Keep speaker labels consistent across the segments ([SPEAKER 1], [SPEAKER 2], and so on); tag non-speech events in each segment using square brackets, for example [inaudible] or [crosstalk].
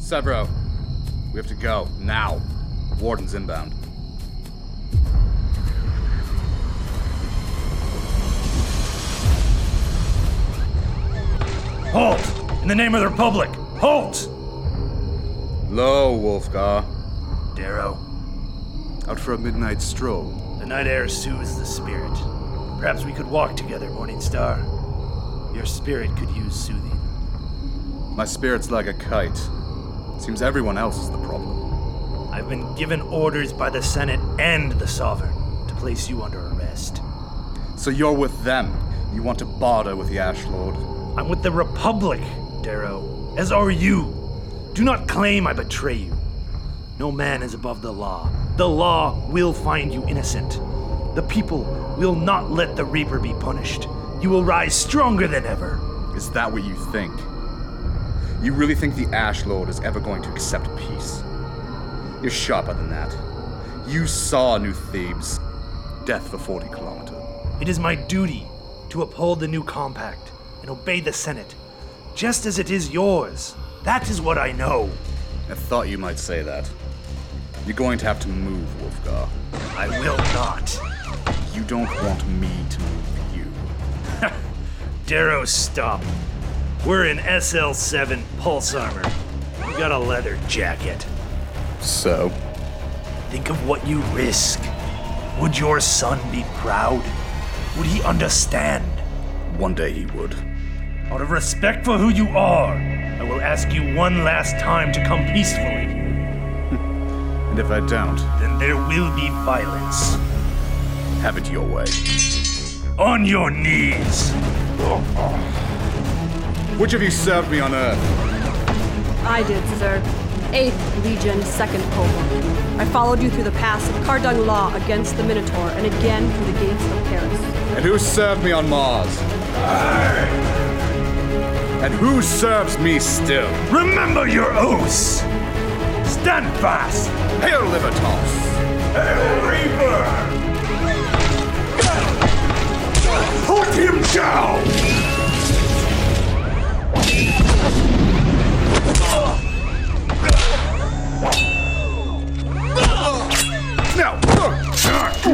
[SPEAKER 1] Severo, we have to go now. Warden's inbound.
[SPEAKER 2] Halt! In the name of the Republic! Halt!
[SPEAKER 1] Lo, Wolfgar.
[SPEAKER 2] Darrow,
[SPEAKER 1] Out for a midnight stroll.
[SPEAKER 2] the night air soothes the spirit. Perhaps we could walk together, Morning Star. Your spirit could use soothing.
[SPEAKER 1] My spirit's like a kite. Seems everyone else is the problem.
[SPEAKER 2] I've been given orders by the Senate and the Sovereign to place you under arrest.
[SPEAKER 1] So you're with them. You want to barter with the Ash Lord.
[SPEAKER 2] I'm with the Republic, Darrow, as are you. Do not claim I betray you. No man is above the law. The law will find you innocent. The people will not let the Reaper be punished. You will rise stronger than ever.
[SPEAKER 1] Is that what you think? You really think the Ash Lord is ever going to accept peace? You're sharper than that. You saw New Thebes. Death for 40 kilometer.
[SPEAKER 2] It is my duty to uphold the new compact and obey the Senate, just as it is yours. That is what I know.
[SPEAKER 1] I thought you might say that. You're going to have to move, Wolfgar.
[SPEAKER 2] I will not.
[SPEAKER 1] You don't want me to move you.
[SPEAKER 2] Darrow, stop. We're in SL7 pulse armor. You got a leather jacket.
[SPEAKER 1] So?
[SPEAKER 2] Think of what you risk. Would your son be proud? Would he understand?
[SPEAKER 1] One day he would.
[SPEAKER 2] Out of respect for who you are, I will ask you one last time to come peacefully.
[SPEAKER 1] And if I don't,
[SPEAKER 2] Then there will be violence.
[SPEAKER 1] have it your way.
[SPEAKER 2] On your knees!
[SPEAKER 1] Which of you served me on Earth?
[SPEAKER 3] I did, sir. 8th Legion, 2nd Cohort. I followed you through the pass of Kardung Law against the Minotaur and again through the gates of Paris.
[SPEAKER 1] And who served me on Mars? And who serves me still?
[SPEAKER 2] Remember your oaths! Stand fast!
[SPEAKER 1] Hail Libertas!
[SPEAKER 2] Put him down!
[SPEAKER 1] No!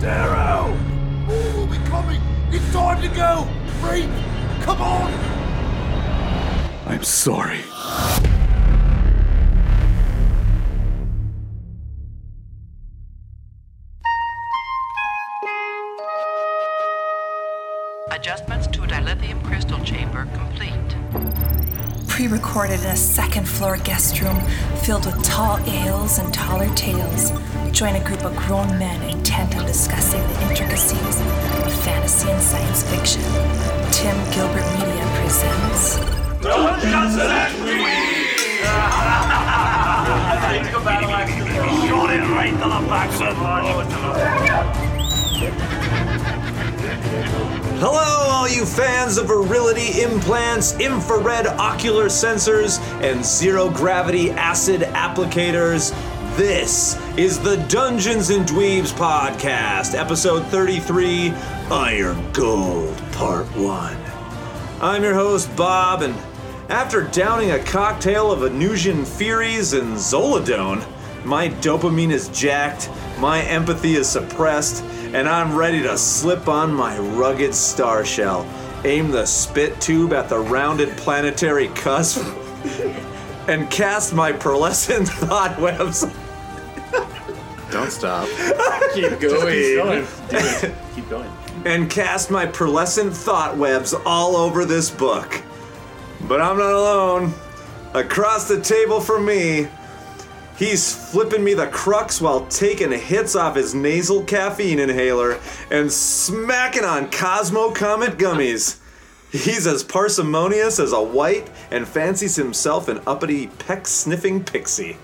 [SPEAKER 2] Darrow!
[SPEAKER 4] We're coming! It's time to go! Free! Come on!
[SPEAKER 1] I'm sorry.
[SPEAKER 5] Adjustments to dilithium crystal chamber complete.
[SPEAKER 6] Pre recorded in a second floor guest room filled with tall ales and taller tales, join a group of grown men intent on discussing the intricacies of fantasy and science fiction. Tim Gilbert Media presents.
[SPEAKER 7] Hello, all you fans of virility implants, infrared ocular sensors, and zero gravity acid applicators. This is the Dungeons and Dweebs podcast, episode 33 Iron Gold, part one. I'm your host, Bob, and after downing a cocktail of Venusian Furies and Zolidone, my dopamine is jacked, my empathy is suppressed, and I'm ready to slip on my rugged star shell, aim the spit tube at the rounded planetary cusp, [laughs] and cast my pearlescent [laughs] thought webs.
[SPEAKER 1] Don't stop.
[SPEAKER 8] Keep going. Keep going.
[SPEAKER 7] and cast my pearlescent thought webs all over this book. But I'm not alone. Across the table from me, he's flipping me the crux while taking hits off his nasal caffeine inhaler and smacking on Cosmo Comet gummies. He's as parsimonious as a white and fancies himself an uppity peck sniffing pixie.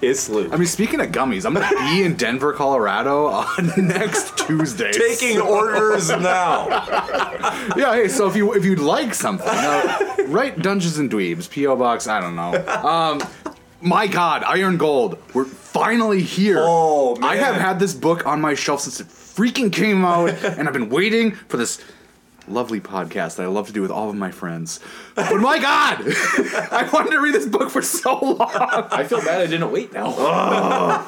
[SPEAKER 7] It's Luke.
[SPEAKER 1] I mean, speaking of gummies, I'm gonna be in Denver, Colorado on [laughs] next Tuesday. [laughs]
[SPEAKER 7] Taking orders now.
[SPEAKER 1] Yeah, hey, so if you if you'd like something, uh, write Dungeons and Dweebs, PO Box, I don't know. Um, my God, Iron Gold, we're finally here.
[SPEAKER 7] Oh, man. [laughs]
[SPEAKER 1] I have had this book on my shelf since it freaking came out, and I've been waiting for this lovely podcast that I love to do with all of my friends. But my God, [laughs] I wanted to read this book for so long.
[SPEAKER 9] I feel bad I didn't wait now.
[SPEAKER 1] [laughs]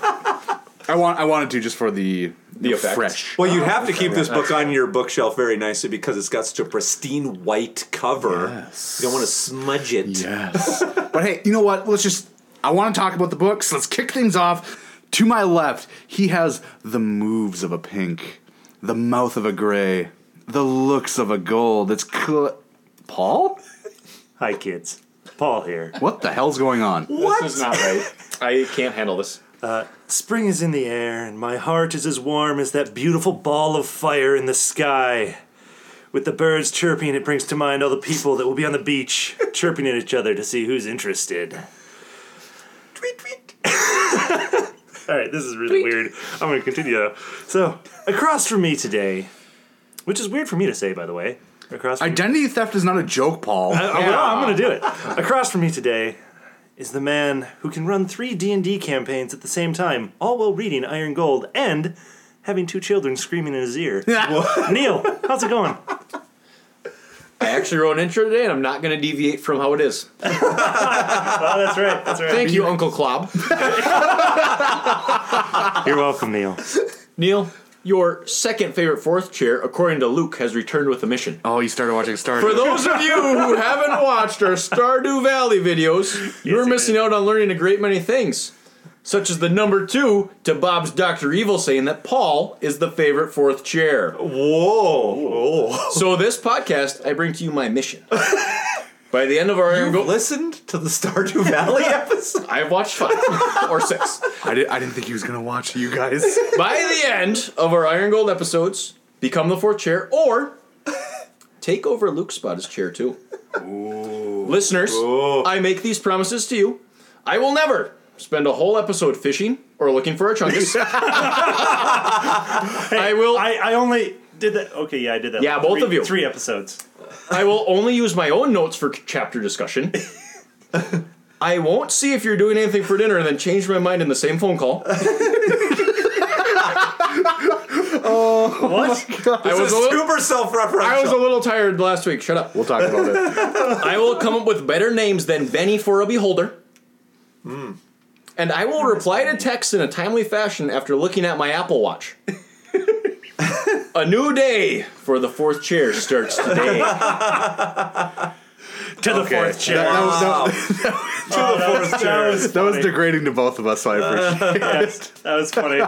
[SPEAKER 1] I want, I wanted to just for the the
[SPEAKER 9] effect.
[SPEAKER 1] fresh.
[SPEAKER 7] Well, you'd have to keep this book on your bookshelf very nicely because it's got such a pristine white cover.
[SPEAKER 1] Yes.
[SPEAKER 7] You don't want to smudge it.
[SPEAKER 1] Yes. but hey, you know what? Let's just. I want to talk about the books. Let's kick things off. To my left, he has the moves of a pink, the mouth of a gray, the looks of a gold. It's cl- Paul.
[SPEAKER 2] Hi, kids. Paul here.
[SPEAKER 1] What the hell's going on?
[SPEAKER 9] This is not right. I can't handle this.
[SPEAKER 2] Spring is in the air, and my heart is as warm as that beautiful ball of fire in the sky. With the birds chirping, it brings to mind all the people that will be on the beach chirping at each other to see who's interested. Tweet, tweet. [laughs] all right, this is really weird. I'm going to continue. though. So, across from me today, which is weird for me to say, by the way. Across from
[SPEAKER 1] Identity theft is not a joke, Paul.
[SPEAKER 2] I- I- Oh, well, I'm going to do it. Across from me today is the man who can run three D&D campaigns at the same time, all while reading Iron Gold and having two children screaming in his ear.
[SPEAKER 1] [laughs]
[SPEAKER 2] Neil, how's it going?
[SPEAKER 9] I actually wrote an intro today, and I'm not going to deviate from how
[SPEAKER 2] [laughs]
[SPEAKER 9] it is.
[SPEAKER 2] Oh, that's right. That's right.
[SPEAKER 9] Thank you, Uncle Clob.
[SPEAKER 2] [laughs] You're welcome, Neil.
[SPEAKER 9] Neil, your second favorite fourth chair, according to Luke, has returned with a mission.
[SPEAKER 1] oh, you started watching Star.
[SPEAKER 9] For those of you who haven't watched our Stardew Valley videos, you're
[SPEAKER 2] it
[SPEAKER 9] missing out on learning a great many things, such as the number two to Bob's Dr. Evil saying that Paul is the favorite fourth chair.
[SPEAKER 7] Whoa. Whoa.
[SPEAKER 9] [laughs] So, this podcast, I bring to you my mission. By the end of our Iron
[SPEAKER 7] You've
[SPEAKER 9] Gold,
[SPEAKER 7] listened to the Stardew Valley episode?
[SPEAKER 9] I've watched five [laughs] or six.
[SPEAKER 1] I, did, I didn't think he was gonna watch you guys.
[SPEAKER 9] By the end of our Iron Gold episodes, become the fourth chair or take over Luke's spot as chair too. Listeners, I make these promises to you. I will never spend a whole episode fishing or looking for a chungus. I will I,
[SPEAKER 10] I, I only did that. Okay, yeah, I did that.
[SPEAKER 9] Yeah,
[SPEAKER 10] Three-
[SPEAKER 9] both of you.
[SPEAKER 10] Three episodes.
[SPEAKER 9] will only use my own notes for chapter discussion. I won't see if you're doing anything for dinner and then change my mind in the same phone
[SPEAKER 10] [laughs]
[SPEAKER 9] call.
[SPEAKER 2] What?
[SPEAKER 9] I was a little,
[SPEAKER 7] Super self-referential.
[SPEAKER 9] I was a little tired last week. Shut up.
[SPEAKER 1] we'll talk about it.
[SPEAKER 9] [laughs] I will come up with better names than Benny for a beholder.
[SPEAKER 1] Hmm.
[SPEAKER 9] And I will reply to texts in a timely fashion after looking at my Apple Watch. [laughs] a new day for the fourth chair starts today.
[SPEAKER 2] To the fourth chair.
[SPEAKER 1] That, was, that was-
[SPEAKER 2] Oh, that was- that was-
[SPEAKER 1] that was degrading to both of us, so I appreciate it.
[SPEAKER 10] That was funny.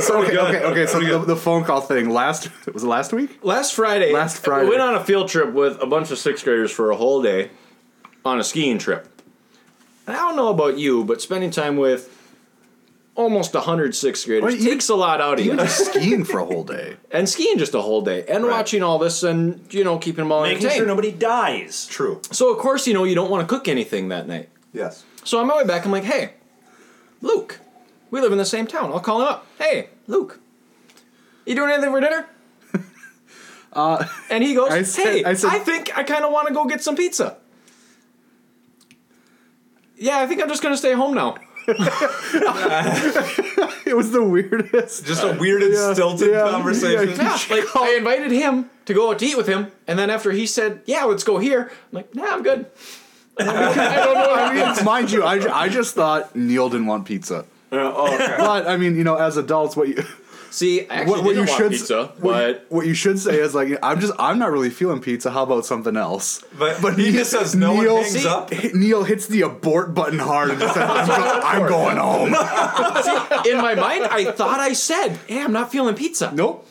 [SPEAKER 1] [laughs] So, okay, okay, okay. So the, the phone call thing last was it last week?
[SPEAKER 9] [laughs] Last Friday,
[SPEAKER 1] Last Friday.
[SPEAKER 9] we went on a field trip with a bunch of sixth graders for a whole day on a skiing trip. And I don't know about you, but spending time with almost 100 sixth graders
[SPEAKER 1] Well, you-
[SPEAKER 9] takes a lot out of you.
[SPEAKER 1] Even just skiing for a whole day.
[SPEAKER 9] and skiing just a whole day, and watching all this, and you know, keeping them all
[SPEAKER 10] Making
[SPEAKER 9] entertained.
[SPEAKER 10] sure nobody dies.
[SPEAKER 7] True.
[SPEAKER 9] So of course, you know, you don't want to cook anything that night.
[SPEAKER 7] Yes.
[SPEAKER 9] So on my way back, I'm like, hey, Luke, we live in the same town. I'll call him up. Hey, Luke, you doing anything
[SPEAKER 1] [laughs]
[SPEAKER 9] for dinner? uh, and he goes,
[SPEAKER 1] I said-
[SPEAKER 9] hey,
[SPEAKER 1] I
[SPEAKER 9] I,
[SPEAKER 1] said-
[SPEAKER 9] think I kind of want to go get some pizza. Yeah, I think I'm just gonna stay home now.
[SPEAKER 1] It was the weirdest.
[SPEAKER 7] [laughs] Just a weird and stilted
[SPEAKER 1] yeah,
[SPEAKER 7] conversation.
[SPEAKER 1] yeah.
[SPEAKER 9] Yeah, [laughs] like I invited him to go out to eat with him, and then after he said, "Yeah, let's go here," I'm like, "Nah,
[SPEAKER 10] [laughs]
[SPEAKER 9] I'm good." I don't know. what I mean.
[SPEAKER 1] Yes, Mind you, I, ju- I just thought Neil didn't want pizza.
[SPEAKER 7] oh, okay.
[SPEAKER 1] But I mean, you know, as adults, what you [laughs]
[SPEAKER 9] See, I actually
[SPEAKER 1] what, what
[SPEAKER 9] didn't
[SPEAKER 1] you
[SPEAKER 9] want
[SPEAKER 1] should
[SPEAKER 9] pizza,
[SPEAKER 1] what,
[SPEAKER 9] but
[SPEAKER 1] you- what you should say is like, I'm just I'm not really feeling pizza. How about something else?
[SPEAKER 7] But, but he just says no
[SPEAKER 1] Neil,
[SPEAKER 7] one hangs up.
[SPEAKER 1] hit- Neil hits the abort button hard and just says, I'm, go- I'm going home.
[SPEAKER 9] in my mind, I thought I said, "Hey, I'm not feeling pizza,"
[SPEAKER 1] nope.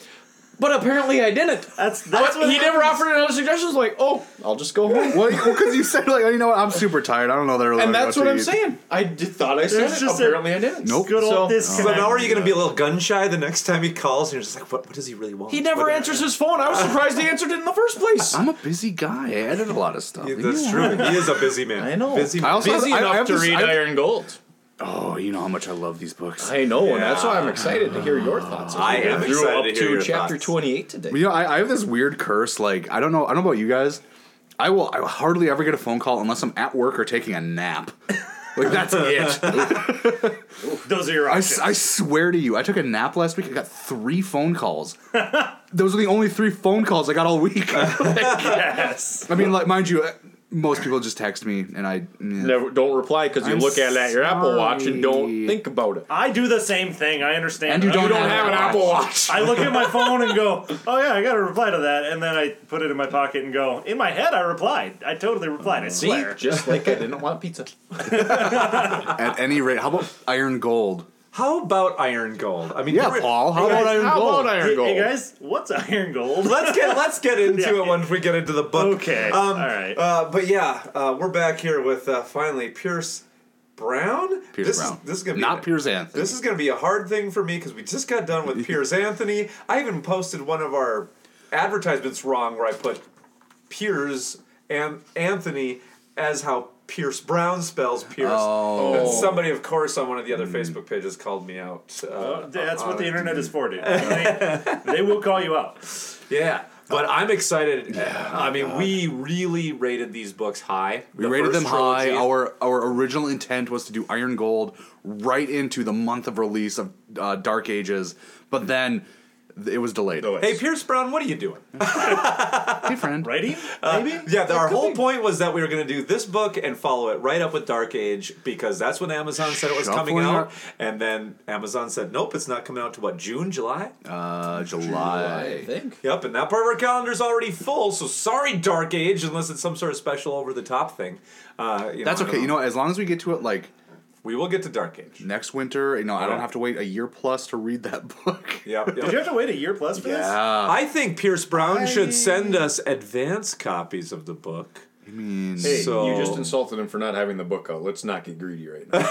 [SPEAKER 9] but apparently I didn't.
[SPEAKER 10] That's that's what
[SPEAKER 9] he never offered another suggestion. It's Like, oh, I'll just go home.
[SPEAKER 1] Well, because you said like, oh, you know what? I'm super tired. I don't know that I really
[SPEAKER 9] and
[SPEAKER 1] wanna
[SPEAKER 9] that's
[SPEAKER 1] go out
[SPEAKER 9] what
[SPEAKER 1] to
[SPEAKER 9] I'm
[SPEAKER 1] eat."
[SPEAKER 9] saying. I did, thought I said
[SPEAKER 10] There's
[SPEAKER 9] it.
[SPEAKER 10] just a-
[SPEAKER 9] apparently I I didn't.
[SPEAKER 1] Nope.
[SPEAKER 10] Good
[SPEAKER 9] So-
[SPEAKER 10] old this.
[SPEAKER 7] So now are you going to be a little gun shy the next time he calls? And you're just like, what, what does he really want?
[SPEAKER 9] He never
[SPEAKER 7] What-
[SPEAKER 9] answers his phone. I was surprised he answered it in the first place.
[SPEAKER 1] I'm a busy guy. I edit a lot of stuff.
[SPEAKER 7] Yeah, That's true. He is a busy man.
[SPEAKER 9] I know.
[SPEAKER 7] Busy
[SPEAKER 1] I
[SPEAKER 7] man.
[SPEAKER 1] also
[SPEAKER 9] Busy
[SPEAKER 1] I, I
[SPEAKER 9] enough
[SPEAKER 1] have
[SPEAKER 9] to
[SPEAKER 1] this-
[SPEAKER 9] read
[SPEAKER 1] I-
[SPEAKER 9] Iron Gold.
[SPEAKER 1] Oh, you know how much I love these books.
[SPEAKER 9] I know, and that's why I'm excited to hear your thoughts. as
[SPEAKER 7] I
[SPEAKER 9] we get
[SPEAKER 7] am
[SPEAKER 9] through
[SPEAKER 7] excited
[SPEAKER 9] up
[SPEAKER 7] to hear your
[SPEAKER 9] chapter
[SPEAKER 7] thoughts.
[SPEAKER 9] 28 today.
[SPEAKER 1] You know, I, I have this weird curse. Like, I don't know. I don't know about you guys. I will. I hardly ever get a phone call unless I'm at work or taking a nap. Like
[SPEAKER 9] [laughs]
[SPEAKER 1] that's it.
[SPEAKER 10] Those are your
[SPEAKER 1] I, s-
[SPEAKER 10] options.
[SPEAKER 1] I swear to you, I took a nap last week. I got three phone
[SPEAKER 9] [laughs]
[SPEAKER 1] calls. Those are the only three phone calls I got all week.
[SPEAKER 10] yes.
[SPEAKER 1] I mean, like mind you, uh, most people just text me, and I yeah.
[SPEAKER 9] Never don't reply because you
[SPEAKER 1] I'm
[SPEAKER 9] look at it at your Apple Watch and don't
[SPEAKER 1] sorry.
[SPEAKER 9] think about it.
[SPEAKER 10] I do the same thing. I understand.
[SPEAKER 1] And you
[SPEAKER 10] I-
[SPEAKER 1] don't
[SPEAKER 9] Don't have an Apple Watch.
[SPEAKER 10] I look at my phone and go, "Oh yeah, I got to reply to that," and then I put it in my pocket and go, "In my head, I replied. I totally replied. I
[SPEAKER 9] Mm. See,
[SPEAKER 10] swear."
[SPEAKER 9] just like I didn't
[SPEAKER 7] [laughs]
[SPEAKER 9] want pizza.
[SPEAKER 1] At any rate, how about Iron Gold?
[SPEAKER 7] How about Iron Gold? I mean,
[SPEAKER 1] Yeah,
[SPEAKER 7] you were-
[SPEAKER 1] Paul. How about Iron
[SPEAKER 9] How
[SPEAKER 1] Gold?
[SPEAKER 9] about Iron Gold?
[SPEAKER 10] Hey guys, what's iron gold?
[SPEAKER 7] Let's get let's get into
[SPEAKER 10] Yeah.
[SPEAKER 7] it once we get into the book.
[SPEAKER 10] Okay,
[SPEAKER 7] Um,
[SPEAKER 10] alright.
[SPEAKER 7] Uh, but yeah, uh, we're back here with uh, finally Pierce Brown.
[SPEAKER 1] Pierce
[SPEAKER 7] this
[SPEAKER 1] Brown.
[SPEAKER 7] Is, this is gonna be
[SPEAKER 1] not Pierce Anthony.
[SPEAKER 7] This is going to be a hard thing for me because we just got done
[SPEAKER 1] [laughs]
[SPEAKER 7] with Piers Anthony. I even posted one of our advertisements wrong where I put Piers and Anthony as how Pierce Brown spells Pierce.
[SPEAKER 1] Oh. Hmm.
[SPEAKER 7] And somebody, of course, on one of the other Facebook pages called me out. Uh,
[SPEAKER 10] [laughs] That's
[SPEAKER 7] on
[SPEAKER 10] what the
[SPEAKER 9] Oh,
[SPEAKER 7] it.
[SPEAKER 10] internet is for, dude. They, they will call you out.
[SPEAKER 7] Yeah. But
[SPEAKER 1] Oh.
[SPEAKER 7] I'm excited. I mean, we really rated these books high.
[SPEAKER 1] we rated them high. Our our original intent was to do Iron Gold right into the month of release of uh, Dark Ages, but then th- it was delayed.
[SPEAKER 7] Hey, Pierce Brown, what are you doing?
[SPEAKER 1] Hey, friend.
[SPEAKER 10] Righty?
[SPEAKER 9] Uh,
[SPEAKER 10] Maybe?
[SPEAKER 7] Uh, Yeah, the, our whole point was that we were going to do this book and follow it right up with Dark Age because that's when Amazon said it was coming
[SPEAKER 1] Shuffling
[SPEAKER 7] out,
[SPEAKER 1] up.
[SPEAKER 7] and then Amazon said, "Nope, it's not coming out to what June, July."
[SPEAKER 1] Uh, July.
[SPEAKER 9] I think.
[SPEAKER 7] Yep, and that part of our calendar's already full. So sorry, Dark Age, unless it's some sort of special over the top thing. Uh, you know,
[SPEAKER 1] That's
[SPEAKER 7] I don't
[SPEAKER 1] okay. You know, what, as long as we get to it like
[SPEAKER 7] we will get to Dark Age.
[SPEAKER 1] next winter, you know, I don't
[SPEAKER 7] Yeah.
[SPEAKER 1] have to wait a year plus to read that [laughs] book.
[SPEAKER 7] Yep.
[SPEAKER 10] Did
[SPEAKER 7] yep.
[SPEAKER 10] you have to wait a year plus for this?
[SPEAKER 1] Uh,
[SPEAKER 7] I think Pierce Brown should send us advance copies of the book.
[SPEAKER 1] I mean,
[SPEAKER 10] Hey,
[SPEAKER 7] So
[SPEAKER 9] You just insulted him for not having the book out. Let's not get greedy right now.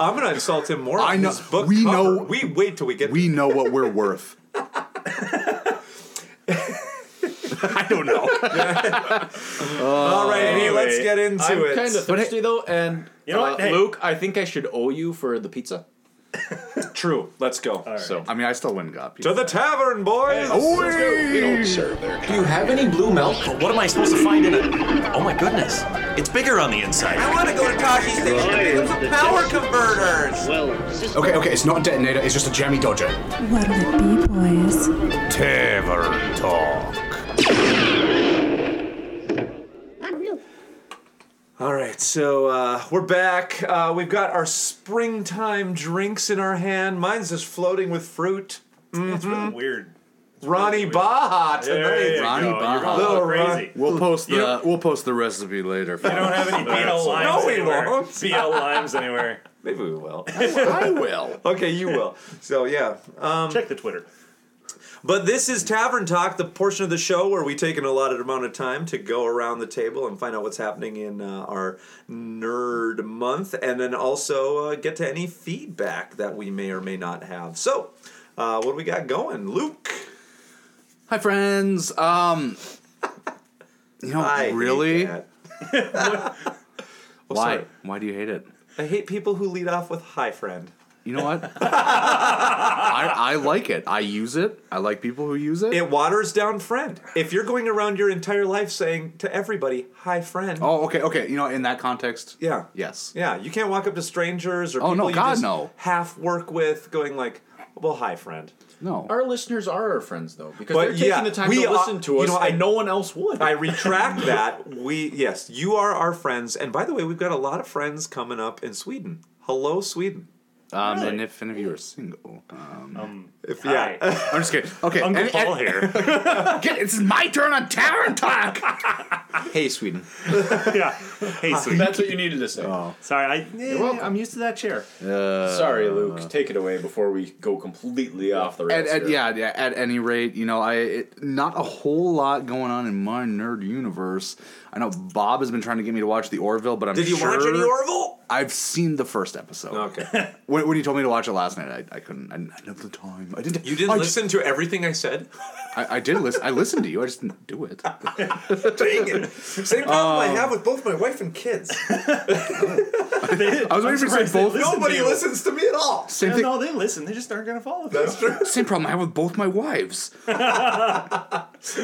[SPEAKER 7] I'm going to insult him more.
[SPEAKER 1] I
[SPEAKER 7] on
[SPEAKER 1] know-
[SPEAKER 7] This book
[SPEAKER 1] we
[SPEAKER 7] cover.
[SPEAKER 1] know-
[SPEAKER 7] We wait till we get.
[SPEAKER 1] we know what we're worth. I don't know.
[SPEAKER 7] All right, anyway, [laughs] let's
[SPEAKER 10] Anyway,
[SPEAKER 7] get into
[SPEAKER 9] I'm
[SPEAKER 7] it.
[SPEAKER 9] kind of
[SPEAKER 1] But hey-
[SPEAKER 9] thirsty though, and
[SPEAKER 10] You know what?
[SPEAKER 9] uh,
[SPEAKER 10] Hey.
[SPEAKER 9] Luke, I think I should owe you for the pizza.
[SPEAKER 7] True. Let's go.
[SPEAKER 9] So
[SPEAKER 1] I mean, I still wouldn't got
[SPEAKER 7] To the tavern, boys.
[SPEAKER 11] Do you have any blue milk?
[SPEAKER 12] What am I supposed to find in it? Oh my goodness. It's bigger on the inside.
[SPEAKER 7] I want to go to Tashi Station to pick up some power converters.
[SPEAKER 11] Okay, okay, it's not a detonator, it's just a jammy dodger.
[SPEAKER 6] What'll it be, boys?
[SPEAKER 12] Tavern talk.
[SPEAKER 7] All right, so uh, we're back. Uh, we've got our springtime drinks in our hand. Mine's just floating with fruit.
[SPEAKER 10] It's really weird.
[SPEAKER 7] Ronnie Baja
[SPEAKER 10] There you
[SPEAKER 7] tonight.
[SPEAKER 1] Ronnie
[SPEAKER 10] go. You're
[SPEAKER 1] Baja.
[SPEAKER 10] going
[SPEAKER 7] Little
[SPEAKER 10] crazy.
[SPEAKER 1] We'll post the
[SPEAKER 10] You-
[SPEAKER 1] we'll post the recipe later.
[SPEAKER 10] I don't have any BL limes
[SPEAKER 7] No, we
[SPEAKER 10] anywhere.
[SPEAKER 7] won't.
[SPEAKER 10] BL limes anywhere.
[SPEAKER 7] Maybe we will. [laughs]
[SPEAKER 1] I will.
[SPEAKER 7] Okay, you will. So yeah,
[SPEAKER 10] Check the Twitter.
[SPEAKER 7] But this is Tavern Talk, the portion of the show where we take an allotted amount of time to go around the table and find out what's happening in uh, our nerd month, and then also uh, get to any feedback that we may or may not have. So, uh, what do we got going, Luke?
[SPEAKER 1] Hi, friends. Um, you know,
[SPEAKER 7] I hate
[SPEAKER 1] really,
[SPEAKER 7] that.
[SPEAKER 1] why?
[SPEAKER 7] sorry.
[SPEAKER 1] Why do you hate it?
[SPEAKER 7] I hate people who lead off with "Hi, friend."
[SPEAKER 1] You know what? I I like it. I use it. I like people who use it.
[SPEAKER 7] It waters down "friend." If you're going around your entire life saying to everybody "Hi, friend,"
[SPEAKER 1] oh, okay, okay. You know, in that context,
[SPEAKER 7] yeah,
[SPEAKER 1] yes.
[SPEAKER 7] Yeah, you can't walk up to strangers or
[SPEAKER 1] Oh,
[SPEAKER 7] people
[SPEAKER 1] no,
[SPEAKER 7] you
[SPEAKER 1] God,
[SPEAKER 7] just
[SPEAKER 1] no.
[SPEAKER 7] half work with, going like, "Well, hi, friend."
[SPEAKER 1] No.
[SPEAKER 9] our listeners are our friends though, because
[SPEAKER 7] But
[SPEAKER 9] they're taking
[SPEAKER 7] yeah,
[SPEAKER 9] the time
[SPEAKER 7] we
[SPEAKER 9] to
[SPEAKER 7] are-
[SPEAKER 9] listen to
[SPEAKER 7] you
[SPEAKER 9] us,
[SPEAKER 7] know, I-
[SPEAKER 9] and no one else would.
[SPEAKER 7] I retract [laughs] that. We yes, you are our friends, and by the way, we've got a lot of friends coming up in Sweden. Hello, Sweden.
[SPEAKER 1] Um, and if any of you are single, um,
[SPEAKER 7] If
[SPEAKER 10] Hi.
[SPEAKER 7] yeah,
[SPEAKER 1] I'm just kidding. Okay,
[SPEAKER 10] Uncle
[SPEAKER 1] and-
[SPEAKER 10] Paul
[SPEAKER 1] and-
[SPEAKER 10] here.
[SPEAKER 1] [laughs] Get, it's my turn on Tavern Talk.
[SPEAKER 9] hey, Sweden.
[SPEAKER 10] yeah. Hey, sweet.
[SPEAKER 9] That's what you needed to say.
[SPEAKER 1] Oh.
[SPEAKER 10] Sorry, I. eh,
[SPEAKER 9] welcome.
[SPEAKER 10] I'm used to that chair.
[SPEAKER 9] Sorry, Luke. Take it away before we go completely off the
[SPEAKER 1] at,
[SPEAKER 9] rails.
[SPEAKER 1] at,
[SPEAKER 9] here.
[SPEAKER 1] yeah, yeah. At any rate, you know, I it, not a whole lot going on in my nerd universe. I know Bob has been trying to get me to watch the Orville, but I'm
[SPEAKER 7] did you
[SPEAKER 1] sure
[SPEAKER 7] watch any Orville?
[SPEAKER 1] I've seen the first episode.
[SPEAKER 7] Okay,
[SPEAKER 1] [laughs] When, when you told me to watch it last night, I, I couldn't. I didn't have the time. I didn't.
[SPEAKER 7] you didn't
[SPEAKER 1] I
[SPEAKER 7] listen to everything I said.
[SPEAKER 1] Just, I, I did listen. I listened to you. I just didn't do
[SPEAKER 7] [laughs]
[SPEAKER 1] it.
[SPEAKER 7] Dang it! Same problem
[SPEAKER 1] Um,
[SPEAKER 7] I have with both my wife and kids.
[SPEAKER 1] I was waiting for you to say both.
[SPEAKER 7] Nobody listens to me at all.
[SPEAKER 1] Same thing.
[SPEAKER 10] they listen. They just aren't going to follow.
[SPEAKER 1] Same problem I have with both my
[SPEAKER 7] [laughs]
[SPEAKER 1] wives.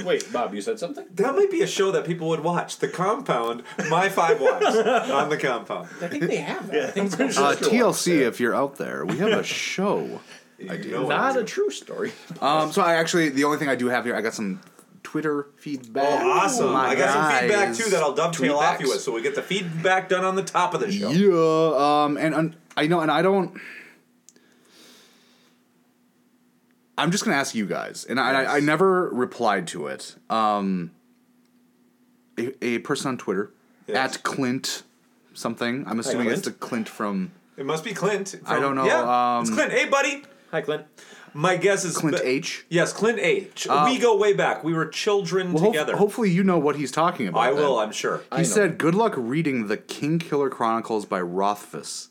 [SPEAKER 9] Wait, Bob, you said something?
[SPEAKER 7] That might be a show that people would watch. The Compound, My Five Wives on the Compound.
[SPEAKER 9] I think they have
[SPEAKER 7] [laughs]
[SPEAKER 9] that. I think it's
[SPEAKER 1] Uh, TLC, if you're out there, we have a [laughs] show.
[SPEAKER 9] called- not a true story.
[SPEAKER 1] Um, so I actually, the only thing I do have here, I got some Twitter feedback.
[SPEAKER 7] Oh, awesome.
[SPEAKER 1] My
[SPEAKER 7] I got some feedback
[SPEAKER 1] guys.
[SPEAKER 7] too that I'll dovetail off you
[SPEAKER 1] Tweetbacks.
[SPEAKER 7] with, so we get the feedback done on the top of the show.
[SPEAKER 1] Yeah, um, and, and I know, and I don't. I'm just gonna ask you guys, and I, I, I never replied to it. Um, a, a person on Twitter at Clint something. I'm assuming it's the
[SPEAKER 7] Clint.
[SPEAKER 1] Clint from.
[SPEAKER 7] It must be Clint.
[SPEAKER 1] I don't know,
[SPEAKER 7] Yeah, it's
[SPEAKER 1] um,
[SPEAKER 7] Clint. Hey, buddy.
[SPEAKER 9] Hi, Clint.
[SPEAKER 7] My guess is
[SPEAKER 1] Clint
[SPEAKER 7] but-
[SPEAKER 1] H?
[SPEAKER 7] Yes, Clint H.
[SPEAKER 1] Uh,
[SPEAKER 7] we go way back. We were children
[SPEAKER 1] Well, hope-
[SPEAKER 7] together.
[SPEAKER 1] hopefully, you know what he's talking about.
[SPEAKER 7] I will.
[SPEAKER 1] then.
[SPEAKER 7] I'm sure.
[SPEAKER 1] He said, "Good luck reading the King Killer Chronicles by Rothfuss.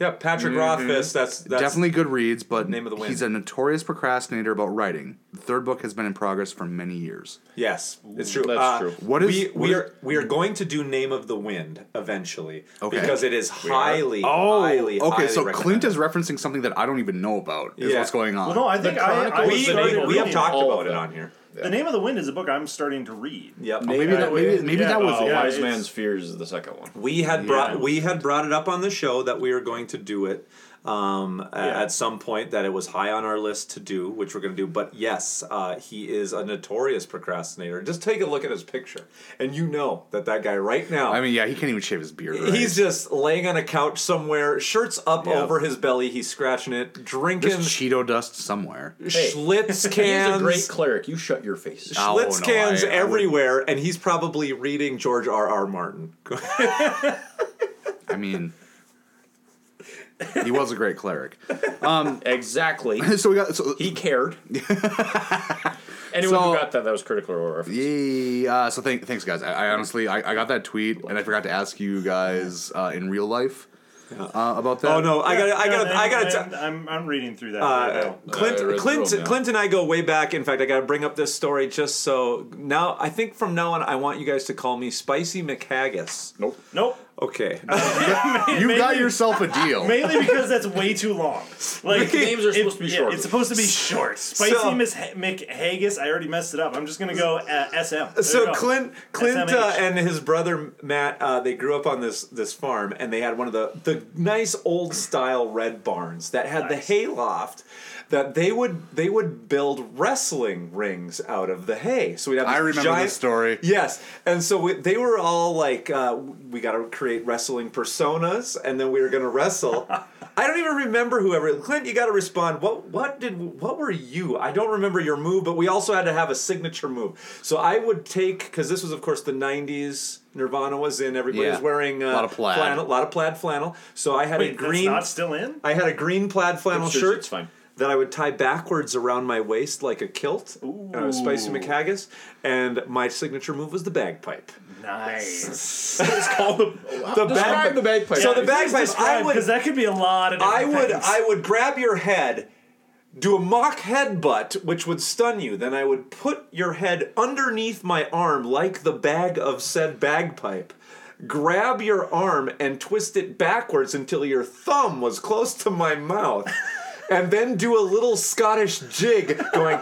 [SPEAKER 7] Yeah, Patrick
[SPEAKER 9] Mm-hmm.
[SPEAKER 7] Rothfuss. That's, that's
[SPEAKER 1] Definitely good reads, but
[SPEAKER 7] Name of the wind.
[SPEAKER 1] he's a notorious procrastinator about writing. The third book has been in progress for many years.
[SPEAKER 7] Yes, it's true.
[SPEAKER 9] That's
[SPEAKER 7] Uh,
[SPEAKER 9] true.
[SPEAKER 1] What is-
[SPEAKER 7] we,
[SPEAKER 1] what
[SPEAKER 7] we
[SPEAKER 1] is-
[SPEAKER 7] are we are going to do Name of the Wind eventually
[SPEAKER 1] Okay.
[SPEAKER 7] because it is highly
[SPEAKER 1] Oh,
[SPEAKER 7] highly
[SPEAKER 1] okay.
[SPEAKER 7] highly
[SPEAKER 1] so Clint
[SPEAKER 7] recommended.
[SPEAKER 1] is referencing something that I don't even know about. Is
[SPEAKER 7] Yeah.
[SPEAKER 1] what's going on?
[SPEAKER 10] Well, no, I
[SPEAKER 9] The
[SPEAKER 10] think I, I
[SPEAKER 9] Chronicles
[SPEAKER 7] we,
[SPEAKER 9] of
[SPEAKER 10] started
[SPEAKER 9] the
[SPEAKER 7] we have
[SPEAKER 10] reading-
[SPEAKER 7] talked
[SPEAKER 9] all
[SPEAKER 7] about
[SPEAKER 9] of
[SPEAKER 7] it
[SPEAKER 9] them.
[SPEAKER 7] on here.
[SPEAKER 10] The name of the wind is a book I'm starting to read.
[SPEAKER 7] Yep.
[SPEAKER 1] maybe that maybe, maybe
[SPEAKER 10] yeah,
[SPEAKER 1] that was it.
[SPEAKER 10] uh, why-
[SPEAKER 9] Wise
[SPEAKER 10] it's-
[SPEAKER 9] Man's Fears is the second one.
[SPEAKER 7] We had brought we had brought it up on the show that we were going to do it um, a-
[SPEAKER 10] Yeah.
[SPEAKER 7] at some point that it was high on our list to do, which we're going to do. But yes, uh, he is a notorious procrastinator. Just take a look at his picture, and you know that that guy right now.
[SPEAKER 1] I mean, yeah, he can't even shave his beard. Right?
[SPEAKER 7] He's just laying on a couch somewhere, shirts up
[SPEAKER 9] Yeah.
[SPEAKER 7] over his belly. He's scratching it,
[SPEAKER 1] there's
[SPEAKER 7] drinking
[SPEAKER 1] Cheeto dust somewhere.
[SPEAKER 7] Schlitz
[SPEAKER 9] [laughs] He's a great
[SPEAKER 7] cans,
[SPEAKER 9] cleric. You shut your face.
[SPEAKER 1] Oh,
[SPEAKER 7] Schlitz
[SPEAKER 1] no,
[SPEAKER 7] cans
[SPEAKER 1] I- I would-
[SPEAKER 7] everywhere, and he's probably reading George R. R. Martin.
[SPEAKER 1] I mean, he was a great cleric. [laughs]
[SPEAKER 9] Uh, Exactly.
[SPEAKER 1] so we got so,
[SPEAKER 9] He cared.
[SPEAKER 1] [laughs]
[SPEAKER 9] Anyone
[SPEAKER 1] So-
[SPEAKER 9] who got that, that was critical or
[SPEAKER 1] Yay. Uh, so thank, thanks, guys. I, I honestly, I, I got that tweet, and I forgot to ask you guys uh, in real life uh, about that.
[SPEAKER 7] oh no, [laughs] I gotta, I
[SPEAKER 10] Yeah,
[SPEAKER 7] gotta,
[SPEAKER 10] man,
[SPEAKER 7] I gotta.
[SPEAKER 10] I'm,
[SPEAKER 7] T-
[SPEAKER 10] I'm I'm reading through that. right
[SPEAKER 7] uh,
[SPEAKER 10] now.
[SPEAKER 7] Clint,
[SPEAKER 9] I read the
[SPEAKER 7] Clint,
[SPEAKER 9] room, yeah.
[SPEAKER 7] Clint, and I go way back. In fact, I gotta bring up this story just so now. I think from now on, I want you guys to call me Spicy McHaggis.
[SPEAKER 9] Nope.
[SPEAKER 10] Nope.
[SPEAKER 7] Okay,
[SPEAKER 1] you got
[SPEAKER 10] Mainly-
[SPEAKER 1] yourself a deal.
[SPEAKER 7] [laughs]
[SPEAKER 10] Mainly because that's way too long.
[SPEAKER 9] [laughs]
[SPEAKER 10] Like
[SPEAKER 9] The names are
[SPEAKER 10] it-
[SPEAKER 9] supposed to be
[SPEAKER 10] yeah,
[SPEAKER 9] short.
[SPEAKER 10] It's supposed to be short. Spicy
[SPEAKER 7] [laughs] So-
[SPEAKER 10] Miss ha- McHaggis. I already messed it up. I'm just gonna go uh, SM. There
[SPEAKER 7] [laughs]
[SPEAKER 10] you
[SPEAKER 7] so
[SPEAKER 10] go.
[SPEAKER 7] Clint, Clint uh,
[SPEAKER 10] SMH.
[SPEAKER 7] and his brother Matt, uh, they grew up on this this farm, and they had one of the the nice old style red barns that had the hay loft. That they would they would build wrestling rings out of the hay. So we would have.
[SPEAKER 1] I
[SPEAKER 7] this
[SPEAKER 1] remember
[SPEAKER 7] giant,
[SPEAKER 1] this story.
[SPEAKER 7] Yes, and so we, they were all like, uh, "We got to create wrestling personas, and then we were going to wrestle."
[SPEAKER 1] [laughs]
[SPEAKER 7] I don't even remember whoever Clint. You got to respond. What what did what were you? I don't remember your move, but we also had to have a signature move. So I would take because this was, of course, the '90s. Nirvana was in. Everybody
[SPEAKER 1] Yeah.
[SPEAKER 7] was wearing uh,
[SPEAKER 1] Lot of plaid.
[SPEAKER 7] flannel, lot of plaid flannel. So I had a
[SPEAKER 10] Wait,
[SPEAKER 7] green.
[SPEAKER 10] that's not still in.
[SPEAKER 7] I had a green plaid flannel
[SPEAKER 9] It's just-
[SPEAKER 7] shirt
[SPEAKER 9] it's fine.
[SPEAKER 7] that I would tie backwards around my waist like a kilt. And I was spicy McHaggis, and my signature move was the bagpipe.
[SPEAKER 10] Nice.
[SPEAKER 9] [laughs] It's called the,
[SPEAKER 7] The
[SPEAKER 9] Describe
[SPEAKER 7] bagpipe.
[SPEAKER 9] the bagpipe.
[SPEAKER 7] So the bagpipe, I
[SPEAKER 10] because
[SPEAKER 7] would,
[SPEAKER 10] that could be a lot of.
[SPEAKER 7] I
[SPEAKER 10] different
[SPEAKER 7] would,
[SPEAKER 10] things.
[SPEAKER 7] I would grab your head. Do a mock headbutt, which would stun you. Then I would put your head underneath my arm, like the bag of said bagpipe. Grab your arm and twist it backwards until your thumb was close to my
[SPEAKER 1] [laughs]
[SPEAKER 7] mouth, and then do a little Scottish jig, going.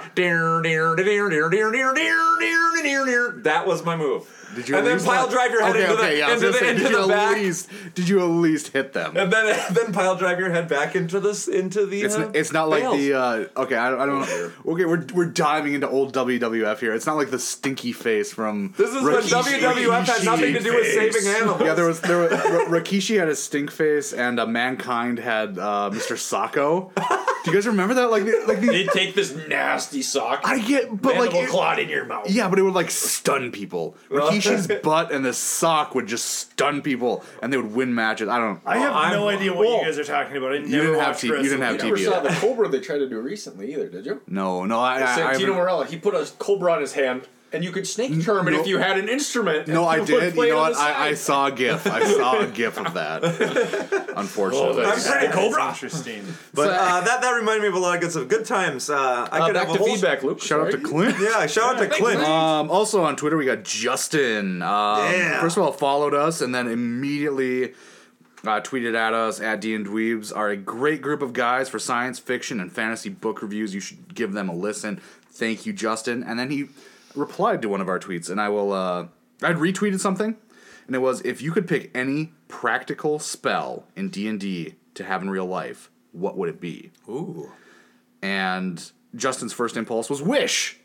[SPEAKER 7] That was my move.
[SPEAKER 1] Did you at
[SPEAKER 7] and then
[SPEAKER 1] least
[SPEAKER 7] pile
[SPEAKER 1] let-
[SPEAKER 7] drive your head
[SPEAKER 1] okay,
[SPEAKER 7] into the,
[SPEAKER 1] okay, yeah, I was
[SPEAKER 7] into the,
[SPEAKER 1] gonna say,
[SPEAKER 7] into
[SPEAKER 1] did you
[SPEAKER 7] the
[SPEAKER 1] at
[SPEAKER 7] back.
[SPEAKER 1] Least, did you at least hit them?
[SPEAKER 7] And then [laughs] then pile drive your head back into this into the.
[SPEAKER 1] It's,
[SPEAKER 7] uh,
[SPEAKER 1] it's not like
[SPEAKER 7] bales.
[SPEAKER 1] the uh, okay. I, don't- I don't know. Okay, we're we're diving into old WWF here. It's not like the stinky face from
[SPEAKER 7] This is when
[SPEAKER 1] Rikishi.
[SPEAKER 7] WWF had nothing to do with saving animals.
[SPEAKER 1] Yeah, there was there was, R- Rikishi had a stink face, and uh, mankind had uh, Mr. Sacco. do you guys remember that? Like, the, like the,
[SPEAKER 9] They take this nasty sock.
[SPEAKER 1] I get, but like,
[SPEAKER 9] mandible
[SPEAKER 1] it-
[SPEAKER 9] clawed in your mouth.
[SPEAKER 1] yeah, but it would like stun people. Rikishi's butt and the sock would just stun people, and they would win matches. I don't.
[SPEAKER 10] I have
[SPEAKER 7] I'm-
[SPEAKER 10] no idea what
[SPEAKER 7] Well,
[SPEAKER 10] you guys are talking about. I never
[SPEAKER 1] you didn't have
[SPEAKER 10] watched
[SPEAKER 1] T- you didn't have
[SPEAKER 9] You
[SPEAKER 1] TV.
[SPEAKER 9] never saw the Cobra they tried to do recently either, did you?
[SPEAKER 1] No, no, I. I, I
[SPEAKER 9] Santino
[SPEAKER 1] haven't-
[SPEAKER 9] Morella, he put a Cobra on his hand, And you could snake charm it if you had an
[SPEAKER 1] [laughs]
[SPEAKER 9] instrument.
[SPEAKER 1] No,
[SPEAKER 9] and
[SPEAKER 1] I
[SPEAKER 9] [laughs] you would
[SPEAKER 1] did.
[SPEAKER 9] play
[SPEAKER 1] You
[SPEAKER 9] it
[SPEAKER 1] know
[SPEAKER 9] on
[SPEAKER 1] what?
[SPEAKER 9] the
[SPEAKER 1] I, I
[SPEAKER 9] side.
[SPEAKER 1] saw a gif. I saw a gif of that.
[SPEAKER 9] [laughs]
[SPEAKER 1] Unfortunately,
[SPEAKER 7] Oh, [laughs]
[SPEAKER 10] Cobra. Interesting.
[SPEAKER 7] But uh, that that reminded me of a lot of good stuff. Good times. Uh, I
[SPEAKER 1] Uh,
[SPEAKER 7] could
[SPEAKER 1] back
[SPEAKER 7] have a
[SPEAKER 1] to
[SPEAKER 7] whole
[SPEAKER 1] feedback, Luke. Shout out to Clint.
[SPEAKER 7] [laughs] yeah, shout out to Clint.
[SPEAKER 1] Um, also on Twitter, we got Justin. Um,
[SPEAKER 7] Yeah.
[SPEAKER 1] First of all, followed us and then immediately uh, tweeted at us at D and Dweebs are a great group of guys for science fiction and fantasy book reviews. You should give them a listen. Thank you, Justin. And then he replied to one of our tweets, and I will. Uh, I'd retweeted something, and it was if you could pick any practical spell in D and D to have in real life, what would it be? Ooh. And Justin's first impulse was wish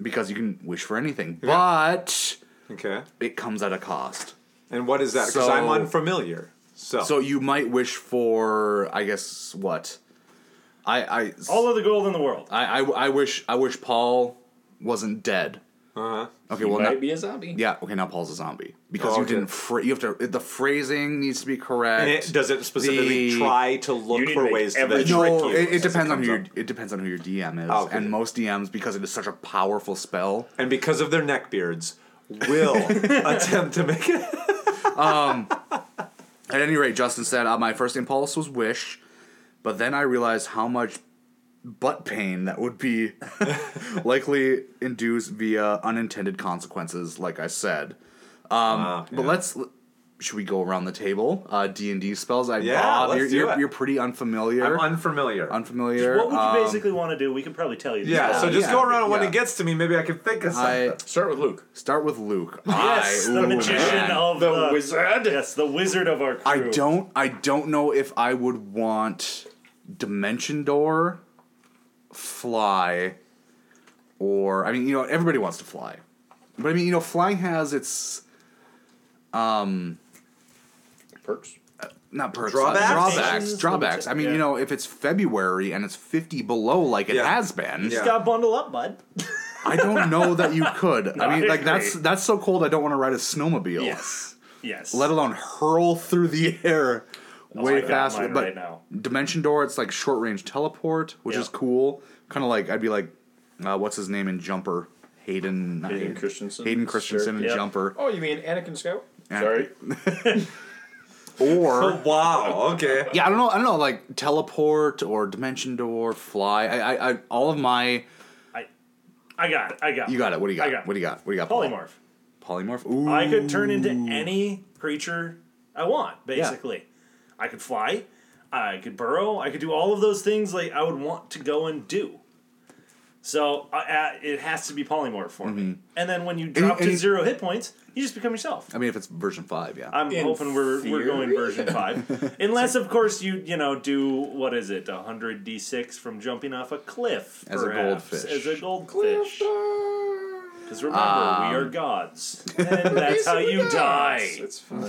[SPEAKER 1] because you can wish for anything, but
[SPEAKER 7] okay,
[SPEAKER 1] it comes at a cost.
[SPEAKER 7] And what is that? Because I'm unfamiliar. So,
[SPEAKER 1] so you might wish for, I guess, what? I, I
[SPEAKER 10] [laughs] all of the gold in the world.
[SPEAKER 1] I, I, I wish, I wish Paul wasn't dead.
[SPEAKER 7] Uh huh.
[SPEAKER 1] Okay, well, now-
[SPEAKER 9] zombie.
[SPEAKER 1] Yeah. Okay, now Paul's a zombie because
[SPEAKER 7] Oh,
[SPEAKER 1] you
[SPEAKER 7] okay.
[SPEAKER 1] didn't. Fra- you have to. The phrasing needs to be correct.
[SPEAKER 7] And it- does it specifically try to look You need to for make ways that every trick
[SPEAKER 1] No,
[SPEAKER 7] you
[SPEAKER 1] it, it
[SPEAKER 7] as it
[SPEAKER 1] depends on
[SPEAKER 7] comes
[SPEAKER 1] who your,
[SPEAKER 7] up.
[SPEAKER 1] it depends on who your DM is,
[SPEAKER 7] Oh, okay.
[SPEAKER 1] and most DMs because it is such a powerful spell.
[SPEAKER 7] and because of their neck beards,
[SPEAKER 1] [laughs]
[SPEAKER 7] will attempt to make it.
[SPEAKER 1] um, at any rate, Justin said uh, my first impulse was wish, but then I realized how much butt pain that would
[SPEAKER 7] [laughs]
[SPEAKER 1] be likely induced via unintended consequences. Like I said, um, but let's. Should we go around the table? Uh, D and D spells. I
[SPEAKER 7] Yeah,
[SPEAKER 1] Bob,
[SPEAKER 7] let's
[SPEAKER 1] you're,
[SPEAKER 7] do
[SPEAKER 1] you're,
[SPEAKER 7] it.
[SPEAKER 1] you're pretty unfamiliar.
[SPEAKER 7] I'm unfamiliar.
[SPEAKER 1] Unfamiliar.
[SPEAKER 10] What would you
[SPEAKER 1] um,
[SPEAKER 10] basically want to do? We could probably tell you.
[SPEAKER 7] Yeah, so just go around and when
[SPEAKER 1] yeah.
[SPEAKER 7] it gets to me, maybe I can think of something.
[SPEAKER 1] I- Start with Luke. Start with Luke.
[SPEAKER 10] Yes,
[SPEAKER 1] I,
[SPEAKER 10] the
[SPEAKER 1] ooh,
[SPEAKER 10] magician Oh,
[SPEAKER 1] man.
[SPEAKER 10] of the, wizard. Yes, the wizard of our crew.
[SPEAKER 1] I don't. I don't know if I would want Dimension Door, fly, or I mean, you know, everybody wants to fly, but I mean, you know, flying has its um
[SPEAKER 9] perks.
[SPEAKER 1] Not perks.
[SPEAKER 9] Drawbacks?
[SPEAKER 1] Drawbacks. Drawbacks.
[SPEAKER 9] Limitations?
[SPEAKER 1] I mean, you
[SPEAKER 9] Yeah.
[SPEAKER 1] know, if it's February and it's fifty below, like it has been,
[SPEAKER 10] You just gotta bundle up, bud.
[SPEAKER 1] I don't know that you could.
[SPEAKER 10] No,
[SPEAKER 1] I mean,
[SPEAKER 10] I
[SPEAKER 1] like that's
[SPEAKER 10] agree.
[SPEAKER 1] that's so cold. I don't want to ride a snowmobile.
[SPEAKER 10] Yes. Yes.
[SPEAKER 1] let alone hurl through the [laughs] air
[SPEAKER 10] That's
[SPEAKER 1] way
[SPEAKER 10] like
[SPEAKER 1] faster.
[SPEAKER 10] mine
[SPEAKER 1] But
[SPEAKER 10] right now.
[SPEAKER 1] Dimension Door, it's like short range teleport, which is cool. Kind of like I'd be like, uh, what's his name in Jumper? Hayden not
[SPEAKER 9] Hayden Christensen.
[SPEAKER 1] Hayden Christensen
[SPEAKER 9] Sure.
[SPEAKER 1] and
[SPEAKER 9] Yep.
[SPEAKER 1] Jumper.
[SPEAKER 9] Oh, you mean Anakin Scout?
[SPEAKER 1] Sorry.
[SPEAKER 10] [laughs]
[SPEAKER 1] or
[SPEAKER 10] Oh,
[SPEAKER 7] wow, okay.
[SPEAKER 1] Yeah, I don't know. I don't know, like teleport or Dimension Door, fly. I, I, I all of my.
[SPEAKER 10] I got it. I got it.
[SPEAKER 1] You got it. What do you got?
[SPEAKER 10] I got it.
[SPEAKER 1] What do you got? What do you got? Paul?
[SPEAKER 10] Polymorph.
[SPEAKER 1] Polymorph. Ooh.
[SPEAKER 10] I could turn into any creature I want,
[SPEAKER 1] Yeah.
[SPEAKER 10] basically. I could fly, I could burrow, I could do all of those things like I would want to go and do. So uh, uh, it has to be polymorph for me.
[SPEAKER 1] Mhm.
[SPEAKER 10] And then when you
[SPEAKER 1] you-
[SPEAKER 10] drop
[SPEAKER 1] and
[SPEAKER 10] to
[SPEAKER 1] you-
[SPEAKER 10] zero hit points, you just become yourself.
[SPEAKER 1] I mean, if it's version five, yeah.
[SPEAKER 10] I'm hoping we're we're going
[SPEAKER 1] [laughs]
[SPEAKER 10] version five, unless of course you you know do what is it hundred d six from jumping off a cliff
[SPEAKER 1] As a
[SPEAKER 10] perhaps,
[SPEAKER 1] goldfish.
[SPEAKER 10] as a goldfish. Because remember,
[SPEAKER 1] Um,
[SPEAKER 10] we are
[SPEAKER 1] [laughs]
[SPEAKER 10] gods, and that's how you die.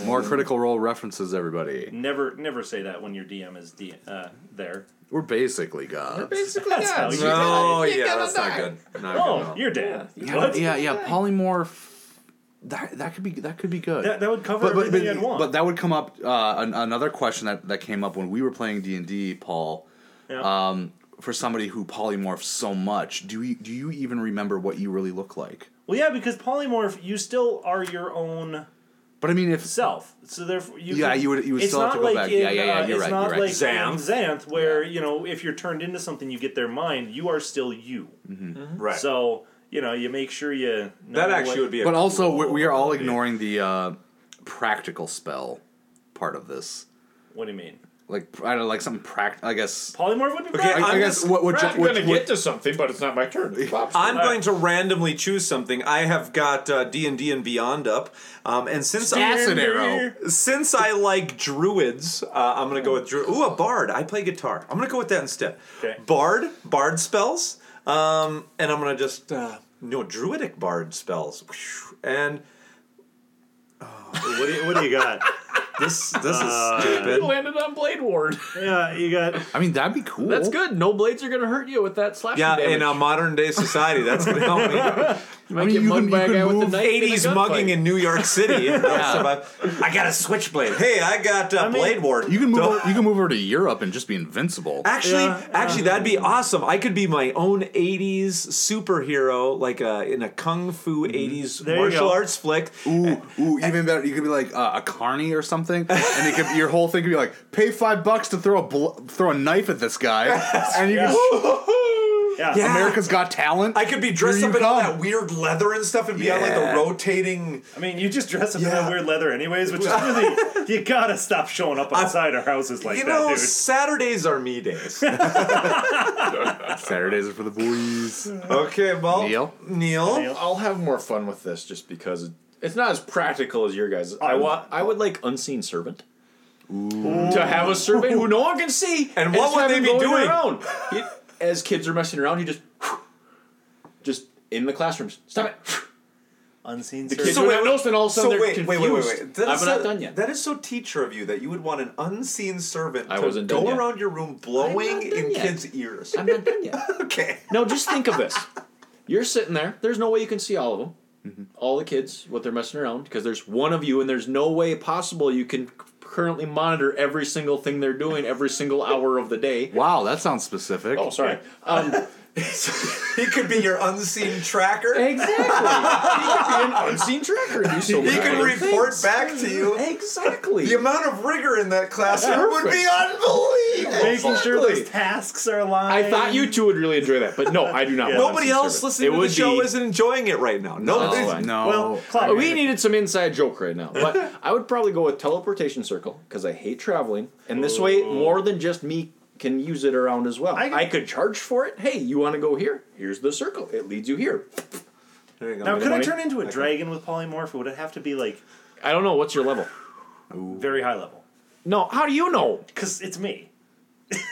[SPEAKER 1] More critical role references, everybody.
[SPEAKER 10] Never, never say that when your DM is D, uh, there.
[SPEAKER 1] We're basically gods. [laughs]
[SPEAKER 10] Basically,
[SPEAKER 1] That's how you
[SPEAKER 7] no,
[SPEAKER 1] die. You
[SPEAKER 7] Oh, yeah,
[SPEAKER 1] gotta
[SPEAKER 7] that's
[SPEAKER 1] die.
[SPEAKER 7] not good. Not good at
[SPEAKER 10] Oh,
[SPEAKER 7] all.
[SPEAKER 10] you're dead.
[SPEAKER 1] Yeah,
[SPEAKER 10] What?
[SPEAKER 1] yeah, yeah. Polymorph. That, that could be that could be good.
[SPEAKER 10] That- that would cover everything I'd want.
[SPEAKER 1] But that would come up uh, an, another question that, that came up when we were playing D and D, Paul.
[SPEAKER 10] Yeah.
[SPEAKER 1] Um, for somebody who polymorphs so much, do you do you even remember what you really look like?
[SPEAKER 10] Well, yeah, because polymorph, you still are your own
[SPEAKER 1] But I mean, if
[SPEAKER 10] self, so therefore, you
[SPEAKER 1] Yeah,
[SPEAKER 10] can-
[SPEAKER 1] you would- you would
[SPEAKER 10] it's
[SPEAKER 1] still have
[SPEAKER 10] not
[SPEAKER 1] to go
[SPEAKER 10] like
[SPEAKER 1] back.
[SPEAKER 10] in,
[SPEAKER 1] Yeah, yeah, yeah,
[SPEAKER 10] uh,
[SPEAKER 1] you're
[SPEAKER 10] it's
[SPEAKER 1] right,
[SPEAKER 10] not
[SPEAKER 1] you're right.
[SPEAKER 10] like in
[SPEAKER 1] Xanth.
[SPEAKER 10] Xanth, where you know if you're turned into something, you get their mind. You are still you,
[SPEAKER 1] Right.
[SPEAKER 10] So you know you make sure you. Know what-
[SPEAKER 1] But also, we, we are all ignoring the uh, practical spell part of this.
[SPEAKER 10] What do you mean?
[SPEAKER 1] Like I don't know, like something practical. I guess
[SPEAKER 10] polymorph would be.
[SPEAKER 1] Okay, I, I guess what would ju- what, what,
[SPEAKER 9] to something, but it's not my
[SPEAKER 1] [laughs]
[SPEAKER 9] turn.
[SPEAKER 7] I'm going to randomly choose something. I have got uh, D&D and Beyond up, um, and since
[SPEAKER 1] That's an arrow.
[SPEAKER 7] Since I like druids, uh, I'm going to go with druid. Ooh, a bard. I play guitar. I'm going to go with that instead.
[SPEAKER 10] Okay.
[SPEAKER 7] Bard, bard spells, um, and I'm going to just uh, no druidic bard spells, and
[SPEAKER 10] what do you, what do you got?
[SPEAKER 7] this this
[SPEAKER 10] Uh,
[SPEAKER 7] is stupid.
[SPEAKER 9] landed on Blade Ward.
[SPEAKER 10] [laughs] Yeah, you got.
[SPEAKER 1] I mean, that'd be cool.
[SPEAKER 9] That's good. No blades are gonna hurt you with that slash.
[SPEAKER 7] um, Yeah, in a modern day society, that's going to help me.
[SPEAKER 9] You might get mugged by a guy with a knife. in a
[SPEAKER 7] 80s mugging in New York City.
[SPEAKER 9] Yeah.
[SPEAKER 7] I got a switchblade. Hey, I got uh, blade ward.
[SPEAKER 13] You can move.
[SPEAKER 7] Don't-
[SPEAKER 13] Over, you can move over to Europe and just be invincible.
[SPEAKER 7] Actually, actually, that'd be awesome. I could be my own '80s superhero, like uh in a kung fu '80s
[SPEAKER 13] Mm-hmm. There you
[SPEAKER 7] martial
[SPEAKER 13] go.
[SPEAKER 7] arts flick.
[SPEAKER 13] Ooh, ooh, even better. You could be like uh, a carny or something, and it could, your whole thing could be like, pay five bucks to throw a bl- throw a knife at this guy, and you can.
[SPEAKER 7] Yeah. Yeah.
[SPEAKER 13] America's Got Talent.
[SPEAKER 7] I could be dressed
[SPEAKER 13] Here
[SPEAKER 7] up
[SPEAKER 13] you
[SPEAKER 7] in all
[SPEAKER 13] come.
[SPEAKER 7] that weird leather and stuff, and be on like
[SPEAKER 13] Yeah.
[SPEAKER 7] the rotating.
[SPEAKER 10] I mean, you just dress up in that weird leather,
[SPEAKER 1] [laughs]
[SPEAKER 10] anyways, which is really you gotta stop showing up outside our houses like
[SPEAKER 7] you
[SPEAKER 10] that,
[SPEAKER 7] know,
[SPEAKER 10] dude.
[SPEAKER 7] Saturdays are me
[SPEAKER 13] [laughs]
[SPEAKER 7] days.
[SPEAKER 13] Saturdays are for the boys.
[SPEAKER 7] okay, well,
[SPEAKER 9] Neil,
[SPEAKER 7] Neil,
[SPEAKER 9] I'll have more fun with this just because it- it's not as practical as your guys. I
[SPEAKER 7] I'm-
[SPEAKER 9] want. I would like unseen servant. To have a servant who no one can see,
[SPEAKER 7] And what
[SPEAKER 9] just
[SPEAKER 7] would
[SPEAKER 9] have
[SPEAKER 7] they
[SPEAKER 9] him
[SPEAKER 7] be
[SPEAKER 9] going
[SPEAKER 7] doing?
[SPEAKER 9] Around. He- as kids are messing around, he just, just in the classrooms. Stop it.
[SPEAKER 10] Unseen.
[SPEAKER 9] The kids so wait, noticed, and all of a sudden
[SPEAKER 7] so
[SPEAKER 9] they're
[SPEAKER 7] wait, wait,
[SPEAKER 9] confused.
[SPEAKER 7] wait, wait, wait. That
[SPEAKER 9] I'm
[SPEAKER 7] is
[SPEAKER 9] not
[SPEAKER 7] so-
[SPEAKER 9] done yet.
[SPEAKER 7] That is so teacher of you that you would want an unseen servant
[SPEAKER 9] I
[SPEAKER 7] to
[SPEAKER 9] wasn't
[SPEAKER 7] go
[SPEAKER 9] done yet.
[SPEAKER 7] around your room blowing in kids' ears.
[SPEAKER 9] I'm not done yet.
[SPEAKER 7] okay. [laughs]
[SPEAKER 9] No, just think of this. You're sitting there. There's no way you can see all of them,
[SPEAKER 7] Mm-hmm.
[SPEAKER 9] all the kids, what they're messing around, because there's one of you, and there's no way possible you can currently monitor every single thing they're doing every single hour of the day.
[SPEAKER 13] Wow, that sounds specific.
[SPEAKER 9] Oh, sorry. Um, [laughs]
[SPEAKER 7] He could be your unseen tracker.
[SPEAKER 9] Exactly. He could be an unseen tracker and do so
[SPEAKER 7] He
[SPEAKER 9] many
[SPEAKER 7] could
[SPEAKER 9] other
[SPEAKER 7] report
[SPEAKER 9] things.
[SPEAKER 7] back to you.
[SPEAKER 9] Exactly.
[SPEAKER 7] The amount of rigor in that classroom would be unbelievable.
[SPEAKER 10] Making sure
[SPEAKER 7] Exactly.
[SPEAKER 10] those tasks are aligned.
[SPEAKER 9] I thought you two would really enjoy that, but no, I do not. want
[SPEAKER 7] Nobody
[SPEAKER 9] unseen
[SPEAKER 7] else
[SPEAKER 9] servant.
[SPEAKER 7] listening
[SPEAKER 9] It
[SPEAKER 7] to the
[SPEAKER 9] would
[SPEAKER 7] show
[SPEAKER 9] be-
[SPEAKER 7] isn't enjoying it right now.
[SPEAKER 9] No,
[SPEAKER 7] Nobody.
[SPEAKER 9] no.
[SPEAKER 10] Well, Clyde-
[SPEAKER 9] we needed some inside joke right now. But I would probably go with teleportation circle because I hate traveling, and this way
[SPEAKER 14] Oh.
[SPEAKER 9] more than just me can use it around as well. I, could charge for it. Hey, you want to go here? Here's the circle. It leads you here.
[SPEAKER 7] There you go.
[SPEAKER 10] Now, could I turn into a dragon with polymorph, or would it have to be like
[SPEAKER 9] I don't know. What's your level?
[SPEAKER 10] very high level?
[SPEAKER 9] No. How do you know?
[SPEAKER 10] Because it's me.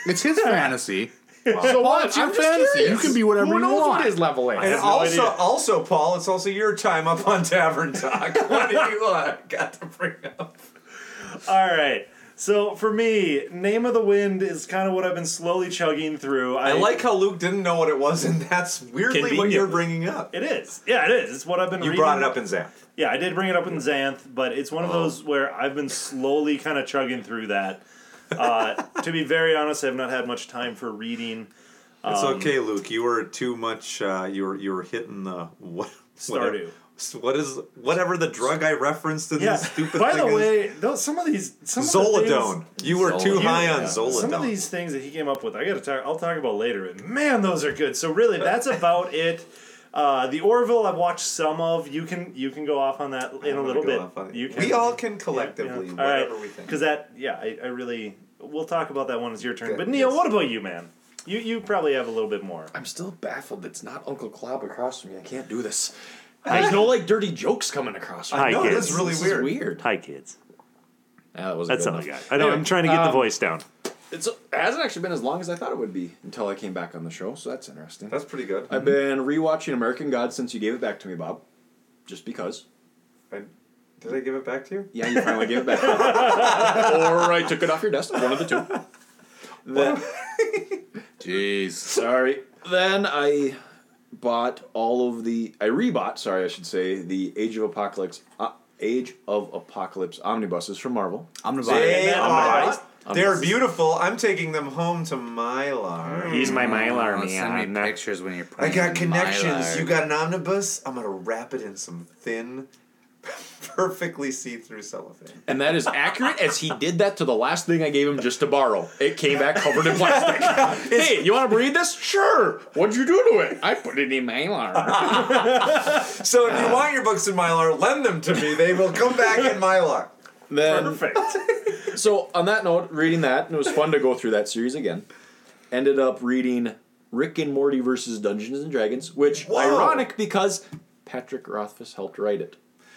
[SPEAKER 13] It's his fantasy.
[SPEAKER 9] So what?
[SPEAKER 13] It's your
[SPEAKER 9] I'm just
[SPEAKER 13] fantasy.
[SPEAKER 9] curious. uh,
[SPEAKER 13] You can be whatever
[SPEAKER 9] Who
[SPEAKER 13] you
[SPEAKER 9] knows
[SPEAKER 13] want.
[SPEAKER 9] What his level is?
[SPEAKER 7] And also, also, Paul, it's also your time up on Tavern Talk. [laughs] what do you uh, got to bring up?
[SPEAKER 10] All right. So for me, Name of the Wind is kind of what I've been slowly chugging through.
[SPEAKER 7] I like how Luke didn't know what it was, and that's weirdly what you're bringing up.
[SPEAKER 10] It is. Yeah, it is. It's what I've been.
[SPEAKER 7] You
[SPEAKER 10] reading.
[SPEAKER 7] brought it up in Oh. Xanth.
[SPEAKER 10] Yeah, I did bring it up in Xanth, but it's one of those where I've been slowly kind of chugging through that. Uh, to be very honest, I've not had much time for reading.
[SPEAKER 7] It's
[SPEAKER 10] Um,
[SPEAKER 7] okay, Luke. You were too much. Uh, you were you were hitting the [laughs] what?
[SPEAKER 10] Stardew.
[SPEAKER 7] Whatever, what is whatever the drug I referenced in
[SPEAKER 10] Yeah.
[SPEAKER 7] this stupid?
[SPEAKER 10] By
[SPEAKER 7] thing
[SPEAKER 10] the
[SPEAKER 7] is-
[SPEAKER 10] way, those, some of these some Of the
[SPEAKER 7] Zolidone.
[SPEAKER 10] things,
[SPEAKER 7] You were too high on
[SPEAKER 10] Some of
[SPEAKER 7] Zolidone.
[SPEAKER 10] these things that he came up with, I gotta talk. I'll talk about later. And man, those are good. So really,
[SPEAKER 7] [laughs]
[SPEAKER 10] that's about it. Uh, the Orville, I've watched some of. You can you can go off on that in a
[SPEAKER 7] wanna
[SPEAKER 10] little
[SPEAKER 7] go
[SPEAKER 10] bit.
[SPEAKER 7] off on it.
[SPEAKER 10] You can.
[SPEAKER 7] We all can collectively, whatever we think.
[SPEAKER 10] Because that, yeah, I, I really. We'll talk about that when it's your turn.
[SPEAKER 7] Good,
[SPEAKER 10] But Neil,
[SPEAKER 7] yes.
[SPEAKER 10] what about you, man? You you probably have a little bit more.
[SPEAKER 9] I'm still baffled. It's not Uncle Clob across from me. I can't do this. There's no like dirty jokes coming across. from
[SPEAKER 14] Hi,
[SPEAKER 9] me.
[SPEAKER 14] No, that's kids.
[SPEAKER 7] really
[SPEAKER 9] This is
[SPEAKER 7] weird.
[SPEAKER 9] weird.
[SPEAKER 14] Hi, kids.
[SPEAKER 9] Yeah, that wasn't
[SPEAKER 14] That's
[SPEAKER 9] good
[SPEAKER 14] all I got.
[SPEAKER 9] enough.
[SPEAKER 14] I know. I'm
[SPEAKER 9] Anyway,
[SPEAKER 14] trying to get the
[SPEAKER 9] um,
[SPEAKER 14] voice down.
[SPEAKER 9] It's, it hasn't actually been as long as I thought it would be until I came back on the show, so that's interesting.
[SPEAKER 7] That's pretty good.
[SPEAKER 9] I've been rewatching American God since you gave it back to me, Bob. Just because.
[SPEAKER 7] Did I give it back to you?
[SPEAKER 9] Yeah, you finally gave
[SPEAKER 14] [laughs]
[SPEAKER 9] it back. or I took it off your desk. One of the two. Then,
[SPEAKER 13] Jeez.
[SPEAKER 9] sorry. Then I bought all of the. I rebought. Sorry, I should say the Age of Apocalypse. Uh, Age of Apocalypse omnibuses from Marvel.
[SPEAKER 13] Omnibus.
[SPEAKER 7] They are. They're
[SPEAKER 9] Omnibuses.
[SPEAKER 7] beautiful. I'm taking them home to Mylar.
[SPEAKER 10] Mm.
[SPEAKER 14] He's my Mylar, man.
[SPEAKER 13] Oh, Send me pictures when you're.
[SPEAKER 7] I got connections.
[SPEAKER 13] Mylar.
[SPEAKER 7] You got an omnibus. I'm gonna wrap it in some thin, [laughs] perfectly see-through cellophane.
[SPEAKER 9] And that is accurate as he did that to the last thing I gave him just to borrow. It came back covered
[SPEAKER 10] [laughs]
[SPEAKER 9] in plastic. hey, you want to read this? Sure. What'd you do to it? I put it in
[SPEAKER 10] [laughs]
[SPEAKER 9] Mylar.
[SPEAKER 7] So if you want your books in Mylar, lend them to me. They will come back in Mylar.
[SPEAKER 9] then,
[SPEAKER 7] [laughs]
[SPEAKER 10] Perfect.
[SPEAKER 9] so on that note, reading that, and it was fun to go through that series again. Ended up reading Rick and Morty versus Dungeons and Dragons, which
[SPEAKER 7] Whoa.
[SPEAKER 9] ironic because Patrick Rothfuss helped write it.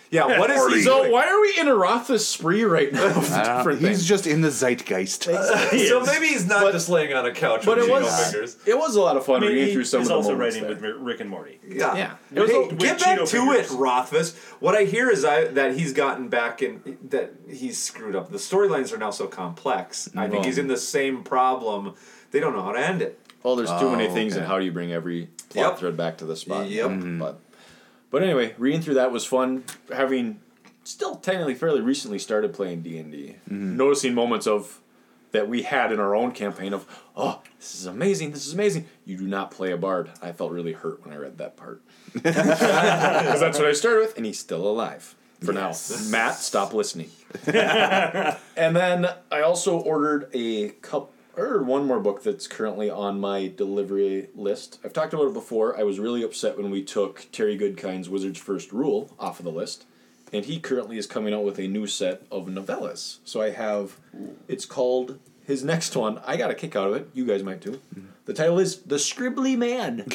[SPEAKER 7] Yeah, what is he?
[SPEAKER 9] So why are we in a Rothfuss spree right now? of different
[SPEAKER 13] He's
[SPEAKER 9] things?
[SPEAKER 13] just in the zeitgeist.
[SPEAKER 7] so maybe he's not just laying on a couch
[SPEAKER 9] But
[SPEAKER 7] with
[SPEAKER 9] it
[SPEAKER 7] it
[SPEAKER 9] was
[SPEAKER 7] fingers.
[SPEAKER 9] it was a lot of fun
[SPEAKER 10] I mean,
[SPEAKER 9] reading
[SPEAKER 10] he
[SPEAKER 9] through some
[SPEAKER 10] is
[SPEAKER 9] of the
[SPEAKER 10] also
[SPEAKER 9] moments
[SPEAKER 10] writing
[SPEAKER 9] there.
[SPEAKER 10] with Rick and Morty.
[SPEAKER 7] Yeah.
[SPEAKER 9] Yeah.
[SPEAKER 7] It was
[SPEAKER 9] Hey,
[SPEAKER 7] a-
[SPEAKER 9] with
[SPEAKER 7] get back
[SPEAKER 10] Cheeto
[SPEAKER 7] to
[SPEAKER 10] fingers.
[SPEAKER 7] it, Rothfuss. What I hear is I, that he's gotten back in that he's screwed up. The storylines are now so complex. I think he's in the same problem. They don't know how to end it.
[SPEAKER 9] Well, there's too many things,
[SPEAKER 13] okay.
[SPEAKER 9] and how do you bring every plot
[SPEAKER 7] Yep.
[SPEAKER 9] thread back to the spot?
[SPEAKER 7] Yep.
[SPEAKER 9] But But anyway, reading through that was fun. Having still technically fairly recently started playing D and D, noticing moments of that we had in our own campaign of, oh, this is amazing, this is amazing. You do not play a bard. I felt really hurt when I read that part [laughs] because that's what I started with, and he's still alive for now. Matt, stop listening. and then I also ordered a cup. I ordered one more book that's currently on my delivery list. I've talked about it before. I was really upset when we took Terry Goodkind's Wizard's First Rule off of the list, and he currently is coming out with a new set of novellas. So I have. It's called his next one. I got a kick out of it. You guys might too. The title is The Scribbly Man.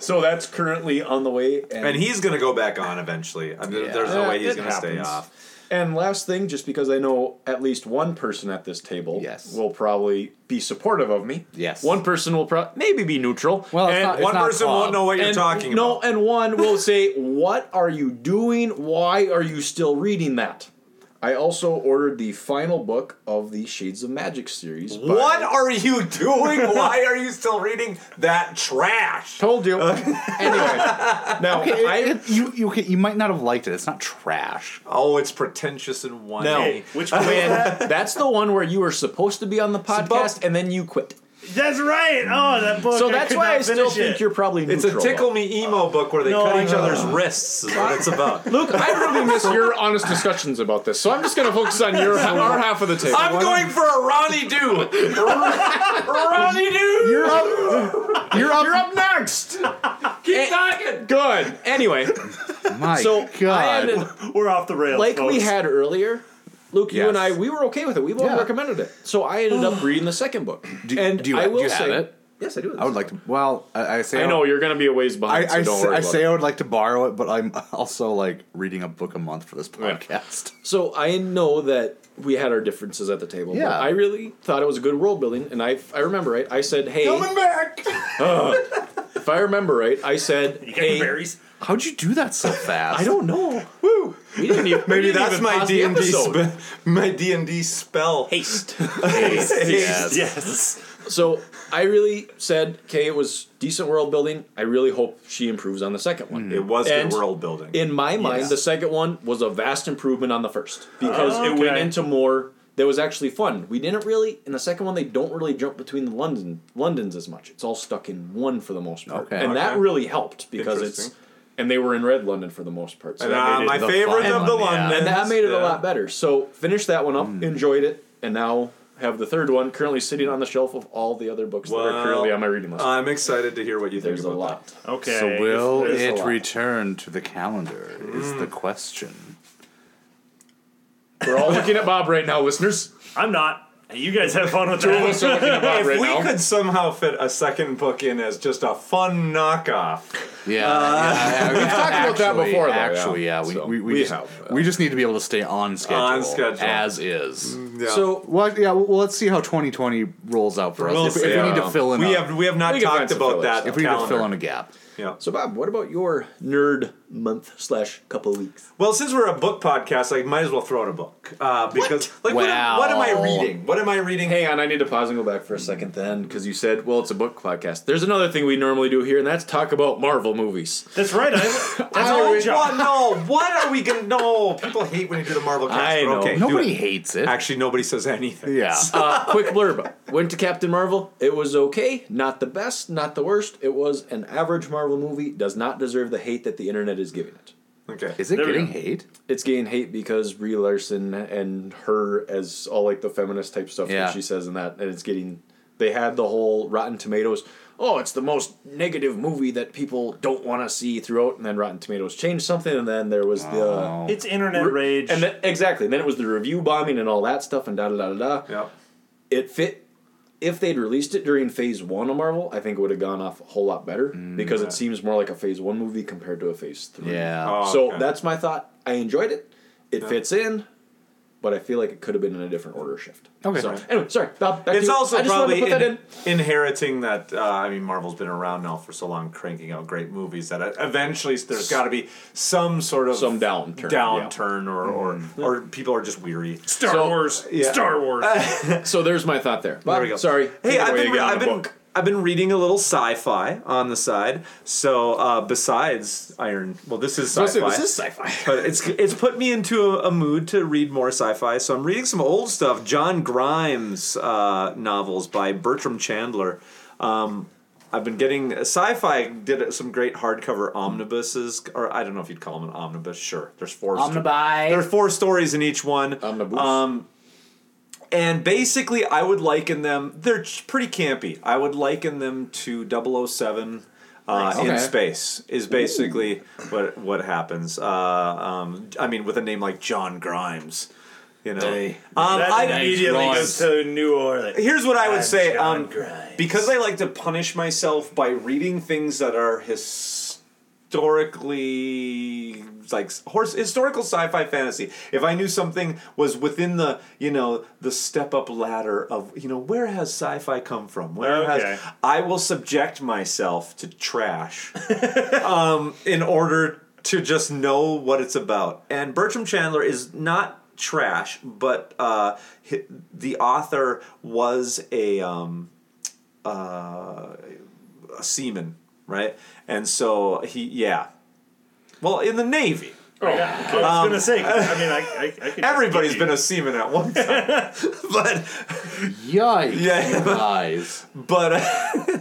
[SPEAKER 9] so that's currently on the way, and,
[SPEAKER 7] And he's going to go back on eventually. I mean, There's no
[SPEAKER 9] Yeah,
[SPEAKER 7] way he's
[SPEAKER 9] it
[SPEAKER 7] going to stay
[SPEAKER 9] happens.
[SPEAKER 7] off.
[SPEAKER 9] And last thing, just because I know at least one person at this table yes. will probably be supportive of me.
[SPEAKER 1] Yes.
[SPEAKER 9] One person will pro- maybe be neutral. Well,
[SPEAKER 1] it's not- it's One not person won't Bob. know what you're talking
[SPEAKER 9] about. No, and one will say, "What are you doing? Why are you still reading that?" I also ordered the final book of the Shades of Magic series. by-
[SPEAKER 7] What are you doing? [laughs] Why are you still reading that trash?
[SPEAKER 9] Told [laughs] you.
[SPEAKER 1] Now, you you can, you might not have liked it. It's not trash.
[SPEAKER 7] Oh, it's pretentious and one.
[SPEAKER 9] No, [laughs] When-
[SPEAKER 7] [laughs]
[SPEAKER 9] that's the one where you were supposed to be on the podcast and then you quit.
[SPEAKER 10] That's right. Oh, that book.
[SPEAKER 9] So
[SPEAKER 10] I
[SPEAKER 9] that's
[SPEAKER 10] could
[SPEAKER 9] why
[SPEAKER 10] not
[SPEAKER 9] I still
[SPEAKER 10] finish
[SPEAKER 9] think
[SPEAKER 10] it.
[SPEAKER 9] you're probably
[SPEAKER 7] It's
[SPEAKER 9] neutral.
[SPEAKER 7] a tickle me emo book where they
[SPEAKER 9] No, I
[SPEAKER 7] cut each
[SPEAKER 9] know.
[SPEAKER 7] other's wrists. Is what it's about.
[SPEAKER 9] [laughs] Look, I really miss your honest discussions about this, so I'm just going to focus on [laughs] your our half of the table.
[SPEAKER 7] I'm going for a Ronnie Do.
[SPEAKER 9] [laughs]
[SPEAKER 7] Ronnie Do.
[SPEAKER 9] You're up. [laughs] You're up. You're up next. Eh,
[SPEAKER 7] Keep talking.
[SPEAKER 9] Good. Anyway,
[SPEAKER 13] Oh
[SPEAKER 1] My
[SPEAKER 9] so
[SPEAKER 1] God.
[SPEAKER 9] we're off the
[SPEAKER 10] rails,
[SPEAKER 9] Like we
[SPEAKER 10] folks.
[SPEAKER 9] had earlier, Luke, you
[SPEAKER 1] Yes.
[SPEAKER 9] and I, we were okay with it. We both
[SPEAKER 1] Yeah.
[SPEAKER 9] recommended it. So I
[SPEAKER 1] [sighs]
[SPEAKER 9] ended up reading the second book.
[SPEAKER 1] Do,
[SPEAKER 9] and
[SPEAKER 1] do you,
[SPEAKER 9] I
[SPEAKER 1] do
[SPEAKER 9] will
[SPEAKER 1] you have
[SPEAKER 9] say,
[SPEAKER 1] it?
[SPEAKER 9] Yes, I do.
[SPEAKER 1] I would like to. Well, I, I say
[SPEAKER 9] I know you're going to be a ways
[SPEAKER 1] I,
[SPEAKER 9] behind.
[SPEAKER 1] I,
[SPEAKER 9] so don't
[SPEAKER 1] say,
[SPEAKER 9] worry
[SPEAKER 1] I,
[SPEAKER 9] about
[SPEAKER 1] say
[SPEAKER 9] it.
[SPEAKER 1] I would like to borrow it, but I'm [laughs] also like reading a book a month for this podcast.
[SPEAKER 9] So I know that we had our differences at the table. but
[SPEAKER 1] Yeah.
[SPEAKER 9] I really thought it was a good world building, and I I remember right. I said, "Hey,
[SPEAKER 4] Coming
[SPEAKER 9] [laughs]
[SPEAKER 4] back.
[SPEAKER 9] Uh, if I remember right, I said,
[SPEAKER 10] You got
[SPEAKER 9] "Hey,
[SPEAKER 10] any berries?
[SPEAKER 1] How'd you do that so fast?
[SPEAKER 9] I don't know. Woo! We didn't even, we
[SPEAKER 7] Maybe
[SPEAKER 9] didn't
[SPEAKER 7] that's
[SPEAKER 9] even
[SPEAKER 7] my
[SPEAKER 9] pause the
[SPEAKER 7] D and D
[SPEAKER 9] episode.
[SPEAKER 7] spe- my D and D spell [laughs]
[SPEAKER 9] haste.
[SPEAKER 7] haste.
[SPEAKER 9] Yes. So I really said, "Okay, it was decent world building. I really hope she improves on the second one.
[SPEAKER 7] It was good
[SPEAKER 9] And
[SPEAKER 7] world building.
[SPEAKER 9] In my mind,
[SPEAKER 7] Yes.
[SPEAKER 9] the second one was a vast improvement on the first because
[SPEAKER 7] Oh,
[SPEAKER 9] it went
[SPEAKER 7] okay.
[SPEAKER 9] into more. That was actually fun. We didn't really in the second one. They don't really jump between the London Londons as much. It's all stuck in one for the most part,
[SPEAKER 1] Okay.
[SPEAKER 9] and that
[SPEAKER 1] Okay.
[SPEAKER 9] really helped because it's.
[SPEAKER 1] Interesting.
[SPEAKER 9] And they were in Red London for the most part.
[SPEAKER 7] And,
[SPEAKER 9] that
[SPEAKER 7] uh,
[SPEAKER 9] made it
[SPEAKER 7] my favorite
[SPEAKER 9] fun
[SPEAKER 7] of the
[SPEAKER 9] one, yeah.
[SPEAKER 7] Londons,
[SPEAKER 9] And that made it a
[SPEAKER 7] yeah.
[SPEAKER 9] lot better. So finish that one up,
[SPEAKER 1] Mm.
[SPEAKER 9] enjoyed it, and now have the third one currently sitting on the shelf of all the other books that are currently on my reading list.
[SPEAKER 7] I'm excited to hear what you
[SPEAKER 9] There's a
[SPEAKER 7] think about
[SPEAKER 9] lot.
[SPEAKER 7] that.
[SPEAKER 1] So will
[SPEAKER 9] There's a
[SPEAKER 1] it
[SPEAKER 9] lot.
[SPEAKER 1] return to the calendar? Is
[SPEAKER 7] Mm.
[SPEAKER 1] the question.
[SPEAKER 9] We're all looking at Bob right now, [laughs] listeners.
[SPEAKER 10] I'm not. Hey, you guys have fun with that.
[SPEAKER 7] if we could somehow fit a second book in as just a fun knockoff,
[SPEAKER 1] Yeah,
[SPEAKER 7] Uh,
[SPEAKER 1] yeah, yeah,
[SPEAKER 7] We've
[SPEAKER 1] yeah.
[SPEAKER 7] talked about that
[SPEAKER 1] Actually-
[SPEAKER 7] before, though, yeah.
[SPEAKER 1] Actually, yeah, we,
[SPEAKER 7] So,
[SPEAKER 1] we, we,
[SPEAKER 7] we
[SPEAKER 1] just,
[SPEAKER 7] have, uh,
[SPEAKER 1] we just need to be able to stay on schedule,
[SPEAKER 7] On schedule. Mm,
[SPEAKER 1] as is.
[SPEAKER 7] yeah.
[SPEAKER 1] So, well, yeah, well, let's see how 2020 rolls out for us.
[SPEAKER 7] We'll
[SPEAKER 1] if, if we
[SPEAKER 7] see. uh,
[SPEAKER 1] need to fill in,
[SPEAKER 7] We
[SPEAKER 1] a-
[SPEAKER 7] have- we have not We can find talked some about fillers. that
[SPEAKER 1] If we need to
[SPEAKER 7] calendar.
[SPEAKER 1] fill in a gap,
[SPEAKER 7] yeah.
[SPEAKER 9] So Bob, what about your nerd month slash couple weeks?
[SPEAKER 7] Well, since we're a book podcast, I might as well throw out a book uh, because, like, what am- what, am,
[SPEAKER 9] Wow.
[SPEAKER 7] I reading? What am I reading?
[SPEAKER 9] Hang on, I need to pause and go back for a second then, because you said, well, it's a book podcast. There's another thing we normally do here, and that's talk about Marvel movies.
[SPEAKER 10] That's right. I,
[SPEAKER 9] I
[SPEAKER 7] no,
[SPEAKER 9] always-
[SPEAKER 7] what, no, what are we gonna? No, people hate when you do the Marvel cast.
[SPEAKER 9] I
[SPEAKER 7] but
[SPEAKER 9] know.
[SPEAKER 7] Okay, do
[SPEAKER 9] Nobody
[SPEAKER 7] it.
[SPEAKER 1] hates it.
[SPEAKER 7] Actually, nobody says anything.
[SPEAKER 9] uh, quick blurb. Went to Captain Marvel. It was okay. Not the best, not the worst. It was an average Marvel movie. Does not deserve the hate that the internet is giving it.
[SPEAKER 7] Okay.
[SPEAKER 1] Is it There we getting go. hate?
[SPEAKER 9] It's getting hate because Brie Larson and her as all like the feminist type stuff
[SPEAKER 1] Yeah.
[SPEAKER 9] that she says and that, and it's getting. They had the whole Rotten Tomatoes. Oh, it's the most negative movie that people don't want to see throughout, and then Rotten Tomatoes changed something, and then there was the
[SPEAKER 10] It's internet rage.
[SPEAKER 9] and then, exactly. And then it was the review bombing and all that stuff and da da da da da.
[SPEAKER 7] Yeah.
[SPEAKER 9] It fit. If they'd released it during Phase One of Marvel, I think it would have gone off a whole lot better because
[SPEAKER 1] yeah.
[SPEAKER 9] it seems more like a Phase One movie compared to a Phase
[SPEAKER 7] Mm-hmm.
[SPEAKER 9] Three.
[SPEAKER 1] Yeah. Oh,
[SPEAKER 9] so
[SPEAKER 1] okay.
[SPEAKER 9] that's my thought. I enjoyed it. It
[SPEAKER 1] Yeah.
[SPEAKER 9] fits in, but I feel like it could have been in a different order shift.
[SPEAKER 1] Okay.
[SPEAKER 9] So, anyway, sorry. Bob, back to
[SPEAKER 7] It's
[SPEAKER 9] you.
[SPEAKER 7] also
[SPEAKER 9] I just wanted
[SPEAKER 7] probably
[SPEAKER 9] to put that
[SPEAKER 7] in-
[SPEAKER 9] in.
[SPEAKER 7] inheriting that. Uh, I mean, Marvel's been around now for so long, cranking out great movies that eventually there's got to be some sort of some
[SPEAKER 9] downturn,
[SPEAKER 7] downturn, or or or people are just weary. Uh,
[SPEAKER 9] Star [laughs] So- Wars. Star Wars. so there's my thought there. Bob,
[SPEAKER 7] There we go.
[SPEAKER 9] Sorry.
[SPEAKER 7] Hey,
[SPEAKER 9] Take it
[SPEAKER 7] I've
[SPEAKER 9] away
[SPEAKER 7] been,
[SPEAKER 9] again on
[SPEAKER 7] I've
[SPEAKER 9] the
[SPEAKER 7] been
[SPEAKER 9] book.
[SPEAKER 7] I've been reading a little sci-fi on the side. So uh, besides Iron, well, this is
[SPEAKER 9] I
[SPEAKER 7] sci-fi.
[SPEAKER 9] was gonna say, this is sci-fi.
[SPEAKER 7] but it's it's put me into a, a mood to read more sci-fi. So I'm reading some old stuff, John Grimes uh, novels by Bertram Chandler. Um, I've been getting sci-fi did some great hardcover omnibuses, or I don't know if you'd call them an omnibus. Sure, there's four. sto-
[SPEAKER 9] Omnibuy.
[SPEAKER 7] there are four stories in each one. Omnibus. Um, and basically, I would liken them. They're ch- pretty campy. I would liken them to 007 uh,
[SPEAKER 9] Nice.
[SPEAKER 7] in
[SPEAKER 9] Okay.
[SPEAKER 7] space. Is basically what what happens. Uh, um, I mean, with a name like John Grimes, you know. Um,
[SPEAKER 10] that
[SPEAKER 7] I
[SPEAKER 10] immediately goes to New Orleans.
[SPEAKER 7] Here's what I would
[SPEAKER 10] I'm
[SPEAKER 7] say.
[SPEAKER 10] John
[SPEAKER 7] Um,
[SPEAKER 10] Grimes.
[SPEAKER 7] because I like to punish myself by reading things that are historically like horse historical sci-fi fantasy. If I knew something was within the you know the step up ladder of you know where has sci-fi come from? Where
[SPEAKER 10] Okay.
[SPEAKER 7] has I will subject myself to trash [laughs] um, in order to just know what it's about. And Bertram Chandler is not trash, but uh, hi- the author was a um, uh, a seaman, right? And so he, yeah, well, in the navy.
[SPEAKER 10] Oh, yeah. I was gonna say. I
[SPEAKER 7] Um,
[SPEAKER 10] mean, I, I, I
[SPEAKER 7] [laughs]
[SPEAKER 10] could
[SPEAKER 7] Everybody's been a seaman at one time, [laughs] but [laughs] yikes, yeah, guys. But uh,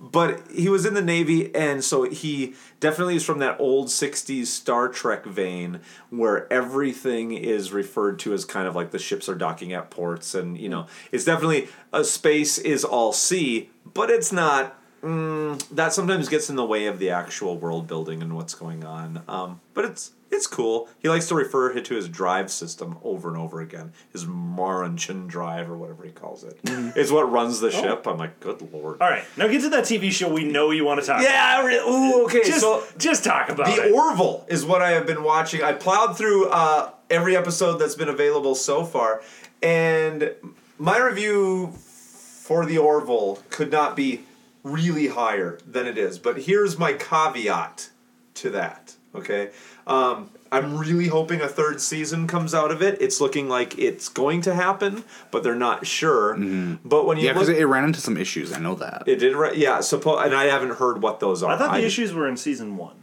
[SPEAKER 7] but he was in the navy, and so he definitely is from that old '60s Star Trek vein, where everything is referred to as kind of like the ships are docking at ports, and you know, it's definitely a space is all sea, but it's not. Mm, that sometimes gets in the way of the actual world building and what's going on. Um, but it's it's cool. He likes to refer it to his drive system over and over again. His Marunchan drive or whatever he calls it is what runs the
[SPEAKER 10] Oh.
[SPEAKER 7] ship. I'm like, good lord.
[SPEAKER 10] All right, now get to that TV show we know you want to talk.
[SPEAKER 7] Yeah,
[SPEAKER 10] about.
[SPEAKER 7] I re- ooh, okay,
[SPEAKER 10] Just,
[SPEAKER 7] so-
[SPEAKER 10] just talk about
[SPEAKER 7] the
[SPEAKER 10] it.
[SPEAKER 7] Orville is what I have been watching. I plowed through uh, every episode that's been available so far, and my review for the Orville could not be really higher than it is. But here's my caveat to that. Okay, um, I'm really hoping a third season comes out of it. It's looking like it's going to happen, but they're not sure. But when you
[SPEAKER 1] Mm-hmm. yeah, because
[SPEAKER 7] look,
[SPEAKER 1] it ran into some issues. I know that.
[SPEAKER 7] it did, right? Yeah, suppo- and I haven't heard what those are.
[SPEAKER 10] I thought the
[SPEAKER 7] I-
[SPEAKER 10] issues were in season one.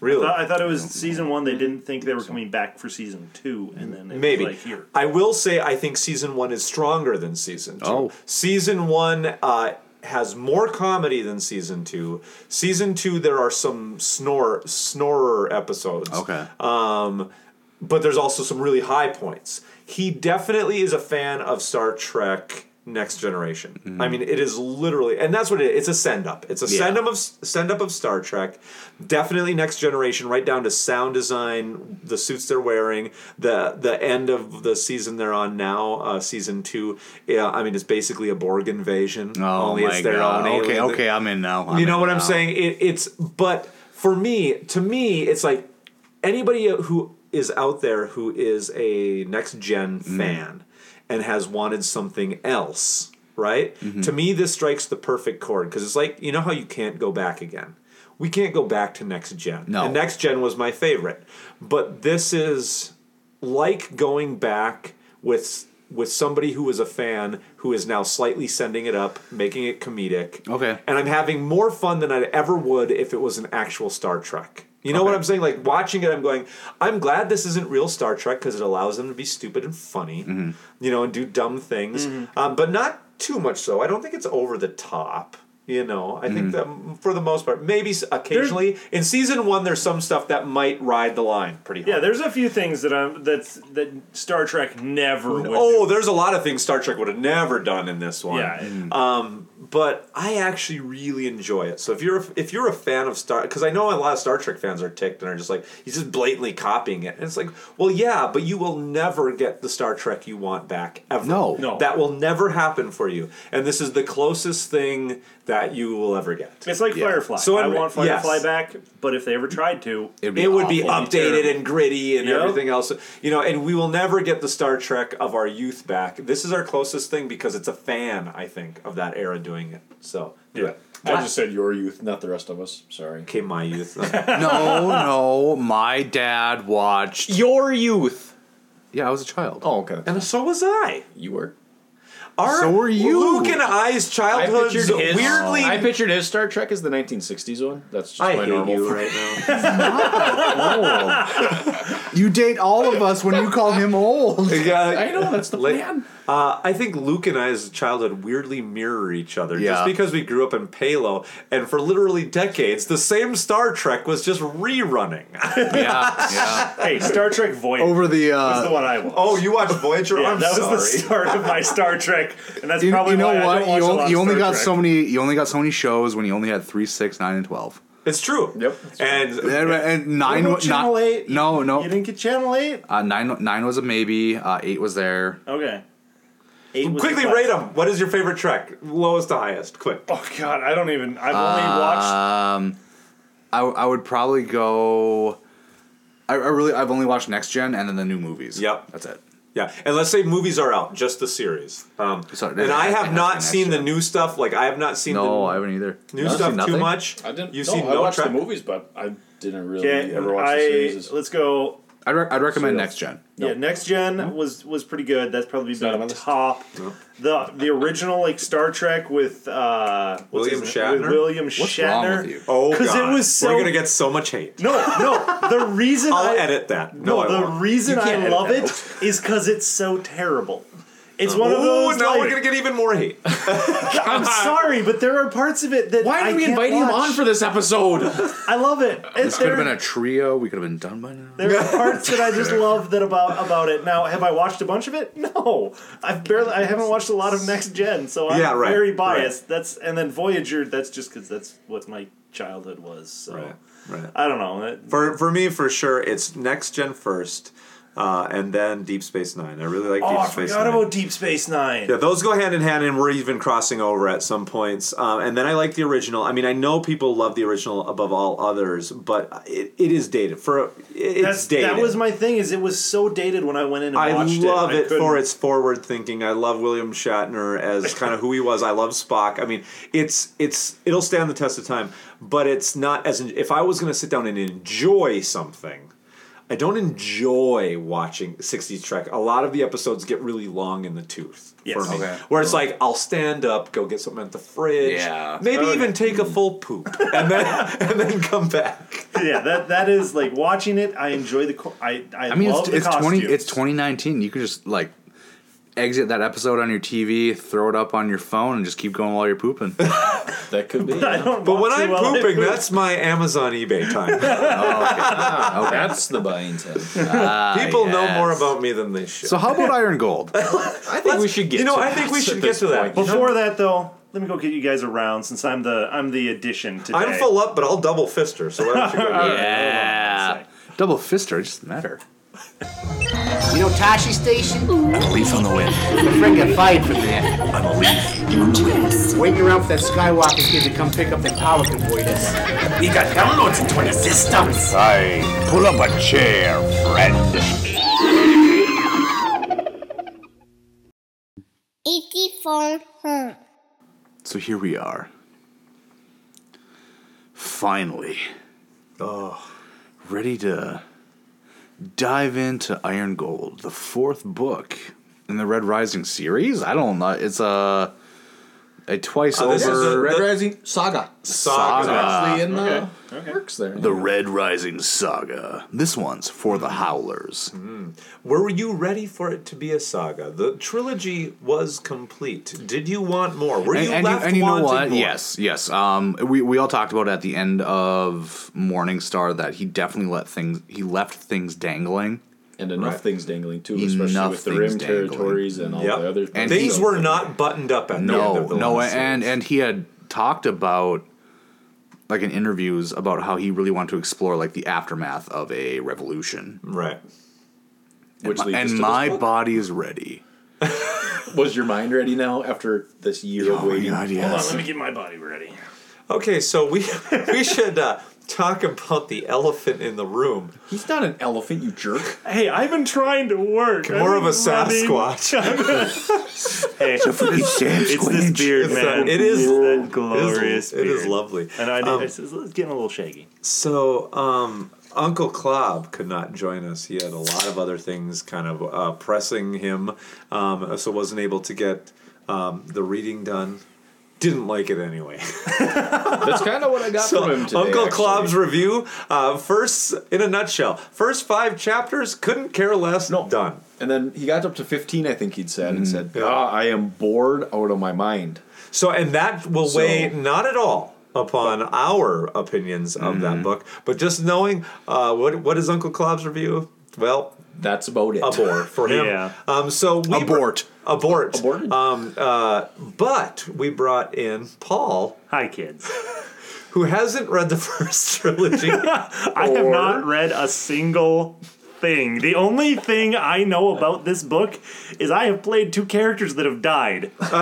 [SPEAKER 7] Really?
[SPEAKER 10] I thought, I thought it was season one. They didn't think they were coming back for season two, and then it
[SPEAKER 7] Maybe.
[SPEAKER 10] was like here.
[SPEAKER 7] I will say I think season one is stronger than season two.
[SPEAKER 10] Oh.
[SPEAKER 7] Season one uh, has more comedy than season two. Season two, there are some snore snorer episodes.
[SPEAKER 1] Okay.
[SPEAKER 7] Um, but there's also some really high points. He definitely is a fan of Star Trek Next Generation.
[SPEAKER 1] Mm-hmm.
[SPEAKER 7] I mean, it is literally, and that's what it is. It's a send up. It's a
[SPEAKER 9] Yeah.
[SPEAKER 7] send up of send up of Star Trek. Definitely Next Generation, right down to sound design, the suits they're wearing, the the end of the season they're on now, uh, season two. Yeah, I mean, it's basically a Borg invasion.
[SPEAKER 1] Oh
[SPEAKER 7] only
[SPEAKER 1] my
[SPEAKER 7] it's their
[SPEAKER 1] God.
[SPEAKER 7] own.
[SPEAKER 1] Okay,
[SPEAKER 7] alien.
[SPEAKER 1] okay, I'm in now. I'm
[SPEAKER 7] you know
[SPEAKER 1] in
[SPEAKER 7] what I'm
[SPEAKER 1] now.
[SPEAKER 7] saying? It, it's but for me, to me, it's like anybody who is out there who is a next gen
[SPEAKER 1] Mm-hmm.
[SPEAKER 7] fan and has wanted something else, right?
[SPEAKER 1] Mm-hmm.
[SPEAKER 7] To me, this strikes the perfect chord because it's like you know how you can't go back again. We can't go back to next gen.
[SPEAKER 1] No.
[SPEAKER 7] and next gen was my favorite, but this is like going back with with somebody who was a fan who is now slightly sending it up, making it comedic. Okay. And I'm having more fun than I ever would if it was an actual Star Trek. You know what I'm saying? Like watching it, I'm going, I'm glad this isn't real Star Trek because it allows them to be stupid and funny,
[SPEAKER 10] Mm-hmm.
[SPEAKER 7] you know, and do dumb things, um, but not too much so. I don't think it's over the top. You know, I think
[SPEAKER 10] Mm-hmm.
[SPEAKER 7] that for the most part, maybe s- occasionally in season one, there's some stuff that might ride the line pretty hard.
[SPEAKER 10] Yeah, there's a few things that I'm that's that Star Trek never would.
[SPEAKER 7] Oh, there's a lot of things Star Trek would have never done in this one.
[SPEAKER 10] Yeah.
[SPEAKER 7] Um, but I actually really enjoy it. So if you're a, if you're a fan of Star, because I know a lot of Star Trek fans are ticked and are just like he's just blatantly copying it, and it's like, well, yeah, but you will never get the Star Trek you want back ever. No, no, that will never happen for you. And this is the closest thing that you will ever get.
[SPEAKER 10] It's like
[SPEAKER 7] Yeah.
[SPEAKER 10] Firefly.
[SPEAKER 7] So
[SPEAKER 10] I
[SPEAKER 7] I'm-
[SPEAKER 10] want Firefly
[SPEAKER 7] yes.
[SPEAKER 10] back, but if they ever tried to,
[SPEAKER 7] It'd be it would be updated and gritty and
[SPEAKER 10] Yep.
[SPEAKER 7] everything else. You know, and we will never get the Star Trek of our youth back. This is our closest thing because it's a fan, I think, of that era doing it. So do it.
[SPEAKER 9] I just said your youth, not the rest of us. Sorry.
[SPEAKER 7] Okay, my youth. [laughs]
[SPEAKER 1] no, [laughs] no. My dad watched
[SPEAKER 9] Your youth.
[SPEAKER 1] [laughs] Yeah, I was a child.
[SPEAKER 9] Oh, okay.
[SPEAKER 7] And so was I.
[SPEAKER 9] You were.
[SPEAKER 7] Our
[SPEAKER 9] So were you.
[SPEAKER 7] Luke and I's childhoods
[SPEAKER 9] I pictured his,
[SPEAKER 7] weirdly.
[SPEAKER 9] I pictured his Star Trek as the 1960s one. That's
[SPEAKER 7] [laughs]
[SPEAKER 9] just
[SPEAKER 7] I
[SPEAKER 9] my
[SPEAKER 7] hate
[SPEAKER 9] normal
[SPEAKER 7] you [laughs]
[SPEAKER 9] right now.
[SPEAKER 1] You date all of us when you call him old.
[SPEAKER 7] I
[SPEAKER 9] know that's the plan.
[SPEAKER 7] Uh, I think Luke and I's childhood weirdly mirror each other, just
[SPEAKER 1] Yeah.
[SPEAKER 7] because we grew up in Palo, and for literally decades, the same Star Trek was just rerunning.
[SPEAKER 1] [laughs]
[SPEAKER 7] [laughs]
[SPEAKER 1] Yeah, yeah.
[SPEAKER 10] Hey, Star Trek Voyager.
[SPEAKER 1] [laughs] Over the, uh,
[SPEAKER 10] was the one I watched.
[SPEAKER 7] Oh, you
[SPEAKER 10] [laughs]
[SPEAKER 7] watched Voyager?
[SPEAKER 10] Yeah,
[SPEAKER 7] I'm
[SPEAKER 10] that
[SPEAKER 7] sorry.
[SPEAKER 10] was the start of my Star Trek, and that's
[SPEAKER 1] You,
[SPEAKER 10] probably
[SPEAKER 1] you know
[SPEAKER 10] why I
[SPEAKER 1] what?
[SPEAKER 10] don't watch
[SPEAKER 1] You,
[SPEAKER 10] a
[SPEAKER 1] on-
[SPEAKER 10] lot of
[SPEAKER 1] you only
[SPEAKER 10] Star
[SPEAKER 1] got
[SPEAKER 10] Trek.
[SPEAKER 1] so many. You only got so many shows when you only had three, six, nine, and twelve.
[SPEAKER 7] [laughs] It's true. Yep. And
[SPEAKER 1] And, and nine.
[SPEAKER 10] about
[SPEAKER 1] wa-
[SPEAKER 10] Channel
[SPEAKER 1] nine-
[SPEAKER 10] eight?
[SPEAKER 1] No, no.
[SPEAKER 10] You didn't get Channel Eight.
[SPEAKER 1] Uh, nine. Nine was a maybe. Uh, eight was there.
[SPEAKER 10] Okay. Eight was
[SPEAKER 7] Quickly
[SPEAKER 10] the class.
[SPEAKER 7] rate them. What is your favorite Trek? Lowest to highest. Quick.
[SPEAKER 10] Oh God, I don't even. I've only watched.
[SPEAKER 1] Um, I, I would probably go. I, I really I've only watched Next Gen and then the new movies.
[SPEAKER 7] Yep.
[SPEAKER 1] that's it.
[SPEAKER 7] Yeah, and let's say movies are out, just the series. Um,
[SPEAKER 1] Sorry,
[SPEAKER 7] and I
[SPEAKER 1] it has
[SPEAKER 7] have
[SPEAKER 1] to be
[SPEAKER 7] not
[SPEAKER 1] next
[SPEAKER 7] seen the
[SPEAKER 1] gen.
[SPEAKER 7] new stuff. Like I have not seen
[SPEAKER 1] No, I
[SPEAKER 7] the
[SPEAKER 1] haven't either.
[SPEAKER 7] new
[SPEAKER 1] I've seen
[SPEAKER 7] stuff too
[SPEAKER 1] nothing.
[SPEAKER 7] much.
[SPEAKER 9] I didn't.
[SPEAKER 7] You've
[SPEAKER 9] no,
[SPEAKER 7] seen
[SPEAKER 9] I
[SPEAKER 7] no
[SPEAKER 9] watched
[SPEAKER 7] Trek.
[SPEAKER 9] the movies, but I didn't really
[SPEAKER 10] Yeah,
[SPEAKER 9] ever watch
[SPEAKER 10] I,
[SPEAKER 9] the series.
[SPEAKER 10] let's go.
[SPEAKER 1] I'd, re- I'd recommend
[SPEAKER 9] Serials.
[SPEAKER 1] Next Gen.
[SPEAKER 10] Yeah, next gen was was pretty good. That's probably
[SPEAKER 9] not on
[SPEAKER 10] been
[SPEAKER 9] my list.
[SPEAKER 10] top. The the original like Star Trek with uh, what's
[SPEAKER 7] William
[SPEAKER 10] his name? With
[SPEAKER 7] Shatner?
[SPEAKER 10] William
[SPEAKER 1] What's
[SPEAKER 10] Shatner.
[SPEAKER 1] wrong with you?
[SPEAKER 7] Oh, because
[SPEAKER 10] it was so
[SPEAKER 7] We're gonna [laughs] get so much hate.
[SPEAKER 10] No, no. The reason
[SPEAKER 7] I'll
[SPEAKER 10] I-
[SPEAKER 7] edit that. No,
[SPEAKER 10] No,
[SPEAKER 7] I
[SPEAKER 10] the
[SPEAKER 7] won't.
[SPEAKER 10] reason
[SPEAKER 7] You can't
[SPEAKER 10] I
[SPEAKER 7] edit
[SPEAKER 10] love
[SPEAKER 7] that.
[SPEAKER 10] it is because it's so terrible. It's one of
[SPEAKER 7] Oh,
[SPEAKER 10] those.
[SPEAKER 7] now we're
[SPEAKER 10] like-
[SPEAKER 7] gonna get even more
[SPEAKER 10] [laughs]
[SPEAKER 7] hate.
[SPEAKER 9] [laughs]
[SPEAKER 10] I'm sorry, but there are parts of it that
[SPEAKER 9] Why
[SPEAKER 10] I
[SPEAKER 9] did we
[SPEAKER 10] can't
[SPEAKER 9] invite him
[SPEAKER 10] watch.
[SPEAKER 9] on for this episode?
[SPEAKER 10] I love it.
[SPEAKER 1] This could have been a trio. We could have been done by now.
[SPEAKER 10] There are parts that I just
[SPEAKER 7] [laughs]
[SPEAKER 10] love that about about it. Now, have I watched a bunch of it? No, I've barely. I haven't watched a lot of Next Gen, so I'm
[SPEAKER 7] Yeah, right,
[SPEAKER 10] very biased. That's and then Voyager. That's just because that's what my childhood was. So
[SPEAKER 7] Right, right.
[SPEAKER 10] I don't know. It-
[SPEAKER 7] for for me, for sure, it's next gen first, uh, and then Deep Space Nine. I really like
[SPEAKER 10] oh,
[SPEAKER 7] Deep
[SPEAKER 10] I
[SPEAKER 7] Space
[SPEAKER 10] forgot
[SPEAKER 7] Nine.
[SPEAKER 10] about Deep Space Nine.
[SPEAKER 7] Yeah, those go hand in hand, and we're even crossing over at some points. Um, and then I like the original. I mean, I know people love the original above all others, but it, it is dated. For it's
[SPEAKER 10] That's,
[SPEAKER 7] dated.
[SPEAKER 10] that was my thing. Is it was so dated when I went in and
[SPEAKER 7] I
[SPEAKER 10] watched
[SPEAKER 7] love
[SPEAKER 10] it.
[SPEAKER 7] it,
[SPEAKER 10] couldn't-
[SPEAKER 7] for its forward thinking. I love William Shatner
[SPEAKER 10] [laughs]
[SPEAKER 7] as kind of who he was. I love Spock. I mean, it's it's it'll stand the test of time, but it's not as if I was going to sit down and enjoy something. I don't enjoy watching 60s Trek. A lot of the episodes get really long in the tooth
[SPEAKER 10] Yes.
[SPEAKER 7] for me.
[SPEAKER 1] Okay.
[SPEAKER 7] Where it's like I'll stand up, go get something at the fridge,
[SPEAKER 1] Yeah.
[SPEAKER 7] maybe
[SPEAKER 10] Okay.
[SPEAKER 7] even take a full poop and then [laughs] and then come back.
[SPEAKER 10] [laughs] yeah, that that is like watching it. I enjoy the. Co- I I,
[SPEAKER 1] I mean, it's,
[SPEAKER 10] love the
[SPEAKER 1] it's twenty.
[SPEAKER 10] costumes.
[SPEAKER 1] It's twenty nineteen. You could just like exit that episode on your TV, throw it up on your phone, and just keep going while you're
[SPEAKER 7] [laughs]
[SPEAKER 1] pooping.
[SPEAKER 9] that could be.
[SPEAKER 10] [laughs] I don't
[SPEAKER 7] But
[SPEAKER 10] want
[SPEAKER 7] when
[SPEAKER 10] to
[SPEAKER 7] I'm
[SPEAKER 10] while I
[SPEAKER 7] pooping,
[SPEAKER 10] poop.
[SPEAKER 7] that's my Amazon eBay
[SPEAKER 10] [laughs]
[SPEAKER 7] time.
[SPEAKER 1] okay.
[SPEAKER 9] That's the Byington.
[SPEAKER 7] People know
[SPEAKER 1] yes.
[SPEAKER 7] more about me than they should.
[SPEAKER 1] So how about Iron
[SPEAKER 7] [laughs]
[SPEAKER 1] Gold?
[SPEAKER 9] I think we should get.
[SPEAKER 7] you know,
[SPEAKER 9] to
[SPEAKER 7] I think
[SPEAKER 9] that
[SPEAKER 7] we
[SPEAKER 9] at
[SPEAKER 7] should
[SPEAKER 9] this
[SPEAKER 7] get to that.
[SPEAKER 9] point.
[SPEAKER 10] Before that, though, let me go get you guys around since I'm the I'm the addition
[SPEAKER 7] [laughs]
[SPEAKER 10] today.
[SPEAKER 7] I'm full up, but I'll double fister. So why don't you go?
[SPEAKER 1] yeah. Double fister. It doesn't matter.
[SPEAKER 14] You know Tashi Station? I'm a leaf on the wind. My friend got fired from there. I'm a leaf on the wind. Waiting around for that Skywalker kid to come pick up that power convoy. that's- We got downloads into our systems.
[SPEAKER 15] Aye, pull up a chair, friend.
[SPEAKER 16] Eighty-four home.
[SPEAKER 1] So here we are. Finally. Oh. Ready to dive into Iron Gold, the fourth book in the Red Rising series. I don't know. It's a a twice
[SPEAKER 7] Oh,
[SPEAKER 1] over
[SPEAKER 7] this is the Red
[SPEAKER 9] Rising saga.
[SPEAKER 1] saga.
[SPEAKER 9] Actually, in the works there.
[SPEAKER 1] The Red Rising saga. This one's for
[SPEAKER 7] Mm-hmm.
[SPEAKER 1] the Howlers.
[SPEAKER 7] Were you ready for it to be a saga? The trilogy was complete. Did you want more? Were you
[SPEAKER 1] and,
[SPEAKER 7] left
[SPEAKER 1] and you, and you know
[SPEAKER 7] wanting
[SPEAKER 1] what?
[SPEAKER 7] more?
[SPEAKER 1] Yes, yes. Um, we we all talked about it at the end of Morning Star that he definitely let things he left things dangling.
[SPEAKER 9] and enough
[SPEAKER 1] Right.
[SPEAKER 9] things dangling too,
[SPEAKER 1] Enough
[SPEAKER 9] especially with the rim
[SPEAKER 1] things dangling.
[SPEAKER 9] territories and all
[SPEAKER 7] Yep.
[SPEAKER 9] the other.
[SPEAKER 1] And
[SPEAKER 7] Things
[SPEAKER 1] he-
[SPEAKER 7] were not buttoned up at the end
[SPEAKER 1] No,
[SPEAKER 7] of the
[SPEAKER 1] no,
[SPEAKER 7] last
[SPEAKER 1] and
[SPEAKER 7] series.
[SPEAKER 1] and he had talked about like in interviews about how he really wanted to explore like the aftermath of a revolution.
[SPEAKER 7] right.
[SPEAKER 9] Which
[SPEAKER 1] and my,
[SPEAKER 9] leads us to
[SPEAKER 1] and
[SPEAKER 9] this
[SPEAKER 1] my
[SPEAKER 9] book.
[SPEAKER 1] body is ready.
[SPEAKER 9] Was your mind ready now after this year of
[SPEAKER 1] Oh my
[SPEAKER 9] waiting?
[SPEAKER 1] god,
[SPEAKER 10] Hold on,
[SPEAKER 1] yes.
[SPEAKER 10] let me get my body ready.
[SPEAKER 7] Okay, so we [laughs] we should uh, talk about the elephant in the room.
[SPEAKER 9] He's not an elephant,
[SPEAKER 7] [laughs]
[SPEAKER 9] you jerk.
[SPEAKER 10] Hey, I've been trying to work.
[SPEAKER 7] More
[SPEAKER 10] I've
[SPEAKER 7] of a
[SPEAKER 10] been running.
[SPEAKER 7] Sasquatch.
[SPEAKER 10] [laughs] Hey, it's this beard,
[SPEAKER 7] It's, uh,
[SPEAKER 10] man.
[SPEAKER 7] it is-
[SPEAKER 10] that
[SPEAKER 7] it
[SPEAKER 10] glorious.
[SPEAKER 7] is, it is
[SPEAKER 10] beard.
[SPEAKER 7] lovely.
[SPEAKER 10] And I,
[SPEAKER 7] Um,
[SPEAKER 10] it's, it's getting a little shaky.
[SPEAKER 7] So, um, Uncle Clob could not join us. He had a lot of other things kind of uh, pressing him, um, so wasn't able to get um, the reading done. Didn't like it anyway.
[SPEAKER 9] That's kind of what I got
[SPEAKER 7] So,
[SPEAKER 9] from him today.
[SPEAKER 7] Uncle
[SPEAKER 9] actually.
[SPEAKER 7] Clob's review. Uh, first, in a nutshell, first five chapters couldn't care less. No, done. Mm-hmm.
[SPEAKER 9] And then he got up to fifteen, I think he'd said, and said, "Ah, I am bored out of my mind."
[SPEAKER 7] So, and that will
[SPEAKER 9] So-
[SPEAKER 7] weigh not at all upon our opinions of
[SPEAKER 9] Mm-hmm.
[SPEAKER 7] that book, but just knowing uh, what what is Uncle Clob's review? Well,
[SPEAKER 9] that's about it.
[SPEAKER 7] A
[SPEAKER 9] [laughs]
[SPEAKER 7] bore for him.
[SPEAKER 9] Yeah.
[SPEAKER 7] Um, so we abort, abort, abort. Um, uh, but we brought in Paul.
[SPEAKER 10] Hi, kids.
[SPEAKER 7] Who hasn't read the [laughs] first
[SPEAKER 10] [laughs]
[SPEAKER 7] trilogy?
[SPEAKER 10] I have not read a single thing. The only thing I know about this book is I have played two characters that have died for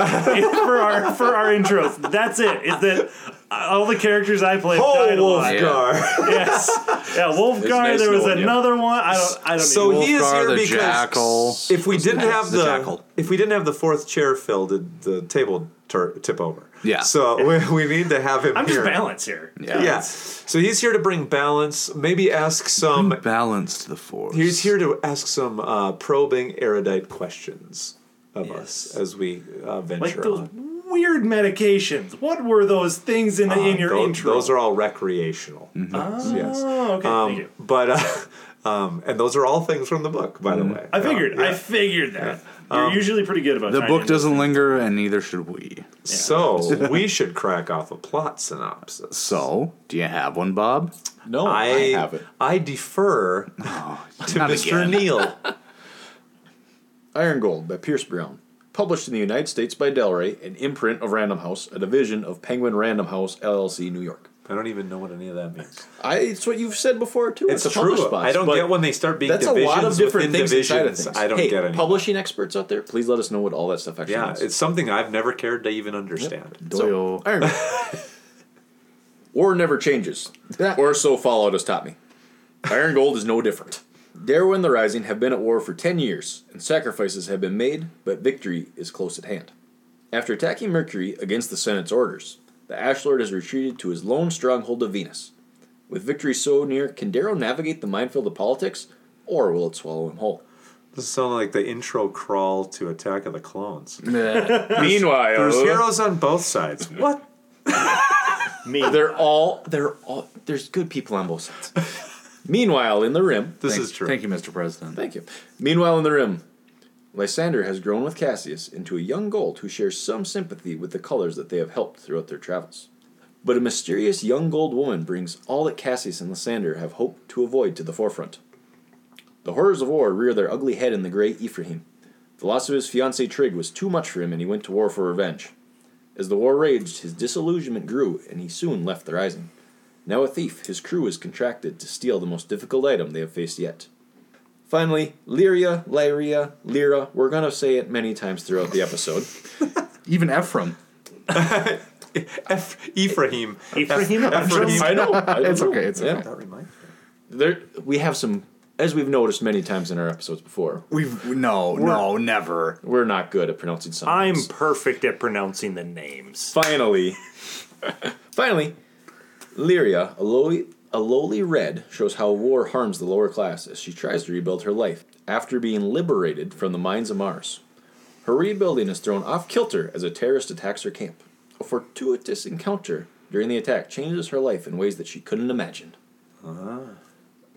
[SPEAKER 10] our for our intros. That's it. Is that all the characters I played
[SPEAKER 7] Oh,
[SPEAKER 10] died a lot.
[SPEAKER 7] Wolfgar.
[SPEAKER 10] Yes. Yeah, Wolfgar.
[SPEAKER 7] It's nice
[SPEAKER 10] there was
[SPEAKER 7] knowing you.
[SPEAKER 10] another one. I don't. I don't.
[SPEAKER 7] So
[SPEAKER 10] even-
[SPEAKER 7] he is here because if we didn't have the,
[SPEAKER 10] jackal.
[SPEAKER 7] if we didn't have the fourth chair filled, the- the table tur tip over.
[SPEAKER 10] Yeah.
[SPEAKER 7] So [laughs] we, we need to have him
[SPEAKER 10] I'm
[SPEAKER 7] here.
[SPEAKER 10] just balanced here.
[SPEAKER 7] Yeah. So he's here to bring balance. Maybe ask some balance to the force. He's here to ask some uh, probing, erudite questions of us as we uh, venture
[SPEAKER 10] Like those
[SPEAKER 7] on.
[SPEAKER 10] weird medications. What were those things in the in your
[SPEAKER 7] Oh, Tho-
[SPEAKER 10] intro?
[SPEAKER 7] Uh, Those are all recreational.
[SPEAKER 9] Mm-hmm.
[SPEAKER 10] Oh,
[SPEAKER 7] Yes.
[SPEAKER 10] okay.
[SPEAKER 7] Um,
[SPEAKER 10] thank you.
[SPEAKER 7] But uh, [laughs] um, and those are all things from the book, by
[SPEAKER 9] Mm-hmm.
[SPEAKER 7] the way.
[SPEAKER 10] I figured. I figured that. You're
[SPEAKER 7] Um,
[SPEAKER 10] usually pretty good about
[SPEAKER 1] The
[SPEAKER 10] timing.
[SPEAKER 1] book doesn't linger, and neither should we.
[SPEAKER 9] [laughs]
[SPEAKER 7] So we should crack off a plot synopsis.
[SPEAKER 1] So, do you have one, Bob?
[SPEAKER 9] No,
[SPEAKER 7] I, I defer to
[SPEAKER 9] [laughs] not
[SPEAKER 7] Mr.
[SPEAKER 9] again.
[SPEAKER 7] Neal.
[SPEAKER 9] Iron Gold by Pierce Brown, published in the United States by Del Rey, an imprint of Random House, a division of Penguin Random House LLC, New York.
[SPEAKER 7] I don't even know what any of that means.
[SPEAKER 9] I, it's what you've said before too.
[SPEAKER 7] It's
[SPEAKER 9] published
[SPEAKER 7] true.
[SPEAKER 9] spots,
[SPEAKER 7] I don't
[SPEAKER 9] but
[SPEAKER 7] get when they start being
[SPEAKER 9] that's a lot of
[SPEAKER 7] divisions
[SPEAKER 9] different
[SPEAKER 7] within
[SPEAKER 9] things inside of
[SPEAKER 7] divisions.
[SPEAKER 9] things.
[SPEAKER 7] I don't
[SPEAKER 9] Hey,
[SPEAKER 7] get any-
[SPEAKER 9] Publishing experts out there, please let us know what all that stuff actually
[SPEAKER 7] Yeah,
[SPEAKER 9] means.
[SPEAKER 7] it's something I've never cared to even understand.
[SPEAKER 9] So, Iron Man. [laughs] War never changes. Or so Fallout has taught me. Iron Gold is no different. Darrow and the Rising have been at war for 10 years, and sacrifices have been made, but victory is close at hand. After attacking Mercury against the Senate's orders, the Ashlord has retreated to his lone stronghold of Venus. With victory so near, can Darrow navigate the minefield of politics, or will it swallow him whole?
[SPEAKER 7] This sounds like the intro crawl to Attack of the Clones.
[SPEAKER 9] Meanwhile-
[SPEAKER 7] there's heroes on both sides. What?
[SPEAKER 10] Me.
[SPEAKER 9] They're all. They're all. There's good people on both sides. Meanwhile, in the rim.
[SPEAKER 7] This is true.
[SPEAKER 1] Thank you, Mr. President.
[SPEAKER 9] Thank you. Meanwhile, in the rim, Lysander has grown with Cassius into a young Gold who shares some sympathy with the colors that they have helped throughout their travels. But a mysterious young Gold woman brings all that Cassius and Lysander have hoped to avoid to the forefront. The horrors of war rear their ugly head in the gray Ephraim. The loss of his fiancee Trig was too much for him, and he went to war for revenge. As the war raged, his disillusionment grew, and he soon left the Rising. Now a thief, his crew is contracted to steal the most difficult item they have faced yet. Finally, Lyria, Lyria, Lyra, we're going to say it many times throughout
[SPEAKER 1] [laughs]
[SPEAKER 9] the episode.
[SPEAKER 1] Even Ephraim.
[SPEAKER 7] Ephraim.
[SPEAKER 9] Ephraim?
[SPEAKER 7] Ephraim.
[SPEAKER 9] I know. I
[SPEAKER 1] It's
[SPEAKER 9] know.
[SPEAKER 1] okay, it's
[SPEAKER 9] Yeah.
[SPEAKER 1] okay.
[SPEAKER 7] That reminds me.
[SPEAKER 9] There, we have some, as we've noticed many times in our episodes before.
[SPEAKER 1] We've no, no, never.
[SPEAKER 9] We're not good at pronouncing something.
[SPEAKER 10] I'm perfect at pronouncing the names.
[SPEAKER 9] Finally, finally, Lyria, a lowly, a lowly red, shows how war harms the lower class as she tries to rebuild her life after being liberated from the mines of Mars. Her rebuilding is thrown off kilter as a terrorist attacks her camp. A fortuitous encounter during the attack changes her life in ways that she couldn't imagine.
[SPEAKER 7] Uh-huh.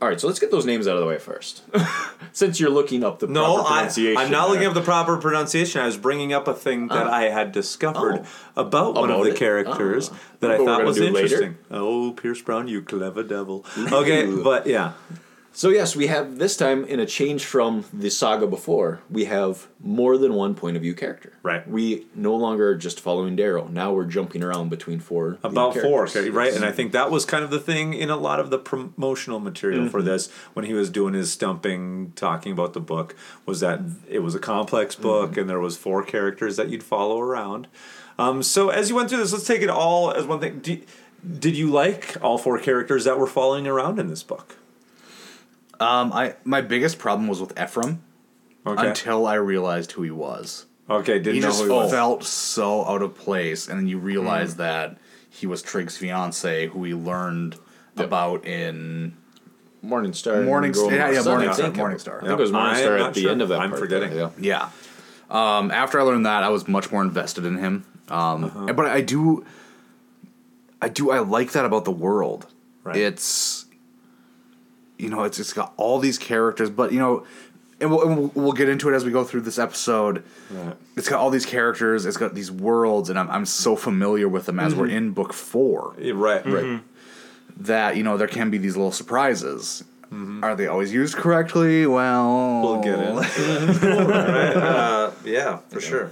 [SPEAKER 9] All right, so let's get those names out of the way first, [laughs] since you're looking up the
[SPEAKER 7] No,
[SPEAKER 9] proper
[SPEAKER 7] I,
[SPEAKER 9] pronunciation.
[SPEAKER 7] I'm not looking
[SPEAKER 9] there.
[SPEAKER 7] up the proper pronunciation. I was bringing up a thing that
[SPEAKER 9] Oh.
[SPEAKER 7] I had discovered about one
[SPEAKER 9] About
[SPEAKER 7] of the
[SPEAKER 9] it?
[SPEAKER 7] characters
[SPEAKER 9] Oh.
[SPEAKER 7] that I
[SPEAKER 9] What we're
[SPEAKER 7] thought
[SPEAKER 9] gonna
[SPEAKER 7] was
[SPEAKER 9] do later?
[SPEAKER 7] interesting. Oh, Pierce Brown, you clever devil.
[SPEAKER 9] [laughs]
[SPEAKER 7] Okay,
[SPEAKER 9] Ooh.
[SPEAKER 7] but yeah.
[SPEAKER 9] So yes, we have this time in a change from the saga before. We have more than one point of view character. Right. We no longer are just following Darrow. Now we're jumping around between four. lead
[SPEAKER 7] about four,
[SPEAKER 9] characters.
[SPEAKER 7] right? And I think that was kind of the thing in a lot of the promotional material for
[SPEAKER 9] Mhm.
[SPEAKER 7] this when he was doing his stumping, talking about the book, was that it was a complex book and there was four characters that you'd follow around. Um, so as you went through this, let's take it all as one thing. Do, did you like all four characters that were following around in this book?
[SPEAKER 1] Um, I my biggest problem was with Ephraim
[SPEAKER 7] Okay.
[SPEAKER 1] until I realized who he was.
[SPEAKER 7] Okay, didn't
[SPEAKER 1] he
[SPEAKER 7] know
[SPEAKER 1] just
[SPEAKER 7] who he was.
[SPEAKER 1] felt so out of place, and then you realize
[SPEAKER 7] Mm.
[SPEAKER 1] that he was Trig's fiance, who we learned about in
[SPEAKER 9] Morning Star.
[SPEAKER 1] Morning
[SPEAKER 9] Girl
[SPEAKER 1] Star. Yeah,
[SPEAKER 9] Morning
[SPEAKER 1] yeah,
[SPEAKER 9] Sun,
[SPEAKER 1] Morning
[SPEAKER 9] I
[SPEAKER 1] Star.
[SPEAKER 9] think.
[SPEAKER 1] Morning Star.
[SPEAKER 9] I think it was Morning
[SPEAKER 1] Yep.
[SPEAKER 9] Star
[SPEAKER 1] I'm
[SPEAKER 9] at
[SPEAKER 1] not
[SPEAKER 9] the
[SPEAKER 1] sure.
[SPEAKER 9] end of that.
[SPEAKER 1] I'm
[SPEAKER 9] part
[SPEAKER 1] forgetting.
[SPEAKER 9] there, yeah.
[SPEAKER 1] Yeah. Um, after I learned that, I was much more invested in him. Um,
[SPEAKER 7] Uh-huh.
[SPEAKER 1] But I do, I do, I like that about the world. Right. It's, you know, it's it's got all these characters, but you know, and we'll, and we'll, we'll get into it as we go through this episode. It's got all these characters. It's got these worlds, and I'm I'm so familiar with them as we're
[SPEAKER 7] Mhm.
[SPEAKER 1] in book four.
[SPEAKER 7] Right,
[SPEAKER 1] Mm-hmm.
[SPEAKER 7] right. Mhm.
[SPEAKER 1] That you know there can be these little surprises. Are they always used correctly? Well, we'll get it.
[SPEAKER 7] uh, yeah, for sure.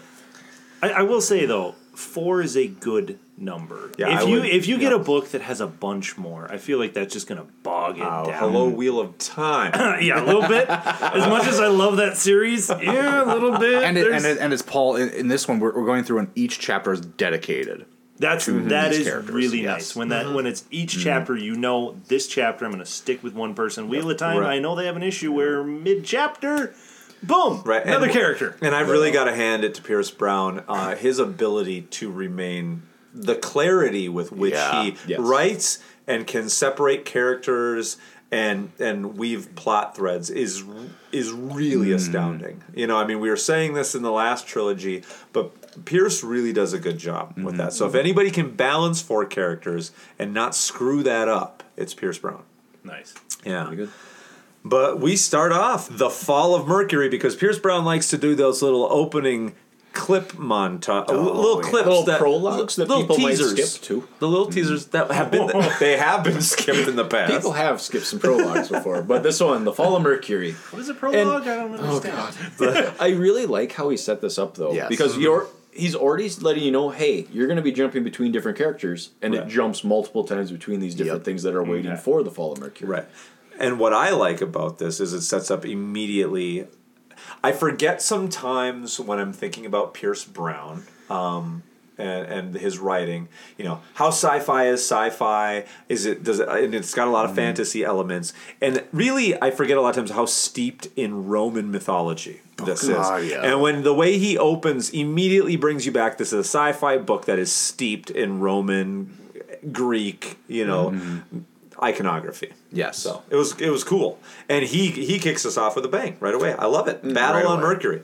[SPEAKER 10] I, I will say though, four is a good number.
[SPEAKER 7] Yeah,
[SPEAKER 10] if
[SPEAKER 7] I
[SPEAKER 10] you
[SPEAKER 7] would-
[SPEAKER 10] if you get a book that has a bunch more, I feel like that's just gonna bog it down.
[SPEAKER 7] Oh, Hello, Wheel
[SPEAKER 1] [clears throat]
[SPEAKER 7] of Time.
[SPEAKER 10] [laughs] yeah, a little bit. As much as I love that series, yeah, a little
[SPEAKER 1] [laughs]
[SPEAKER 10] bit.
[SPEAKER 1] And it, and,
[SPEAKER 10] There's-
[SPEAKER 1] it, and it's Paul in, in this one. We're, we're going through, and each chapter is dedicated.
[SPEAKER 10] That's
[SPEAKER 1] to
[SPEAKER 10] that
[SPEAKER 1] these
[SPEAKER 10] is
[SPEAKER 1] characters.
[SPEAKER 10] really
[SPEAKER 1] Yes.
[SPEAKER 10] nice when that
[SPEAKER 9] Mm-hmm.
[SPEAKER 10] when it's each
[SPEAKER 1] Mhm.
[SPEAKER 10] chapter you know this chapter I'm going to stick with one person. Wheel of Time
[SPEAKER 7] Right.
[SPEAKER 10] I know they have an issue where mid chapter, boom,
[SPEAKER 7] Right,
[SPEAKER 10] another
[SPEAKER 7] and-
[SPEAKER 10] character.
[SPEAKER 7] And I've really got to hand it to Pierce Brown, uh, his ability to remain the clarity with which
[SPEAKER 9] Yeah,
[SPEAKER 7] he
[SPEAKER 9] yes.
[SPEAKER 7] writes and can separate characters and and weave plot threads is is really
[SPEAKER 9] Hmm.
[SPEAKER 7] astounding. You know, I mean, we were saying this in the last trilogy, but Pierce really does a good job
[SPEAKER 9] Mm-hmm.
[SPEAKER 7] with that. So if anybody can balance four characters and not screw that up, it's Pierce Brown.
[SPEAKER 10] nice.
[SPEAKER 7] Yeah. But we start off the fall of Mercury because Pierce Brown likes to do those little opening clip montage, little
[SPEAKER 9] yeah.
[SPEAKER 7] clips,
[SPEAKER 9] Little
[SPEAKER 7] that,
[SPEAKER 9] prologues that
[SPEAKER 7] little
[SPEAKER 9] people might
[SPEAKER 7] teasers,
[SPEAKER 9] skip too.
[SPEAKER 7] The little teasers that have been they have been skipped in the past.
[SPEAKER 9] People have skipped some prologues before, but this one, The Fall of Mercury. Oh,
[SPEAKER 10] What is a prologue? I don't understand.
[SPEAKER 9] I really like how he set this up though,
[SPEAKER 10] Yes.
[SPEAKER 9] because you're he's already letting you know, hey, you're going to be jumping between different characters, and it
[SPEAKER 7] Right.
[SPEAKER 9] jumps multiple times between these different things that are waiting
[SPEAKER 7] Okay.
[SPEAKER 9] for the fall of Mercury.
[SPEAKER 7] Right. And what I like about this is it sets up immediately. I forget sometimes when I'm thinking about Pierce Brown um, and, and his writing. You know how sci-fi is sci-fi. Is it does it and it's got a lot of fantasy elements. And really, I forget a lot of times how steeped in Roman mythology this
[SPEAKER 1] God,
[SPEAKER 7] is.
[SPEAKER 1] yeah.
[SPEAKER 7] And when the way he opens immediately brings you back. This is a sci-fi book that is steeped in Roman, Greek. You know iconography. Yes. So it was it was cool, and he he kicks us off with a bang right away. I love it.
[SPEAKER 10] Mm,
[SPEAKER 7] Battle
[SPEAKER 10] right
[SPEAKER 7] on
[SPEAKER 10] away.
[SPEAKER 7] Mercury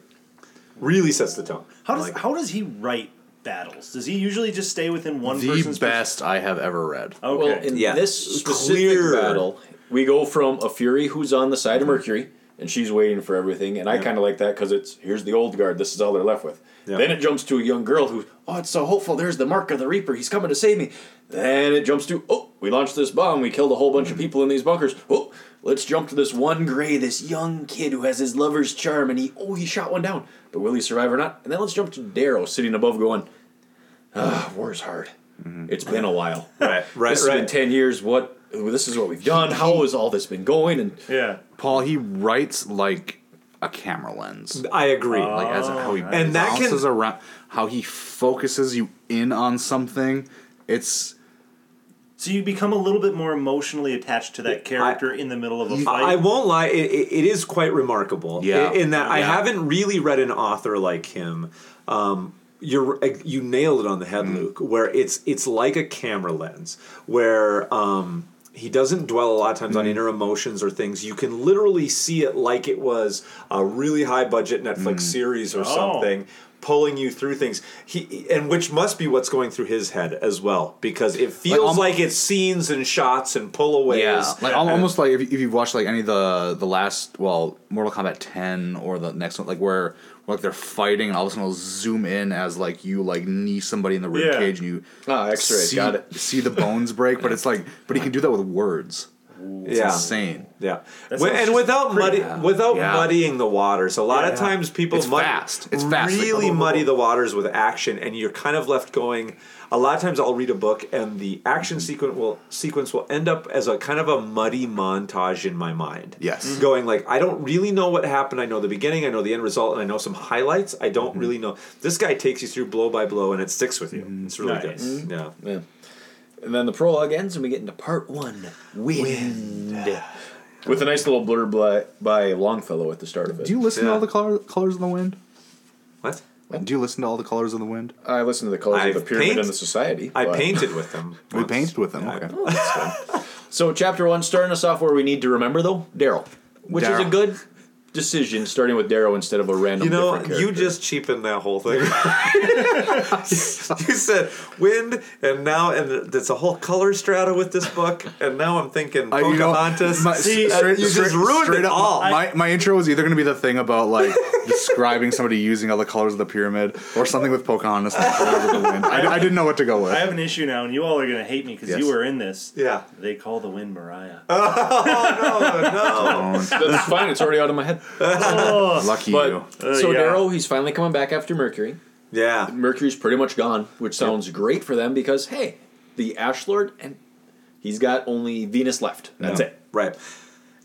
[SPEAKER 7] really sets the tone.
[SPEAKER 10] How does how does he write battles? Does he usually just stay within one person's
[SPEAKER 1] best I have ever read.
[SPEAKER 10] Okay.
[SPEAKER 9] Well, in
[SPEAKER 10] Yeah.
[SPEAKER 9] this specific battle, we go from a Fury who's on the side of Mercury, and she's waiting for everything, and I
[SPEAKER 7] Mm-hmm. Yeah.
[SPEAKER 9] kind of like that because it's here's the old guard. This is all they're left with.
[SPEAKER 7] Yeah.
[SPEAKER 9] Then it jumps to a young girl who, oh, it's so hopeful. There's the mark of the Reaper. He's coming to save me. Then it jumps to, oh, we launched this bomb. We killed a whole
[SPEAKER 7] Mm-hmm.
[SPEAKER 9] bunch of people in these bunkers. Oh, let's jump to this one gray, this young kid who has his lover's charm, and he, oh, he shot one down. But will he survive or not? And then let's jump to Darrow sitting above, going, ah, war's hard.
[SPEAKER 7] Mm-hmm.
[SPEAKER 9] It's been
[SPEAKER 7] [laughs]
[SPEAKER 9] a while.
[SPEAKER 7] Right, right,
[SPEAKER 9] This has been
[SPEAKER 7] right.
[SPEAKER 9] ten years. What? This is what we've done. How has all this been going? And
[SPEAKER 10] yeah,
[SPEAKER 1] Paul he writes like a camera lens.
[SPEAKER 7] I agree.
[SPEAKER 1] Like as how he
[SPEAKER 7] And that can-
[SPEAKER 1] bounces around, how he focuses you in on something. It's
[SPEAKER 10] So you become a little bit more emotionally attached to that character in the middle of a fight.
[SPEAKER 7] I won't lie, it, it, it is quite remarkable.
[SPEAKER 10] Yeah.
[SPEAKER 7] i- In that I
[SPEAKER 10] Yeah.
[SPEAKER 7] haven't really read an author like him. Um, you're you nailed it on the head, Luke. Where it's it's like a camera lens, where um, he doesn't dwell a lot of times on inner emotions or things. You can literally see it like it was a really high budget Netflix series or
[SPEAKER 10] Oh.
[SPEAKER 7] something. Pulling you through things, he and which must be what's going through his head as well, because it feels like,
[SPEAKER 1] almo-
[SPEAKER 7] it's scenes and shots and pullaways.
[SPEAKER 1] yeah, like al-
[SPEAKER 7] and-
[SPEAKER 1] almost like if, if you've watched like any of the the last well Mortal Kombat ten or the next one like where like they're fighting and all of a sudden it'll zoom in as like you like knee somebody in the rib
[SPEAKER 9] Yeah.
[SPEAKER 1] cage and you
[SPEAKER 9] Ah, X-ray,
[SPEAKER 1] see,
[SPEAKER 9] got it.
[SPEAKER 1] see the bones break but it's like but he can do that with words. It's
[SPEAKER 7] Yeah.
[SPEAKER 1] insane.
[SPEAKER 7] Yeah, Wi- and without muddy, without muddying the waters. A lot
[SPEAKER 1] Yeah.
[SPEAKER 7] of times people
[SPEAKER 1] It's
[SPEAKER 7] mud-
[SPEAKER 1] fast. It's fast. Like,
[SPEAKER 7] Really
[SPEAKER 1] boom, boom,
[SPEAKER 7] muddy the waters with action, and you're kind of left going. A lot of times, I'll read a book, and the action
[SPEAKER 1] Mm-hmm.
[SPEAKER 7] sequence will sequence will end up as a kind of a muddy montage in my mind.
[SPEAKER 1] Yes. Mhm.
[SPEAKER 7] going like I don't really know what happened. I know the beginning, I know the end result, and I know some highlights. I don't
[SPEAKER 1] Mm-hmm.
[SPEAKER 7] really know. This guy takes you through blow by blow, and it sticks with you.
[SPEAKER 1] Mm-hmm.
[SPEAKER 7] It's really
[SPEAKER 9] Nice.
[SPEAKER 7] good. Yeah.
[SPEAKER 9] yeah. And then the prologue ends, and we get into part one. Wind. With a nice little blurb by, by Longfellow at the start of it.
[SPEAKER 1] Do you listen to all the color, colors of the wind?
[SPEAKER 7] What?
[SPEAKER 1] Do you listen to all the colors of the wind?
[SPEAKER 9] I listen to the colors
[SPEAKER 1] I've
[SPEAKER 9] of the pyramid
[SPEAKER 1] paint-
[SPEAKER 9] and the society.
[SPEAKER 1] I
[SPEAKER 9] but-
[SPEAKER 1] painted
[SPEAKER 7] with them.
[SPEAKER 1] We painted with them. Okay.
[SPEAKER 9] So chapter one, starting us off where we need to remember though, Daryl, which is a
[SPEAKER 1] Daryl.
[SPEAKER 9] good decision starting with Darrow instead of a random.
[SPEAKER 7] You know,
[SPEAKER 9] different
[SPEAKER 7] you just cheapened that whole thing. [laughs] you said wind, and now and it's a whole color strata with this book, and now I'm thinking
[SPEAKER 1] Uh, you know,
[SPEAKER 7] Pocahontas.
[SPEAKER 1] my-
[SPEAKER 7] See,
[SPEAKER 1] straight-
[SPEAKER 7] you just
[SPEAKER 1] straight-
[SPEAKER 7] ruined
[SPEAKER 1] straight
[SPEAKER 7] it
[SPEAKER 1] up,
[SPEAKER 7] all.
[SPEAKER 1] My, my intro was either going to be the thing about like [laughs] describing somebody using all the colors of the pyramid, or something with Pocahontas and the colors of the wind. I, I didn't know what to go with.
[SPEAKER 10] I have an issue now, and you all are going to hate me because
[SPEAKER 1] Yes.
[SPEAKER 10] you were in this.
[SPEAKER 7] Yeah.
[SPEAKER 10] They call the wind Mariah.
[SPEAKER 9] no, that's fine. It's already out of my head.
[SPEAKER 1] Lucky
[SPEAKER 9] But-
[SPEAKER 1] you.
[SPEAKER 9] so
[SPEAKER 1] yeah.
[SPEAKER 9] Darrow, he's finally coming back after Mercury.
[SPEAKER 7] Yeah,
[SPEAKER 9] Mercury's pretty much gone, which sounds great for them because hey, the Ash Lord and he's got only Venus left. That's it.
[SPEAKER 7] Right.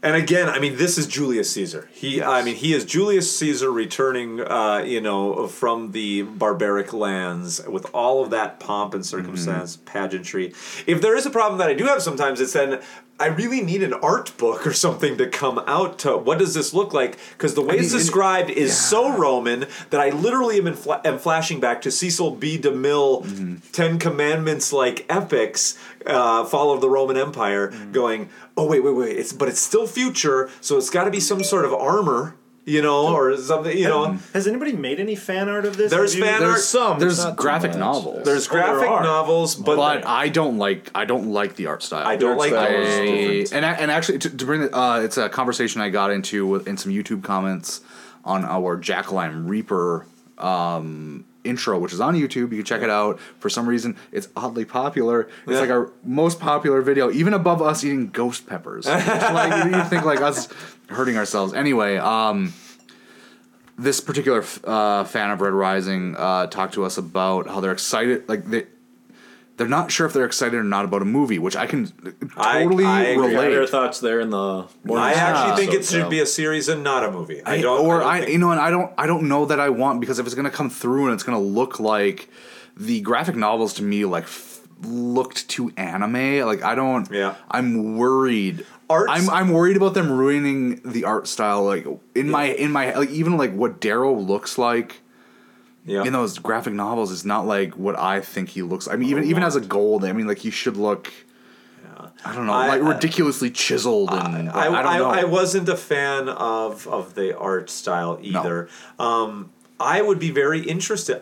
[SPEAKER 7] And again, I mean, this is Julius Caesar. He, I mean, he is Julius Caesar returning, uh, you know, from the barbaric lands with all of that pomp
[SPEAKER 9] Mm-hmm.
[SPEAKER 7] and circumstance, pageantry. If there is a problem that I do have sometimes, it's then I really need an art book or something to come out to. What does this look like? Because the way it's
[SPEAKER 9] mean, it-
[SPEAKER 7] described is so Roman that I literally am, in fla- am flashing back to Cecil B. DeMille, Ten Commandments like epics, uh, Fall of the Roman Empire, going, oh, wait, wait, wait, it's, but it's still future, so it's got to be some sort of armor, you know, or something, you know.
[SPEAKER 10] Has anybody made any fan art of this?
[SPEAKER 7] There's
[SPEAKER 10] Have you-
[SPEAKER 7] fan art.
[SPEAKER 1] There's graphic novels.
[SPEAKER 7] There's graphic novels, but,
[SPEAKER 1] I don't like I don't like the art style.
[SPEAKER 7] I don't like the art style.
[SPEAKER 1] I- And I- and actually to, to bring the, uh, it's a conversation I got into with, in some YouTube comments on our Jackalime Reaper um, intro, which is on YouTube. You can check it out. For some reason, it's oddly popular. It's
[SPEAKER 7] Yeah.
[SPEAKER 1] like our most popular video, even above us eating ghost
[SPEAKER 7] [laughs]
[SPEAKER 1] peppers. It's like you think like us hurting ourselves. Anyway, um, this particular f- uh, fan of Red Rising uh, talked to us about how they're excited, like they. They're not sure if they're excited or not about a movie, which I can totally relate.
[SPEAKER 9] Their thoughts there in the.
[SPEAKER 7] I actually think it
[SPEAKER 9] Ah, So,
[SPEAKER 7] should
[SPEAKER 9] yeah.
[SPEAKER 7] be a series and not a movie. I,
[SPEAKER 1] I-
[SPEAKER 7] don't.
[SPEAKER 1] or
[SPEAKER 7] don't
[SPEAKER 1] I,
[SPEAKER 7] think-
[SPEAKER 1] you know, and I don't, I don't know that I want because if it's gonna come through and it's gonna look like the graphic novels to me, like f- looked too anime. Like I don't. Yeah. I'm worried. Art. I'm I'm worried about them ruining the art style. Like in my in my like even like what Darrow looks like.
[SPEAKER 7] Yeah.
[SPEAKER 1] In those graphic novels, is not like what I think he looks. I mean,
[SPEAKER 7] Oh,
[SPEAKER 1] even even as a gold, I mean, like he should look. I don't know,
[SPEAKER 7] I-
[SPEAKER 1] like ridiculously chiseled and
[SPEAKER 7] I,
[SPEAKER 1] Um, I,
[SPEAKER 7] I,
[SPEAKER 1] don't know.
[SPEAKER 7] I wasn't a fan of of the art style either. Um, I would be very interested.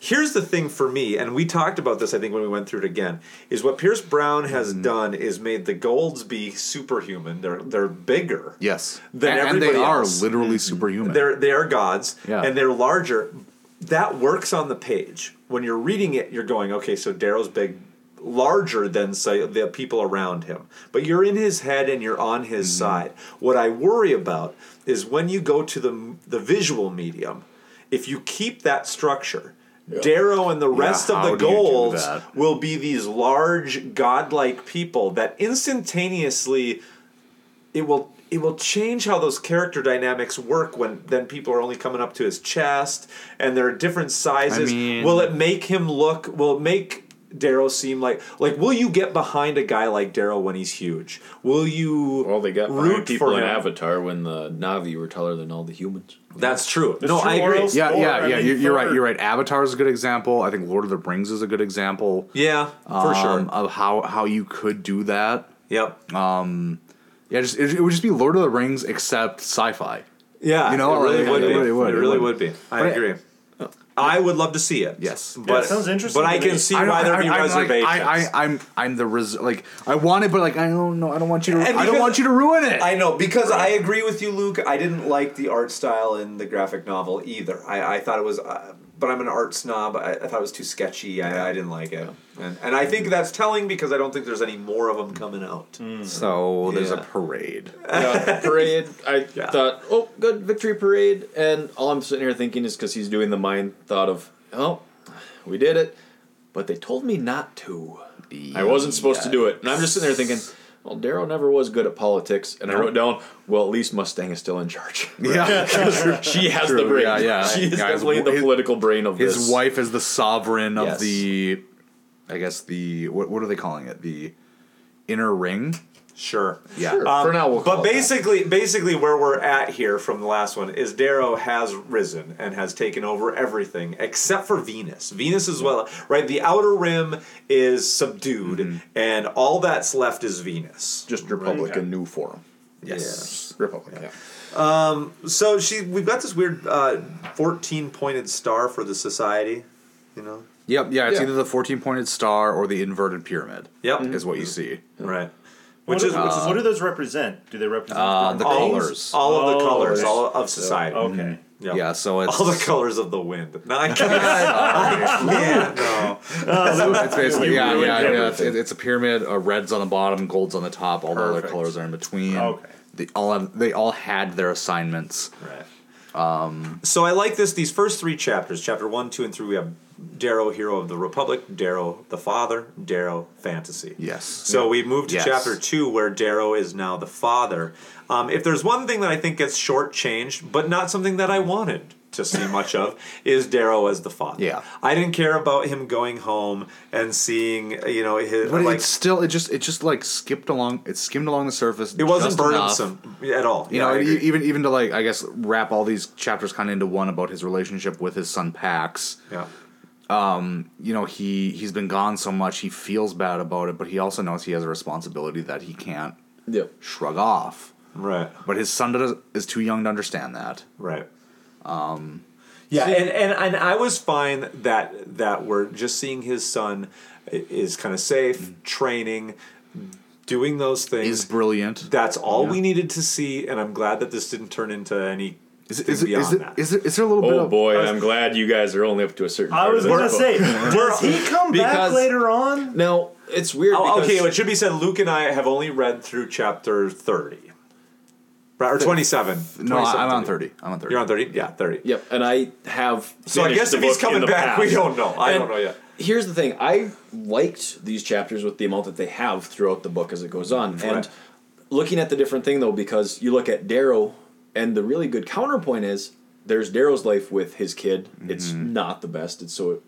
[SPEAKER 7] Here's the thing for me, and we talked about this, I think, when we went through it again, is what Pierce Brown has
[SPEAKER 1] Mm-hmm.
[SPEAKER 7] done is made the Golds be superhuman. They're they're bigger.
[SPEAKER 1] yes,
[SPEAKER 7] Than
[SPEAKER 1] and, and
[SPEAKER 7] everybody
[SPEAKER 1] they are
[SPEAKER 7] else.
[SPEAKER 1] literally superhuman.
[SPEAKER 7] They're they are gods,
[SPEAKER 1] Yeah.
[SPEAKER 7] and they're larger. That works on the page. When you're reading it, you're going, okay, so Darrow's big, larger than say the people around him, but you're in his head and you're on his
[SPEAKER 1] Mm-hmm.
[SPEAKER 7] side. What I worry about is when you go to the the visual medium. If you keep that structure, Darrow and the
[SPEAKER 1] Yeah,
[SPEAKER 7] rest of
[SPEAKER 1] how
[SPEAKER 7] the
[SPEAKER 1] do you do
[SPEAKER 7] golds
[SPEAKER 1] that?
[SPEAKER 7] will be these large godlike people that instantaneously it will it will change how those character dynamics work when then people are only coming up to his chest and there are different sizes
[SPEAKER 1] I mean-
[SPEAKER 7] will it make him look will it make Darrow seem like like will you get behind a guy like Darrow when he's huge will you well
[SPEAKER 9] they got
[SPEAKER 7] root
[SPEAKER 9] people
[SPEAKER 7] for
[SPEAKER 9] in
[SPEAKER 7] him
[SPEAKER 9] Avatar when the Navi were taller than all the humans.
[SPEAKER 7] that's true
[SPEAKER 9] That's
[SPEAKER 7] no
[SPEAKER 9] true,
[SPEAKER 7] I
[SPEAKER 9] or
[SPEAKER 7] agree
[SPEAKER 9] else-
[SPEAKER 1] Yeah,
[SPEAKER 9] Or,
[SPEAKER 1] yeah,
[SPEAKER 9] I
[SPEAKER 1] yeah.
[SPEAKER 9] mean,
[SPEAKER 1] you're, you're right.
[SPEAKER 9] for-
[SPEAKER 1] You're right. Avatar is a good example. I think Lord of the Rings is a good example.
[SPEAKER 7] Yeah, for sure.
[SPEAKER 1] um, Of how how you could do that.
[SPEAKER 7] Yep.
[SPEAKER 1] Um, yeah, just it, it would just be Lord of the Rings except sci-fi.
[SPEAKER 7] yeah
[SPEAKER 1] you know,
[SPEAKER 7] it really
[SPEAKER 1] like,
[SPEAKER 7] would
[SPEAKER 1] it
[SPEAKER 7] be
[SPEAKER 1] really
[SPEAKER 7] it
[SPEAKER 1] would, it
[SPEAKER 7] really
[SPEAKER 1] would.
[SPEAKER 7] would be I
[SPEAKER 1] But-
[SPEAKER 7] agree I would love to see it
[SPEAKER 1] Yes,
[SPEAKER 7] but but I can see
[SPEAKER 1] don't-
[SPEAKER 7] why there'd be
[SPEAKER 1] I'm like-
[SPEAKER 7] reservations
[SPEAKER 1] I, I, I'm I'm the res- like I want it, but like I don't know. I don't want you to.
[SPEAKER 7] And
[SPEAKER 1] I don't
[SPEAKER 7] because-
[SPEAKER 1] want you to ruin it.
[SPEAKER 7] I know because I agree with you, Luke. I didn't like the art style in the graphic novel either. I, I thought it was, uh, but I'm an art snob. I, I thought it was too sketchy. I, I didn't like it, and, and I think that's telling because I don't think there's any more of them coming out.
[SPEAKER 1] Hmm. So there's
[SPEAKER 7] Yeah.
[SPEAKER 1] a parade.
[SPEAKER 7] [laughs]
[SPEAKER 9] yeah, parade. I thought, oh, good victory parade, and all I'm sitting here thinking is because he's doing the mind thought of, oh, we did it, but they told me not to. I wasn't supposed to do it, and I'm just sitting there thinking, well, Darrow never was good at politics, and I wrote down, well, at least Mustang is still in charge.
[SPEAKER 1] Yeah.
[SPEAKER 9] 'Cause [laughs] she has
[SPEAKER 1] True,
[SPEAKER 9] the brain.
[SPEAKER 1] yeah, yeah.
[SPEAKER 9] she is
[SPEAKER 1] Yeah, his-
[SPEAKER 9] definitely the
[SPEAKER 1] his-
[SPEAKER 9] political brain
[SPEAKER 1] [laughs]
[SPEAKER 9] of
[SPEAKER 1] His
[SPEAKER 9] this.
[SPEAKER 1] wife is the sovereign of
[SPEAKER 9] Yes.
[SPEAKER 1] the, I guess the what what are they calling it? The inner ring.
[SPEAKER 7] Sure.
[SPEAKER 1] Yeah.
[SPEAKER 7] Um, but basically, basically, where we're at here from the last one is Darrow has risen and has taken over everything except for Venus. Venus is well, right? The outer rim
[SPEAKER 1] Mm-hmm.
[SPEAKER 7] is subdued, and all that's left is Venus.
[SPEAKER 9] Just Republican new form.
[SPEAKER 7] Yes.
[SPEAKER 9] Republic. Yeah.
[SPEAKER 7] Um, so she, we've got this weird uh, fourteen pointed star for the society. You know.
[SPEAKER 1] Yep. Yeah. It's
[SPEAKER 7] Yeah.
[SPEAKER 1] either the fourteen pointed star or the inverted pyramid.
[SPEAKER 7] Yep.
[SPEAKER 1] Is what you see.
[SPEAKER 7] Right.
[SPEAKER 10] Which is, which is
[SPEAKER 1] Uh,
[SPEAKER 10] what do those represent? Do they represent
[SPEAKER 1] Uh,
[SPEAKER 10] different
[SPEAKER 1] the
[SPEAKER 10] things?
[SPEAKER 1] colors.
[SPEAKER 7] All of the
[SPEAKER 10] Oh,
[SPEAKER 7] colors,
[SPEAKER 10] okay.
[SPEAKER 7] all of society.
[SPEAKER 10] So, okay.
[SPEAKER 1] Mhm.
[SPEAKER 7] Mm-hmm.
[SPEAKER 1] Yeah, so it's
[SPEAKER 7] All the colors of the wind. No, I can't. I can't. No.
[SPEAKER 1] it's basically yeah, yeah, yeah. It's, it's a pyramid. Uh, red's on the bottom, gold's on the top. All the other
[SPEAKER 7] Perfect.
[SPEAKER 1] colors are in between.
[SPEAKER 7] Okay.
[SPEAKER 1] They all have, they all had their assignments. Right. Um.
[SPEAKER 7] So I like this. These first three chapters, chapter one, two, and three, we have Darrow, hero of the Republic, Darrow, the father, Darrow, fantasy.
[SPEAKER 1] Yes.
[SPEAKER 7] So we move to
[SPEAKER 1] Yes.
[SPEAKER 7] chapter two, where Darrow is now the father. Um, if there's one thing that I think gets shortchanged, but not something that I wanted to see much of, [laughs] is Darrow as the father.
[SPEAKER 1] Yeah.
[SPEAKER 7] I didn't care about him going home and seeing, you know, his
[SPEAKER 1] But
[SPEAKER 7] like
[SPEAKER 1] it's still it just it just like skipped along it skimmed along the surface.
[SPEAKER 7] it wasn't
[SPEAKER 1] just enough.
[SPEAKER 7] burdensome at all.
[SPEAKER 1] You
[SPEAKER 7] Yeah,
[SPEAKER 1] know,
[SPEAKER 7] I
[SPEAKER 1] e-
[SPEAKER 7] agree.
[SPEAKER 1] even even to like I guess wrap all these chapters kind of into one about his relationship with his son Pax.
[SPEAKER 7] Yeah.
[SPEAKER 1] Um, you know, he he's been gone so much, he feels bad about it, but he also knows he has a responsibility that he can't
[SPEAKER 9] Yep.
[SPEAKER 1] shrug off.
[SPEAKER 7] Right.
[SPEAKER 1] But his son does, is too young to understand that.
[SPEAKER 7] Right.
[SPEAKER 1] Um
[SPEAKER 7] Yeah, and, and and I was fine that that we're just seeing his son i- is kind of safe, training, doing those things.
[SPEAKER 1] Is brilliant.
[SPEAKER 7] That's all
[SPEAKER 1] Yeah.
[SPEAKER 7] we needed to see, and I'm glad that this didn't turn into any.
[SPEAKER 1] Is,
[SPEAKER 7] is, beyond
[SPEAKER 1] is it-
[SPEAKER 7] that.
[SPEAKER 1] is there, is there a little bit
[SPEAKER 9] Oh
[SPEAKER 1] of
[SPEAKER 9] boy, I'm glad you guys are only up to a certain.
[SPEAKER 7] I
[SPEAKER 9] part
[SPEAKER 7] was
[SPEAKER 9] of this
[SPEAKER 7] gonna
[SPEAKER 9] book.
[SPEAKER 7] say, [laughs] does he come back
[SPEAKER 9] Because-
[SPEAKER 7] later
[SPEAKER 10] on?
[SPEAKER 9] No, it's weird.
[SPEAKER 7] Oh, okay,
[SPEAKER 9] because-
[SPEAKER 7] it should be said. Luke and I have only read through chapter thirty, Right, or
[SPEAKER 9] Thir-
[SPEAKER 7] twenty-seven.
[SPEAKER 9] No, I-
[SPEAKER 7] 27,
[SPEAKER 9] I'm on 30. I'm on 30.
[SPEAKER 7] You're on thirty. Yeah, thirty.
[SPEAKER 9] Yep, and I have.
[SPEAKER 7] So I
[SPEAKER 9] finished
[SPEAKER 7] guess
[SPEAKER 9] the
[SPEAKER 7] if he's
[SPEAKER 9] book in
[SPEAKER 7] coming
[SPEAKER 9] the
[SPEAKER 7] back, we
[SPEAKER 9] past.
[SPEAKER 7] don't know. I
[SPEAKER 9] And
[SPEAKER 7] don't know yet.
[SPEAKER 9] Here's the thing: I liked these chapters with the amount that they have throughout the book as it goes on, and
[SPEAKER 7] Right.
[SPEAKER 9] looking at the different thing though, because you look at Darrow, and the really good counterpoint is there's Darrow's life with his kid. It's
[SPEAKER 1] Mm-hmm.
[SPEAKER 9] not the best. It's so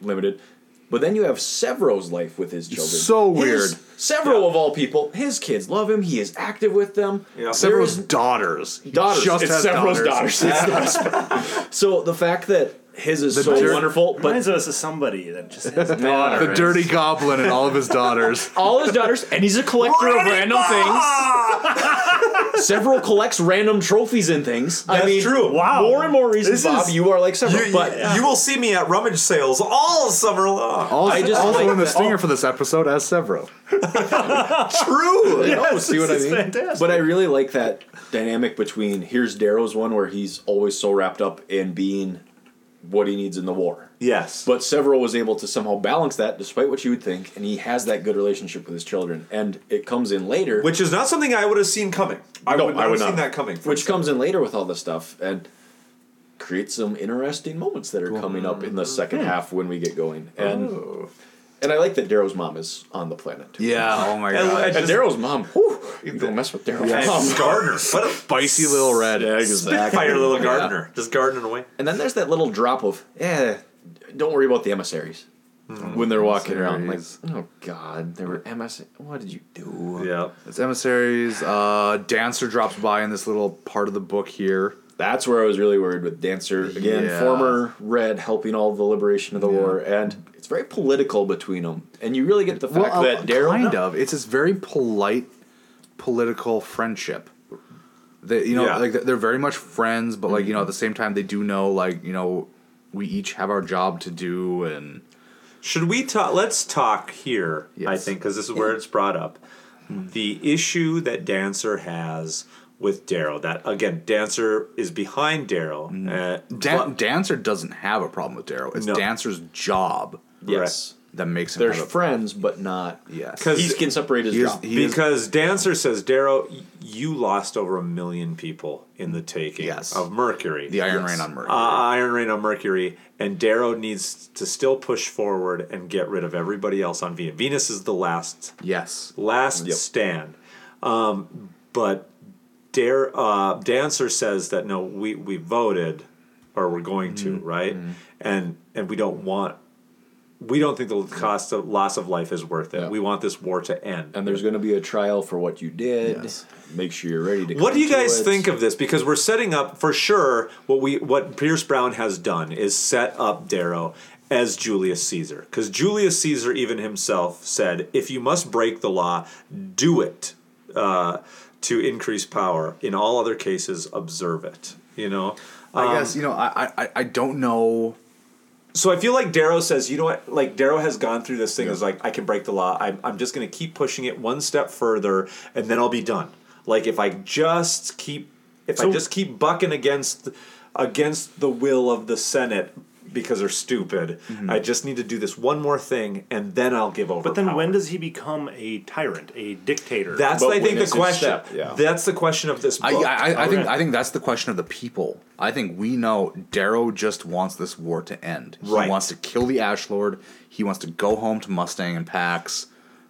[SPEAKER 9] limited. But then you have Severo's life with his children.
[SPEAKER 1] so
[SPEAKER 9] His-
[SPEAKER 1] weird.
[SPEAKER 9] Severo of all people, his kids love him. He is active with them. There
[SPEAKER 1] Severo's
[SPEAKER 9] is-
[SPEAKER 1] daughters. He
[SPEAKER 9] daughters.
[SPEAKER 1] just
[SPEAKER 9] it's
[SPEAKER 1] has
[SPEAKER 9] Severo's
[SPEAKER 1] daughters.
[SPEAKER 9] daughters. It's not- [laughs] so the fact that his is
[SPEAKER 1] The
[SPEAKER 9] so
[SPEAKER 1] dir-
[SPEAKER 9] wonderful, but
[SPEAKER 10] reminds us of somebody that just has
[SPEAKER 7] [laughs]
[SPEAKER 9] daughter.
[SPEAKER 1] the dirty goblin and all of his daughters.
[SPEAKER 9] all his daughters, and he's a collector of random [laughs] things. Several collects random trophies and things. I
[SPEAKER 7] That's
[SPEAKER 9] mean,
[SPEAKER 7] true. Wow.
[SPEAKER 9] More and more reasons, Bob, you are like Severo.
[SPEAKER 7] You,
[SPEAKER 9] but
[SPEAKER 7] you will see me at rummage sales all summer long.
[SPEAKER 1] Also,
[SPEAKER 7] I just
[SPEAKER 1] also
[SPEAKER 7] like
[SPEAKER 1] in the
[SPEAKER 7] that.
[SPEAKER 1] stinger for this episode as Severo.
[SPEAKER 9] True.
[SPEAKER 1] Yes,
[SPEAKER 9] no, see [laughs] what I
[SPEAKER 1] this is
[SPEAKER 9] mean?
[SPEAKER 1] fantastic.
[SPEAKER 9] But I really like that dynamic between here's Darrow's one where he's always so wrapped up in being what he needs in the war.
[SPEAKER 7] Yes.
[SPEAKER 9] But Severo was able to somehow balance that despite what you would think, and he has that good relationship with his children. And it comes in later.
[SPEAKER 7] Which is not something I would have seen coming. I would not have seen that coming. for
[SPEAKER 9] Which comes in later with all this stuff and creates some interesting moments that are coming up in the
[SPEAKER 7] Hmm.
[SPEAKER 9] second half when we get going. And
[SPEAKER 7] Oh.
[SPEAKER 9] and I like that Darrow's mom is on the planet. too.
[SPEAKER 1] Yeah, oh my
[SPEAKER 9] And,
[SPEAKER 1] God.
[SPEAKER 9] and Darrow's mom, whew, you don't mess with Darrow's
[SPEAKER 1] Yeah.
[SPEAKER 9] mom.
[SPEAKER 7] Gardner. What a
[SPEAKER 1] spicy little red.
[SPEAKER 9] Yeah, exactly.
[SPEAKER 7] Spitfire little
[SPEAKER 9] Yeah.
[SPEAKER 7] gardener. Just gardening away.
[SPEAKER 9] And then there's that little drop of, eh, don't worry about the emissaries.
[SPEAKER 7] Hmm.
[SPEAKER 9] When they're walking around, like, oh God, there were emissaries. What did you do?
[SPEAKER 7] Yeah.
[SPEAKER 1] It's emissaries. Uh, Dancer drops by in this little part of the book here.
[SPEAKER 9] That's where I was really worried with Dancer. Again,
[SPEAKER 1] Yeah.
[SPEAKER 9] former Red helping all the liberation of the war, and it's very political between them. And you really get the fact
[SPEAKER 1] uh,
[SPEAKER 9] that Daryl.
[SPEAKER 1] kind of. It's this very polite political friendship. They, you know,
[SPEAKER 9] Yeah.
[SPEAKER 1] like they're very much friends, but like you know, at the same time, they do know like you know, we each have our job to do, and
[SPEAKER 7] Should we talk? Let's talk here, I think, because this is where it's brought up. The issue that Dancer has with Darrow, that again, Dancer is behind Darrow. Uh,
[SPEAKER 1] Dan-
[SPEAKER 7] but-
[SPEAKER 1] Dancer doesn't have a problem with Darrow. It's
[SPEAKER 7] No.
[SPEAKER 1] Dancer's job,
[SPEAKER 7] Yes.
[SPEAKER 1] that makes him.
[SPEAKER 9] They're
[SPEAKER 1] have a-
[SPEAKER 9] friends, but not.
[SPEAKER 1] Yes.
[SPEAKER 9] He can separate his
[SPEAKER 1] He is-
[SPEAKER 9] job.
[SPEAKER 1] he is-
[SPEAKER 7] because Dancer says, Darrow, y- you lost over a million people in the taking of Mercury. The
[SPEAKER 1] Iron Yes. Rain on
[SPEAKER 7] Uh,
[SPEAKER 1] Mercury.
[SPEAKER 7] Iron Rain on Mercury. And Darrow needs to still push forward and get rid of everybody else on Venus. Venus is the last
[SPEAKER 1] yes
[SPEAKER 7] last
[SPEAKER 1] Yep.
[SPEAKER 7] stand. Um, but Dare, uh, Dancer says that no, we, we voted or we're going to,
[SPEAKER 1] Mm-hmm.
[SPEAKER 7] right? And and we don't want we don't think the cost of loss of life is worth it. We want this war to end.
[SPEAKER 9] And there's going to be a trial for what you did. Make sure you're ready to.
[SPEAKER 7] What
[SPEAKER 9] come
[SPEAKER 7] do you
[SPEAKER 9] to
[SPEAKER 7] guys
[SPEAKER 9] it.
[SPEAKER 7] think of this? Because we're setting up for sure what we what Pierce Brown has done is set up Darrow as Julius Caesar. Because Julius Caesar even himself said, if you must break the law, do it. Uh, to increase power. In all other cases, observe it. You know.
[SPEAKER 1] I guess, you know, I, I, I don't know.
[SPEAKER 7] So I feel like Darrow says, you know what? Like Darrow has gone through this thing. Is like I can break the law. I'm, I'm just going to keep pushing it one step further, and then I'll be done. Like if I just keep, if I
[SPEAKER 10] So-
[SPEAKER 7] just keep bucking against, against the will of the Senate because they're stupid. I just need to do this one more thing, and then I'll give over.
[SPEAKER 10] Mm-hmm. But then when does he become a tyrant, a dictator?
[SPEAKER 7] That's I think the question. That's the question of this
[SPEAKER 1] I,
[SPEAKER 7] book.
[SPEAKER 1] I, I, I think I think that's the question of the people. I think we know Darrow just wants this war to end. He
[SPEAKER 7] Right.
[SPEAKER 1] wants to kill the Ash Lord. He wants to go home to Mustang and Pax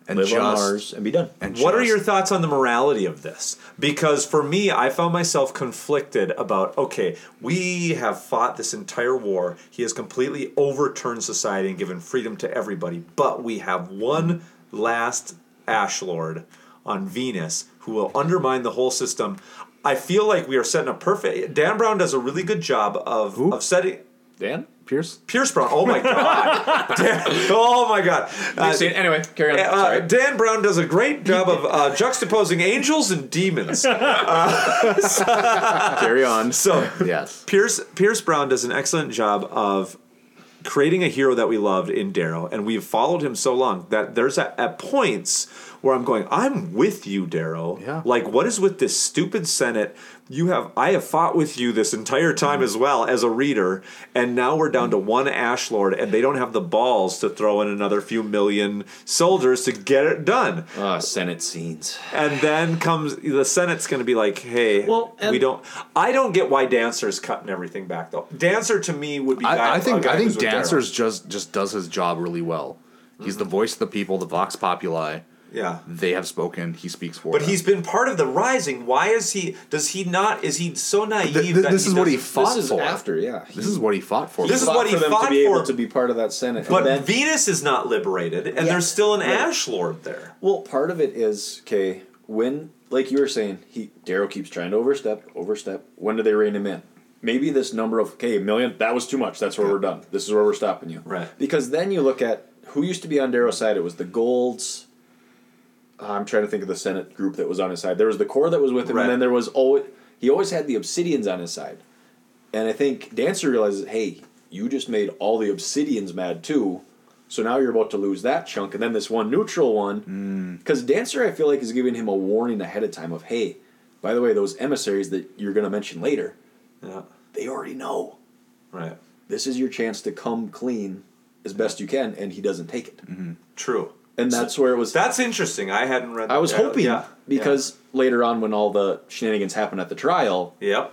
[SPEAKER 1] and
[SPEAKER 7] Live on
[SPEAKER 1] just
[SPEAKER 7] Mars
[SPEAKER 9] and be done.
[SPEAKER 1] And
[SPEAKER 7] what are
[SPEAKER 1] just-
[SPEAKER 7] your thoughts on the morality of this? Because for me, I found myself conflicted about okay, we have fought this entire war. He has completely overturned society and given freedom to everybody, but we have one last Ash Lord on Venus who will undermine the whole system. I feel like we are setting a perfect. Dan Brown does a really good job of of setting.
[SPEAKER 9] Dan
[SPEAKER 1] Pierce
[SPEAKER 7] Pierce Brown. Oh my god! [laughs] Dan- oh my god!
[SPEAKER 9] Next scene. Anyway, carry on.
[SPEAKER 7] uh,
[SPEAKER 9] Sorry.
[SPEAKER 7] Dan Brown does a great job of uh, juxtaposing angels and demons. Uh, [laughs]
[SPEAKER 9] Carry on.
[SPEAKER 7] So
[SPEAKER 1] yes,
[SPEAKER 7] Pierce Pierce Brown does an excellent job of creating a hero that we loved in Darrow, and we've followed him so long that there's a, at points where I'm going, I'm with you, Darrow. Yeah. Like, what is with this stupid Senate? You have I have fought with you this entire time as well as a reader, and now we're down to one Ash Lord, and they don't have the balls to throw in another few million soldiers to get it done.
[SPEAKER 9] Ah, Senate scenes.
[SPEAKER 7] And then comes the Senate's going to be like, "Hey, we don't." I don't get why Dancer's cutting everything back though. Dancer to me would be. guy-
[SPEAKER 1] I, I
[SPEAKER 7] a
[SPEAKER 1] think
[SPEAKER 7] guy
[SPEAKER 1] I
[SPEAKER 7] who's
[SPEAKER 1] think
[SPEAKER 7] with Darrow.
[SPEAKER 1] Dancers just just does his job really well. He's
[SPEAKER 7] Mm-hmm.
[SPEAKER 1] the voice of the people, the vox populi.
[SPEAKER 7] Yeah.
[SPEAKER 1] They have spoken. He speaks for.
[SPEAKER 7] But
[SPEAKER 1] them.
[SPEAKER 7] he's been part of the Rising. Why is he? Does he not? Is he so naive?
[SPEAKER 1] Th- th-
[SPEAKER 7] that
[SPEAKER 1] this is what he
[SPEAKER 7] doesn't-
[SPEAKER 1] fought for. this is what he fought for.
[SPEAKER 7] This is what he fought
[SPEAKER 9] to be
[SPEAKER 7] for.
[SPEAKER 9] able to be part of that Senate.
[SPEAKER 7] But
[SPEAKER 9] and then,
[SPEAKER 7] Venus is not liberated, and
[SPEAKER 9] Yeah.
[SPEAKER 7] there's still an
[SPEAKER 9] Right.
[SPEAKER 7] Ash Lord there.
[SPEAKER 9] well, part of it is okay. When, like you were saying, he Darrow keeps trying to overstep, overstep. When do they rein him in? Maybe this number of okay, a million. That was too much. That's where we're done. This is where we're stopping you.
[SPEAKER 7] Right.
[SPEAKER 9] Because then you look at who used to be on Darrow's side. It was the Golds. I'm trying to think of the Senate group that was on his side. There was the Corps that was with him,
[SPEAKER 7] Right.
[SPEAKER 9] and then there was always he always had the Obsidians on his side. And I think Dancer realizes, hey, you just made all the Obsidians mad too, so now you're about to lose that chunk, and then this one neutral one. Because Dancer, I feel like, is giving him a warning ahead of time of, hey, by the way, those emissaries that you're going to mention later,
[SPEAKER 7] Yeah.
[SPEAKER 9] they already know.
[SPEAKER 7] Right.
[SPEAKER 9] This is your chance to come clean as best you can, and he doesn't take it.
[SPEAKER 7] True.
[SPEAKER 9] And that's where it was.
[SPEAKER 7] That's interesting. I hadn't read.
[SPEAKER 9] I was
[SPEAKER 7] that.
[SPEAKER 9] hoping
[SPEAKER 7] Yeah.
[SPEAKER 9] [laughs] because later on, when all the shenanigans happen at the trial,
[SPEAKER 7] Yep.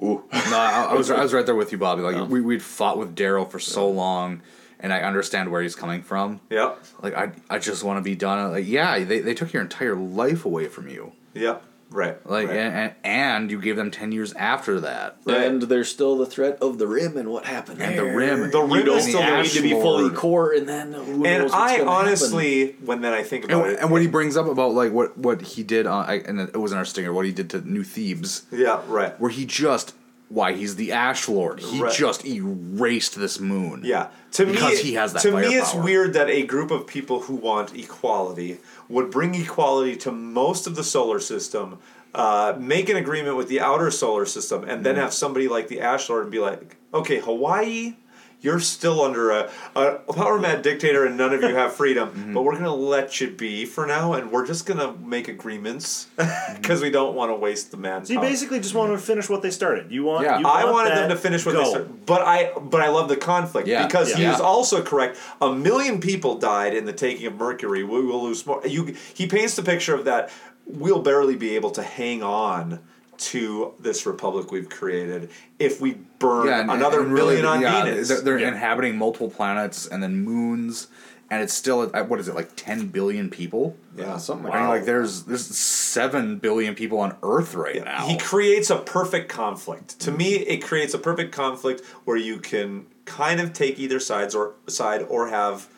[SPEAKER 9] Ooh.
[SPEAKER 1] no, I, I was I was right there with you, Bobby. Like we we'd fought with Daryl for so long, and I understand where he's coming from.
[SPEAKER 7] Yep.
[SPEAKER 1] Like I I just want to be done. Like yeah, they they took your entire life away from you.
[SPEAKER 7] Yep. Right.
[SPEAKER 1] Like
[SPEAKER 9] Right.
[SPEAKER 1] and, and, and you gave them ten years after that.
[SPEAKER 9] and there's still the threat of the rim and what happened
[SPEAKER 1] And the
[SPEAKER 9] there.
[SPEAKER 1] rim. The rim
[SPEAKER 9] you don't
[SPEAKER 1] is still
[SPEAKER 9] need
[SPEAKER 1] the
[SPEAKER 9] to be fully
[SPEAKER 1] Lord.
[SPEAKER 9] core, and then who knows
[SPEAKER 7] And
[SPEAKER 9] what's
[SPEAKER 7] I
[SPEAKER 9] gonna happen.
[SPEAKER 7] honestly, when then I think
[SPEAKER 1] And,
[SPEAKER 7] about it,
[SPEAKER 1] and what he brings up about like what what he did on I, and it wasn't our stinger. What he did to New Thebes.
[SPEAKER 7] Yeah. Right.
[SPEAKER 1] Where he just why he's the Ash Lord. He
[SPEAKER 7] Right.
[SPEAKER 1] just erased this moon.
[SPEAKER 7] Yeah, to
[SPEAKER 1] because
[SPEAKER 7] me,
[SPEAKER 1] he has that.
[SPEAKER 7] To me, it's
[SPEAKER 1] firepower.
[SPEAKER 7] weird that a group of people who want equality would bring equality to most of the solar system, uh, make an agreement with the outer solar system, and
[SPEAKER 1] Mm-hmm.
[SPEAKER 7] then have somebody like the Ash Lord and be like, "Okay, Hawaii." You're still under a, a power mad dictator, and none of
[SPEAKER 1] [laughs]
[SPEAKER 7] you have freedom.
[SPEAKER 1] Mm-hmm.
[SPEAKER 7] But we're gonna let you be for now, and we're just gonna make agreements [laughs] because we don't want to waste the manpower.
[SPEAKER 10] So you basically just want to finish what they started. You want.
[SPEAKER 7] Yeah,
[SPEAKER 10] you
[SPEAKER 7] Oh. I
[SPEAKER 10] want
[SPEAKER 7] wanted them
[SPEAKER 10] that
[SPEAKER 7] to finish what
[SPEAKER 10] go.
[SPEAKER 7] they started, but I but I love the conflict
[SPEAKER 10] Yeah,
[SPEAKER 7] because he
[SPEAKER 10] yeah.
[SPEAKER 7] was also correct. A million people died in the taking of Mercury. We will lose more. You, he paints the picture of that. We'll barely be able to hang on to this republic we've created if we burn
[SPEAKER 1] Yeah, and-
[SPEAKER 7] another
[SPEAKER 1] and really,
[SPEAKER 7] million on
[SPEAKER 1] yeah,
[SPEAKER 7] Venus.
[SPEAKER 1] They're, they're inhabiting multiple planets and then moons, and it's still at, what is it like ten billion people?
[SPEAKER 7] Yeah, something
[SPEAKER 1] I
[SPEAKER 7] like
[SPEAKER 1] mean,
[SPEAKER 7] that.
[SPEAKER 1] like there's there's seven billion people on Earth right now.
[SPEAKER 7] He creates a perfect conflict. To me, it creates a perfect conflict where you can kind of take either sides or side or have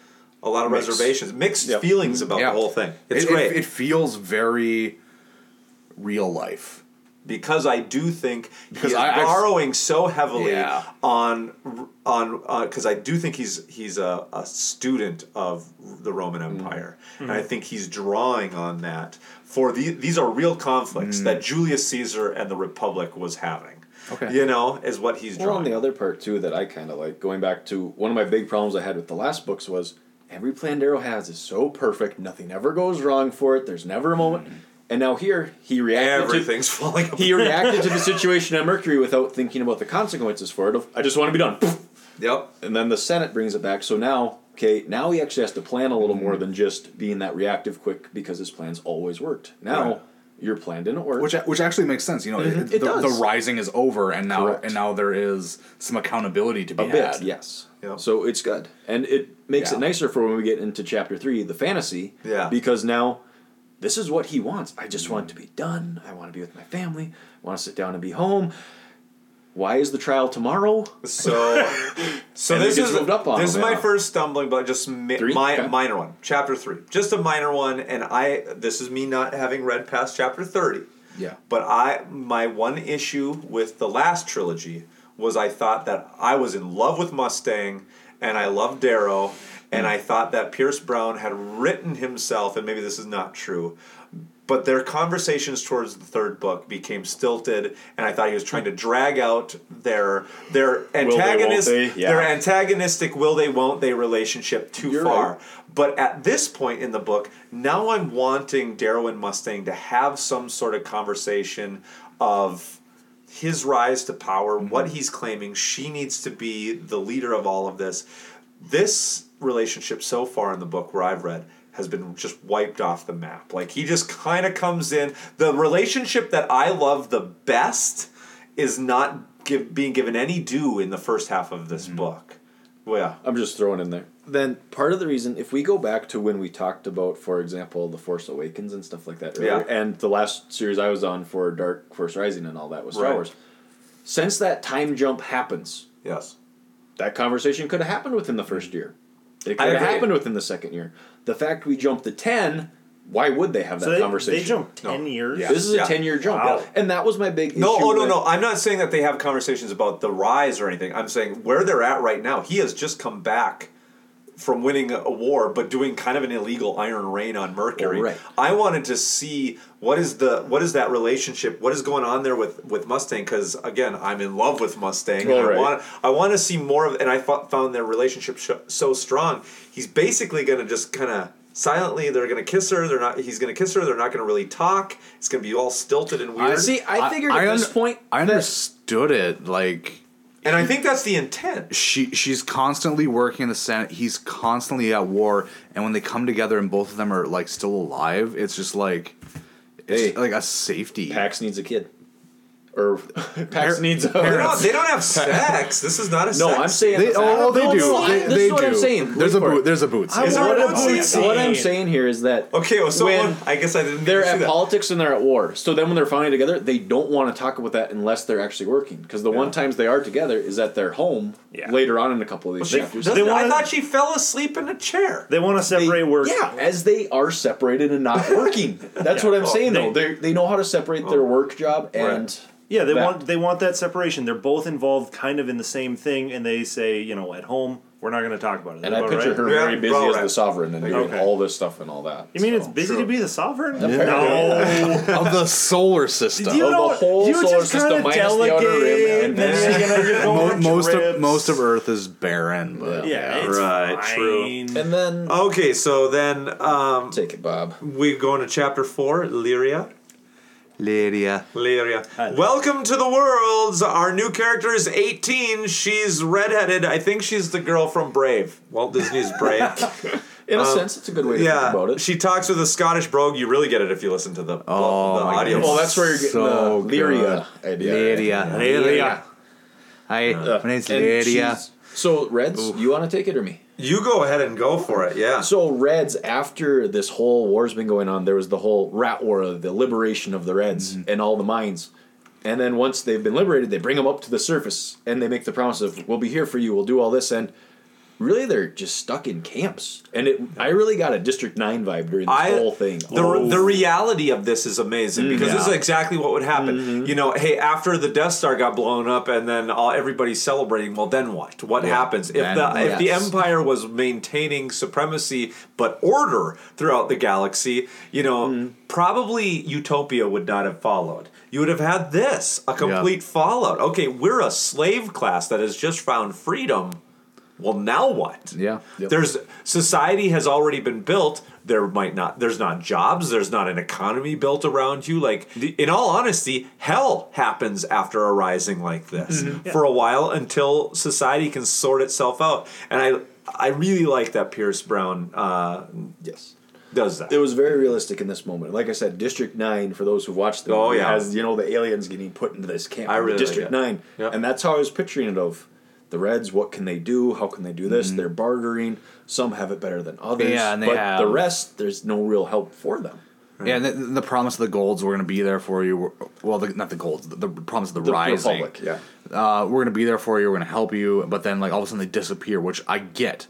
[SPEAKER 7] a lot of
[SPEAKER 1] Mixed.
[SPEAKER 7] reservations, mixed feelings about
[SPEAKER 1] Yeah.
[SPEAKER 7] the whole thing. It's
[SPEAKER 1] It- it-
[SPEAKER 7] great.
[SPEAKER 1] It, feels very real life.
[SPEAKER 7] because I do think
[SPEAKER 1] Because
[SPEAKER 7] he's
[SPEAKER 1] I- I-
[SPEAKER 7] borrowing so heavily
[SPEAKER 1] Yeah.
[SPEAKER 7] on on because I do think he's he's a, a student of the Roman Empire, and I
[SPEAKER 1] Mhm.
[SPEAKER 7] think he's drawing on that for the, these are real conflicts
[SPEAKER 1] Mm.
[SPEAKER 7] that Julius Caesar and the Republic was having.
[SPEAKER 9] Okay.
[SPEAKER 7] you know, is what he's
[SPEAKER 9] Well,
[SPEAKER 7] drawing.
[SPEAKER 9] and the other part too that I kind of like going back to one of my big problems I had with the last books was every plan Darrow has is so perfect, nothing ever goes wrong for it. There's never a moment. And now here he reacted.
[SPEAKER 7] Mm-hmm. Everything's [laughs]
[SPEAKER 9] to,
[SPEAKER 7] falling. Apart.
[SPEAKER 9] He reacted to the situation at Mercury without thinking about the consequences for it. Of I just want to be done. [laughs]
[SPEAKER 7] Yep.
[SPEAKER 9] And then the Senate brings it back. So now, okay, now he actually has to plan a little more
[SPEAKER 1] Mm-hmm.
[SPEAKER 9] than just being that reactive quick because his plans always worked. Now
[SPEAKER 1] Right.
[SPEAKER 9] your plan didn't work.
[SPEAKER 1] Which which actually makes sense. You know,
[SPEAKER 7] Mm-hmm.
[SPEAKER 9] Mhm.
[SPEAKER 1] it,
[SPEAKER 9] It
[SPEAKER 1] the,
[SPEAKER 9] does.
[SPEAKER 1] the rising is over, and now
[SPEAKER 9] Correct.
[SPEAKER 1] and now there is some accountability to be
[SPEAKER 9] a
[SPEAKER 1] had.
[SPEAKER 9] bit, yes. So it's good, and it makes
[SPEAKER 1] Yeah.
[SPEAKER 9] it nicer for when we get into chapter three, the fantasy.
[SPEAKER 1] Yeah. Mm.
[SPEAKER 9] Because now, this is what he wants. I just want to be done. I want to be with my family. I want to sit down and be home. Why is the trial tomorrow? [laughs]
[SPEAKER 7] So, So
[SPEAKER 9] And it
[SPEAKER 7] this
[SPEAKER 9] gets
[SPEAKER 7] is
[SPEAKER 9] rubbed up on
[SPEAKER 7] this is
[SPEAKER 9] him,
[SPEAKER 7] my
[SPEAKER 9] yeah.
[SPEAKER 7] first stumbling block, just mi-
[SPEAKER 9] Three?
[SPEAKER 7] mi-
[SPEAKER 9] Okay.
[SPEAKER 7] minor one, chapter three, just a minor one, and I this is me not having read past chapter thirty,
[SPEAKER 1] Yeah.
[SPEAKER 7] but I my one issue with the last trilogy was I thought that I was in love with Mustang and I loved Darrow, and I thought that Pierce Brown had written himself, and maybe this is not true. But their conversations towards the third book became stilted, and I thought he was trying to drag out their their
[SPEAKER 9] Will they, won't
[SPEAKER 7] antagonist,
[SPEAKER 9] they? Yeah.
[SPEAKER 7] their antagonistic will they won't they relationship too far. But at this point in the book, now I'm wanting Darrow and Mustang to have some sort of conversation of his rise to power,
[SPEAKER 9] Mm-hmm.
[SPEAKER 7] what he's claiming. She needs to be the leader of all of this. This relationship so far in the book where I've read has been just wiped off the map. Like he just kind of comes in. The relationship that I love the best is not give, being given any due in the first half of
[SPEAKER 9] Mm-hmm.
[SPEAKER 7] this book. Well, yeah.
[SPEAKER 9] I'm just throwing in there. Then part of the reason, if we go back to when we talked about, for example, the Force Awakens and stuff like that, earlier,
[SPEAKER 7] Yeah.
[SPEAKER 9] and the last series I was on for Dark Force Rising and all that was Star
[SPEAKER 7] Right.
[SPEAKER 9] Wars. Since that time jump happens,
[SPEAKER 7] yes,
[SPEAKER 9] that conversation could have happened within the first year. It
[SPEAKER 7] I
[SPEAKER 9] could have
[SPEAKER 7] agree.
[SPEAKER 9] happened within the second year. The fact we jumped the ten, why would they have
[SPEAKER 7] So
[SPEAKER 9] that
[SPEAKER 7] they- they [laughs]
[SPEAKER 9] conversation?
[SPEAKER 7] jumped 10 years?
[SPEAKER 9] This is
[SPEAKER 7] Yeah.
[SPEAKER 9] a ten year jump,
[SPEAKER 7] Wow.
[SPEAKER 9] and that was my big
[SPEAKER 7] No,
[SPEAKER 9] issue
[SPEAKER 7] oh no,
[SPEAKER 9] with-
[SPEAKER 7] no. I'm not saying that they have conversations about the rise or anything. I'm saying where they're at right now. He has just come back from winning a war, but doing kind of an illegal Iron Rain on Mercury.
[SPEAKER 9] Oh, right.
[SPEAKER 7] I wanted to see what is the what is that relationship? What is going on there with with Mustang? Because again, I'm in love with Mustang. and
[SPEAKER 9] Oh, right.
[SPEAKER 7] I want I want to see more of, and I fo- found their relationship sh- so strong. He's basically going to just kind of. Silently, they're gonna kiss her. They're not. He's gonna kiss her. They're not gonna really talk. It's gonna be all stilted and weird.
[SPEAKER 1] un- I understood it. Like,
[SPEAKER 7] and I think that's the intent.
[SPEAKER 1] She she's constantly working in the Senate. He's constantly at war, and when they come together and both of them are like still alive, it's just like, it's
[SPEAKER 9] Hey.
[SPEAKER 1] like a safety.
[SPEAKER 9] Pax needs a kid, or [laughs] Pax
[SPEAKER 1] Par-
[SPEAKER 9] needs a.
[SPEAKER 1] They don't- they
[SPEAKER 7] don't
[SPEAKER 9] [laughs]
[SPEAKER 7] have sex. This is not a
[SPEAKER 9] No,
[SPEAKER 7] sex.
[SPEAKER 9] I'm saying
[SPEAKER 1] They, oh, they
[SPEAKER 9] No,
[SPEAKER 1] do.
[SPEAKER 9] no,
[SPEAKER 1] they
[SPEAKER 9] I- this
[SPEAKER 1] they
[SPEAKER 9] is what
[SPEAKER 1] do.
[SPEAKER 9] I'm saying.
[SPEAKER 1] There's a
[SPEAKER 9] Wait for
[SPEAKER 1] boot.
[SPEAKER 9] it.
[SPEAKER 1] There's a boot.
[SPEAKER 9] What, I'm- what I'm saying here is that
[SPEAKER 7] okay, well, so
[SPEAKER 9] when
[SPEAKER 7] I guess I didn't.
[SPEAKER 9] They're at politics and they're at war. So then when they're finally together, they don't want to talk about that unless they're actually working. Because the one times they are together is at their home later on in a couple of these chapters.
[SPEAKER 7] Doesn't- I thought she fell asleep in a chair.
[SPEAKER 9] They want to separate work. Yeah, as they are separated and not working.
[SPEAKER 7] [laughs]
[SPEAKER 9] That's
[SPEAKER 10] Yeah.
[SPEAKER 9] what I'm saying.
[SPEAKER 10] They- Oh.
[SPEAKER 9] though they they know how to separate their work job and
[SPEAKER 10] Yeah, they
[SPEAKER 9] that.
[SPEAKER 10] want they want that separation. They're both involved kind of in the same thing, and they say, you know, at home we're not going to talk about it.
[SPEAKER 9] And
[SPEAKER 10] That's
[SPEAKER 9] I
[SPEAKER 10] about
[SPEAKER 9] picture
[SPEAKER 10] right.
[SPEAKER 9] her very busy as the sovereign and doing
[SPEAKER 10] Okay.
[SPEAKER 9] all this stuff and all that.
[SPEAKER 10] You mean it's busy to be the sovereign?
[SPEAKER 9] [laughs]
[SPEAKER 10] [laughs]
[SPEAKER 1] of the solar system.
[SPEAKER 10] You
[SPEAKER 1] of
[SPEAKER 10] know,
[SPEAKER 1] Oh, the whole
[SPEAKER 10] you
[SPEAKER 1] solar
[SPEAKER 10] just
[SPEAKER 1] system
[SPEAKER 10] kinda
[SPEAKER 1] minus the outer rim.
[SPEAKER 10] delegate,
[SPEAKER 1] And
[SPEAKER 10] then you're gonna- you're
[SPEAKER 1] Mo-
[SPEAKER 10] going
[SPEAKER 1] most
[SPEAKER 10] trips.
[SPEAKER 1] of most
[SPEAKER 10] [laughs]
[SPEAKER 1] of Earth is barren. But
[SPEAKER 7] Yeah, it's Right, fine. true.
[SPEAKER 9] And then
[SPEAKER 7] okay, so then um,
[SPEAKER 9] take it, Bob.
[SPEAKER 7] We go into chapter four, Lyria.
[SPEAKER 1] Lydia.
[SPEAKER 7] Lyria. Welcome to the worlds. Our new character is 18. She's redheaded. I think she's the girl from Brave. Walt Disney's
[SPEAKER 9] [laughs]
[SPEAKER 7] Brave.
[SPEAKER 9] In a
[SPEAKER 7] Um,
[SPEAKER 9] sense, it's a good way to
[SPEAKER 7] yeah,
[SPEAKER 9] think about it.
[SPEAKER 7] She talks with a Scottish brogue. You really get it if you listen to the, the
[SPEAKER 9] Oh
[SPEAKER 7] audio.
[SPEAKER 9] Well, that's where you're getting
[SPEAKER 1] So
[SPEAKER 9] the Lyria
[SPEAKER 1] good.
[SPEAKER 9] idea.
[SPEAKER 1] Lyria. Lyria. Hi, my name's
[SPEAKER 9] Uh, And
[SPEAKER 1] Lydia.
[SPEAKER 9] she's- So, Reds, you want to take it or me?
[SPEAKER 7] You go ahead and go for it, yeah.
[SPEAKER 9] So, Reds, after this whole war's been going on, there was the whole rat war, the liberation of the Reds
[SPEAKER 7] Mm-hmm.
[SPEAKER 9] and all the mines. And then once they've been liberated, they bring them up to the surface and they make the promise of, we'll be here for you, we'll do all this. And really they're just stuck in camps. And it, I really got a District Nine vibe during this
[SPEAKER 7] I-
[SPEAKER 9] whole thing. Oh, Mm,
[SPEAKER 7] The, the reality of this is amazing because this is
[SPEAKER 9] Yeah. Mm-hmm.
[SPEAKER 7] exactly what would happen. You know, hey, after the Death Star got blown up and then all, everybody's celebrating, well, then what? What
[SPEAKER 9] Yeah.
[SPEAKER 7] happens if
[SPEAKER 9] Then
[SPEAKER 7] the
[SPEAKER 9] what?
[SPEAKER 7] if the
[SPEAKER 9] Yes.
[SPEAKER 7] Empire was maintaining supremacy but order throughout the galaxy? You know,
[SPEAKER 9] Mm.
[SPEAKER 7] probably Utopia would not have followed. You would have had this a complete fallout. Okay, we're a slave class that has just found freedom. Well, now what?
[SPEAKER 1] Yeah.
[SPEAKER 7] There's society has already been built. There might not. There's not jobs. There's not an economy built around you. Like in all honesty, hell happens after a rising like this
[SPEAKER 1] Mm-hmm.
[SPEAKER 10] Mhm. Yeah.
[SPEAKER 7] for a while until society can sort itself out. And I I really like that Pierce Brown. Uh, yes. Does that?
[SPEAKER 9] It was very realistic in this moment. Like I said, District Nine for those who watched the
[SPEAKER 7] Oh,
[SPEAKER 9] movie,
[SPEAKER 7] yeah.
[SPEAKER 9] has you know the aliens getting put into this camp.
[SPEAKER 7] I really
[SPEAKER 9] District
[SPEAKER 7] like it.
[SPEAKER 9] Nine, and that's how I was picturing it of the Reds. What can they do? How can they do this?
[SPEAKER 7] Mm-hmm.
[SPEAKER 1] Mhm.
[SPEAKER 9] They're bartering. Some have it better than others.
[SPEAKER 1] Yeah, and they
[SPEAKER 9] but
[SPEAKER 1] have-
[SPEAKER 9] the rest, there's no real help for them.
[SPEAKER 1] Yeah, and the, the promise of the golds were going to be there for you. were- Well, the, not the golds, the, the promise of the,
[SPEAKER 9] The
[SPEAKER 1] rising.
[SPEAKER 9] Republic, yeah.
[SPEAKER 1] Uh, we're going to be there for you. We're going to help you. But then, like all of a sudden, they disappear, which I get,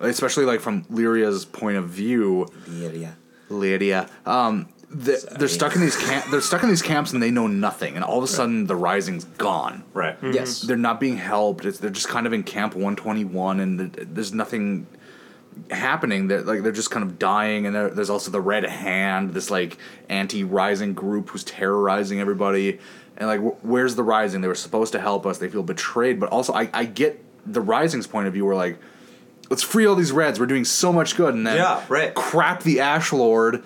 [SPEAKER 1] especially like from Lyria's point of view. Lyria. Lyria. Um, the, they're stuck in these camp. They're stuck in these camps, and they know nothing. And all of a sudden, the rising's gone.
[SPEAKER 7] Right.
[SPEAKER 9] Mhm. Yes.
[SPEAKER 1] Mm-hmm. They're not being helped. It's, they're just kind of in Camp 121, and th- there's nothing happening that like they're just kind of dying and there, there's also the red hand this like anti-rising group who's terrorizing everybody and like wh- where's the rising they were supposed to help us they feel betrayed but also i, I get the rising's point of view where like let's free all these reds we're doing so much good and then
[SPEAKER 7] Yeah, right.
[SPEAKER 1] crap the ash lord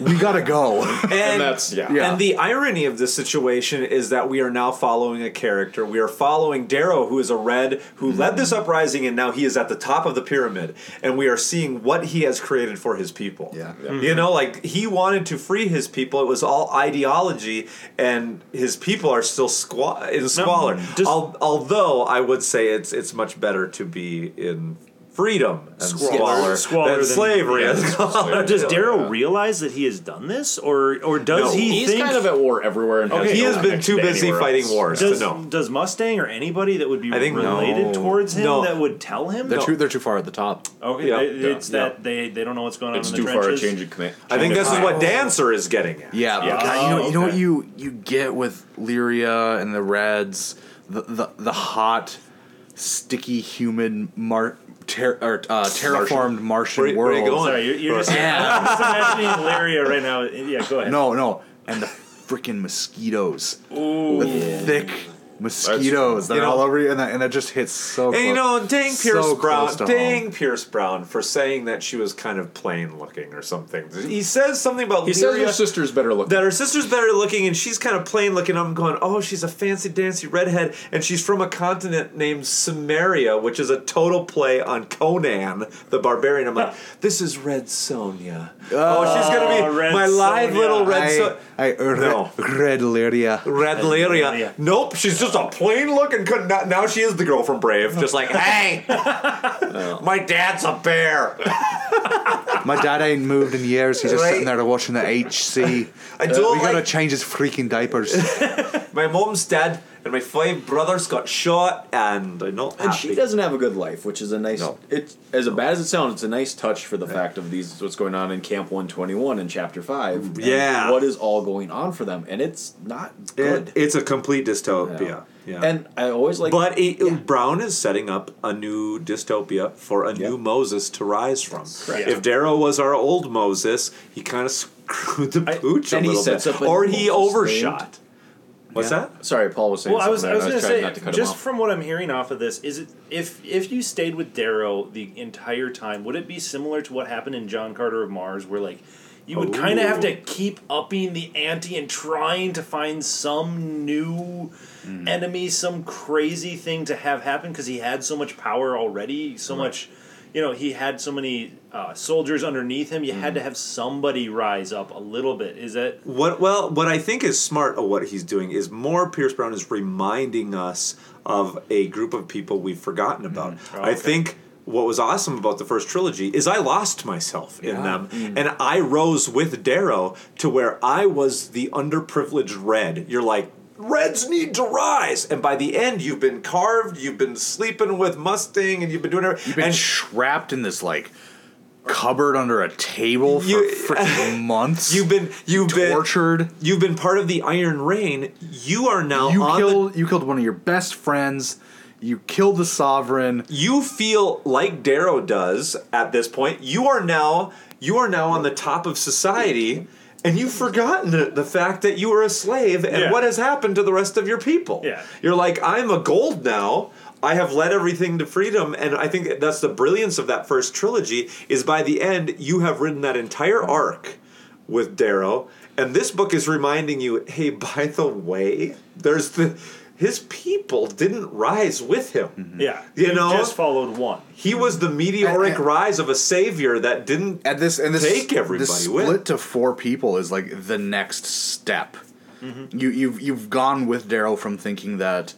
[SPEAKER 1] we gotta go
[SPEAKER 7] [laughs] and, that's yeah. And the irony of this situation is that we are now following a character. We are following Darrow, who is a red who led this uprising, and now he is at the top of the pyramid. And we are seeing what he has created for his people. Yeah,
[SPEAKER 9] Yeah.
[SPEAKER 7] you know, like he wanted to free his people. It was all ideology, and his people are still squat in squalor. Al- although I would say it's it's much better to be in. Freedom and squalor, than slavery. [laughs] and squalor.
[SPEAKER 10] Does Darrow
[SPEAKER 7] Yeah.
[SPEAKER 10] realize that he has done this, or or
[SPEAKER 9] Oh,
[SPEAKER 10] does
[SPEAKER 7] No,
[SPEAKER 10] he?
[SPEAKER 7] he's
[SPEAKER 10] think,
[SPEAKER 7] kind of
[SPEAKER 9] at war everywhere.
[SPEAKER 7] and has He no has been connection too to busy anywhere fighting else. wars to
[SPEAKER 10] Does,
[SPEAKER 7] know.
[SPEAKER 10] does Mustang or anybody that would be
[SPEAKER 7] I think no.
[SPEAKER 10] related towards him
[SPEAKER 7] No.
[SPEAKER 10] that would tell him?
[SPEAKER 1] they're
[SPEAKER 10] No.
[SPEAKER 1] too they're too far at the top
[SPEAKER 10] Okay,
[SPEAKER 1] Yeah.
[SPEAKER 10] Oh, it- it's
[SPEAKER 1] Yeah.
[SPEAKER 10] that they they don't know what's going on.
[SPEAKER 1] It's
[SPEAKER 10] in the
[SPEAKER 1] too far a
[SPEAKER 10] trenches.
[SPEAKER 1] change of command.
[SPEAKER 7] I think this is what Dancer is getting at.
[SPEAKER 1] Yeah,
[SPEAKER 10] Yeah.
[SPEAKER 1] But God, you know,
[SPEAKER 10] Oh,
[SPEAKER 1] you know what you you get with Lyria and the Reds, the the, the hot, sticky, humid mar- ter- or, uh, terraformed Martian,
[SPEAKER 10] Where- where
[SPEAKER 1] world.
[SPEAKER 10] you going? Sorry, you're- you're just- I'm just imagining Lyria right now. Yeah, go ahead.
[SPEAKER 1] No, no, and the freaking mosquitoes,
[SPEAKER 10] Ooh.
[SPEAKER 1] the thick. Mosquitoes that
[SPEAKER 7] You
[SPEAKER 1] are
[SPEAKER 7] know-
[SPEAKER 1] all over you, and that, and that just hits so.
[SPEAKER 7] and you
[SPEAKER 1] close-
[SPEAKER 7] know, dang Pierce
[SPEAKER 1] so close
[SPEAKER 7] Brown,
[SPEAKER 1] to
[SPEAKER 7] dang
[SPEAKER 1] home.
[SPEAKER 7] Pierce Brown for saying that she was kind of plain looking or something. He says something about
[SPEAKER 9] He says
[SPEAKER 7] Lyria-
[SPEAKER 9] her sister's better looking.
[SPEAKER 7] that her sister's better looking, and she's kind of plain looking. I'm going, oh, she's a fancy dancy redhead, and she's from a continent named Sumeria, which is a total play on Conan the Barbarian. I'm like, this is Red Sonia. Oh, she's gonna be
[SPEAKER 1] Red
[SPEAKER 7] my live
[SPEAKER 1] Sonia.
[SPEAKER 7] little Red
[SPEAKER 1] I-
[SPEAKER 7] Sonia.
[SPEAKER 1] I, red,
[SPEAKER 7] No.
[SPEAKER 1] red Lyria.
[SPEAKER 7] Red Lyria. Nope, she's just a plain looking. cunt. Now- Now she is the girl from Brave. Just [laughs] like, hey, my dad's a bear.
[SPEAKER 1] My dad ain't moved in years. He's just
[SPEAKER 7] Right?
[SPEAKER 1] sitting there watching the HC.
[SPEAKER 7] I don't
[SPEAKER 1] we gotta
[SPEAKER 7] like-
[SPEAKER 1] change his freaking diapers.
[SPEAKER 7] My mom's dead, and my five brothers got shot, and I'm not
[SPEAKER 9] And
[SPEAKER 7] happy.
[SPEAKER 9] she doesn't have a good life, which is a nice. It's as bad as it sounds. It's a nice touch for the fact of these what's going on in Camp One Twenty One in Chapter Five. and
[SPEAKER 7] Yeah.
[SPEAKER 9] what is all going on for them, and it's not good.
[SPEAKER 7] It- it's a complete dystopia. Yeah.
[SPEAKER 9] And I always like,
[SPEAKER 7] but it, Brown is setting up a new dystopia for a new Moses to rise from.
[SPEAKER 9] Correct.
[SPEAKER 7] If Darrow was our old Moses, he kind of [laughs] screwed the pooch a
[SPEAKER 9] and he
[SPEAKER 7] little
[SPEAKER 9] sets
[SPEAKER 7] bit,
[SPEAKER 9] up a
[SPEAKER 7] or
[SPEAKER 9] new
[SPEAKER 7] he
[SPEAKER 9] Moses
[SPEAKER 7] overshot. What's
[SPEAKER 9] Yeah.
[SPEAKER 7] that?
[SPEAKER 9] Sorry, Paul was saying.
[SPEAKER 10] Well, I was, I
[SPEAKER 9] something
[SPEAKER 10] was going
[SPEAKER 9] there,
[SPEAKER 10] to
[SPEAKER 9] trying
[SPEAKER 10] say,
[SPEAKER 9] not to cut him
[SPEAKER 10] just
[SPEAKER 9] off.
[SPEAKER 10] from what I'm hearing off of this, is it if if you stayed with Darrow the entire time, would it be similar to what happened in John Carter of Mars, where like you would kind of have
[SPEAKER 9] Oh.
[SPEAKER 10] to keep upping the ante and trying to find some new
[SPEAKER 9] Hmm.
[SPEAKER 10] enemy, some crazy thing to have happen because he had so much power already, so much. You know, he had so many uh, soldiers underneath him. You
[SPEAKER 9] Hmm.
[SPEAKER 10] had to have somebody rise up a little bit. Is that
[SPEAKER 7] What well, what I think is smart of what he's doing is more Pierce Brown is reminding us of a group of people we've forgotten
[SPEAKER 1] Mm-hmm.
[SPEAKER 7] about.
[SPEAKER 1] Oh,
[SPEAKER 7] I think what was awesome about the first trilogy is I lost myself in
[SPEAKER 9] Yeah.
[SPEAKER 7] them
[SPEAKER 1] Mm.
[SPEAKER 7] and I rose with Darrow to where I was the underprivileged red. You're like Reds need to rise. And by the end, you've been carved, you've been sleeping with Mustang, and you've been doing everything.
[SPEAKER 1] You've been trapped in this like cupboard under a table for
[SPEAKER 7] [laughs]
[SPEAKER 1] freaking months.
[SPEAKER 7] You've been you've been
[SPEAKER 1] tortured.
[SPEAKER 7] You've been part of the Iron Reign. You are now
[SPEAKER 1] you
[SPEAKER 7] on the-
[SPEAKER 1] killed you killed one of your best friends. You killed the sovereign.
[SPEAKER 7] You feel like Darrow does at this point. You are now you are now on the top of society, and you've forgotten the- the fact that you were a slave and
[SPEAKER 10] Yeah.
[SPEAKER 7] what has happened to the rest of your people.
[SPEAKER 10] Yeah.
[SPEAKER 7] You're like, I'm a gold now. I have led everything to freedom, and I think that's the brilliance of that first trilogy. Is by the end, you have written that entire arc with Darrow, and this book is reminding you, hey, [laughs] by the way, there's the his people didn't rise with him.
[SPEAKER 10] Yeah.
[SPEAKER 7] You know,
[SPEAKER 10] just
[SPEAKER 1] [laughs]
[SPEAKER 10] followed one.
[SPEAKER 7] He was the meteoric rise of a savior that didn't
[SPEAKER 1] and this and this
[SPEAKER 7] take everybody
[SPEAKER 1] this split
[SPEAKER 7] with.
[SPEAKER 1] to four people is like the next step.
[SPEAKER 7] Mm-hmm.
[SPEAKER 1] You you've you've gone with Daryl from thinking that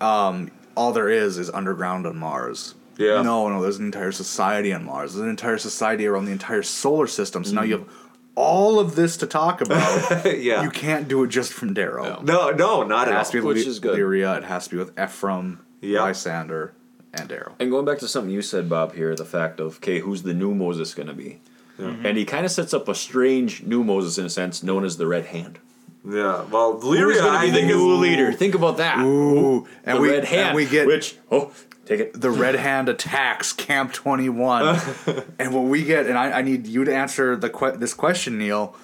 [SPEAKER 1] um all there is is underground on Mars.
[SPEAKER 7] Yeah.
[SPEAKER 1] No, no, there's an entire society on Mars. There's an entire society around the entire solar system. So now you have all of this to
[SPEAKER 7] [laughs]
[SPEAKER 1] talk about.
[SPEAKER 7] [laughs] Mm-hmm. yeah.
[SPEAKER 1] You can't do it just from Daryl.
[SPEAKER 7] No, no, not
[SPEAKER 1] it
[SPEAKER 7] at
[SPEAKER 1] has to
[SPEAKER 7] all.
[SPEAKER 1] be with Lyria, it has to be with Ephraim, Lysander, and Daryl.
[SPEAKER 9] And going back to something you said, Bob, here, the fact of, okay, who's the new Moses going to be?
[SPEAKER 7] Yeah.
[SPEAKER 10] Mm-hmm.
[SPEAKER 7] Mhm.
[SPEAKER 9] And he kind of sets up a strange new Moses, in a sense, known as the Red Hand.
[SPEAKER 7] Yeah, well,
[SPEAKER 9] Who's
[SPEAKER 7] Lyria,
[SPEAKER 9] gonna
[SPEAKER 7] I
[SPEAKER 9] be the
[SPEAKER 7] think
[SPEAKER 9] new
[SPEAKER 7] is-
[SPEAKER 9] leader? Think about that.
[SPEAKER 1] Ooh, and
[SPEAKER 9] the
[SPEAKER 1] we
[SPEAKER 9] Red Hand.
[SPEAKER 1] and we get
[SPEAKER 9] which oh, take it.
[SPEAKER 1] The Red Hand attacks Camp Twenty
[SPEAKER 7] [laughs]
[SPEAKER 1] One, and what we get, and I, I need you to answer the que- this question, Neil,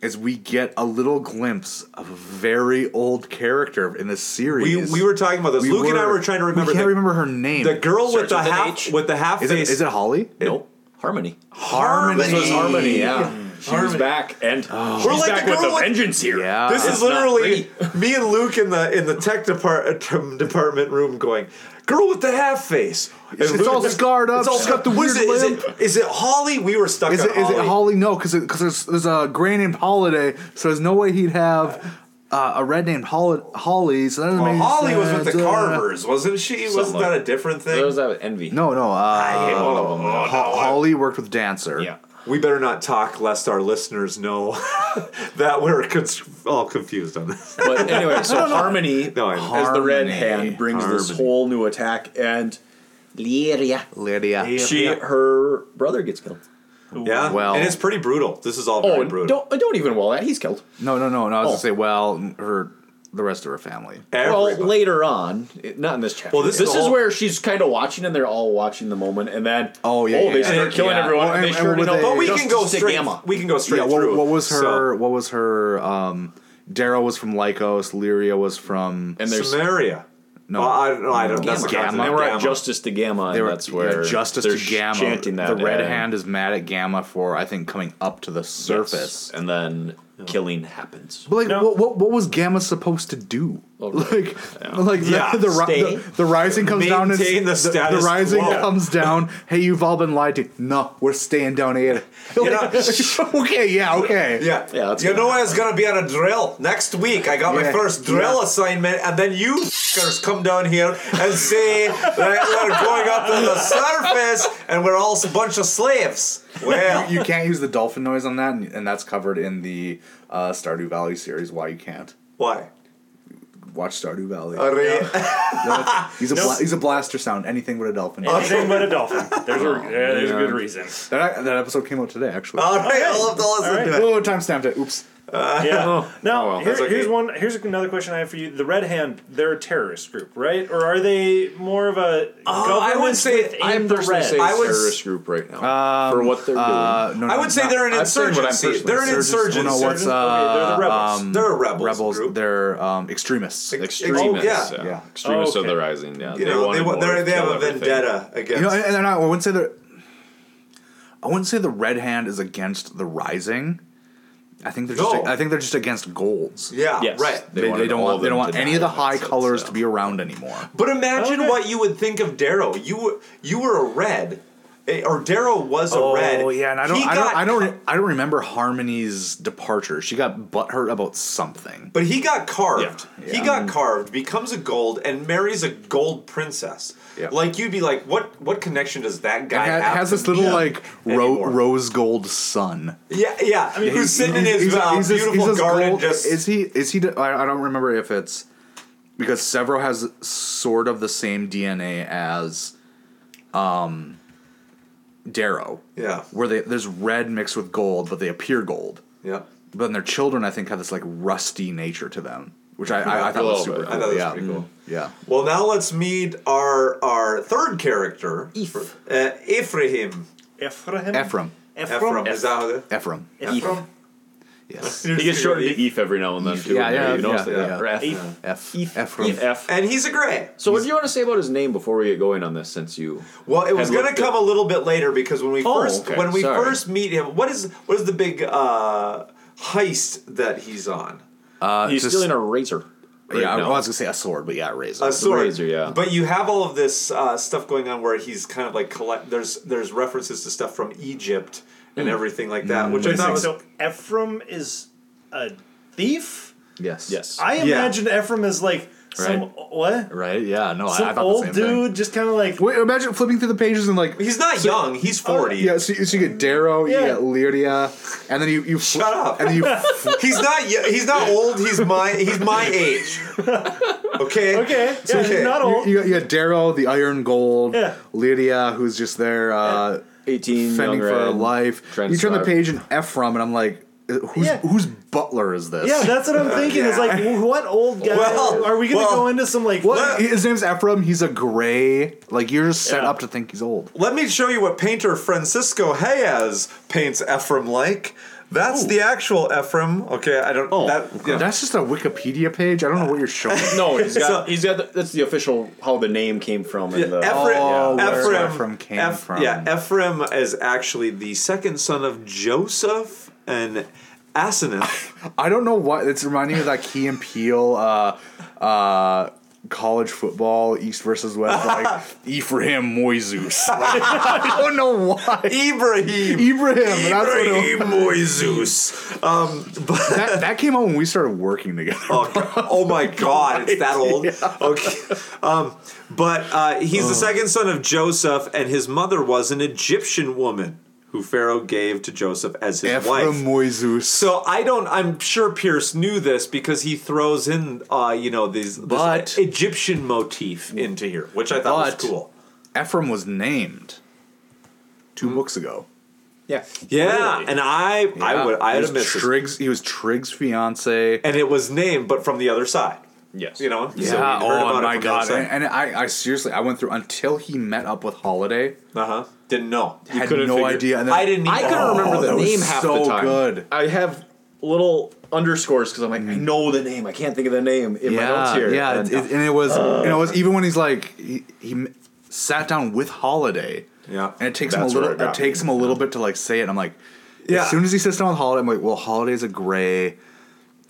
[SPEAKER 1] is we get a little glimpse of a very old character in this series.
[SPEAKER 7] we were talking about this. Luke and I were trying to remember
[SPEAKER 1] We can't
[SPEAKER 7] the-
[SPEAKER 1] remember her name.
[SPEAKER 7] the girl with the half with the half
[SPEAKER 1] Is it,
[SPEAKER 7] face.
[SPEAKER 1] is it Holly?
[SPEAKER 9] Nope. Harmony.
[SPEAKER 1] Harmony.
[SPEAKER 9] This was Harmony, yeah. She was back, and
[SPEAKER 1] Oh.
[SPEAKER 9] she's
[SPEAKER 7] We're like
[SPEAKER 9] back
[SPEAKER 7] the
[SPEAKER 9] with
[SPEAKER 7] girl
[SPEAKER 9] a
[SPEAKER 7] with-
[SPEAKER 9] vengeance here.
[SPEAKER 1] Yeah.
[SPEAKER 7] This
[SPEAKER 9] It's
[SPEAKER 7] is
[SPEAKER 9] not
[SPEAKER 7] literally me and Luke in the in the tech depart, [laughs] department room going, "Girl with the half face." And
[SPEAKER 1] It's all scarred up.
[SPEAKER 7] It's all
[SPEAKER 1] She's got
[SPEAKER 7] scarred.
[SPEAKER 1] the
[SPEAKER 7] What is
[SPEAKER 1] weird
[SPEAKER 7] it? Is
[SPEAKER 1] limp.
[SPEAKER 7] it is it Holly? We were stuck
[SPEAKER 1] Is
[SPEAKER 7] on
[SPEAKER 1] it, is it Holly? No, because there's there's a gray named Holiday, so there's no way he'd have uh, a red named Holly. Holly, so that doesn't
[SPEAKER 7] Well,
[SPEAKER 1] make
[SPEAKER 7] Holly was
[SPEAKER 1] sense.
[SPEAKER 7] with the
[SPEAKER 1] Uh,
[SPEAKER 7] Carvers, wasn't she? Wasn't
[SPEAKER 1] Something.
[SPEAKER 7] that a different thing? Oh,
[SPEAKER 9] was that with Envy.
[SPEAKER 1] No, no. Uh,
[SPEAKER 7] hate all of them.
[SPEAKER 1] Ho- Holly worked with Dancer.
[SPEAKER 9] Yeah.
[SPEAKER 7] We better not talk lest our listeners know [laughs] that we're cons- all confused on this.
[SPEAKER 9] [laughs] But
[SPEAKER 1] [laughs]
[SPEAKER 9] anyway, so
[SPEAKER 7] No, no.
[SPEAKER 9] Harmony,
[SPEAKER 7] No, I know.
[SPEAKER 9] as the Red
[SPEAKER 7] Harmony.
[SPEAKER 9] Hand, brings this
[SPEAKER 7] Harmony.
[SPEAKER 9] whole new attack, and Lyria,
[SPEAKER 1] Lyria,
[SPEAKER 9] she, her brother gets killed.
[SPEAKER 7] Yeah,
[SPEAKER 1] Well-
[SPEAKER 7] and it's pretty brutal. This is all
[SPEAKER 9] Oh,
[SPEAKER 7] very
[SPEAKER 9] and
[SPEAKER 7] brutal.
[SPEAKER 9] don't don't even well that he's killed.
[SPEAKER 1] No, no, no, no. I was
[SPEAKER 9] Oh.
[SPEAKER 1] gonna say, well, her, the rest of her family.
[SPEAKER 9] Well, later on, it- not in this chapter.
[SPEAKER 1] Well, this is
[SPEAKER 9] this is
[SPEAKER 1] all-
[SPEAKER 9] where she's kind of watching, and they're all watching the moment, and then
[SPEAKER 1] Oh yeah,
[SPEAKER 9] oh, they
[SPEAKER 1] yeah,
[SPEAKER 9] start
[SPEAKER 1] yeah.
[SPEAKER 9] killing
[SPEAKER 1] Yeah.
[SPEAKER 9] everyone.
[SPEAKER 1] Well,
[SPEAKER 9] and they
[SPEAKER 1] and-
[SPEAKER 9] sure
[SPEAKER 1] and
[SPEAKER 9] enough,
[SPEAKER 1] what they-
[SPEAKER 7] Justice de Gamma. We can go straight
[SPEAKER 1] yeah, what,
[SPEAKER 7] through.
[SPEAKER 1] What was
[SPEAKER 7] So-
[SPEAKER 1] her? What was her? Um, Daryl was from Lycos. Lyria was from
[SPEAKER 9] And there's-
[SPEAKER 7] Samaria.
[SPEAKER 1] No,
[SPEAKER 7] Well, I don't know, I don't- that's the
[SPEAKER 1] Gamma.
[SPEAKER 7] concept.
[SPEAKER 9] They were at Justice to Gamma,
[SPEAKER 1] They
[SPEAKER 9] and
[SPEAKER 1] were-
[SPEAKER 9] that's
[SPEAKER 1] yeah,
[SPEAKER 9] where
[SPEAKER 1] Justice
[SPEAKER 9] they're
[SPEAKER 1] to Gamma.
[SPEAKER 9] chanting that.
[SPEAKER 1] the Red
[SPEAKER 9] and-
[SPEAKER 1] Hand is mad at Gamma for I think coming up to the surface,
[SPEAKER 9] and then killing happens.
[SPEAKER 1] But like, what, what what was Gamma supposed to do? Like, [laughs] like
[SPEAKER 9] Yeah,
[SPEAKER 1] the, the, ri-
[SPEAKER 9] stay.
[SPEAKER 1] the the rising comes down. And,
[SPEAKER 7] Maintain the status
[SPEAKER 1] rising
[SPEAKER 7] quo.
[SPEAKER 1] comes down. Hey, you've all been lied to. No, we're staying down here.
[SPEAKER 7] [laughs] You know-
[SPEAKER 1] [laughs] okay, yeah, okay,
[SPEAKER 7] [laughs] Yeah, yeah.
[SPEAKER 1] that's
[SPEAKER 7] You
[SPEAKER 1] good.
[SPEAKER 7] know what? It's gonna be on a drill next week. I got my
[SPEAKER 1] Yeah.
[SPEAKER 7] first drill
[SPEAKER 1] Yeah.
[SPEAKER 7] assignment, and then you fuckers come down here and say that we're going up to the surface, and we're all a bunch of slaves. Well,
[SPEAKER 1] you, you can't use the dolphin noise on that, and, and that's covered in the uh, Stardew Valley series. Why you can't?
[SPEAKER 7] Why?
[SPEAKER 1] Watch Stardew Valley.
[SPEAKER 7] All right.
[SPEAKER 1] No, he's a
[SPEAKER 10] No.
[SPEAKER 1] bla- he's a blaster sound. Anything but a dolphin.
[SPEAKER 7] Uh,
[SPEAKER 10] Anything but a dolphin. There's a yeah, there's a good reason.
[SPEAKER 1] [laughs] That, that episode came out today, actually.
[SPEAKER 7] All right, I'll have to listen to it.
[SPEAKER 1] Whoa, timestamped it. Oops.
[SPEAKER 10] yeah. Now,
[SPEAKER 1] Oh,
[SPEAKER 9] Oh,
[SPEAKER 1] well,
[SPEAKER 10] here-
[SPEAKER 1] that's okay.
[SPEAKER 10] here's one. Here's another question I have for you. The Red Hand, they're a terrorist group, right? Or are they more of a
[SPEAKER 1] Oh.
[SPEAKER 7] Oh,
[SPEAKER 10] government within the Red?
[SPEAKER 9] I would terrorist group right now for what they're doing.
[SPEAKER 1] Uh, no, no,
[SPEAKER 7] I would say
[SPEAKER 1] not-
[SPEAKER 7] they're an
[SPEAKER 1] I'm saying what I'm
[SPEAKER 7] insurgency.
[SPEAKER 1] personally-
[SPEAKER 7] They're an
[SPEAKER 1] insurgents-
[SPEAKER 7] insurgency.
[SPEAKER 1] Oh, no, what's uh,
[SPEAKER 7] Okay, they're the rebels.
[SPEAKER 1] um,
[SPEAKER 7] They're a rebels group.
[SPEAKER 1] They're um, extremists.
[SPEAKER 7] Extremists, oh, yeah.
[SPEAKER 1] yeah.
[SPEAKER 9] Extremists
[SPEAKER 7] Oh,
[SPEAKER 9] of
[SPEAKER 7] okay.
[SPEAKER 9] the Rising. Yeah,
[SPEAKER 7] You know,
[SPEAKER 9] wanted
[SPEAKER 7] they wa-
[SPEAKER 9] more
[SPEAKER 7] they're-
[SPEAKER 9] to
[SPEAKER 7] they have
[SPEAKER 9] kill
[SPEAKER 7] a
[SPEAKER 9] everything.
[SPEAKER 7] vendetta against-
[SPEAKER 1] You know, and they're not. I wouldn't say they're. I wouldn't say the Red Hand is against the Rising. I think they're just.
[SPEAKER 7] No.
[SPEAKER 1] I think they're just against golds.
[SPEAKER 7] Yeah, Yes. right.
[SPEAKER 1] They,
[SPEAKER 7] They
[SPEAKER 1] they
[SPEAKER 7] wanted
[SPEAKER 1] don't
[SPEAKER 7] all
[SPEAKER 1] want.
[SPEAKER 7] of
[SPEAKER 1] They
[SPEAKER 7] them
[SPEAKER 1] don't
[SPEAKER 7] to
[SPEAKER 1] want any
[SPEAKER 7] die
[SPEAKER 1] of the
[SPEAKER 7] in that
[SPEAKER 1] high
[SPEAKER 7] sense,
[SPEAKER 1] colors
[SPEAKER 7] yeah.
[SPEAKER 1] to be around anymore.
[SPEAKER 7] But imagine what you would think of Darrow. You were, you were a red, Eh, Or Darrow was a
[SPEAKER 1] oh,
[SPEAKER 7] red.
[SPEAKER 1] yeah, and I don't,
[SPEAKER 7] He
[SPEAKER 1] I
[SPEAKER 7] got
[SPEAKER 1] don't, I don't,
[SPEAKER 7] [laughs]
[SPEAKER 1] re- I don't remember Harmony's departure. She got butthurt about something.
[SPEAKER 7] But he got carved.
[SPEAKER 1] Yeah.
[SPEAKER 7] He
[SPEAKER 1] Yeah.
[SPEAKER 7] got carved, becomes a gold, and marries a gold princess. Like you'd be like, what? What connection does that guy
[SPEAKER 1] And ha-
[SPEAKER 7] have?
[SPEAKER 1] has
[SPEAKER 7] to
[SPEAKER 1] this little
[SPEAKER 7] me?
[SPEAKER 1] like ro- rose gold sun.
[SPEAKER 7] yeah, yeah.
[SPEAKER 1] Yeah,
[SPEAKER 7] who's
[SPEAKER 1] he's-
[SPEAKER 7] sitting in
[SPEAKER 1] he's-
[SPEAKER 7] his
[SPEAKER 1] he's-
[SPEAKER 7] uh,
[SPEAKER 1] he's this-
[SPEAKER 7] beautiful
[SPEAKER 1] he's this
[SPEAKER 7] garden?
[SPEAKER 1] gold-
[SPEAKER 7] just
[SPEAKER 1] is he? Is he? I, I don't remember if it's because Severo has sort of the same DNA as um Darrow.
[SPEAKER 7] Yeah.
[SPEAKER 1] where they there's red mixed with gold, but they appear gold.
[SPEAKER 7] Yeah.
[SPEAKER 1] But then their children, I think, have this like rusty nature to them, which I, I, I
[SPEAKER 7] [laughs]
[SPEAKER 1] thought was
[SPEAKER 7] Well,
[SPEAKER 1] super cool.
[SPEAKER 7] I thought that was
[SPEAKER 1] yeah. Mm-hmm.
[SPEAKER 7] pretty cool.
[SPEAKER 1] Yeah.
[SPEAKER 7] Well, now let's meet our our third character,
[SPEAKER 9] E.
[SPEAKER 7] uh, Ephraim.
[SPEAKER 10] Ephraim.
[SPEAKER 1] Ephraim.
[SPEAKER 7] Ephraim. Is that how it is?
[SPEAKER 1] Ephraim.
[SPEAKER 7] Ephraim. [laughs]
[SPEAKER 1] Yes.
[SPEAKER 9] He gets shortened to Ef every now and then, too.
[SPEAKER 1] Yeah, yeah,
[SPEAKER 9] You notice
[SPEAKER 1] yeah,
[SPEAKER 9] that?
[SPEAKER 1] yeah.
[SPEAKER 9] Or F.
[SPEAKER 1] Eef. F. Ephraim.
[SPEAKER 9] Eef. F.
[SPEAKER 7] And he's a gray.
[SPEAKER 9] So, what do you want to say about his name before we get going on this? Since you,
[SPEAKER 7] Well, it was
[SPEAKER 9] had
[SPEAKER 7] going to
[SPEAKER 9] looked at-
[SPEAKER 7] come a little bit later because when we
[SPEAKER 9] Oh,
[SPEAKER 7] first
[SPEAKER 9] okay,
[SPEAKER 7] when we
[SPEAKER 9] sorry.
[SPEAKER 7] first meet him, what is what is the big uh, heist that he's on?
[SPEAKER 1] Uh,
[SPEAKER 7] He's stealing a
[SPEAKER 9] razor.
[SPEAKER 7] right
[SPEAKER 1] yeah, I-
[SPEAKER 7] now.
[SPEAKER 1] well, I was gonna say a sword, but yeah, a razor.
[SPEAKER 7] A sword, But you have all of this uh, stuff going on where he's kind of like collect. There's there's references to stuff from Egypt and
[SPEAKER 10] Mm.
[SPEAKER 7] everything like that, which I
[SPEAKER 1] Hmm.
[SPEAKER 10] Wait a
[SPEAKER 7] thought
[SPEAKER 10] second,
[SPEAKER 7] was
[SPEAKER 10] so Ephraim is a thief.
[SPEAKER 1] Yes.
[SPEAKER 9] Yes.
[SPEAKER 10] I
[SPEAKER 1] Yeah.
[SPEAKER 10] imagine Ephraim is like some
[SPEAKER 1] Right.
[SPEAKER 10] what?
[SPEAKER 1] Right? Yeah. No, I, I
[SPEAKER 10] Some
[SPEAKER 1] thought
[SPEAKER 10] old
[SPEAKER 1] the same thing.
[SPEAKER 10] dude just kind of like.
[SPEAKER 1] Wait, imagine flipping through the pages and like
[SPEAKER 7] he's not young. He's forty.
[SPEAKER 1] yeah, so, you- so you get Darrow, you
[SPEAKER 7] Yeah.
[SPEAKER 1] get Lyria, and then you you shut
[SPEAKER 7] up.
[SPEAKER 1] And then you
[SPEAKER 7] he's not y- he's
[SPEAKER 1] [laughs]
[SPEAKER 7] not old. He's my he's my age. Okay. Okay.
[SPEAKER 1] so you- You, you got Darrow, the Iron Gold,
[SPEAKER 7] Yeah.
[SPEAKER 1] Lydia, who's just there, uh,
[SPEAKER 9] eighteen,
[SPEAKER 1] fending
[SPEAKER 9] young
[SPEAKER 1] for her
[SPEAKER 9] red,
[SPEAKER 1] life.
[SPEAKER 9] trying to
[SPEAKER 1] You turn the
[SPEAKER 9] survive.
[SPEAKER 1] page and Ephraim, and I'm like, uh, who's whose butler is this?
[SPEAKER 10] Yeah, that's what I'm thinking. It's like, wh- what old guy?
[SPEAKER 1] Well,
[SPEAKER 10] are we gonna
[SPEAKER 1] well,
[SPEAKER 10] go into some like
[SPEAKER 1] What? His name's Ephraim. He's a gray. Like you're just set
[SPEAKER 7] Yeah.
[SPEAKER 1] up to think he's old.
[SPEAKER 7] Let me show you what painter Francisco Hayes paints Ephraim like. That's the actual Ephraim. Okay, I don't. Oh,
[SPEAKER 1] That's just a Wikipedia page. I don't know what you're showing.
[SPEAKER 9] No,
[SPEAKER 1] [laughs]
[SPEAKER 9] he's got
[SPEAKER 7] So-
[SPEAKER 9] he's got the, that's the official how the name came from. and
[SPEAKER 7] Yeah,
[SPEAKER 9] the,
[SPEAKER 7] Ephraim,
[SPEAKER 9] Oh, where
[SPEAKER 7] Ephraim,
[SPEAKER 9] Ephraim came
[SPEAKER 7] Eph-
[SPEAKER 9] from.
[SPEAKER 7] Yeah, Ephraim is actually the second son of Joseph and
[SPEAKER 1] [laughs]
[SPEAKER 7] Asenath.
[SPEAKER 1] I don't know why. It's reminding me of that Key and Peele uh, uh, college football East versus West,
[SPEAKER 7] [laughs]
[SPEAKER 1] like Ephraim Moisus. Like, I don't know why.
[SPEAKER 7] Ibrahim.
[SPEAKER 1] Ibrahim. That's what it
[SPEAKER 7] Ibrahim Moisus. Um, but
[SPEAKER 1] that, that came out when we started working together.
[SPEAKER 7] Oh, go- oh my God, it's
[SPEAKER 1] [laughs]
[SPEAKER 7] that old. Okay. Um, but uh, he's the
[SPEAKER 1] Oh.
[SPEAKER 7] second son of Joseph, and his mother was an Egyptian woman who Pharaoh gave to Joseph as his wife.
[SPEAKER 1] Ephraim Moisus.
[SPEAKER 7] So I don't. I'm sure Pierce knew this because he throws in, uh, you know, these this Egyptian motif into here, which I thought
[SPEAKER 1] But
[SPEAKER 7] was cool.
[SPEAKER 1] Ephraim was named
[SPEAKER 7] Hmm.
[SPEAKER 1] two books ago.
[SPEAKER 9] Oh, Yeah.
[SPEAKER 7] Yeah, and I, I would, I
[SPEAKER 1] He
[SPEAKER 7] would
[SPEAKER 1] was
[SPEAKER 7] have missed it.
[SPEAKER 1] Triggs. He was Triggs' fiance,
[SPEAKER 7] and it was named, but from the other side.
[SPEAKER 9] Yes,
[SPEAKER 7] you know.
[SPEAKER 1] Yeah.
[SPEAKER 7] So we heard about
[SPEAKER 1] oh
[SPEAKER 7] it
[SPEAKER 1] my
[SPEAKER 7] from the other
[SPEAKER 1] god!
[SPEAKER 7] side.
[SPEAKER 1] And, and I, I seriously, I went through until he met up with Holiday.
[SPEAKER 7] Uh huh. Didn't know.
[SPEAKER 1] Had
[SPEAKER 9] couldn't
[SPEAKER 1] no
[SPEAKER 9] figure-
[SPEAKER 1] idea. And then,
[SPEAKER 9] I didn't. I couldn't
[SPEAKER 1] Oh,
[SPEAKER 9] remember
[SPEAKER 1] that
[SPEAKER 9] the
[SPEAKER 1] was
[SPEAKER 9] name half
[SPEAKER 1] so
[SPEAKER 9] the time.
[SPEAKER 1] Good. Mm-hmm.
[SPEAKER 9] I have little underscores because I'm like, I know the name. I can't think of the name in my notes here.
[SPEAKER 1] Yeah,
[SPEAKER 9] and, uh,
[SPEAKER 1] and, it, and it was, you know, it was even when he's like he, he m- sat down with Holiday.
[SPEAKER 7] Yeah,
[SPEAKER 1] and it takes him a
[SPEAKER 9] That's where
[SPEAKER 1] little.
[SPEAKER 9] it got
[SPEAKER 1] It takes him a little bit to like say it. and I'm like,
[SPEAKER 7] Yeah.
[SPEAKER 1] as soon as he sits down with Holiday, I'm like, well, Holiday's a gray,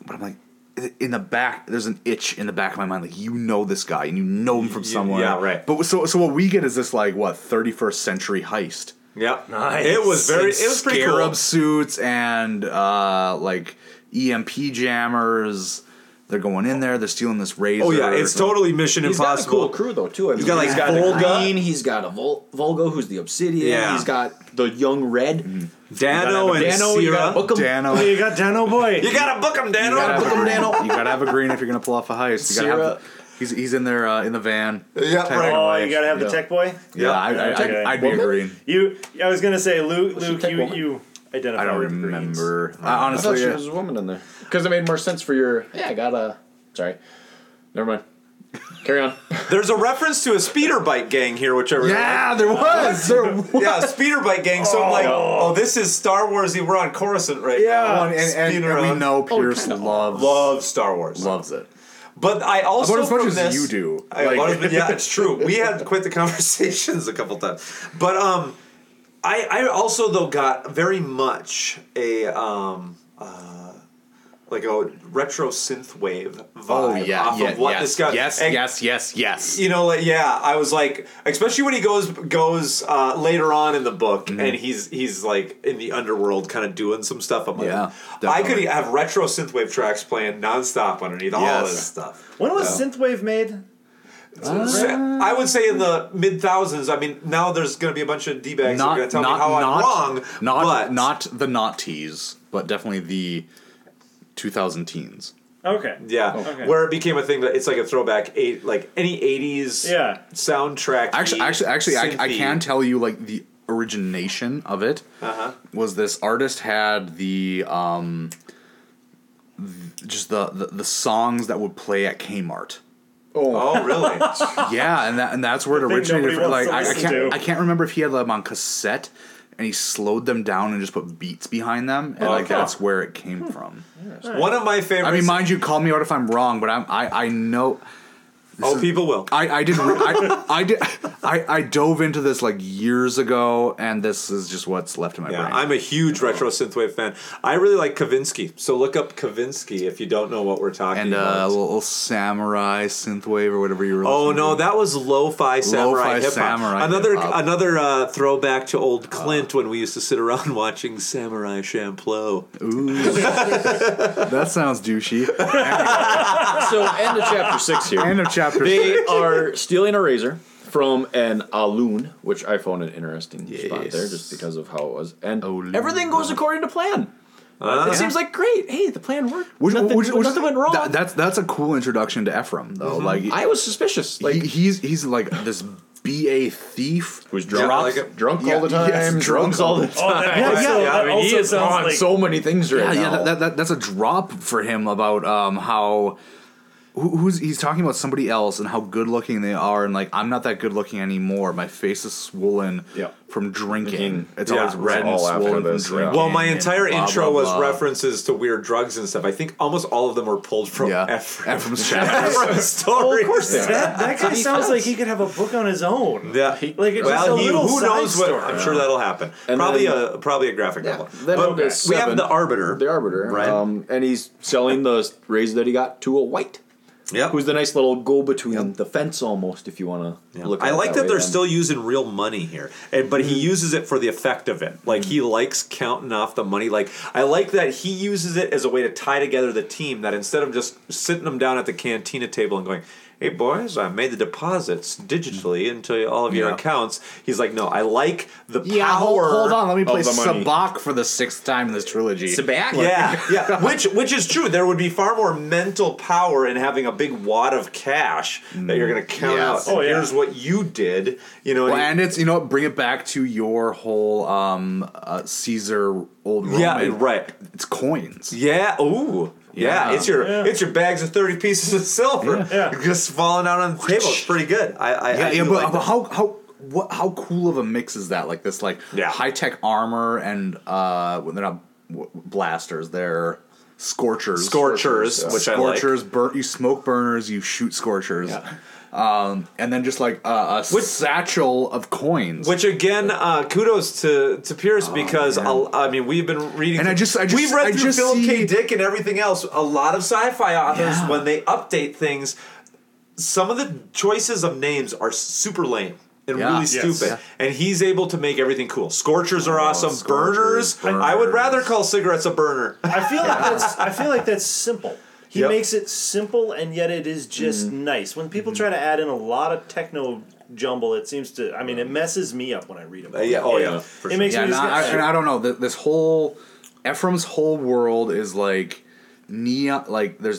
[SPEAKER 1] but I'm like. i- In the back, there's an itch in the back of my mind. Like you know this guy, and you know him from somewhere.
[SPEAKER 7] yeah, right.
[SPEAKER 1] But so, so what we get is this like what 31st century heist.
[SPEAKER 7] Yeah. It was very. It was pretty
[SPEAKER 1] scarab
[SPEAKER 7] cool.
[SPEAKER 1] suits and uh, like EMP jammers. They're going in there. They're stealing this razor.
[SPEAKER 7] Oh yeah, it's totally Mission
[SPEAKER 9] He's got a
[SPEAKER 7] Impossible.
[SPEAKER 9] cool crew though too. I mean,
[SPEAKER 7] He's got, like,
[SPEAKER 9] the
[SPEAKER 7] Volga.
[SPEAKER 9] Green, he's got a Vol- Volga who's the Obsidian.
[SPEAKER 7] Yeah.
[SPEAKER 9] He's got the Young Red.
[SPEAKER 1] Mm-hmm.
[SPEAKER 7] Dano and
[SPEAKER 9] Dano, you
[SPEAKER 7] Sierra.
[SPEAKER 9] got Bookham.
[SPEAKER 1] Dano.
[SPEAKER 10] You got Dano boy.
[SPEAKER 7] You gotta book him,
[SPEAKER 1] You
[SPEAKER 7] Dano.
[SPEAKER 1] gotta,
[SPEAKER 7] Book
[SPEAKER 1] have a
[SPEAKER 7] 'em,
[SPEAKER 1] green.
[SPEAKER 7] Dano.
[SPEAKER 1] you gotta have a green if you're gonna pull off a heist. You gotta have the, he's he's in there uh, in the van.
[SPEAKER 10] Yeah,
[SPEAKER 1] typing
[SPEAKER 10] right.
[SPEAKER 1] away.
[SPEAKER 10] Oh, you gotta have
[SPEAKER 1] Yeah.
[SPEAKER 10] the tech boy.
[SPEAKER 1] Yeah, I, I, I,
[SPEAKER 10] Okay.
[SPEAKER 1] I'd be a green.
[SPEAKER 10] You, I was gonna say, Luke,
[SPEAKER 9] Was she
[SPEAKER 10] Luke,
[SPEAKER 9] tech
[SPEAKER 10] you,
[SPEAKER 9] woman?
[SPEAKER 10] you identify.
[SPEAKER 1] I don't
[SPEAKER 10] with the green.
[SPEAKER 1] remember. I
[SPEAKER 9] I thought
[SPEAKER 1] honestly, uh,
[SPEAKER 9] she was a woman in there because it made more sense for your. Yeah, I got a. Sorry, never mind. Carry
[SPEAKER 1] [laughs]
[SPEAKER 9] on.
[SPEAKER 7] There's a reference to a speeder bike gang here, which I really
[SPEAKER 1] Yeah,
[SPEAKER 7] like.
[SPEAKER 1] there was. There
[SPEAKER 9] [laughs]
[SPEAKER 1] was.
[SPEAKER 7] yeah, speeder bike gang. So I'm like, oh, this is Star Wars. We're on Coruscant right now.
[SPEAKER 1] Oh, and, and, and,
[SPEAKER 7] Speeder
[SPEAKER 1] and we
[SPEAKER 7] Oh, on-
[SPEAKER 1] know Pierce loves
[SPEAKER 7] loves Star Wars.
[SPEAKER 1] Loves it.
[SPEAKER 7] But I also
[SPEAKER 1] About as much
[SPEAKER 7] from
[SPEAKER 1] as
[SPEAKER 7] this-
[SPEAKER 1] you do.
[SPEAKER 7] I-
[SPEAKER 1] Like-
[SPEAKER 7] about as- yeah, it's true. We had [laughs] quite the conversations a couple times. But um, I I also though got very much a um uh like a retro synth wave vibe
[SPEAKER 1] Oh, yeah,
[SPEAKER 7] off
[SPEAKER 1] yeah,
[SPEAKER 7] of what
[SPEAKER 1] yes,
[SPEAKER 7] this guy.
[SPEAKER 1] yes,
[SPEAKER 7] and
[SPEAKER 1] yes, yes, yes.
[SPEAKER 7] you know, like yeah, I was like, especially when he goes goes uh, later on in the book,
[SPEAKER 1] Mm-hmm.
[SPEAKER 7] and he's he's like in the underworld, kind of doing some stuff. I'm like,
[SPEAKER 1] Yeah,
[SPEAKER 7] I could
[SPEAKER 1] definitely.
[SPEAKER 7] have retro synthwave tracks playing nonstop underneath all
[SPEAKER 1] Yes.
[SPEAKER 7] this stuff.
[SPEAKER 10] When was
[SPEAKER 7] So-
[SPEAKER 10] synthwave made?
[SPEAKER 7] so I would say in the mid thousands. I mean, now there's going to be a bunch of d bags that are
[SPEAKER 1] not,
[SPEAKER 7] going to tell
[SPEAKER 1] not,
[SPEAKER 7] me how
[SPEAKER 1] not,
[SPEAKER 7] I'm wrong.
[SPEAKER 1] Not,
[SPEAKER 7] but-
[SPEAKER 1] not the not tees, but definitely the 2000 teens.
[SPEAKER 10] Okay.
[SPEAKER 7] Yeah,
[SPEAKER 1] Okay.
[SPEAKER 7] where it became a thing that it's like a throwback eight, like any '80s
[SPEAKER 1] Yeah.
[SPEAKER 7] soundtrack.
[SPEAKER 1] Actually, actually, actually, I, I can tell you like the origination of it
[SPEAKER 7] Uh-huh.
[SPEAKER 1] was this artist had the um, th- just the, the the songs that would play at
[SPEAKER 7] [laughs]
[SPEAKER 1] Kmart.
[SPEAKER 7] Oh, really?
[SPEAKER 1] yeah, and that and that's where it
[SPEAKER 7] The thing
[SPEAKER 1] originated.
[SPEAKER 7] nobody
[SPEAKER 1] From. Like
[SPEAKER 7] wants to
[SPEAKER 1] I, I
[SPEAKER 7] listen
[SPEAKER 1] can't
[SPEAKER 7] to.
[SPEAKER 1] I can't remember if he had them on cassette, and he slowed them down and just put beats behind them, and like
[SPEAKER 7] Okay.
[SPEAKER 1] that's where it came from.
[SPEAKER 7] One of my favorites.
[SPEAKER 1] I mean, mind you, call me out if I'm wrong, but I'm I I know.
[SPEAKER 7] Oh, people will.
[SPEAKER 1] I I did re- I, I did I I dove into this like years ago, and this is just what's left in my
[SPEAKER 7] Yeah,
[SPEAKER 1] brain.
[SPEAKER 7] I'm a huge retro synthwave fan. I really like Kavinsky. So look up Kavinsky if you don't know what we're talking
[SPEAKER 1] and uh,
[SPEAKER 7] about.
[SPEAKER 1] a little samurai synthwave or whatever you were.
[SPEAKER 7] Oh
[SPEAKER 1] listening
[SPEAKER 7] no,
[SPEAKER 1] to.
[SPEAKER 7] that was lo-fi samurai
[SPEAKER 1] Lo-fi
[SPEAKER 7] hip
[SPEAKER 1] samurai
[SPEAKER 7] hop. Another
[SPEAKER 1] hip-hop. Uh.
[SPEAKER 7] another uh, throwback to old Clint when we used to sit around [laughs] watching Samurai Champloo.
[SPEAKER 1] that sounds
[SPEAKER 9] [laughs]
[SPEAKER 1] douchey.
[SPEAKER 9] so end of chapter six here.
[SPEAKER 1] End of chapter
[SPEAKER 9] They
[SPEAKER 1] six.
[SPEAKER 9] are stealing a razor from an Alun, which I found an interesting spot there just because of how it was. And everything goes according to plan.
[SPEAKER 1] Ah.
[SPEAKER 9] it seems like great. Hey, the plan worked.
[SPEAKER 1] Which,
[SPEAKER 9] nothing,
[SPEAKER 1] which, which,
[SPEAKER 9] nothing went wrong.
[SPEAKER 1] that- that's that's a cool introduction to Ephraim though.
[SPEAKER 9] Mhm.
[SPEAKER 1] Like
[SPEAKER 9] I was suspicious.
[SPEAKER 1] Like he's he's like this BA thief
[SPEAKER 9] who's drunk- like, drunk all [laughs] the time, drunk all the Oh, that time.
[SPEAKER 1] yeah,
[SPEAKER 9] also-
[SPEAKER 1] yeah.
[SPEAKER 9] that I mean, he also is sounds on like- so many things right
[SPEAKER 1] yeah, Yeah,
[SPEAKER 9] now.
[SPEAKER 1] that, that, that, that's a drop for him about um how. who- Who's he's talking about somebody else and how good looking they are and like I'm not that good looking anymore. My face is swollen from drinking. It's
[SPEAKER 7] Yeah.
[SPEAKER 1] always red and swollen from drinking.
[SPEAKER 7] Well, my
[SPEAKER 1] and
[SPEAKER 7] entire
[SPEAKER 1] blah,
[SPEAKER 7] intro
[SPEAKER 1] blah,
[SPEAKER 7] was
[SPEAKER 1] blah.
[SPEAKER 7] references to weird drugs and stuff. I think almost all of them were pulled from [laughs] Ephraim.
[SPEAKER 1] [laughs] Ephraim's
[SPEAKER 7] chapters. Ephraim's stories.
[SPEAKER 10] Of course, that, that guy sounds like he could have a book on his own.
[SPEAKER 7] Yeah,
[SPEAKER 10] Like, it's just
[SPEAKER 7] well,
[SPEAKER 10] a
[SPEAKER 7] he,
[SPEAKER 10] little
[SPEAKER 7] who
[SPEAKER 10] side
[SPEAKER 7] knows what?
[SPEAKER 10] story.
[SPEAKER 7] I'm sure that'll happen.
[SPEAKER 9] And
[SPEAKER 7] probably
[SPEAKER 9] then-
[SPEAKER 7] a probably a graphic novel.
[SPEAKER 9] Then
[SPEAKER 7] But
[SPEAKER 9] okay.
[SPEAKER 7] we have
[SPEAKER 9] seven.
[SPEAKER 7] the arbiter.
[SPEAKER 9] The arbiter,
[SPEAKER 7] Right.
[SPEAKER 9] Um, and he's selling the razor that he got to a white.
[SPEAKER 7] Yeah,
[SPEAKER 9] who's the nice little go between the fence almost, if you want to look. at
[SPEAKER 7] I
[SPEAKER 9] it
[SPEAKER 7] like
[SPEAKER 9] that
[SPEAKER 7] that,
[SPEAKER 9] way
[SPEAKER 7] they're
[SPEAKER 9] then.
[SPEAKER 7] still using real money here, and, but he uses it for the effect of it. Like he likes counting off the money. Like I like that he uses it as a way to tie together the team. That instead of just sitting them down at the cantina table and going, "Hey boys, I made the deposits digitally into all of your
[SPEAKER 1] Yeah.
[SPEAKER 7] accounts," he's like, "No, I like the
[SPEAKER 1] Yeah,
[SPEAKER 7] power."
[SPEAKER 1] hold, hold on. Let me
[SPEAKER 7] of
[SPEAKER 1] play
[SPEAKER 7] the money."
[SPEAKER 1] Sabak for the sixth time in this trilogy. [laughs]
[SPEAKER 7] Yeah, yeah. [laughs] Which which is true. There would be far more mental power in having a big wad of cash that you're going to count
[SPEAKER 1] Yes.
[SPEAKER 7] out.
[SPEAKER 1] Oh, yeah.
[SPEAKER 7] Here's what you did. You know.
[SPEAKER 1] Well,
[SPEAKER 7] and-
[SPEAKER 1] and it's you know what, bring it back to your whole um uh, Caesar old Roman.
[SPEAKER 7] Yeah, right.
[SPEAKER 1] It's coins.
[SPEAKER 7] Yeah. Ooh. Yeah, it's your it's your bags of thirty pieces of [laughs] silver just falling out on the table. It's pretty good. I, I
[SPEAKER 1] yeah,
[SPEAKER 7] I
[SPEAKER 1] yeah,
[SPEAKER 7] do
[SPEAKER 1] but, but
[SPEAKER 7] like that.
[SPEAKER 1] how how what how cool of a mix is that? Like this, like high tech armor and uh, well, they're not w- blasters, they're scorchers,
[SPEAKER 7] Scorchers, which I like.
[SPEAKER 1] scorchers. Burn you smoke burners, you shoot scorchers, um, and then just like a, a satchel of coins.
[SPEAKER 7] Which again, uh, kudos to to Pierce because I'll- I mean we've been reading
[SPEAKER 1] Oh, And I just- I just-
[SPEAKER 7] we've read
[SPEAKER 1] I
[SPEAKER 7] through
[SPEAKER 1] just
[SPEAKER 7] Philip K.
[SPEAKER 1] see-
[SPEAKER 7] Dick and everything else. A lot of sci-fi authors
[SPEAKER 1] Yeah.
[SPEAKER 7] when they update things, some of the choices of names are super lame. And
[SPEAKER 1] Yeah.
[SPEAKER 7] really
[SPEAKER 1] Yes.
[SPEAKER 7] stupid,
[SPEAKER 1] Yeah. Oh,
[SPEAKER 7] and he's able to make everything cool. Scorchers are awesome. Burners, I would rather call cigarettes a burner.
[SPEAKER 9] [laughs]
[SPEAKER 10] I feel like that's I feel like that's simple. He
[SPEAKER 7] Yep.
[SPEAKER 10] makes it simple and yet it is just nice. When people try to add in a lot of techno jumble, it seems to I mean it messes me up when I read them.
[SPEAKER 7] Uh, yeah, oh,
[SPEAKER 10] It-
[SPEAKER 7] yeah,
[SPEAKER 10] It makes
[SPEAKER 1] yeah,
[SPEAKER 10] me
[SPEAKER 1] and
[SPEAKER 10] just
[SPEAKER 1] I,
[SPEAKER 10] get-
[SPEAKER 1] and I don't know. th- This whole Ephraim's whole world is like neon. Like there's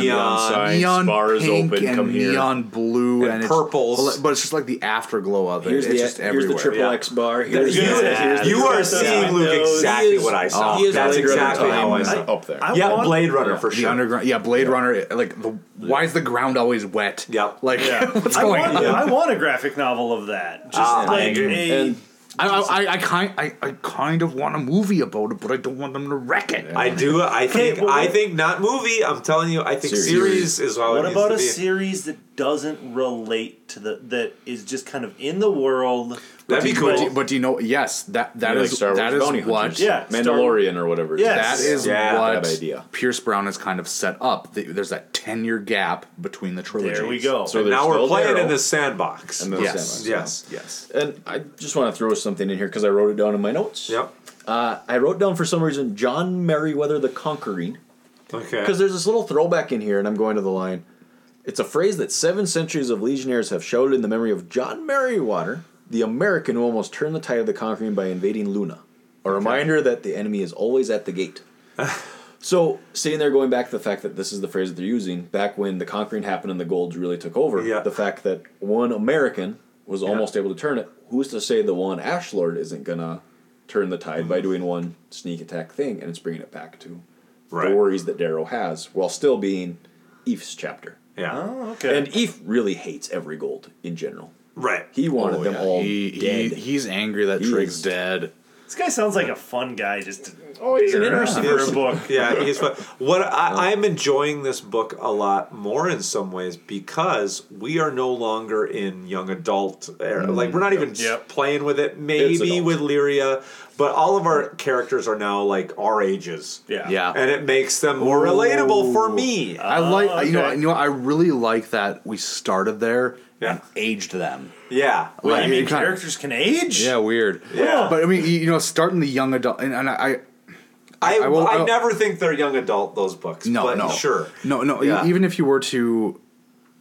[SPEAKER 1] neon,
[SPEAKER 9] neon signs, bars
[SPEAKER 1] pink
[SPEAKER 9] open,
[SPEAKER 1] and
[SPEAKER 9] come here.
[SPEAKER 1] neon blue
[SPEAKER 9] And
[SPEAKER 1] and, it's-
[SPEAKER 9] purples.
[SPEAKER 1] but it's just like the afterglow of it.
[SPEAKER 9] Here's
[SPEAKER 1] it's
[SPEAKER 9] the-
[SPEAKER 1] just
[SPEAKER 9] here's the
[SPEAKER 1] everywhere.
[SPEAKER 9] triple X bar,
[SPEAKER 1] That's-
[SPEAKER 9] here's the-
[SPEAKER 1] you-
[SPEAKER 9] here's the-
[SPEAKER 1] you
[SPEAKER 9] here's
[SPEAKER 1] are
[SPEAKER 9] the-
[SPEAKER 1] seeing
[SPEAKER 9] Luke windows. exactly He is-
[SPEAKER 7] what I saw.
[SPEAKER 9] he is
[SPEAKER 7] That's
[SPEAKER 9] Blade Runner
[SPEAKER 7] exactly how I
[SPEAKER 9] time
[SPEAKER 7] saw.
[SPEAKER 9] up there. I
[SPEAKER 7] yeah,
[SPEAKER 9] want-
[SPEAKER 7] Blade Runner
[SPEAKER 1] Yeah.
[SPEAKER 7] for
[SPEAKER 1] the
[SPEAKER 7] sure.
[SPEAKER 1] underground. Yeah, Blade Runner. Like the why is the ground always wet? Yeah, like [laughs] what's
[SPEAKER 10] I
[SPEAKER 1] going
[SPEAKER 10] want,
[SPEAKER 1] on?
[SPEAKER 10] I want a graphic novel of that. Just
[SPEAKER 1] Ah, I
[SPEAKER 10] like
[SPEAKER 1] agree.
[SPEAKER 10] a
[SPEAKER 1] And- I, I, I, I kind I, I kind of want a movie about it, but I don't want them to wreck it.
[SPEAKER 7] I do. I think.
[SPEAKER 10] but
[SPEAKER 7] I
[SPEAKER 10] what-
[SPEAKER 7] think not movie. I'm telling you. I think
[SPEAKER 1] Series.
[SPEAKER 7] series, is how
[SPEAKER 10] what
[SPEAKER 7] it
[SPEAKER 10] about a
[SPEAKER 7] needs to be.
[SPEAKER 10] series that doesn't relate to the that is just kind of in the world
[SPEAKER 1] That'd
[SPEAKER 9] be
[SPEAKER 1] But
[SPEAKER 9] cool.
[SPEAKER 1] do, but do you know? Yes, that that
[SPEAKER 9] Yeah, like
[SPEAKER 1] is
[SPEAKER 9] Star Wars
[SPEAKER 1] that is
[SPEAKER 9] bounty
[SPEAKER 1] what
[SPEAKER 9] hunters. Yeah, Mandalorian or whatever it is.
[SPEAKER 1] Yes.
[SPEAKER 9] Yes.
[SPEAKER 1] that is
[SPEAKER 9] Yeah,
[SPEAKER 1] what
[SPEAKER 9] bad idea.
[SPEAKER 1] Pierce Brown has kind of set up. Th- There's that ten year gap between the trilogies.
[SPEAKER 7] So Oh, now we're playing in the sandbox.
[SPEAKER 9] And the sandbox,
[SPEAKER 7] Yes.
[SPEAKER 9] yeah. And I just want to throw something in here because I wrote it down in my notes. Yep. Uh, I wrote down for some reason John Merriweather the Conquering.
[SPEAKER 7] Okay.
[SPEAKER 9] Because there's this little throwback in here, and I'm going to the line. It's a phrase that seven centuries of legionnaires have shouted in the memory of John Merriwater, the American who almost turned the tide of the conquering by invading Luna. A reminder that the enemy is always at
[SPEAKER 7] [laughs]
[SPEAKER 9] the gate. so, sitting there going back to the fact that this is the phrase that they're using back when the conquering happened and the golds really took over, the fact that one American was
[SPEAKER 7] Yeah.
[SPEAKER 9] almost able to turn it, who's to say the one Ashlord isn't going to turn the tide
[SPEAKER 7] Mm-hmm.
[SPEAKER 9] by doing one sneak attack thing and it's bringing it back to the worries that Darrow has while still being Eve's chapter.
[SPEAKER 7] Yeah.
[SPEAKER 10] okay.
[SPEAKER 9] And Eve really hates every gold in general.
[SPEAKER 7] Right.
[SPEAKER 9] He wanted
[SPEAKER 1] Oh,
[SPEAKER 9] them
[SPEAKER 1] yeah.
[SPEAKER 9] all
[SPEAKER 1] He- he-
[SPEAKER 9] dead.
[SPEAKER 1] he's angry that Trig's dead.
[SPEAKER 10] This guy sounds like a fun guy. Just to
[SPEAKER 9] oh,
[SPEAKER 10] he's an interesting for a book.
[SPEAKER 7] [laughs] yeah, he's fun. What I, I'm enjoying this book a lot more in some ways because we are no longer in young adult era.
[SPEAKER 9] Mm.
[SPEAKER 7] Like we're not even s-
[SPEAKER 9] Yep.
[SPEAKER 7] playing with it.
[SPEAKER 9] It's
[SPEAKER 7] Maybe
[SPEAKER 9] adult.
[SPEAKER 7] with Lyria, but all of our characters are now like our ages.
[SPEAKER 10] Yeah,
[SPEAKER 1] Yeah.
[SPEAKER 7] and it makes them more relatable for me.
[SPEAKER 1] I like you know you know I really like that we started there and aged them.
[SPEAKER 7] Yeah.
[SPEAKER 10] Wait,
[SPEAKER 1] Like,
[SPEAKER 10] you mean
[SPEAKER 1] it kinda-
[SPEAKER 10] characters can age?
[SPEAKER 1] Yeah, weird.
[SPEAKER 7] Yeah.
[SPEAKER 1] but I mean, you you know, starting the young adult, and, and I,
[SPEAKER 7] I, I,
[SPEAKER 1] will- I'll-
[SPEAKER 7] never think they're young adult those books.
[SPEAKER 1] No,
[SPEAKER 7] but
[SPEAKER 1] no,
[SPEAKER 7] sure.
[SPEAKER 1] no, no. e-
[SPEAKER 7] Yeah.
[SPEAKER 1] Even if you were to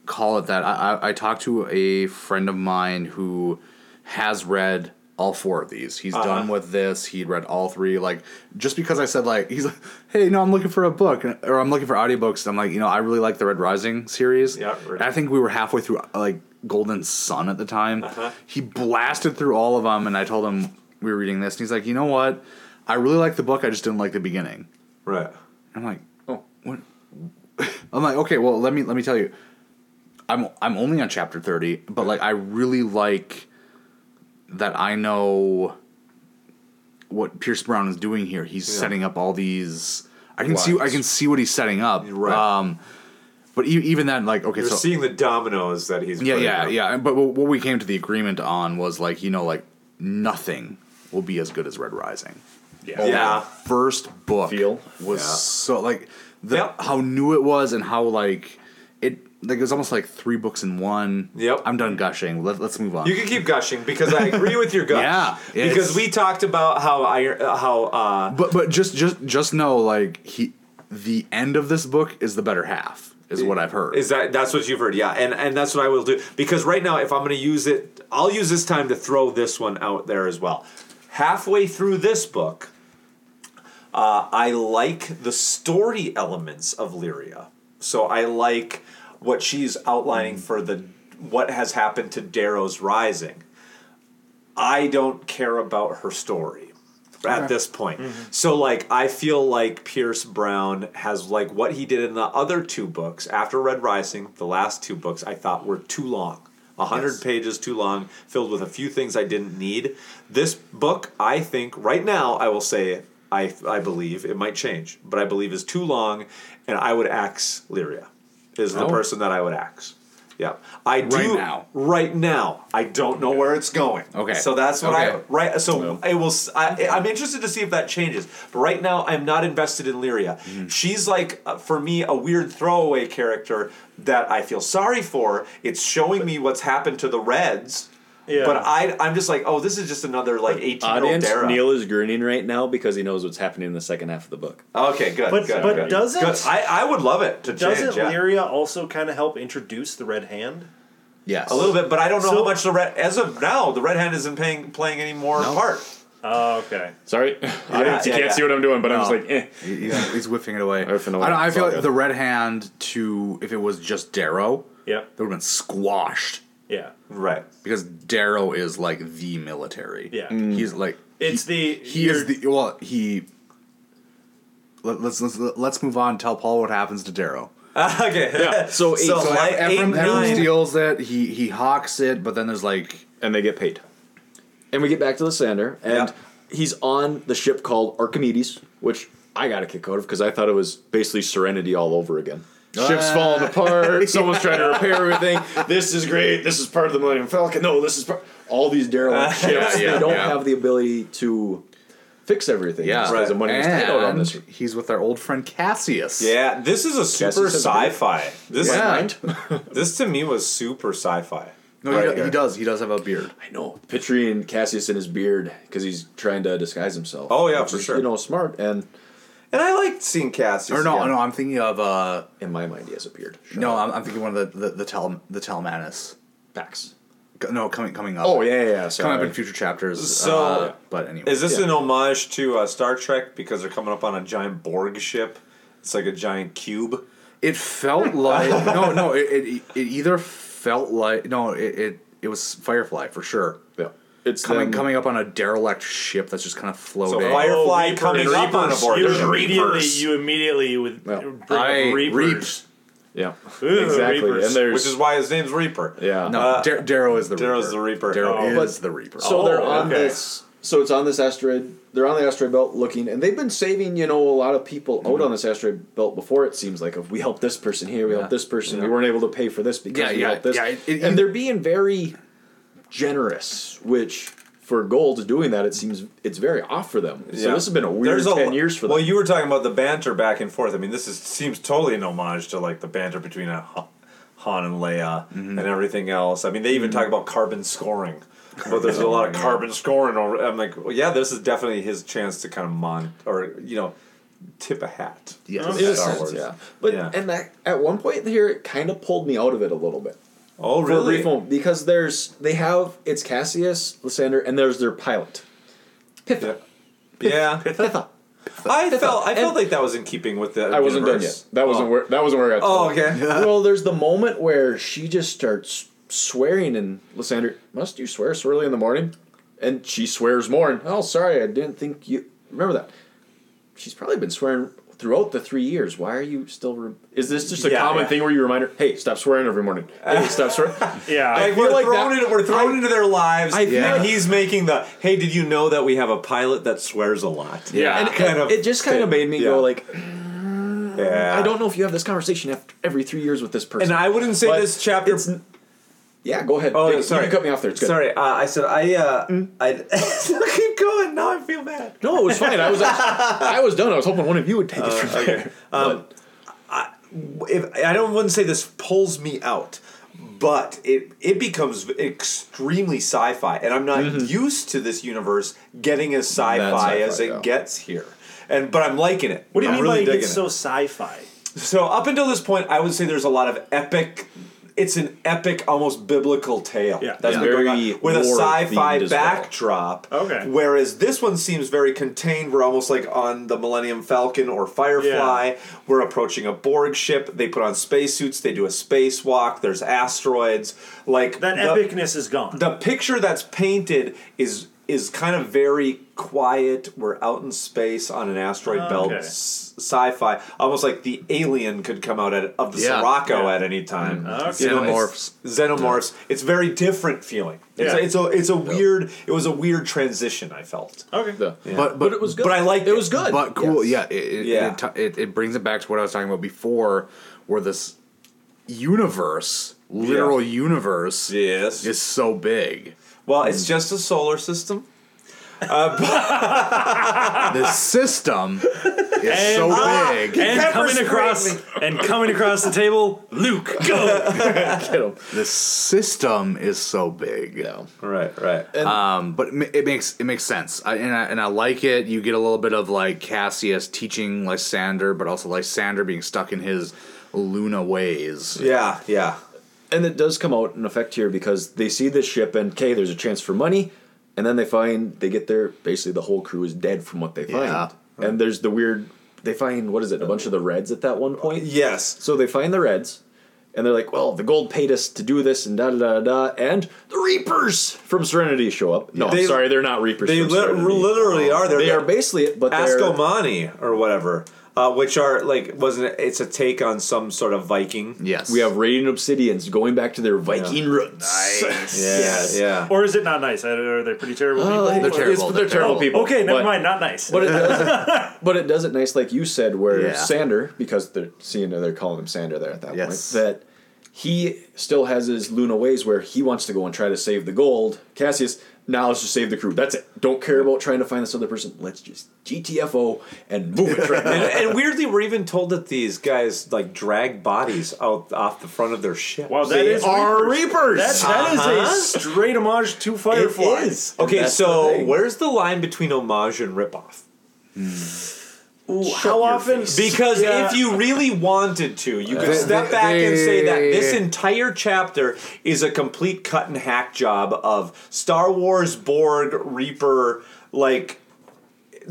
[SPEAKER 1] call it that, I, I, I talked to a friend of mine who has read all four of these. He's
[SPEAKER 17] Uh-huh.
[SPEAKER 1] done with this. He read all three. Like just because I said like he's like, hey, no, I'm looking for a book and- or I'm looking for audiobooks. I'm like, you know, I really like the Red Rising series. Yeah, and I think we were halfway through like Golden Sun at the time.
[SPEAKER 7] Uh-huh.
[SPEAKER 1] He blasted through all of them, and I told him we were reading this, and he's like, you know what? I really like the book. I just didn't like the beginning.
[SPEAKER 7] Right.
[SPEAKER 1] I'm like, oh, what? [laughs] I'm like, okay, well, let me let me tell you. I'm I'm only on chapter 30, but like I really like that I know what Pierce Brown is doing here. He's
[SPEAKER 17] Yeah.
[SPEAKER 1] setting up all these I can see I can see what he's setting up. Right. Um but e- even then like okay,
[SPEAKER 7] You're
[SPEAKER 1] so
[SPEAKER 7] seeing the dominoes that he's
[SPEAKER 1] yeah,
[SPEAKER 7] putting
[SPEAKER 1] yeah,
[SPEAKER 7] up.
[SPEAKER 1] yeah. But what what we came to the agreement on was like, you know, like nothing will be as good as Red Rising.
[SPEAKER 7] Yeah.
[SPEAKER 1] Oh,
[SPEAKER 7] Yeah.
[SPEAKER 1] that First book was
[SPEAKER 7] Yeah.
[SPEAKER 1] so like the how new it was and how like it like it was almost like three books in one. Yep. I'm done gushing. Let, let's move on.
[SPEAKER 7] You can keep gushing because I agree with
[SPEAKER 1] [laughs]
[SPEAKER 7] your gush.
[SPEAKER 1] Yeah, it's-
[SPEAKER 7] because we talked about how I uh, how uh
[SPEAKER 1] but but just just just know like he the end of this book is the better half is what I've heard.
[SPEAKER 7] is that that's what you've heard? Yeah, and and that's what I will do because right now if I'm going to use it, I'll use this time to throw this one out there as well. Halfway through this book, uh, I like the story elements of Lyria. So I like what she's outlining for the what has happened to Darrow's rising. I don't care about her story at
[SPEAKER 17] Okay.
[SPEAKER 7] this point.
[SPEAKER 17] Mhm.
[SPEAKER 7] So like I feel like Pierce Brown has like what he did in the other two books after Red Rising, the last two books I thought were too long. A hundred
[SPEAKER 17] Yes.
[SPEAKER 7] pages too long, filled with a few things I didn't need. This book, I think, right now, I will say, I I believe it might change, but I believe is too long, and I would axe Lyria, is the
[SPEAKER 17] Oh.
[SPEAKER 7] person that I would axe. Yeah, I
[SPEAKER 17] Right
[SPEAKER 7] do
[SPEAKER 17] now.
[SPEAKER 7] Right now, I don't know where it's going.
[SPEAKER 17] Okay.
[SPEAKER 7] so that's what I
[SPEAKER 17] Okay.
[SPEAKER 7] right. So I will. s- I, am interested to see if that changes. But right now, I'm not invested in Lyria. She's like uh, for me a weird throwaway character that I feel sorry for. It's showing me what's happened to the Reds.
[SPEAKER 9] Yeah.
[SPEAKER 7] But I, I'm just like, oh, this is just another like 18 year old
[SPEAKER 9] Audience,
[SPEAKER 7] Dara.
[SPEAKER 9] Neil is grinning right now because he knows what's happening in the second half of the book.
[SPEAKER 7] Okay, good.
[SPEAKER 9] But-
[SPEAKER 7] good,
[SPEAKER 9] but
[SPEAKER 7] good,
[SPEAKER 9] does it-
[SPEAKER 7] good. I, I would love it to
[SPEAKER 10] Doesn't
[SPEAKER 7] change. yeah.
[SPEAKER 10] Lyria also kind of help introduce the Red Hand?
[SPEAKER 1] Yes.
[SPEAKER 7] A little bit, but I don't know
[SPEAKER 10] So-
[SPEAKER 7] how much the red. As of now, the red hand isn't paying, playing any more part.
[SPEAKER 10] Oh, okay.
[SPEAKER 9] [laughs] Sorry,
[SPEAKER 7] Audience, you can't see what I'm doing, but I'm just like, eh.
[SPEAKER 1] He- He's, he's whiffing it away.
[SPEAKER 9] away.
[SPEAKER 1] I, don't, I
[SPEAKER 9] It's
[SPEAKER 1] feel
[SPEAKER 9] all
[SPEAKER 1] like
[SPEAKER 9] good.
[SPEAKER 1] the red hand to if it was just Darrow,
[SPEAKER 10] yeah,
[SPEAKER 1] they would have been squashed.
[SPEAKER 10] Yeah.
[SPEAKER 7] Right. [laughs]
[SPEAKER 1] Because Darrow is like the military.
[SPEAKER 10] Yeah. Mm.
[SPEAKER 1] He's like
[SPEAKER 10] It's the
[SPEAKER 1] he is the well he. Let, let's let's let's move on. Tell Paul what happens to Darrow.
[SPEAKER 7] okay.
[SPEAKER 1] Yeah.
[SPEAKER 9] So, eight,
[SPEAKER 1] so
[SPEAKER 9] like,
[SPEAKER 1] Ephraim, Ephraim
[SPEAKER 9] eight, nine.
[SPEAKER 1] steals it. He he hawks it, but then there's like
[SPEAKER 9] and they get paid. And we get back to Lysander, and he's on the ship called Archimedes, which I got a kick out of because I thought it was basically Serenity all over again. Ship's
[SPEAKER 1] Ah.
[SPEAKER 9] falling apart. Someone's trying to repair everything. This is great. This is part of the Millennium Falcon. No, this is part. all these derelict
[SPEAKER 7] Yeah,
[SPEAKER 9] ships.
[SPEAKER 7] yeah,
[SPEAKER 9] they don't
[SPEAKER 7] yeah.
[SPEAKER 9] have the ability to fix everything.
[SPEAKER 1] Yeah,
[SPEAKER 9] There's a money tied out on
[SPEAKER 1] and
[SPEAKER 9] this.
[SPEAKER 1] he's with our old friend Cassius.
[SPEAKER 7] Yeah, this is a super
[SPEAKER 1] Cassius has a beard.
[SPEAKER 7] sci-fi. This
[SPEAKER 1] Yeah.
[SPEAKER 7] this to me was super sci-fi.
[SPEAKER 1] No, he do- he does. He does have a beard.
[SPEAKER 9] I know. Picturing Cassius in his beard because he's trying to disguise himself.
[SPEAKER 7] Oh, yeah,
[SPEAKER 9] which
[SPEAKER 7] for
[SPEAKER 9] is,
[SPEAKER 7] sure.
[SPEAKER 9] You know, smart and
[SPEAKER 7] and I liked seeing Cassius.
[SPEAKER 1] Or no,
[SPEAKER 9] again.
[SPEAKER 1] no, I'm thinking of. uh
[SPEAKER 9] In my mind, he has a beard.
[SPEAKER 1] No, I'm, I'm thinking one of the the the, tel- the Telmanus
[SPEAKER 9] backs.
[SPEAKER 1] No, coming coming up.
[SPEAKER 9] Oh, yeah, yeah, yeah,
[SPEAKER 1] coming up
[SPEAKER 9] sorry.
[SPEAKER 1] in future chapters.
[SPEAKER 7] So,
[SPEAKER 1] uh, but anyway,
[SPEAKER 7] Is this an homage to uh, Star Trek because they're coming up on a giant Borg ship? It's like a giant cube.
[SPEAKER 1] It
[SPEAKER 7] [laughs]
[SPEAKER 1] felt like no, no. It, it it either felt like no. It it, it was Firefly for sure.
[SPEAKER 9] Yeah. It's
[SPEAKER 1] coming
[SPEAKER 9] them-
[SPEAKER 1] coming up on a derelict ship that's just kind of floating.
[SPEAKER 7] So Firefly Oh, coming Reapers. up on a board.
[SPEAKER 10] You
[SPEAKER 7] There's
[SPEAKER 10] immediately,
[SPEAKER 7] Reapers.
[SPEAKER 10] you immediately would bring
[SPEAKER 1] I
[SPEAKER 10] up Reapers.
[SPEAKER 1] reaped. Yeah,
[SPEAKER 10] Ooh, Reapers.
[SPEAKER 7] which is why his name's Reaper.
[SPEAKER 9] Yeah.
[SPEAKER 1] No,
[SPEAKER 9] Uh,
[SPEAKER 1] Dar- Darrow is the Reaper.
[SPEAKER 7] Darrow's the Reaper.
[SPEAKER 1] Darrow
[SPEAKER 7] Oh.
[SPEAKER 1] is
[SPEAKER 7] But-
[SPEAKER 1] the Reaper.
[SPEAKER 9] So they're on
[SPEAKER 7] okay.
[SPEAKER 9] this. So it's on this asteroid. They're on the asteroid belt looking, and they've been saving you know a lot of people
[SPEAKER 1] Mm-hmm.
[SPEAKER 9] out on this asteroid belt before. It seems like if we help this person here, we help this person. We weren't able to pay for this because
[SPEAKER 1] Yeah,
[SPEAKER 9] we
[SPEAKER 1] yeah,
[SPEAKER 9] helped this.
[SPEAKER 1] yeah, it- it-
[SPEAKER 9] and they're being very generous, which for gold doing that, it seems it's very off for them. So this has been a weird
[SPEAKER 7] There's
[SPEAKER 9] ten years for them.
[SPEAKER 7] Well, you were talking about the banter back and forth. I mean, this is, seems totally an homage to like the banter between uh, Han- Han and Leia
[SPEAKER 9] Mm-hmm.
[SPEAKER 7] and everything else. I mean, they even talk about carbon
[SPEAKER 9] [laughs]
[SPEAKER 7] scoring. But there's a lot of carbon scoring. Over, I'm like, well, yeah, this is definitely his chance to kind of mon or you know, tip a hat.
[SPEAKER 9] Yeah,
[SPEAKER 7] to
[SPEAKER 9] in a
[SPEAKER 7] Star
[SPEAKER 9] sense,
[SPEAKER 7] Wars.
[SPEAKER 9] yeah. But and that at one point here, it kind of pulled me out of it a little bit.
[SPEAKER 7] Oh,
[SPEAKER 9] For a
[SPEAKER 7] really?
[SPEAKER 9] brief moment, because there's they have it's Cassius, Lysander, and there's their pilot. [laughs]
[SPEAKER 7] Yeah. I felt I felt like that was in keeping with the.
[SPEAKER 9] I wasn't done yet.
[SPEAKER 7] universe.
[SPEAKER 9] That wasn't
[SPEAKER 7] Oh.
[SPEAKER 9] where that wasn't where I got.
[SPEAKER 7] Oh,
[SPEAKER 9] to.
[SPEAKER 7] okay.
[SPEAKER 9] well, there's the moment where she just starts swearing, and Lysander, must you swear so early in the morning? And she swears more. And oh, sorry, I didn't think you remember that. She's probably been swearing throughout the three years. Why are you still? Re- Is this just a
[SPEAKER 7] Yeah,
[SPEAKER 9] common
[SPEAKER 7] yeah.
[SPEAKER 9] thing where you remind her, hey, stop swearing every morning.
[SPEAKER 7] [laughs]
[SPEAKER 9] Hey, stop swearing.
[SPEAKER 10] yeah,
[SPEAKER 7] Like,
[SPEAKER 9] feel
[SPEAKER 7] we're,
[SPEAKER 9] like
[SPEAKER 7] thrown
[SPEAKER 9] that-
[SPEAKER 7] into, we're thrown into their lives,
[SPEAKER 9] I feel-
[SPEAKER 7] and he's making the "Hey, did you know that we have a pilot that swears a lot?"
[SPEAKER 9] and it, it just kind of made me go like,
[SPEAKER 7] Yeah.
[SPEAKER 9] I don't know if you have this conversation after every three years with this person.
[SPEAKER 7] And I wouldn't say
[SPEAKER 9] But
[SPEAKER 7] this chapter.
[SPEAKER 9] yeah, go ahead.
[SPEAKER 7] Oh,
[SPEAKER 9] Take- you
[SPEAKER 7] sorry.
[SPEAKER 9] can cut me off there. It's good. Hmm?
[SPEAKER 7] Sorry, uh, I said I. Uh, I [laughs] keep going. Now I feel bad.
[SPEAKER 9] No, it was fine. I was actually, I was done. I was hoping one of you would take it from there.
[SPEAKER 7] Uh, Um, I, if, I don't wouldn't say this pulls me out, but it it becomes extremely sci-fi, and I'm not
[SPEAKER 9] Mm-hmm.
[SPEAKER 7] used to this universe getting as sci-fi, as
[SPEAKER 10] sci-fi,
[SPEAKER 7] it
[SPEAKER 10] yeah.
[SPEAKER 7] gets here. And but I'm liking it.
[SPEAKER 10] What do you
[SPEAKER 7] I'm
[SPEAKER 10] mean
[SPEAKER 7] really
[SPEAKER 10] by
[SPEAKER 7] digging
[SPEAKER 10] it's
[SPEAKER 7] it.
[SPEAKER 10] so sci-fi?
[SPEAKER 7] So up until this point, I would say there's a lot of epic. It's an epic, almost biblical tale
[SPEAKER 10] Yeah.
[SPEAKER 7] that's
[SPEAKER 10] Yeah.
[SPEAKER 7] been going
[SPEAKER 10] Very
[SPEAKER 7] on with a
[SPEAKER 10] war-themed
[SPEAKER 7] sci-fi
[SPEAKER 10] as well.
[SPEAKER 7] backdrop.
[SPEAKER 10] Okay.
[SPEAKER 7] Whereas this one seems very contained. We're almost like on the Millennium Falcon or Firefly. We're approaching a Borg ship. They put on spacesuits. They do a spacewalk. There's asteroids. Like
[SPEAKER 10] That
[SPEAKER 7] the-
[SPEAKER 10] epicness is gone.
[SPEAKER 7] the picture that's painted is is kind of very quiet. We're out in space on an asteroid belt,
[SPEAKER 10] Okay.
[SPEAKER 7] s- sci-fi, almost like the alien could come out at, of the
[SPEAKER 1] Yeah.
[SPEAKER 7] Sirocco
[SPEAKER 1] Yeah.
[SPEAKER 7] at any time.
[SPEAKER 1] Okay.
[SPEAKER 7] You know, it's-
[SPEAKER 1] Xenomorphs.
[SPEAKER 7] xenomorphs. It's very different feeling. It's,
[SPEAKER 1] Yeah.
[SPEAKER 7] a, it's a it's a weird. It was a weird transition. I felt.
[SPEAKER 10] Okay.
[SPEAKER 7] Yeah.
[SPEAKER 1] But, but it was
[SPEAKER 7] good. But I liked it. was good.
[SPEAKER 1] But cool, yeah. It, it,
[SPEAKER 7] Yeah.
[SPEAKER 1] It, t- it, it brings it back to what I was talking about before, where this universe, literal universe,
[SPEAKER 7] yes,
[SPEAKER 1] is so big.
[SPEAKER 7] Well, it's just a solar system. Uh,
[SPEAKER 1] The
[SPEAKER 9] [laughs]
[SPEAKER 1] system is
[SPEAKER 10] And-
[SPEAKER 1] so
[SPEAKER 10] ah,
[SPEAKER 1] big.
[SPEAKER 10] and coming across and coming across the table,
[SPEAKER 7] [laughs]
[SPEAKER 10] Luke, go.
[SPEAKER 1] The system is so big. Yeah.
[SPEAKER 7] Right. Right.
[SPEAKER 1] um, but it ma- it makes it makes sense, I, and I, and I like it. You get a little bit of like Cassius teaching Lysander, but also Lysander being stuck in his Luna ways.
[SPEAKER 7] Yeah, yeah.
[SPEAKER 9] And it does come out in effect here because they see this ship and okay, there's a chance for money, and then they find they get there. Basically, the whole crew is dead from what they find.
[SPEAKER 1] Yeah.
[SPEAKER 9] And there's the weird. They find what is it? A bunch of the Reds at that
[SPEAKER 7] Uh,
[SPEAKER 9] one point.
[SPEAKER 7] Yes.
[SPEAKER 9] So they find the Reds, and they're like, "Well, the gold paid us to do this," and da da da da. And the Reapers from Serenity show up. No,
[SPEAKER 7] They-
[SPEAKER 9] I'm sorry, they're not Reapers.
[SPEAKER 7] They
[SPEAKER 9] from
[SPEAKER 7] lit-
[SPEAKER 9] Serenity.
[SPEAKER 7] literally are. They're
[SPEAKER 9] they
[SPEAKER 7] the-
[SPEAKER 9] are basically, but they're
[SPEAKER 7] Ascomani or whatever, uh, which are like wasn't it, it's a take on some sort of Viking.
[SPEAKER 1] Yes,
[SPEAKER 9] We have Radiant Obsidians going back to their Viking roots. [laughs]
[SPEAKER 7] Yes. Yeah.
[SPEAKER 10] Or is it not nice? Are they pretty terrible people?
[SPEAKER 9] Oh, they're
[SPEAKER 10] Or-
[SPEAKER 9] terrible,
[SPEAKER 10] It's-
[SPEAKER 9] they're terrible
[SPEAKER 10] oh,
[SPEAKER 9] people.
[SPEAKER 10] Okay, never
[SPEAKER 9] But-
[SPEAKER 10] mind. Not nice.
[SPEAKER 9] But it does,
[SPEAKER 10] [laughs]
[SPEAKER 9] but it does it nice, like you said, where
[SPEAKER 10] Yeah.
[SPEAKER 9] Sander, because they're seeing they're calling him Sander there at that
[SPEAKER 1] Yes.
[SPEAKER 9] point, that He still has his Luna ways where he wants to go and try to save the gold. Cassius, now let's just save the crew. That's it. Don't care about trying to find this other person. Let's just GTFO and
[SPEAKER 10] [laughs]
[SPEAKER 9] move it. Right
[SPEAKER 7] and, and weirdly, we're even told that these guys like drag bodies out off the front of their ship.
[SPEAKER 10] Wow, that
[SPEAKER 7] they
[SPEAKER 10] is
[SPEAKER 7] are reapers.
[SPEAKER 10] That, that is
[SPEAKER 7] Uh-huh.
[SPEAKER 10] a straight homage to Firefly.
[SPEAKER 7] It is. Okay,
[SPEAKER 10] That's the
[SPEAKER 7] so
[SPEAKER 10] thing.
[SPEAKER 7] where's the line between homage and ripoff?
[SPEAKER 10] Ooh, how often?
[SPEAKER 7] Because
[SPEAKER 10] Yeah.
[SPEAKER 7] if you really wanted to, you could
[SPEAKER 10] They-
[SPEAKER 7] step
[SPEAKER 10] they-
[SPEAKER 7] back and say that this
[SPEAKER 10] they-
[SPEAKER 7] entire chapter is a complete cut and hack job of Star Wars Borg Reaper. Like,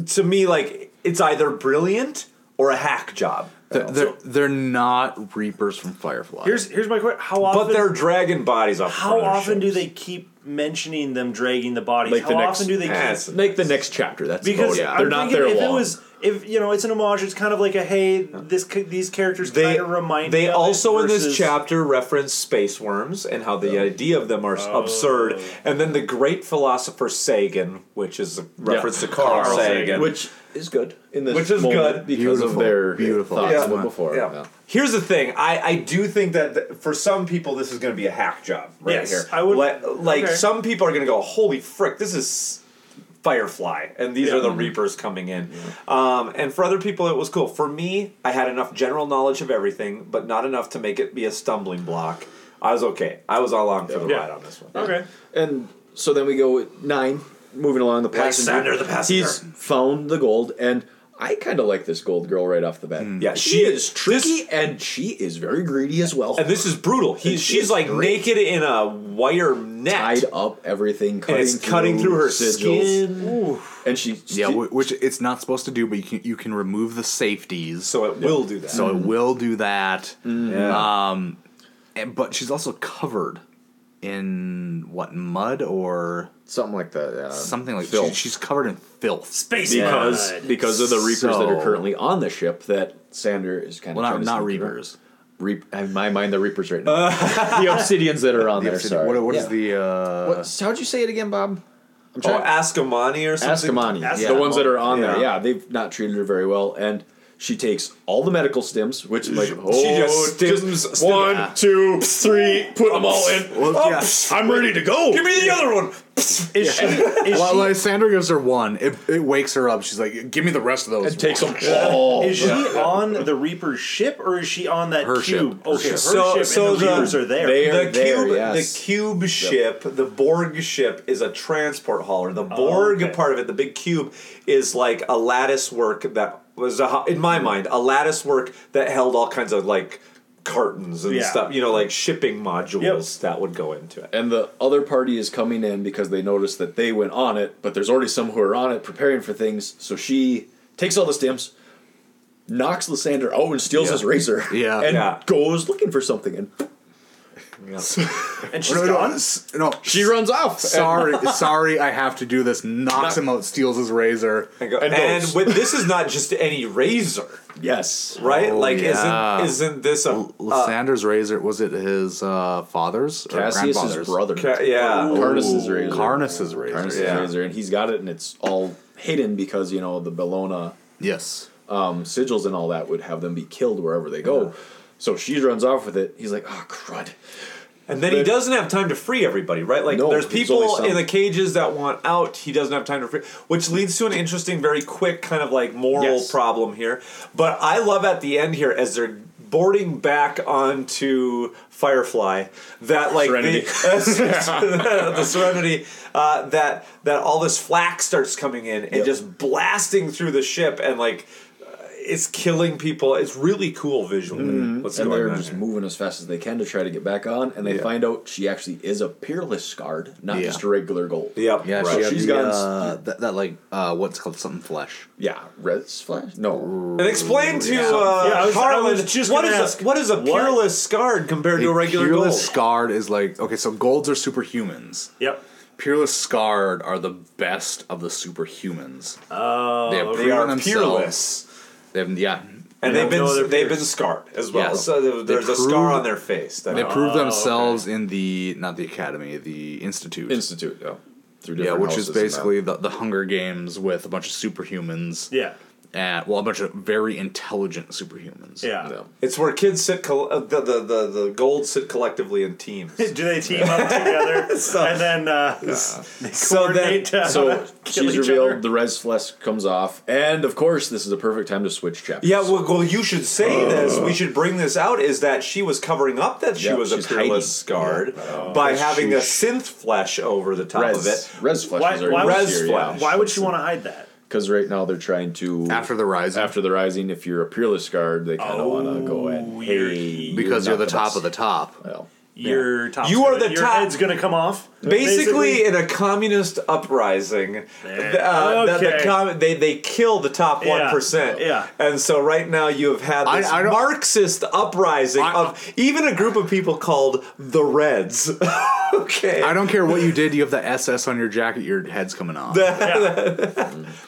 [SPEAKER 7] to me, like it's either brilliant or a hack job.
[SPEAKER 1] They're, they're, they're not Reapers from Firefly.
[SPEAKER 10] Here's here's my question. How
[SPEAKER 1] But
[SPEAKER 10] often?
[SPEAKER 1] they're dragon bodies off the
[SPEAKER 10] How
[SPEAKER 1] front of their
[SPEAKER 10] often do they keep mentioning them dragging the bodies?
[SPEAKER 9] Like
[SPEAKER 10] how
[SPEAKER 9] the next,
[SPEAKER 10] often do
[SPEAKER 7] Ah,
[SPEAKER 10] they
[SPEAKER 9] eh,
[SPEAKER 10] keep?
[SPEAKER 9] make the next chapter? That's
[SPEAKER 10] Because
[SPEAKER 9] because yeah,
[SPEAKER 10] I'm
[SPEAKER 9] they're not
[SPEAKER 10] thinking
[SPEAKER 9] there
[SPEAKER 10] if
[SPEAKER 9] long.
[SPEAKER 10] it was, if you know, it's an homage. It's kind of like a hey, this ca- these characters
[SPEAKER 7] They-
[SPEAKER 10] kind of remind. me
[SPEAKER 7] They
[SPEAKER 10] of it
[SPEAKER 7] also in this
[SPEAKER 10] versus-
[SPEAKER 7] chapter reference space worms and how the idea of them are s-
[SPEAKER 10] Oh.
[SPEAKER 7] absurd, and then the great philosopher Sagan, which is a reference to Carl, Sagan,
[SPEAKER 9] which is good in this
[SPEAKER 7] Which is good.
[SPEAKER 9] moment because of
[SPEAKER 7] Beautiful,
[SPEAKER 9] their
[SPEAKER 7] beautiful.
[SPEAKER 9] thoughts
[SPEAKER 7] Yeah.
[SPEAKER 9] from before.
[SPEAKER 7] Yeah. Here's the thing. I, I do think that th- for some people this is going to be a hack job right
[SPEAKER 10] Yes,
[SPEAKER 7] here.
[SPEAKER 10] I would-
[SPEAKER 7] Le- like
[SPEAKER 10] okay.
[SPEAKER 7] some people are going to go, "Holy frick, this is Firefly," and these are the Reapers coming in. Um, and for other people, it was cool. For me, I had enough general knowledge of everything, but not enough to make it be a stumbling block. I was okay. I was all along for the
[SPEAKER 9] Yeah.
[SPEAKER 7] ride on this one.
[SPEAKER 10] Okay.
[SPEAKER 9] And so then we go at nine, moving along the passenger.
[SPEAKER 7] Lysander the passenger.
[SPEAKER 9] He's found the gold, and I kind of like this gold girl right off the bat.
[SPEAKER 7] Mm.
[SPEAKER 9] Yeah, she, is tricky, and she is very greedy as well.
[SPEAKER 7] And this is brutal. He,
[SPEAKER 9] And she
[SPEAKER 7] she's
[SPEAKER 9] is
[SPEAKER 7] like
[SPEAKER 9] great.
[SPEAKER 7] naked in a wire net, tied
[SPEAKER 9] up everything,
[SPEAKER 7] and it's cutting through her skin.
[SPEAKER 9] and she
[SPEAKER 1] yeah, wh- which it's not supposed to do, but you can you can remove the safeties, so
[SPEAKER 7] it will do that.
[SPEAKER 1] So
[SPEAKER 7] Mm.
[SPEAKER 1] it will do that.
[SPEAKER 9] Mm.
[SPEAKER 7] Yeah.
[SPEAKER 1] Um, and, but she's also covered in what mud or
[SPEAKER 9] something like that. Yeah.
[SPEAKER 1] Something like
[SPEAKER 9] Uh, Filth.
[SPEAKER 1] she, she's covered in filth.
[SPEAKER 9] because because of the reapers that
[SPEAKER 1] So-
[SPEAKER 9] are currently on the ship that Sander is kind of
[SPEAKER 1] Well, not- not
[SPEAKER 9] reapers. Reap, in my mind, the reapers right now. [laughs] the obsidians that are on
[SPEAKER 1] The
[SPEAKER 9] there.
[SPEAKER 1] obsidian-
[SPEAKER 9] Sorry.
[SPEAKER 1] what- what is
[SPEAKER 9] the?
[SPEAKER 1] Uh,
[SPEAKER 9] how'd you say it again, Bob? I'm
[SPEAKER 7] Oh, Askamani or something.
[SPEAKER 9] Askamani. The ones that are on there. Yeah, they've not treated her very well, and she takes all the medical stims, which is like oh,
[SPEAKER 7] she just stims, Ah.
[SPEAKER 9] one,
[SPEAKER 18] two, three, put them all in.
[SPEAKER 1] Oh,
[SPEAKER 9] [laughs]
[SPEAKER 18] I'm ready to go.
[SPEAKER 7] Give me the other one.
[SPEAKER 1] Is
[SPEAKER 18] she- is
[SPEAKER 1] well,
[SPEAKER 18] she-
[SPEAKER 1] Lysander gives her one. It, it wakes her up. She's like, "Give me the rest of those."
[SPEAKER 9] And [laughs] takes them
[SPEAKER 10] is she on the Reaper's ship or is she on that
[SPEAKER 1] Her
[SPEAKER 10] cube?
[SPEAKER 1] ship. Her
[SPEAKER 10] Okay, her
[SPEAKER 1] ship.
[SPEAKER 7] so,
[SPEAKER 10] ship
[SPEAKER 7] so
[SPEAKER 10] and the,
[SPEAKER 7] the,
[SPEAKER 10] Reapers are there.
[SPEAKER 7] the cube, the cube ship, the Borg ship is a transport hauler. The Borg
[SPEAKER 10] okay.
[SPEAKER 7] part of it, the big cube, is like a lattice work that was, a, ho- in my mind, a lattice work that held all kinds of like cartons and
[SPEAKER 9] Yeah.
[SPEAKER 7] stuff. You know, like shipping modules that would go into it.
[SPEAKER 9] And the other party is coming in because they notice that they went on it, but there's already some who are on it preparing for things. So she takes all the stamps, knocks Lysander out and steals
[SPEAKER 1] Yeah.
[SPEAKER 9] his razor.
[SPEAKER 1] Yeah.
[SPEAKER 9] And
[SPEAKER 1] Yeah.
[SPEAKER 9] goes looking for something. And
[SPEAKER 10] and
[SPEAKER 9] [laughs]
[SPEAKER 1] she's no, no, no, s- No,
[SPEAKER 9] she runs off.
[SPEAKER 1] Sorry,
[SPEAKER 9] [laughs] And-
[SPEAKER 1] sorry, I have to do this. Knocks him out, steals his razor,
[SPEAKER 7] and, and with, this is not just any razor.
[SPEAKER 9] Yes.
[SPEAKER 7] Right? like, isn't, isn't this a.
[SPEAKER 1] Lysander's razor? Was it his uh, father's or
[SPEAKER 9] Cassius's
[SPEAKER 1] grandfather's
[SPEAKER 9] brother. Ca-
[SPEAKER 7] yeah.
[SPEAKER 9] Carnus's
[SPEAKER 1] Ooh.
[SPEAKER 9] razor.
[SPEAKER 1] Carnus's razor.
[SPEAKER 9] Carnus's
[SPEAKER 1] Yeah.
[SPEAKER 9] razor, and he's got it, and it's all hidden because you know the Bellona.
[SPEAKER 1] Yes.
[SPEAKER 9] Um, sigils and all that would have them be killed wherever they go. So she runs off with it. He's like, oh crud.
[SPEAKER 7] And then he doesn't have time to free everybody, right? Like,
[SPEAKER 9] No,
[SPEAKER 7] there's
[SPEAKER 9] there's only
[SPEAKER 7] people
[SPEAKER 9] some.
[SPEAKER 7] in the cages that want out. He doesn't have time to free, which leads to an interesting, very quick kind of like moral problem here. But I love at the end here as they're boarding back onto Firefly that like
[SPEAKER 18] Serenity.
[SPEAKER 7] [laughs] the, the Serenity uh, that that all this flak starts coming in and just blasting through the ship and like. uh, It's killing people. It's really cool visually. What's
[SPEAKER 9] Mm-hmm.
[SPEAKER 7] going
[SPEAKER 9] and they're
[SPEAKER 7] on
[SPEAKER 9] just
[SPEAKER 7] here.
[SPEAKER 9] moving as fast as they can to try to get back on, and they
[SPEAKER 7] Yeah.
[SPEAKER 9] find out she actually is a peerless guard, not
[SPEAKER 1] Yeah.
[SPEAKER 9] just a regular gold.
[SPEAKER 7] Yep.
[SPEAKER 1] Yeah,
[SPEAKER 9] right.
[SPEAKER 1] she
[SPEAKER 9] has
[SPEAKER 1] has
[SPEAKER 9] got
[SPEAKER 1] that, that like uh, what's it called something flesh.
[SPEAKER 9] Yeah, red's flesh. No,
[SPEAKER 7] And explain to uh,
[SPEAKER 1] Yeah, I was- I
[SPEAKER 7] Harlan
[SPEAKER 1] was just
[SPEAKER 7] what
[SPEAKER 1] gonna
[SPEAKER 7] is
[SPEAKER 1] ask,
[SPEAKER 7] a, what is a peerless scarred compared to a regular
[SPEAKER 1] Peerless
[SPEAKER 7] gold?
[SPEAKER 1] Scarred is like okay, so golds are superhumans.
[SPEAKER 10] Yep.
[SPEAKER 1] Peerless Scarred are the best of the superhumans.
[SPEAKER 10] Oh,
[SPEAKER 1] they, have
[SPEAKER 10] okay.
[SPEAKER 1] proven
[SPEAKER 10] They are
[SPEAKER 1] themselves. They have, yeah,
[SPEAKER 7] And they've been they've been scarred as well.
[SPEAKER 1] Yes.
[SPEAKER 7] So there-
[SPEAKER 1] They
[SPEAKER 7] there's a
[SPEAKER 1] prove-
[SPEAKER 7] scar on their face. that-
[SPEAKER 1] They prove themselves in the not the academy, the institute.
[SPEAKER 9] Institute, yeah. Through
[SPEAKER 1] yeah,
[SPEAKER 9] different
[SPEAKER 1] which
[SPEAKER 9] houses
[SPEAKER 1] is
[SPEAKER 9] and that.
[SPEAKER 1] basically the, the Hunger Games with a bunch of superhumans.
[SPEAKER 10] Yeah.
[SPEAKER 1] at well a bunch of very intelligent superhumans.
[SPEAKER 7] Yeah. It's where kids sit, col- uh, the, the, the, the gold sit collectively in
[SPEAKER 1] [laughs]
[SPEAKER 7] teams.
[SPEAKER 10] Do they team
[SPEAKER 7] [laughs]
[SPEAKER 10] up together and then uh,
[SPEAKER 7] so
[SPEAKER 10] coordinate to
[SPEAKER 9] so
[SPEAKER 10] kill
[SPEAKER 9] she's
[SPEAKER 10] each
[SPEAKER 9] revealed.
[SPEAKER 10] other?
[SPEAKER 9] The res flesk comes off, and of course, this is a perfect time to switch chapters.
[SPEAKER 7] Yeah, well, well, you should
[SPEAKER 1] Oh.
[SPEAKER 7] say this. We should bring this out. Is that she was covering up that she
[SPEAKER 9] Yep,
[SPEAKER 7] was a
[SPEAKER 9] she's
[SPEAKER 7] peerless
[SPEAKER 9] hiding.
[SPEAKER 7] scarred
[SPEAKER 9] Yeah.
[SPEAKER 7] by
[SPEAKER 9] Oh.
[SPEAKER 7] having a
[SPEAKER 9] Sheesh.
[SPEAKER 7] synth flesh over the top
[SPEAKER 9] Res-
[SPEAKER 7] of it.
[SPEAKER 9] res flesh
[SPEAKER 10] Why,
[SPEAKER 9] was
[SPEAKER 10] why,
[SPEAKER 9] already
[SPEAKER 10] would,
[SPEAKER 9] here,
[SPEAKER 10] she-
[SPEAKER 9] yeah.
[SPEAKER 10] why would she want to hide that?
[SPEAKER 9] Because right now they're trying to after the rising. Oh, After the rising, if you're a peerless guard, they kind of want to go and hey,
[SPEAKER 19] Because you're the top of
[SPEAKER 9] the top. Well,
[SPEAKER 10] Your top.
[SPEAKER 7] You are the
[SPEAKER 10] your
[SPEAKER 7] top-
[SPEAKER 10] Head's gonna come off.
[SPEAKER 7] Basically, in a communist uprising, th- uh, that the
[SPEAKER 10] Okay.
[SPEAKER 7] com- they they kill the top
[SPEAKER 10] Yeah.
[SPEAKER 7] one
[SPEAKER 10] Yeah.
[SPEAKER 7] and so right now you have had
[SPEAKER 10] I-
[SPEAKER 7] this
[SPEAKER 10] I don't-
[SPEAKER 7] Marxist uprising of even a group of people called the Reds. [laughs] okay.
[SPEAKER 1] I don't care what you did. You have the SS on your jacket. Your head's coming off.
[SPEAKER 7] They're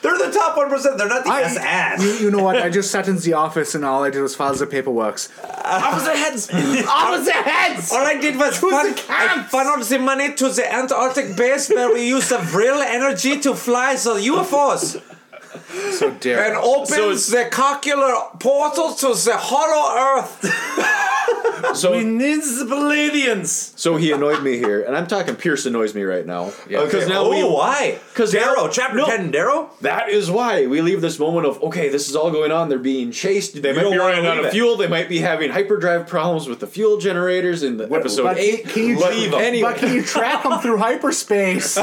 [SPEAKER 7] the top one percent. They're not the
[SPEAKER 1] I- [laughs]
[SPEAKER 7] SS.
[SPEAKER 1] You, you know what? I just sat in the office and all I did was file the paperwork.
[SPEAKER 7] Opposite heads! Opposite heads! [laughs] All I did was fun, I funneled the money to the Antarctic base where we use the real energy to fly the UFOs
[SPEAKER 1] So dare.
[SPEAKER 7] and opens the cocular portal to the hollow earth.
[SPEAKER 9] So
[SPEAKER 10] we need the Palladians.
[SPEAKER 9] So he annoyed me here, and I'm talking. Pierce annoys me right now. Yeah,
[SPEAKER 7] Okay. Oh, why?
[SPEAKER 9] Because
[SPEAKER 7] Darrow, chapter 10, Darrow.
[SPEAKER 9] That is why we leave this moment of okay, this is all going on. They're being chased. They
[SPEAKER 7] We
[SPEAKER 9] might
[SPEAKER 7] don't
[SPEAKER 9] be
[SPEAKER 7] wanna
[SPEAKER 9] running out
[SPEAKER 7] leave it.
[SPEAKER 9] of fuel. They might be having hyperdrive problems with the fuel generators in the episode
[SPEAKER 1] but
[SPEAKER 9] eight.
[SPEAKER 1] Can you
[SPEAKER 9] But anyway?
[SPEAKER 1] But can you track them through hyperspace?
[SPEAKER 9] [laughs]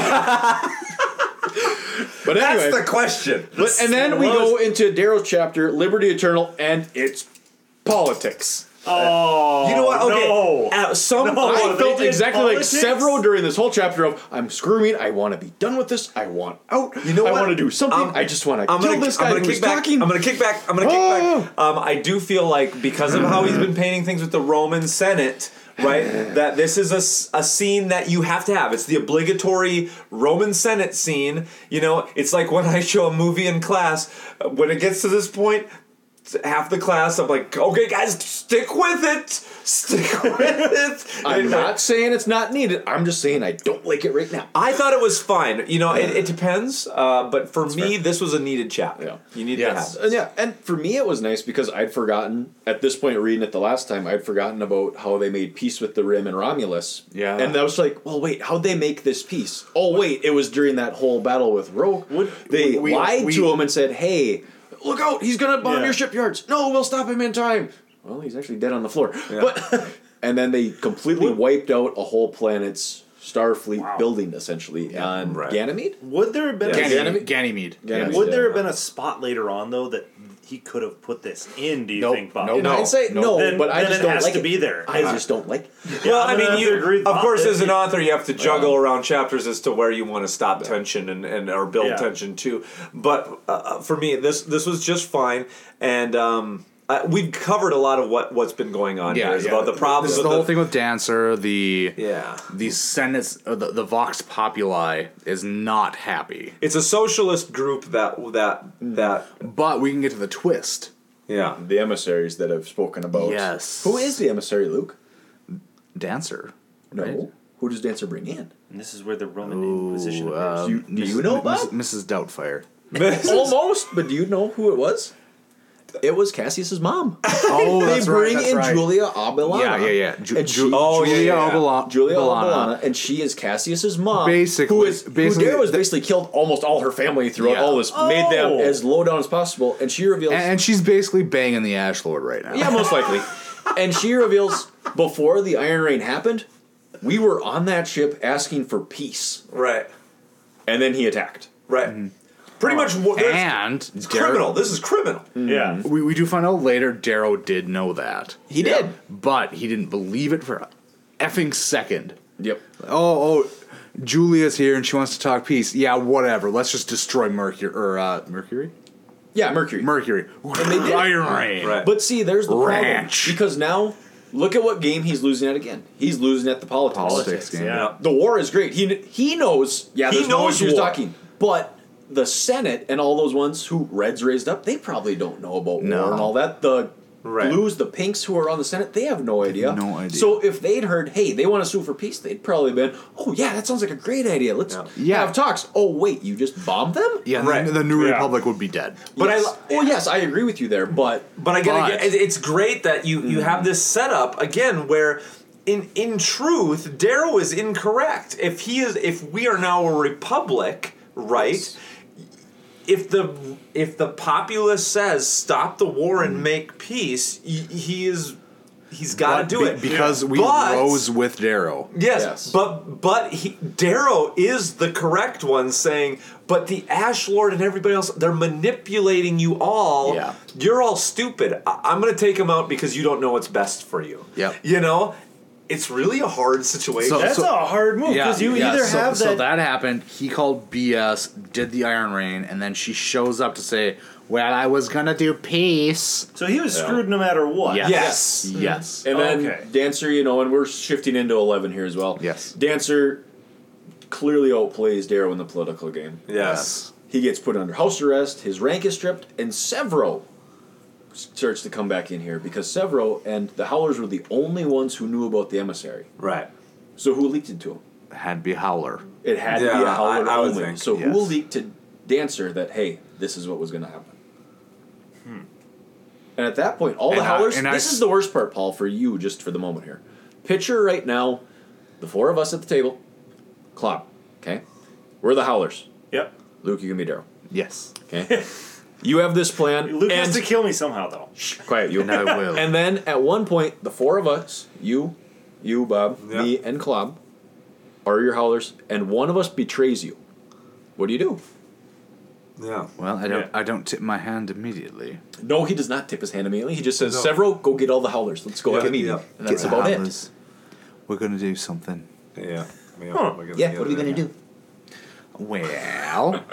[SPEAKER 9] But
[SPEAKER 1] That's
[SPEAKER 9] anyway,
[SPEAKER 1] the
[SPEAKER 7] question.
[SPEAKER 9] But, and then we go into Daryl's chapter, Liberty Eternal, and it's
[SPEAKER 7] [laughs]
[SPEAKER 9] politics.
[SPEAKER 10] Oh,
[SPEAKER 7] You know what? Okay. At some point,
[SPEAKER 9] I felt exactly like several during this whole chapter of I'm screaming. I want to be done with this. I want out.
[SPEAKER 7] You know
[SPEAKER 9] Oh, I
[SPEAKER 7] what?
[SPEAKER 9] want to do something.
[SPEAKER 7] I'm-
[SPEAKER 9] I just want to
[SPEAKER 7] I'm
[SPEAKER 9] kill
[SPEAKER 7] gonna,
[SPEAKER 9] this guy
[SPEAKER 7] I'm gonna
[SPEAKER 9] who's
[SPEAKER 7] kick back.
[SPEAKER 9] talking. Ah! Oh.
[SPEAKER 7] I'm gonna kick back. I'm gonna kick back. Um, I do feel like because of how he's
[SPEAKER 9] Mm.
[SPEAKER 7] been painting things with the Roman Senate, right? that this is a, s- a scene that you have to have. It's the obligatory Roman Senate scene. You know, it's like when I show a movie in class. uh, When it gets to this point. Half the class, I'm like, okay, guys, stick with it, stick with it.
[SPEAKER 9] I'm not saying it's not needed. I'm just saying I don't like it right now.
[SPEAKER 7] I thought it was fine. You know, it, it depends. Uh, but for me, this was a needed chapter. You need
[SPEAKER 9] Yes.
[SPEAKER 7] to have
[SPEAKER 9] And yeah, and for me it was nice because I'd forgotten at this point reading it the last time I'd forgotten about how they made peace with the Rim and Romulus.
[SPEAKER 1] Yeah.
[SPEAKER 9] and I was like, well, wait, how'd they make this peace? Oh, wait, it was during that whole battle with Rogue. They
[SPEAKER 1] we-
[SPEAKER 9] lied
[SPEAKER 1] we-
[SPEAKER 9] to him and said, hey, look out, he's gonna bomb
[SPEAKER 1] Yeah.
[SPEAKER 9] your shipyards. No, we'll stop him in time. Well, he's actually dead on the floor. But [laughs] and then they completely wiped out a whole planet's Starfleet building essentially on Ganymede.
[SPEAKER 10] Would there have been
[SPEAKER 9] Yeah,
[SPEAKER 10] a
[SPEAKER 9] Ganymede-
[SPEAKER 1] Ganymede?
[SPEAKER 9] Ganymede,
[SPEAKER 10] Would there
[SPEAKER 9] yeah.
[SPEAKER 10] have been a spot later on though that he could have put this in? Do you think, Bob?
[SPEAKER 9] In hindsight, no,
[SPEAKER 10] Then-
[SPEAKER 9] but I
[SPEAKER 10] then
[SPEAKER 9] just
[SPEAKER 10] it
[SPEAKER 9] don't
[SPEAKER 10] has
[SPEAKER 9] like
[SPEAKER 10] to
[SPEAKER 9] it.
[SPEAKER 10] be there.
[SPEAKER 9] I just don't like it.
[SPEAKER 7] well,
[SPEAKER 10] I'm
[SPEAKER 7] I mean,
[SPEAKER 10] gonna have
[SPEAKER 7] you,
[SPEAKER 10] to agree with
[SPEAKER 7] of
[SPEAKER 10] Bob
[SPEAKER 7] course,
[SPEAKER 10] there.
[SPEAKER 7] as an author, you have to juggle around chapters as to where you want to stop tension and, and or build
[SPEAKER 10] Yeah.
[SPEAKER 7] tension too. But uh, for me, this this was just fine, and um, I, we've covered a lot of what what's been going on here. Is about the problems
[SPEAKER 1] This is
[SPEAKER 7] with
[SPEAKER 1] the whole
[SPEAKER 7] the-
[SPEAKER 1] thing with Dancer. The
[SPEAKER 7] yeah,
[SPEAKER 1] the Senate, uh, the, the Vox Populi is not happy.
[SPEAKER 7] It's a socialist group that that that.
[SPEAKER 1] But we can get to the twist.
[SPEAKER 7] Yeah,
[SPEAKER 9] the emissaries that have spoken about.
[SPEAKER 1] Yes.
[SPEAKER 9] Who is the emissary, Luke?
[SPEAKER 1] Dancer.
[SPEAKER 9] No. Who does Dancer
[SPEAKER 1] [laughs]
[SPEAKER 9] bring in?
[SPEAKER 10] And this is where the Roman Inquisition. appears.
[SPEAKER 1] Um,
[SPEAKER 9] do you know about?
[SPEAKER 1] Mrs. Doubtfire?
[SPEAKER 9] Almost, but do you know who it was? It was Cassius's mom.
[SPEAKER 1] [laughs] Oh,
[SPEAKER 9] they
[SPEAKER 1] that's right,
[SPEAKER 9] bring
[SPEAKER 1] that's
[SPEAKER 9] in
[SPEAKER 1] right.
[SPEAKER 9] Julia Abelana.
[SPEAKER 1] Yeah, yeah, yeah. Ju-
[SPEAKER 9] and
[SPEAKER 1] Ju-
[SPEAKER 9] she,
[SPEAKER 1] Oh, yeah, Julia yeah. Abela-
[SPEAKER 9] Julia
[SPEAKER 1] Abelana.
[SPEAKER 9] Abelana, and she is Cassius's mom.
[SPEAKER 1] Basically-
[SPEAKER 9] who is
[SPEAKER 1] basically-
[SPEAKER 9] who Dara was basically killed almost all her family throughout
[SPEAKER 1] Yeah.
[SPEAKER 9] all this, made them
[SPEAKER 1] Oh.
[SPEAKER 9] as low down as possible, and she reveals
[SPEAKER 1] And, and she's basically banging the Ash Lord right now.
[SPEAKER 9] Yeah, most likely. and she reveals before the Iron Rain happened, we were on that ship asking for peace.
[SPEAKER 7] Right.
[SPEAKER 9] And then he attacked.
[SPEAKER 7] Right. Pretty much. More,
[SPEAKER 1] and
[SPEAKER 7] criminal. This is criminal.
[SPEAKER 10] Yeah.
[SPEAKER 1] We, we do find out later Darrow did know that.
[SPEAKER 9] He did.
[SPEAKER 1] But he didn't believe it for a effing second.
[SPEAKER 9] Yep.
[SPEAKER 1] Oh, oh, Julia's here and she wants to talk peace. Yeah, whatever. Let's just destroy Mercury. Or, uh, Mercury?
[SPEAKER 9] Yeah, Mercury.
[SPEAKER 1] Mercury.
[SPEAKER 9] And they did.
[SPEAKER 1] Iron Rain.
[SPEAKER 9] But see, there's the
[SPEAKER 1] Ranch.
[SPEAKER 9] problem because now look at what game he's losing at again. He's losing at the politics.
[SPEAKER 1] Politics game. yeah.
[SPEAKER 9] The war is great. He he knows. Yeah,
[SPEAKER 1] He
[SPEAKER 9] there's no
[SPEAKER 1] knows
[SPEAKER 9] issues
[SPEAKER 1] war.
[SPEAKER 9] talking. But the Senate and all those ones who Reds raised up, they probably don't know about
[SPEAKER 1] No.
[SPEAKER 9] war and all that. The
[SPEAKER 7] Right.
[SPEAKER 9] blues, the pinks who are on the Senate, they have no idea.
[SPEAKER 1] no idea.
[SPEAKER 9] So if they'd heard, hey, they want to sue for peace, they'd probably been, oh yeah, that sounds like a great idea. Let's have talks. Oh wait, you just bombed them?
[SPEAKER 1] Yeah,
[SPEAKER 9] right.
[SPEAKER 1] the, the New Republic would be dead.
[SPEAKER 9] But I, oh yes, I agree with you there. But
[SPEAKER 7] But I gotta
[SPEAKER 9] but-
[SPEAKER 7] get. it- It's great that you
[SPEAKER 1] Mm.
[SPEAKER 7] you have this setup again where. In, in truth, Darrow is incorrect. If he is, if we are now a republic, right? If the if the populace says stop the war
[SPEAKER 1] Mm.
[SPEAKER 7] and make peace, he, he is he's got to
[SPEAKER 1] But
[SPEAKER 7] do
[SPEAKER 1] be-
[SPEAKER 7] it
[SPEAKER 1] because we
[SPEAKER 7] But-
[SPEAKER 1] rose with Darrow.
[SPEAKER 7] Yes, but but he, Darrow is the correct one saying, but the Ash Lord and everybody else, they're manipulating you all. Yeah. You're all stupid. I, I'm going to take them out because you don't know what's best for you.
[SPEAKER 1] Yep.
[SPEAKER 7] You know, it's really a hard situation.
[SPEAKER 1] So- so-
[SPEAKER 7] Yeah.
[SPEAKER 1] Yeah, yeah, so, so
[SPEAKER 7] so
[SPEAKER 1] that happened. He called BS, did the Iron Rain, and then she shows up to say, "Well, I was gonna do peace."
[SPEAKER 10] So he was screwed no matter what.
[SPEAKER 9] Yes.
[SPEAKER 1] Yes. Mm-hmm. Yes.
[SPEAKER 9] And then
[SPEAKER 10] Okay.
[SPEAKER 9] Dancer, you know, and we're shifting into 11 here as well. Yes. Dancer clearly outplays Darrow in the political game.
[SPEAKER 7] Yes.
[SPEAKER 9] He gets put under house arrest, his rank is stripped, and Severo starts to come back in here because Severo and the Howlers were the only ones who knew about the emissary.
[SPEAKER 7] Right.
[SPEAKER 9] So who leaked it to him?
[SPEAKER 1] Had to be Howler.
[SPEAKER 9] It had to be a
[SPEAKER 1] Yeah,
[SPEAKER 9] Howler
[SPEAKER 1] I- I would
[SPEAKER 9] only.
[SPEAKER 1] think,
[SPEAKER 9] so
[SPEAKER 1] yes.
[SPEAKER 9] who leaked to Dancer that, hey, this is what was going to happen? And at that point, all the
[SPEAKER 1] Hmm. And I-
[SPEAKER 9] howlers.
[SPEAKER 1] and I
[SPEAKER 9] this
[SPEAKER 1] s-
[SPEAKER 9] is the worst part, Paul, for you, just for the moment here. Picture right now, the four of us at the table, clock. Okay, we're the howlers.
[SPEAKER 10] Yep.
[SPEAKER 9] Luke, you can be Daryl.
[SPEAKER 1] Yes.
[SPEAKER 9] Okay. you have
[SPEAKER 10] [laughs]
[SPEAKER 9] this plan.
[SPEAKER 10] Luke
[SPEAKER 9] and
[SPEAKER 10] has to kill me somehow, though.
[SPEAKER 9] quiet you.
[SPEAKER 10] And I
[SPEAKER 1] [laughs]
[SPEAKER 10] will.
[SPEAKER 9] And then at one point, the four of us, you, you, Bob, me, and Klob, are your howlers, and one of us betrays you. What do you do?
[SPEAKER 7] Yeah.
[SPEAKER 1] Well, I don't. I don't tip my hand immediately.
[SPEAKER 9] No, he does not tip his hand immediately. He just says,
[SPEAKER 1] No.
[SPEAKER 9] "Several, go get all the howlers. Let's go
[SPEAKER 1] Yeah.
[SPEAKER 9] get me."
[SPEAKER 1] Yeah.
[SPEAKER 9] And that's
[SPEAKER 1] Get the
[SPEAKER 9] about it.
[SPEAKER 1] howlers. We're gonna do something.
[SPEAKER 7] Yeah. Yeah.
[SPEAKER 9] Huh. Yeah, what are we gonna do?
[SPEAKER 1] [laughs] Well,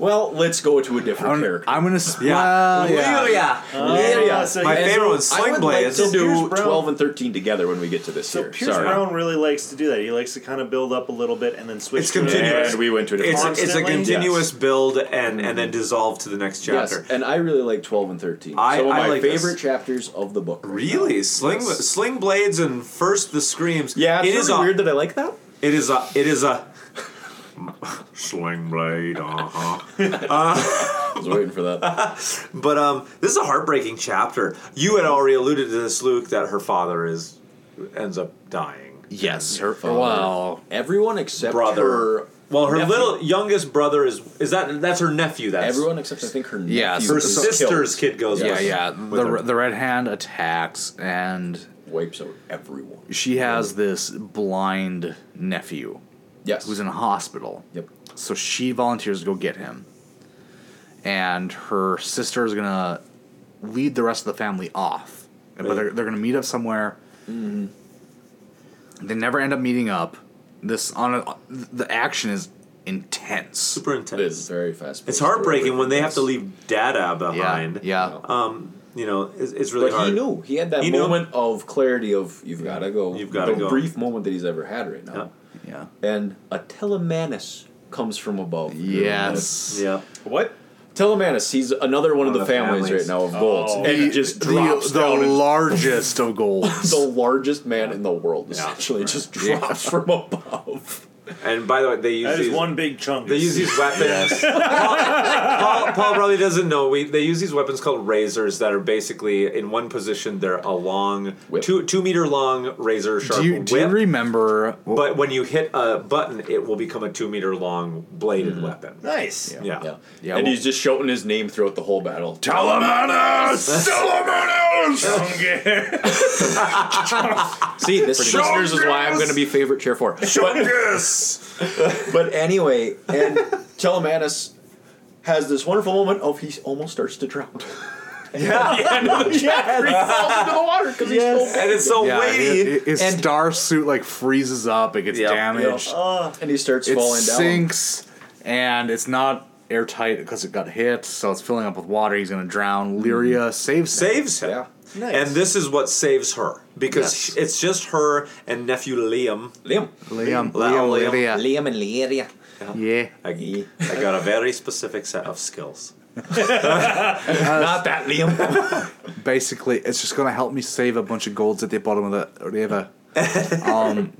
[SPEAKER 9] well, let's go to a different
[SPEAKER 1] character. I'm gonna. Sp-
[SPEAKER 9] Yeah.
[SPEAKER 1] well,
[SPEAKER 9] Yeah. Yeah.
[SPEAKER 7] My
[SPEAKER 9] And
[SPEAKER 7] favorite
[SPEAKER 9] so
[SPEAKER 7] one's Sling
[SPEAKER 9] I would
[SPEAKER 7] Blades.
[SPEAKER 9] Like to
[SPEAKER 10] Pierce
[SPEAKER 9] do
[SPEAKER 10] Brown-
[SPEAKER 9] twelve and thirteen together when we get to this
[SPEAKER 10] So
[SPEAKER 9] here.
[SPEAKER 10] Pierce
[SPEAKER 9] Sorry.
[SPEAKER 10] Brown really likes to do that. He likes to kind of build up a little bit and then switch.
[SPEAKER 7] It's
[SPEAKER 10] to another-
[SPEAKER 7] continuous.
[SPEAKER 9] And we went to a different
[SPEAKER 7] it's, it's a
[SPEAKER 10] Constantly?
[SPEAKER 7] continuous build and and then dissolve to the next
[SPEAKER 9] Yes,
[SPEAKER 7] chapter.
[SPEAKER 9] and I really like twelve and thirteen.
[SPEAKER 7] I-
[SPEAKER 9] Some of
[SPEAKER 7] I
[SPEAKER 9] my
[SPEAKER 7] like
[SPEAKER 9] favorite
[SPEAKER 7] this.
[SPEAKER 9] chapters of the book. right
[SPEAKER 7] Really,
[SPEAKER 9] now.
[SPEAKER 7] sling
[SPEAKER 9] Yes.
[SPEAKER 7] sling blades and first the screams.
[SPEAKER 9] Yeah, it's
[SPEAKER 7] it is
[SPEAKER 9] really
[SPEAKER 7] a-
[SPEAKER 9] weird that I like that.
[SPEAKER 7] It is a. It
[SPEAKER 9] [laughs]
[SPEAKER 7] is a. sling blade. Uh-huh. Uh
[SPEAKER 9] I was waiting
[SPEAKER 7] [laughs]
[SPEAKER 9] for that.
[SPEAKER 7] but um, this is a heartbreaking chapter. You had already alluded to this, Luke, that her father is ends up dying.
[SPEAKER 1] Yes, her
[SPEAKER 9] father. Wow. Everyone except her
[SPEAKER 7] Well, her
[SPEAKER 9] nephew.
[SPEAKER 7] little youngest brother is is that that's her nephew. That's
[SPEAKER 9] Everyone except I think her nephew.
[SPEAKER 1] Yeah, so-
[SPEAKER 7] her sister's kid goes.
[SPEAKER 1] Yeah,
[SPEAKER 7] with-
[SPEAKER 1] yeah.
[SPEAKER 7] with
[SPEAKER 1] The,
[SPEAKER 7] her.
[SPEAKER 1] the red hand attacks and
[SPEAKER 9] wipes out everyone.
[SPEAKER 1] She has this blind nephew.
[SPEAKER 9] Yes.
[SPEAKER 1] Who's in a hospital.
[SPEAKER 9] Yep.
[SPEAKER 1] So she volunteers to go get him. And her sister is going to lead the rest of the family off. But they're, they're going to meet up somewhere. Mm-hmm. They never end up meeting up. This on a, the action is intense. Super
[SPEAKER 7] intense.
[SPEAKER 9] It is very fast.
[SPEAKER 7] It's heartbreaking when they have to leave Dada behind.
[SPEAKER 1] Yeah.
[SPEAKER 7] Um, you know, it's, it's really
[SPEAKER 9] but
[SPEAKER 7] hard.
[SPEAKER 9] he knew he had that
[SPEAKER 7] He knew.
[SPEAKER 9] moment of clarity of you've got to go. You've
[SPEAKER 7] gotta
[SPEAKER 9] the
[SPEAKER 7] go.
[SPEAKER 9] Brief moment that he's ever had right now.
[SPEAKER 1] Yeah.
[SPEAKER 9] And a telemanus comes from above.
[SPEAKER 1] Yes.
[SPEAKER 7] Yeah.
[SPEAKER 9] What? Telemanus. He's another one of the, families, right now of golds, and he just
[SPEAKER 1] Oh. the,
[SPEAKER 9] drops
[SPEAKER 1] the
[SPEAKER 9] down and-
[SPEAKER 1] largest
[SPEAKER 9] [laughs]
[SPEAKER 1] of gold.
[SPEAKER 9] the largest man in the world essentially just
[SPEAKER 1] Yeah.
[SPEAKER 9] drops from above.
[SPEAKER 7] And by the way, they use
[SPEAKER 10] That is
[SPEAKER 7] these-
[SPEAKER 10] one big chunk.
[SPEAKER 7] They
[SPEAKER 1] [laughs]
[SPEAKER 7] use these weapons. Paul, Paul, Paul probably doesn't know. We they use these weapons called razors that are basically in one position. They're a long two two meter long razor sharp
[SPEAKER 1] do you,
[SPEAKER 7] whip.
[SPEAKER 1] do you remember?
[SPEAKER 7] but when you hit a button, it will become a two meter long bladed weapon.
[SPEAKER 10] Nice.
[SPEAKER 7] Yeah.
[SPEAKER 9] Yeah.
[SPEAKER 1] Mm-hmm. Yeah,
[SPEAKER 9] and
[SPEAKER 1] well-
[SPEAKER 9] he's just shouting his name throughout the whole battle.
[SPEAKER 1] [laughs] Telemanus!
[SPEAKER 9] See, this listeners is why I'm going to be favorite chair for. [laughs] but anyway, and Telemanus has this wonderful moment of he almost starts to drown.
[SPEAKER 7] Yeah.
[SPEAKER 9] He falls into the water because he's so big.
[SPEAKER 1] Yeah, hi- hi- His star suit like freezes up. It gets damaged.
[SPEAKER 9] and he starts
[SPEAKER 1] it
[SPEAKER 9] falling down.
[SPEAKER 1] sinks, and it's not airtight because it got hit, so it's filling up with water. He's gonna
[SPEAKER 9] Hmm.
[SPEAKER 1] drown. Lyria saves him.
[SPEAKER 7] saves him. And this is what saves her because sh it's just her and nephew Liam.
[SPEAKER 9] Liam.
[SPEAKER 1] Liam. Liam.
[SPEAKER 7] Liam. Liam.
[SPEAKER 1] Lyria.
[SPEAKER 9] Liam and Lyria.
[SPEAKER 1] Yeah.
[SPEAKER 7] I, I got a very specific set of skills. Not that, Liam.
[SPEAKER 1] Basically, it's just going to help me save a bunch of golds at the bottom of the
[SPEAKER 7] [laughs]
[SPEAKER 1] river. um,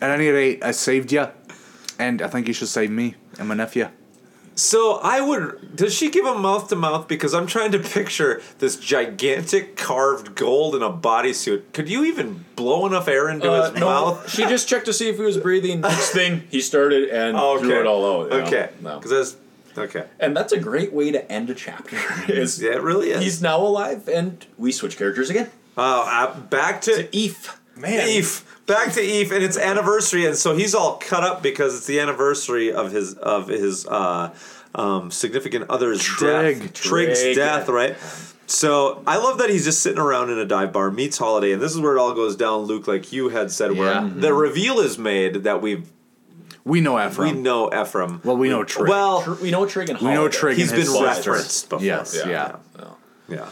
[SPEAKER 1] at any rate, I saved you, and I think you should save me and my nephew.
[SPEAKER 7] So I would. Does she give a mouth to mouth? Because I'm trying to picture this gigantic carved gold in a bodysuit. Could you even blow enough air into
[SPEAKER 9] Uh,
[SPEAKER 7] his
[SPEAKER 9] no.
[SPEAKER 7] mouth?
[SPEAKER 9] She just checked to see if he was
[SPEAKER 7] [laughs]
[SPEAKER 9] breathing. Next thing, he started and threw it all out. you know?
[SPEAKER 7] Oh, Okay.
[SPEAKER 9] No.
[SPEAKER 7] Because that's okay.
[SPEAKER 9] And that's a great way to end a chapter. [laughs] Is
[SPEAKER 7] yeah, it really is.
[SPEAKER 9] He's now alive, and we switch characters again.
[SPEAKER 7] Oh, uh, back to, Eve. Man. Eve. Back to Eve, and it's anniversary, and so he's all cut up because it's the anniversary of his of his uh, um, significant other's death.
[SPEAKER 1] Trig.
[SPEAKER 7] Trig's
[SPEAKER 1] Trig.
[SPEAKER 7] death, right? So I love that he's just sitting around in a dive bar, meets Holiday, and this is where it all goes down, Luke, like you had said, where
[SPEAKER 1] Yeah.
[SPEAKER 7] the reveal is made that we've
[SPEAKER 1] We know
[SPEAKER 7] we
[SPEAKER 1] Ephraim.
[SPEAKER 7] know Ephraim.
[SPEAKER 1] well, we know Trig.
[SPEAKER 7] Well,
[SPEAKER 9] Tr- we know Trig and
[SPEAKER 1] we know
[SPEAKER 9] Holiday.
[SPEAKER 1] Trig.
[SPEAKER 7] He's
[SPEAKER 1] and his
[SPEAKER 7] been
[SPEAKER 1] sister.
[SPEAKER 7] referenced before.
[SPEAKER 1] Yes, yeah.
[SPEAKER 7] Yeah.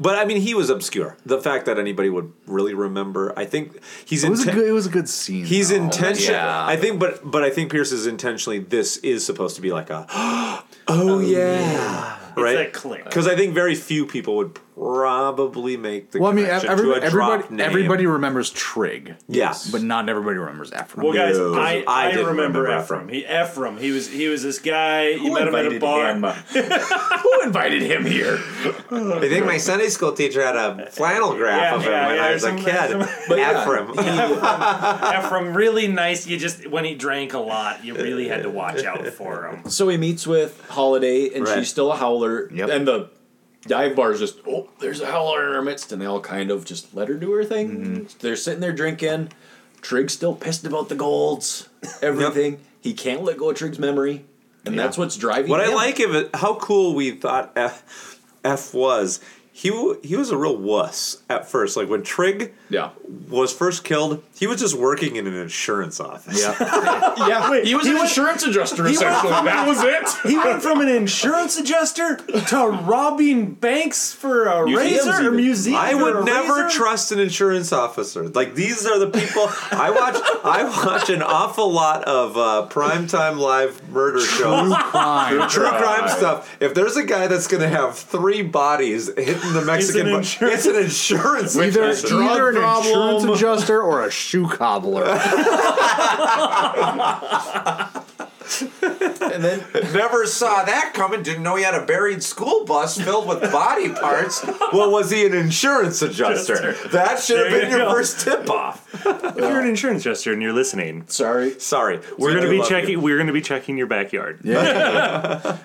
[SPEAKER 7] But I mean, he was obscure. The fact that anybody would really remember, I think he's
[SPEAKER 1] It was
[SPEAKER 7] inten-
[SPEAKER 1] a good. It was a good scene.
[SPEAKER 7] he's
[SPEAKER 1] though.
[SPEAKER 7] intentional. I think, but but I think Pierce is intentionally. This is supposed to be like a, [gasps] oh, yeah, right?
[SPEAKER 10] that click.
[SPEAKER 7] Because I think very few people would probably make the
[SPEAKER 1] Well, I mean,
[SPEAKER 7] connection
[SPEAKER 1] every,
[SPEAKER 7] to a drop
[SPEAKER 1] everybody
[SPEAKER 7] name.
[SPEAKER 1] everybody remembers Trig.
[SPEAKER 7] Yes.
[SPEAKER 1] but not everybody remembers Ephraim.
[SPEAKER 7] Well, guys, No.
[SPEAKER 10] I, I,
[SPEAKER 7] didn't
[SPEAKER 10] remember,
[SPEAKER 7] remember
[SPEAKER 10] Ephraim. He Ephraim. He was he was this guy. you
[SPEAKER 7] Who
[SPEAKER 10] met him at a
[SPEAKER 7] invited
[SPEAKER 10] bar.
[SPEAKER 7] him? [laughs]
[SPEAKER 9] Who invited him here?
[SPEAKER 7] I think my Sunday school teacher had a flannel graph
[SPEAKER 10] Yeah,
[SPEAKER 7] of him
[SPEAKER 10] yeah,
[SPEAKER 7] when
[SPEAKER 10] yeah,
[SPEAKER 7] I was a
[SPEAKER 10] some-
[SPEAKER 7] kid.
[SPEAKER 10] some-
[SPEAKER 7] Ephraim.
[SPEAKER 9] [laughs]
[SPEAKER 10] Ephraim, really nice. You just when he drank a lot, you really had to watch out for him.
[SPEAKER 9] So he meets with Holiday, and
[SPEAKER 10] Right.
[SPEAKER 9] she's still a howler. And the dive bar is just, oh, there's a howler in our midst, and they all kind of just let her do her thing. They're sitting there drinking. Trig's still pissed about the [laughs] golds, everything. He can't let go of Trig's memory, and that's what's driving.
[SPEAKER 7] What I
[SPEAKER 9] him.
[SPEAKER 7] like of it, how cool we thought F, F was. He w- he was a real wuss at first. Like when Trig
[SPEAKER 9] yeah.
[SPEAKER 7] was first killed, he was just working in an insurance office.
[SPEAKER 9] yeah, [laughs] he was an insurance adjuster
[SPEAKER 10] He went
[SPEAKER 9] essentially.
[SPEAKER 10] from-
[SPEAKER 9] That was [laughs] it.
[SPEAKER 10] He went from an insurance adjuster to robbing banks for a razor or museum.
[SPEAKER 7] I
[SPEAKER 10] for
[SPEAKER 7] would
[SPEAKER 10] a
[SPEAKER 7] never
[SPEAKER 10] razor?
[SPEAKER 7] trust an insurance officer. Like these are the people I watch. I watch an awful lot of uh, primetime live murder shows,
[SPEAKER 1] crime.
[SPEAKER 7] True, true crime
[SPEAKER 1] Crime.
[SPEAKER 7] stuff. If there's a guy that's going to have three bodies hitting the Mexican, bu- it's an insurance.
[SPEAKER 1] Either,
[SPEAKER 7] adjuster.
[SPEAKER 1] either an insurance adjuster or a shoe cobbler.
[SPEAKER 7] [laughs]
[SPEAKER 9] and then
[SPEAKER 7] never saw that coming. Didn't know he had a buried school bus filled with body parts. well, was he an insurance adjuster? That should have
[SPEAKER 10] There
[SPEAKER 7] been
[SPEAKER 10] you
[SPEAKER 7] your
[SPEAKER 10] go.
[SPEAKER 7] first tip off.
[SPEAKER 10] If you're an insurance adjuster and you're listening,
[SPEAKER 9] sorry,
[SPEAKER 7] sorry,
[SPEAKER 10] we're gonna
[SPEAKER 7] We
[SPEAKER 10] be
[SPEAKER 7] love you.
[SPEAKER 10] checking. We're gonna be checking your backyard.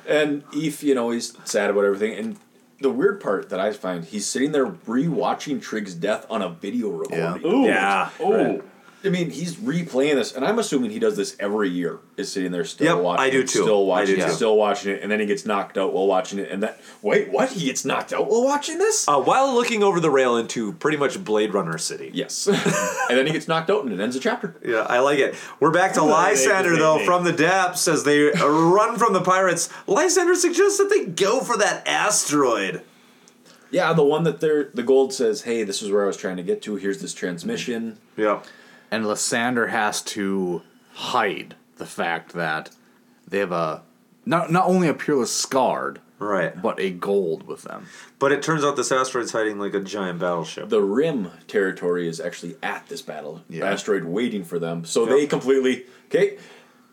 [SPEAKER 9] and Eve, you know, he's sad about everything. And the weird part that I find, he's sitting there rewatching Trig's death on a video recording.
[SPEAKER 10] Ooh. Yeah.
[SPEAKER 7] Oh.
[SPEAKER 10] Ooh.
[SPEAKER 9] I mean, he's replaying this, and I'm assuming he does this every year. Is sitting there still
[SPEAKER 7] Yep,
[SPEAKER 9] watching
[SPEAKER 7] I do
[SPEAKER 9] it,
[SPEAKER 7] too.
[SPEAKER 9] still
[SPEAKER 7] I do
[SPEAKER 9] watching it,
[SPEAKER 7] too.
[SPEAKER 9] still watching it, and then he gets knocked out while watching it, and that wait, what? He gets knocked out while watching this?
[SPEAKER 7] Uh, while looking over the rail into pretty much Blade Runner City.
[SPEAKER 9] Yes, [laughs] and then he gets knocked out, and it ends the chapter.
[SPEAKER 7] Yeah, I like it. We're back to
[SPEAKER 9] Ooh,
[SPEAKER 7] Lysander,
[SPEAKER 9] they-
[SPEAKER 7] though,
[SPEAKER 9] they-
[SPEAKER 7] from the depths as they [laughs] uh, run from the pirates. Lysander suggests that they go for that asteroid.
[SPEAKER 9] Yeah, the one that they're the gold says, "Hey, this is where I was trying to get to. Here's this transmission."
[SPEAKER 7] Yeah.
[SPEAKER 1] And Lysander has to hide the fact that they have a not not only a peerless scarred,
[SPEAKER 7] right,
[SPEAKER 1] but a gold with them.
[SPEAKER 7] But it turns out this asteroid's hiding like a giant battleship.
[SPEAKER 9] The Rim territory is actually at this battle asteroid waiting for them, so
[SPEAKER 7] Yeah.
[SPEAKER 9] they completely okay.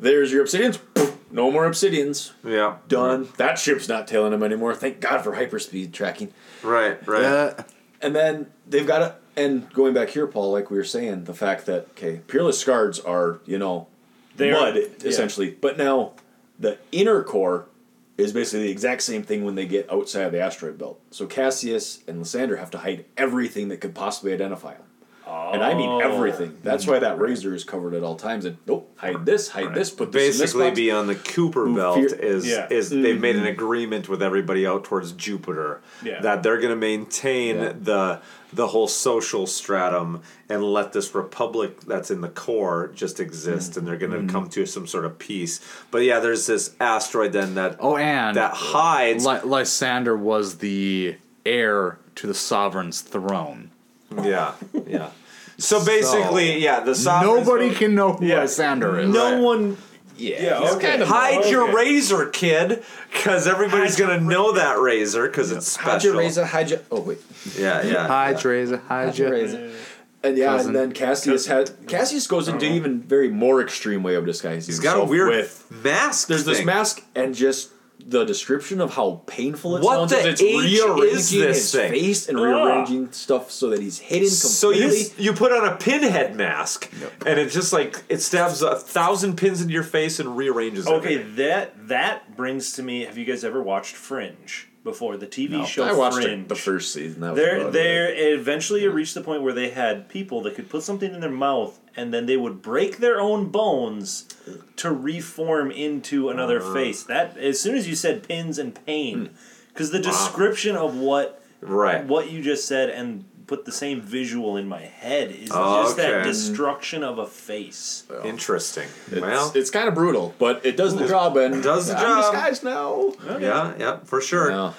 [SPEAKER 9] There's your obsidians. Poof, No more obsidians.
[SPEAKER 7] Yeah.
[SPEAKER 9] Done. That ship's not tailing them anymore. Thank God for hyperspeed tracking.
[SPEAKER 7] Right, right.
[SPEAKER 1] Uh,
[SPEAKER 9] and then they've got to. And going back here, Paul, like we were saying, the fact that okay, peerless guards are you know
[SPEAKER 10] They're-
[SPEAKER 9] mud
[SPEAKER 10] yeah.
[SPEAKER 9] essentially, but now the inner core is basically the exact same thing when they get outside of the asteroid belt. So Cassius and Lysander have to hide everything that could possibly identify them. And I
[SPEAKER 7] Oh.
[SPEAKER 9] mean everything. That's why that razor is covered at all times. And nope, hide this, hide this, put this
[SPEAKER 7] basically
[SPEAKER 9] in this box.
[SPEAKER 7] be on the Cooper
[SPEAKER 9] Who
[SPEAKER 7] belt
[SPEAKER 9] fear-
[SPEAKER 7] is
[SPEAKER 9] Yeah.
[SPEAKER 7] is they've made an
[SPEAKER 9] Mhm.
[SPEAKER 7] agreement with everybody out towards Jupiter
[SPEAKER 9] Yeah.
[SPEAKER 7] that they're going to maintain
[SPEAKER 9] Yeah.
[SPEAKER 7] the the whole social stratum and let this republic that's in the core just exist and they're going to come to some sort of peace. But yeah, there's this asteroid then that
[SPEAKER 1] Oh, and
[SPEAKER 7] that hides
[SPEAKER 1] Ly- Lysander was the heir to the sovereign's throne.
[SPEAKER 7] yeah,
[SPEAKER 1] [laughs]
[SPEAKER 7] yeah. So basically, yeah, the sovereign's
[SPEAKER 1] nobody
[SPEAKER 7] vote-
[SPEAKER 1] can know who
[SPEAKER 7] Yeah.
[SPEAKER 1] Lysander is.
[SPEAKER 10] No one
[SPEAKER 7] Yeah,
[SPEAKER 20] Yeah,
[SPEAKER 7] he's
[SPEAKER 20] okay.
[SPEAKER 7] kind of- Hide
[SPEAKER 20] Okay.
[SPEAKER 7] your razor, kid, because everybody's gonna know that razor because it's special.
[SPEAKER 21] Hide your razor, hide your. Oh wait.
[SPEAKER 7] Yeah, yeah.
[SPEAKER 1] Hide razor, hide your razor.
[SPEAKER 9] And yeah,
[SPEAKER 21] Cousin.
[SPEAKER 9] and then Cassius had Cassius goes into
[SPEAKER 10] Uh-huh.
[SPEAKER 9] even very more extreme way of disguising.
[SPEAKER 7] He's got a
[SPEAKER 9] himself
[SPEAKER 7] weird
[SPEAKER 9] with
[SPEAKER 7] mask.
[SPEAKER 9] There's this
[SPEAKER 7] thing.
[SPEAKER 9] mask and just the description of how painful it
[SPEAKER 7] What
[SPEAKER 9] sounds. as
[SPEAKER 7] the
[SPEAKER 9] it's
[SPEAKER 7] H is
[SPEAKER 9] rearranging
[SPEAKER 7] this
[SPEAKER 9] his
[SPEAKER 7] thing?
[SPEAKER 9] face and
[SPEAKER 7] Ugh.
[SPEAKER 9] rearranging stuff so that he's hidden completely.
[SPEAKER 7] So you you put on a pinhead mask, and it just like it stabs a thousand pins into your face and rearranges.
[SPEAKER 10] Okay,
[SPEAKER 7] everything.
[SPEAKER 10] that that brings to me. Have you guys ever watched Fringe before the TV
[SPEAKER 9] No.
[SPEAKER 10] show?
[SPEAKER 9] I watched it
[SPEAKER 10] Fringe.
[SPEAKER 9] the first season. That was
[SPEAKER 10] There,
[SPEAKER 9] about
[SPEAKER 10] there. Eventually, it reached the point where they had people that could put something in their mouth, and then they would break their own bones to reform into another
[SPEAKER 9] Uh-huh.
[SPEAKER 7] Uh.
[SPEAKER 10] face. That as soon as you said pins and pain,
[SPEAKER 9] Hmm.
[SPEAKER 10] because the description of what
[SPEAKER 7] Right.
[SPEAKER 10] what you just said and put the same visual in my head is
[SPEAKER 9] Oh,
[SPEAKER 10] just that
[SPEAKER 7] Okay.
[SPEAKER 10] destruction of a face.
[SPEAKER 7] Interesting.
[SPEAKER 9] It's,
[SPEAKER 7] well,
[SPEAKER 9] it's kind of brutal, but it does the
[SPEAKER 7] Ooh.
[SPEAKER 9] job. And
[SPEAKER 7] Does the
[SPEAKER 9] I'm
[SPEAKER 7] job.
[SPEAKER 9] disguised now.
[SPEAKER 7] Yeah, yeah, for sure.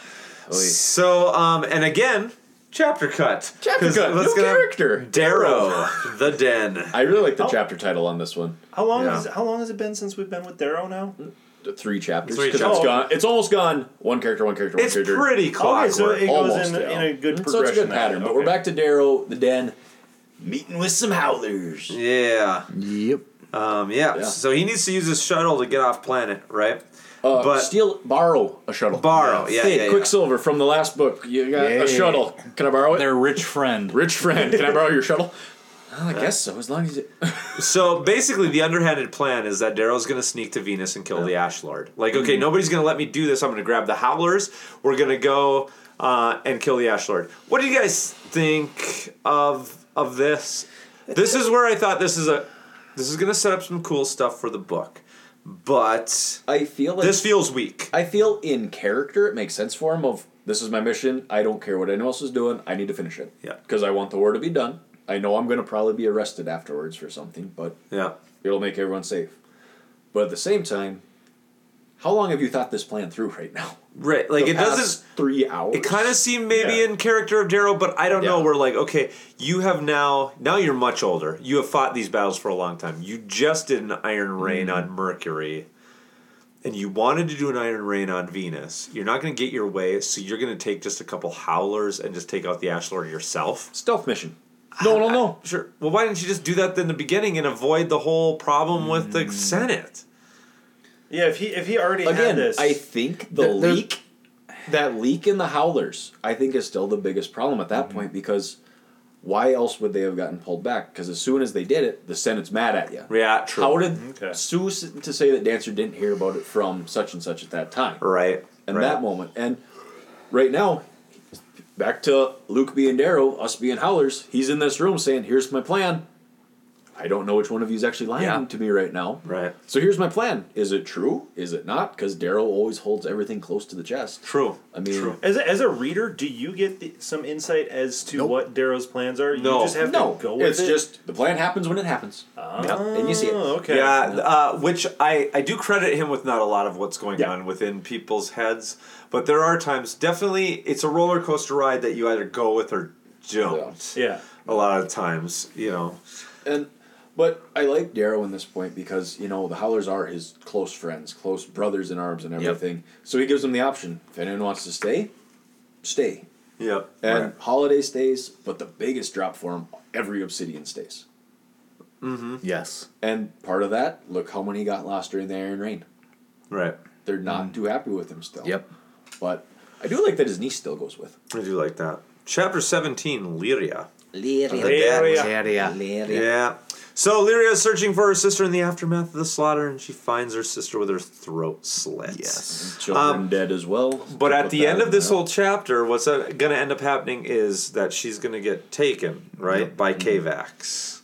[SPEAKER 7] So, um, and again, chapter cut.
[SPEAKER 9] Chapter
[SPEAKER 7] 'Cause
[SPEAKER 9] cut,
[SPEAKER 7] let's
[SPEAKER 9] new
[SPEAKER 7] get-
[SPEAKER 9] character.
[SPEAKER 7] [laughs] Darrow, the Den.
[SPEAKER 9] I really
[SPEAKER 10] Oh.
[SPEAKER 9] like the chapter title on this one.
[SPEAKER 10] How long
[SPEAKER 9] Yeah.
[SPEAKER 10] is how long has it been since we've been with Darrow now?
[SPEAKER 9] The Three chapters.
[SPEAKER 10] Three
[SPEAKER 9] 'cause
[SPEAKER 10] chapters.
[SPEAKER 9] It's gone. It's almost gone. One character. One character. One
[SPEAKER 10] It's
[SPEAKER 9] character. Oh,
[SPEAKER 10] pretty Okay, so it clockwork. goes in- in a good
[SPEAKER 9] So it's a
[SPEAKER 10] progression
[SPEAKER 9] good
[SPEAKER 10] that
[SPEAKER 9] pattern.
[SPEAKER 10] way.
[SPEAKER 9] But we're
[SPEAKER 10] Okay.
[SPEAKER 9] back to Darrow, the den, meeting with some howlers.
[SPEAKER 7] Yeah.
[SPEAKER 1] Yep.
[SPEAKER 7] Um, yeah.
[SPEAKER 9] Yeah.
[SPEAKER 7] So he needs to use his shuttle to get off planet, right?
[SPEAKER 9] Uh, steal, borrow a shuttle.
[SPEAKER 7] Borrow, yeah,
[SPEAKER 9] hey,
[SPEAKER 7] yeah, yeah.
[SPEAKER 9] Quicksilver from the last book. You got
[SPEAKER 7] Yeah.
[SPEAKER 9] a shuttle. Can I borrow it?
[SPEAKER 1] Their rich friend.
[SPEAKER 9] Rich friend. Can I borrow
[SPEAKER 10] [laughs]
[SPEAKER 9] your shuttle? Well, I guess so. As long as it.
[SPEAKER 7] So basically, the underhanded plan is that Darrow's going to sneak to Venus and kill the Ash Lord. Like, okay,
[SPEAKER 9] Mhm.
[SPEAKER 7] nobody's going to let me do this. I'm going to grab the Howlers. We're going to go uh, and kill the Ash Lord. What do you guys think of of this? This is where I thought this is a this is going to set up some cool stuff for the book, but
[SPEAKER 9] I feel like
[SPEAKER 7] this feels weak.
[SPEAKER 9] I feel in character it makes sense for him of this is my mission, I don't care what anyone else is doing, I need to finish it.
[SPEAKER 7] Yeah.
[SPEAKER 9] Because I want the war to be done. I know I'm gonna probably be arrested afterwards for something, but
[SPEAKER 7] yeah.
[SPEAKER 9] It'll make everyone safe. But at the same time, how long have you thought this plan through right now?
[SPEAKER 7] Right, like
[SPEAKER 9] The
[SPEAKER 7] it
[SPEAKER 9] past
[SPEAKER 7] doesn't-
[SPEAKER 9] three hours.
[SPEAKER 7] It kind of seemed maybe
[SPEAKER 9] Yeah.
[SPEAKER 7] in character of Darrow, but I don't know. We're like, okay, you have now, now you're much older. You have fought these battles for a long time. You just did an Iron Rain
[SPEAKER 9] Mm-hmm.
[SPEAKER 7] on Mercury, and you wanted to do an Iron Rain on Venus. You're not going to get your way, so you're going to take just a couple howlers and just take out the Ash Lord yourself.
[SPEAKER 9] Stealth mission. No, no, no.
[SPEAKER 7] Sure. Well, why didn't you just do that in the beginning and avoid the whole problem with
[SPEAKER 9] Mm.
[SPEAKER 7] the Senate?
[SPEAKER 10] Yeah, if he if he already
[SPEAKER 9] Again,
[SPEAKER 10] had this,
[SPEAKER 9] I think the
[SPEAKER 10] Th- there's-
[SPEAKER 9] leak, that leak in the howlers, I think is still the biggest problem at that point because why else would they have gotten pulled back? Because as soon as they did it, the Senate's mad at you.
[SPEAKER 7] Yeah, true.
[SPEAKER 9] How did Sue s- to say that Dancer didn't hear about it from such and such at that time?
[SPEAKER 7] Right.
[SPEAKER 9] And
[SPEAKER 7] right.
[SPEAKER 9] that moment. And right now, back to Luke being Darrow, us being Howlers, he's in this room saying, Here's my plan. I don't know which one of you is actually lying
[SPEAKER 7] Yeah.
[SPEAKER 9] to me right now.
[SPEAKER 7] Right.
[SPEAKER 9] So here's my plan. Is it true? Is it not? Because Darrow always holds everything close to the chest.
[SPEAKER 7] True.
[SPEAKER 9] I mean,
[SPEAKER 10] As a, as a reader, do you get the, some insight as to what Darrow's plans are?
[SPEAKER 9] No.
[SPEAKER 10] You just have
[SPEAKER 9] No.
[SPEAKER 10] to go with
[SPEAKER 9] It's
[SPEAKER 10] it.
[SPEAKER 9] just the plan happens when it happens. And you see it.
[SPEAKER 10] Okay.
[SPEAKER 7] Yeah, uh, which I, I do credit him with not a lot of what's going on within people's heads, but there are times definitely it's a roller coaster ride that you either go with or don't.
[SPEAKER 10] Yeah.
[SPEAKER 7] A lot of times, you know.
[SPEAKER 9] And but I like Darrow in this point because you know the Howlers are his close friends, close brothers in arms, and everything. So he gives them the option: if anyone wants to stay, stay.
[SPEAKER 7] Yep.
[SPEAKER 9] And
[SPEAKER 7] Right.
[SPEAKER 9] holiday stays, but the biggest drop for him, every Obsidian stays.
[SPEAKER 7] Mm-hmm.
[SPEAKER 1] Yes.
[SPEAKER 9] And part of that, look how many got lost during the Iron Rain.
[SPEAKER 7] Right.
[SPEAKER 9] They're not too happy with him still.
[SPEAKER 1] Yep.
[SPEAKER 9] But I do like that his niece still goes with.
[SPEAKER 7] I do like that. Chapter 17, Lyria.
[SPEAKER 9] Lyria.
[SPEAKER 7] Of the dead.
[SPEAKER 9] Lyria. Lyria. Lyria.
[SPEAKER 7] Yeah. So Lyria is searching for her sister in the aftermath of the slaughter, and she finds her sister with her throat slit. Yes.
[SPEAKER 9] Children dead as well.
[SPEAKER 7] Um, But at
[SPEAKER 9] Put
[SPEAKER 7] the
[SPEAKER 9] that
[SPEAKER 7] end
[SPEAKER 9] in
[SPEAKER 7] of this
[SPEAKER 9] there.
[SPEAKER 7] whole chapter, what's going to end up happening is that she's going to get taken, right, by Kavax.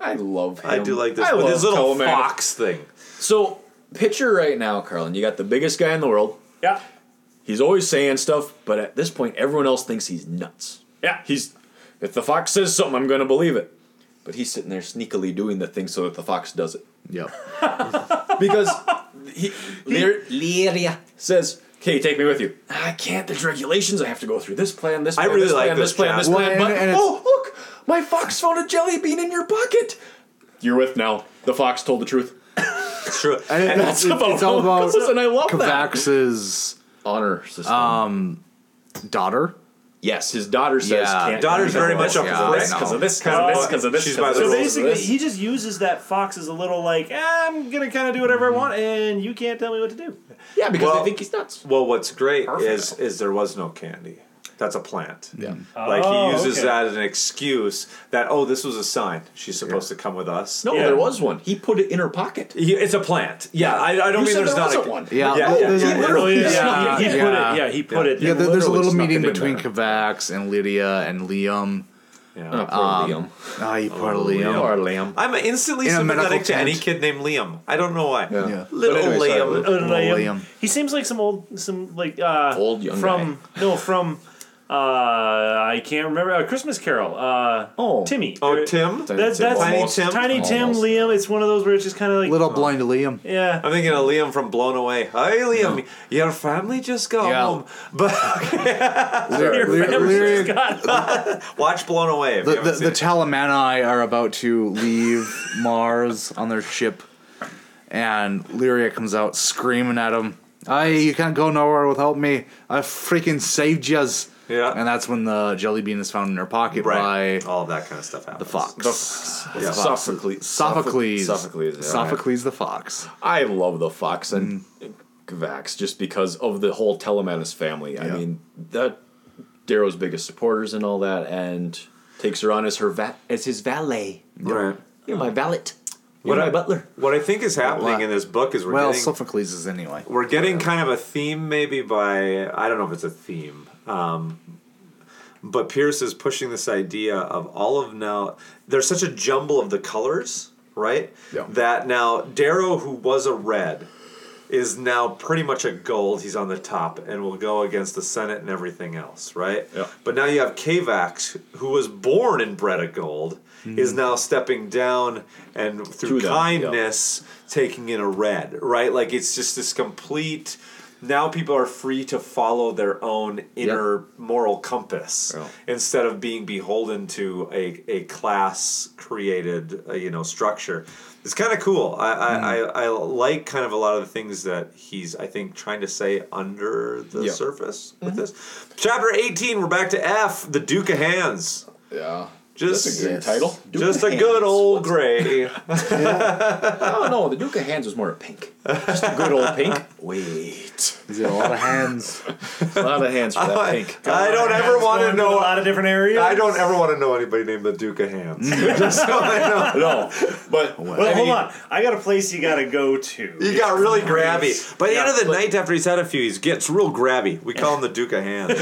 [SPEAKER 9] I love
[SPEAKER 7] I
[SPEAKER 9] him.
[SPEAKER 7] do like this
[SPEAKER 9] I
[SPEAKER 7] with his
[SPEAKER 9] love
[SPEAKER 7] little
[SPEAKER 9] Telematic.
[SPEAKER 7] fox thing.
[SPEAKER 9] So picture right now, Carlin. You got the biggest guy in the world.
[SPEAKER 10] Yeah.
[SPEAKER 9] He's always saying stuff, but at this point, everyone else thinks he's nuts.
[SPEAKER 10] Yeah.
[SPEAKER 9] He's if the fox says something, I'm gonna believe it. But he's sitting there sneakily doing the thing so that the fox does it.
[SPEAKER 1] Yep.
[SPEAKER 9] because he, Lyr- Lyria says, "Okay, take me with you." I can't. There's regulations. I have to go through this plan, this
[SPEAKER 7] I
[SPEAKER 9] plan,
[SPEAKER 7] really
[SPEAKER 9] this,
[SPEAKER 7] like
[SPEAKER 9] plan
[SPEAKER 7] this
[SPEAKER 9] this plan, this
[SPEAKER 7] chapter.
[SPEAKER 9] plan,
[SPEAKER 7] Well,
[SPEAKER 9] But
[SPEAKER 7] and- and
[SPEAKER 9] oh, look, my fox found a jelly bean in your pocket. You're with now. The fox told the truth.
[SPEAKER 7] It's true.
[SPEAKER 1] And, it-
[SPEAKER 7] that's
[SPEAKER 1] it's,
[SPEAKER 7] about
[SPEAKER 1] it's all about
[SPEAKER 7] Wilcox's, and I love that.
[SPEAKER 1] Kavax's
[SPEAKER 7] honor
[SPEAKER 1] system. Um, daughter.
[SPEAKER 7] Yes, his daughter says can't
[SPEAKER 1] Daughter's
[SPEAKER 7] do
[SPEAKER 1] very
[SPEAKER 7] that.
[SPEAKER 1] much up
[SPEAKER 7] Yeah,
[SPEAKER 1] for
[SPEAKER 7] I
[SPEAKER 1] this
[SPEAKER 7] know.
[SPEAKER 1] 'cause of this,
[SPEAKER 7] 'cause of this, 'cause of this,
[SPEAKER 1] She's
[SPEAKER 7] 'cause
[SPEAKER 1] by
[SPEAKER 7] of
[SPEAKER 1] the
[SPEAKER 7] this.
[SPEAKER 10] So
[SPEAKER 1] rules of
[SPEAKER 10] basically,
[SPEAKER 1] this.
[SPEAKER 10] he just uses that fox as a little like, "Ah, I'm gonna kind of do whatever I want, and you can't tell me what to do. [laughs]
[SPEAKER 7] Yeah,
[SPEAKER 10] because
[SPEAKER 7] I think he's nuts. Well, what's great is is there was no candy. That's a plant. Yeah. Like
[SPEAKER 10] Oh,
[SPEAKER 7] he uses
[SPEAKER 10] okay.
[SPEAKER 7] that as an excuse that oh this was a sign she's supposed to come with us.
[SPEAKER 9] No, there was
[SPEAKER 7] one. He put it in her pocket. it's a plant. Yeah, I, I
[SPEAKER 9] You
[SPEAKER 7] don't mean
[SPEAKER 9] said
[SPEAKER 7] there's
[SPEAKER 9] there
[SPEAKER 7] not
[SPEAKER 9] wasn't
[SPEAKER 7] a,
[SPEAKER 9] one.
[SPEAKER 7] Yeah, yeah,
[SPEAKER 1] there's a
[SPEAKER 7] yeah,
[SPEAKER 1] little-
[SPEAKER 7] yeah,
[SPEAKER 1] yeah,
[SPEAKER 7] yeah, yeah.
[SPEAKER 1] Yeah, there- there's a
[SPEAKER 7] Literally
[SPEAKER 1] little
[SPEAKER 7] snuck
[SPEAKER 1] meeting
[SPEAKER 7] it in
[SPEAKER 1] between
[SPEAKER 7] there.
[SPEAKER 1] Kavax and Lydia and Liam.
[SPEAKER 7] Yeah,
[SPEAKER 1] oh,
[SPEAKER 7] poor Liam.
[SPEAKER 1] Ah, you poor
[SPEAKER 7] Oh,
[SPEAKER 1] Liam.
[SPEAKER 7] Um, Liam. Poor Liam. I'm instantly
[SPEAKER 1] In a
[SPEAKER 7] sympathetic
[SPEAKER 1] medical
[SPEAKER 7] to any
[SPEAKER 1] tent.
[SPEAKER 7] kid named Liam. I don't know why.
[SPEAKER 1] Yeah. Yeah.
[SPEAKER 7] Little
[SPEAKER 1] But anyway, sorry,
[SPEAKER 7] Liam.
[SPEAKER 1] Little
[SPEAKER 10] Little Liam. He seems like some old, some like uh,
[SPEAKER 7] Old young
[SPEAKER 10] from [laughs] no from. Uh, I can't remember. Uh, Christmas Carol. Uh, oh, Timmy.
[SPEAKER 7] Oh, Tim.
[SPEAKER 10] That's that's
[SPEAKER 7] Tiny Tim.
[SPEAKER 10] Tiny Tim, Liam. It's one of those where it's just kind of like
[SPEAKER 1] little blind Liam.
[SPEAKER 10] Yeah. [laughs]
[SPEAKER 7] I'm thinking of Liam from Blown Away. Hi, Liam. Your family just got home. But [laughs]
[SPEAKER 1] Your Lyric- family just
[SPEAKER 7] Watch Blown Away. If
[SPEAKER 1] The,
[SPEAKER 7] you haven't
[SPEAKER 1] the,
[SPEAKER 7] seen
[SPEAKER 1] the Talamani are about to leave Mars on their ship, and Lyria comes out screaming at him, "Aye, you can't go nowhere without me. I freaking saved yous."
[SPEAKER 7] Yeah.
[SPEAKER 1] And that's when the jelly bean is found in her pocket
[SPEAKER 7] Right. by all that kind of stuff. Happens.
[SPEAKER 1] The fox.
[SPEAKER 7] The fox.
[SPEAKER 1] The
[SPEAKER 7] Yeah.
[SPEAKER 1] fox.
[SPEAKER 7] Sophocles-
[SPEAKER 1] Sophocles.
[SPEAKER 9] Sophocles, yeah.
[SPEAKER 1] Sophocles the fox.
[SPEAKER 9] I love the Fox and Vax just because of the whole Telemanus family. I mean, that Darrow's biggest supporters and all that, and takes her on as her va- as his valet.
[SPEAKER 7] Right.
[SPEAKER 9] You're my valet. You're
[SPEAKER 7] What
[SPEAKER 9] my
[SPEAKER 7] I,
[SPEAKER 9] butler.
[SPEAKER 7] what I think is happening in this book is we're
[SPEAKER 1] well,
[SPEAKER 7] getting
[SPEAKER 1] Sophocles is anyway.
[SPEAKER 7] we're getting kind of a theme maybe by I don't know if it's a theme. Um, but Pierce is pushing this idea of all of now there's such a jumble of the colors, right? That now Darrow who was a red is now pretty much a gold. He's on the top and will go against the Senate and everything else, right? But now you have Kavax, who was born and bred a gold, is now stepping down and through
[SPEAKER 9] Mm-hmm. To them,
[SPEAKER 7] kindness taking in a red, right? Like it's just this complete. Now people are free to follow their own inner moral compass instead of being beholden to a, a class created uh, you know structure. It's kind of cool. I,
[SPEAKER 9] Mm-hmm.
[SPEAKER 7] I, I, I like kind of a lot of the things that he's I think trying to say under the
[SPEAKER 9] Yeah. Mm-hmm.
[SPEAKER 7] surface with this. Chapter eighteen. We're back to F. The Duke of Hands.
[SPEAKER 9] Yeah.
[SPEAKER 7] Just
[SPEAKER 9] That's a good title. Duke
[SPEAKER 7] just
[SPEAKER 9] of
[SPEAKER 7] a good
[SPEAKER 9] Hands.
[SPEAKER 7] old gray.
[SPEAKER 9] Oh no, the Duke of Hands was more a pink. Just a good old pink. Wait.
[SPEAKER 1] He's got a lot of hands.
[SPEAKER 9] a lot of hands for that
[SPEAKER 7] [laughs] I,
[SPEAKER 9] pink.
[SPEAKER 7] I don't ever want to know a lot
[SPEAKER 10] of different areas.
[SPEAKER 7] I don't ever want to know anybody named the Duke of Hands. [laughs] Just so I know.
[SPEAKER 9] No, Mm. [laughs] but
[SPEAKER 10] Well, hold on. I got a place you gotta go to.
[SPEAKER 7] He got really grabby. By the end
[SPEAKER 10] Yeah,
[SPEAKER 7] of the night, after he's had a few, he gets real grabby. We call him the Duke of
[SPEAKER 9] [laughs]
[SPEAKER 7] Hands.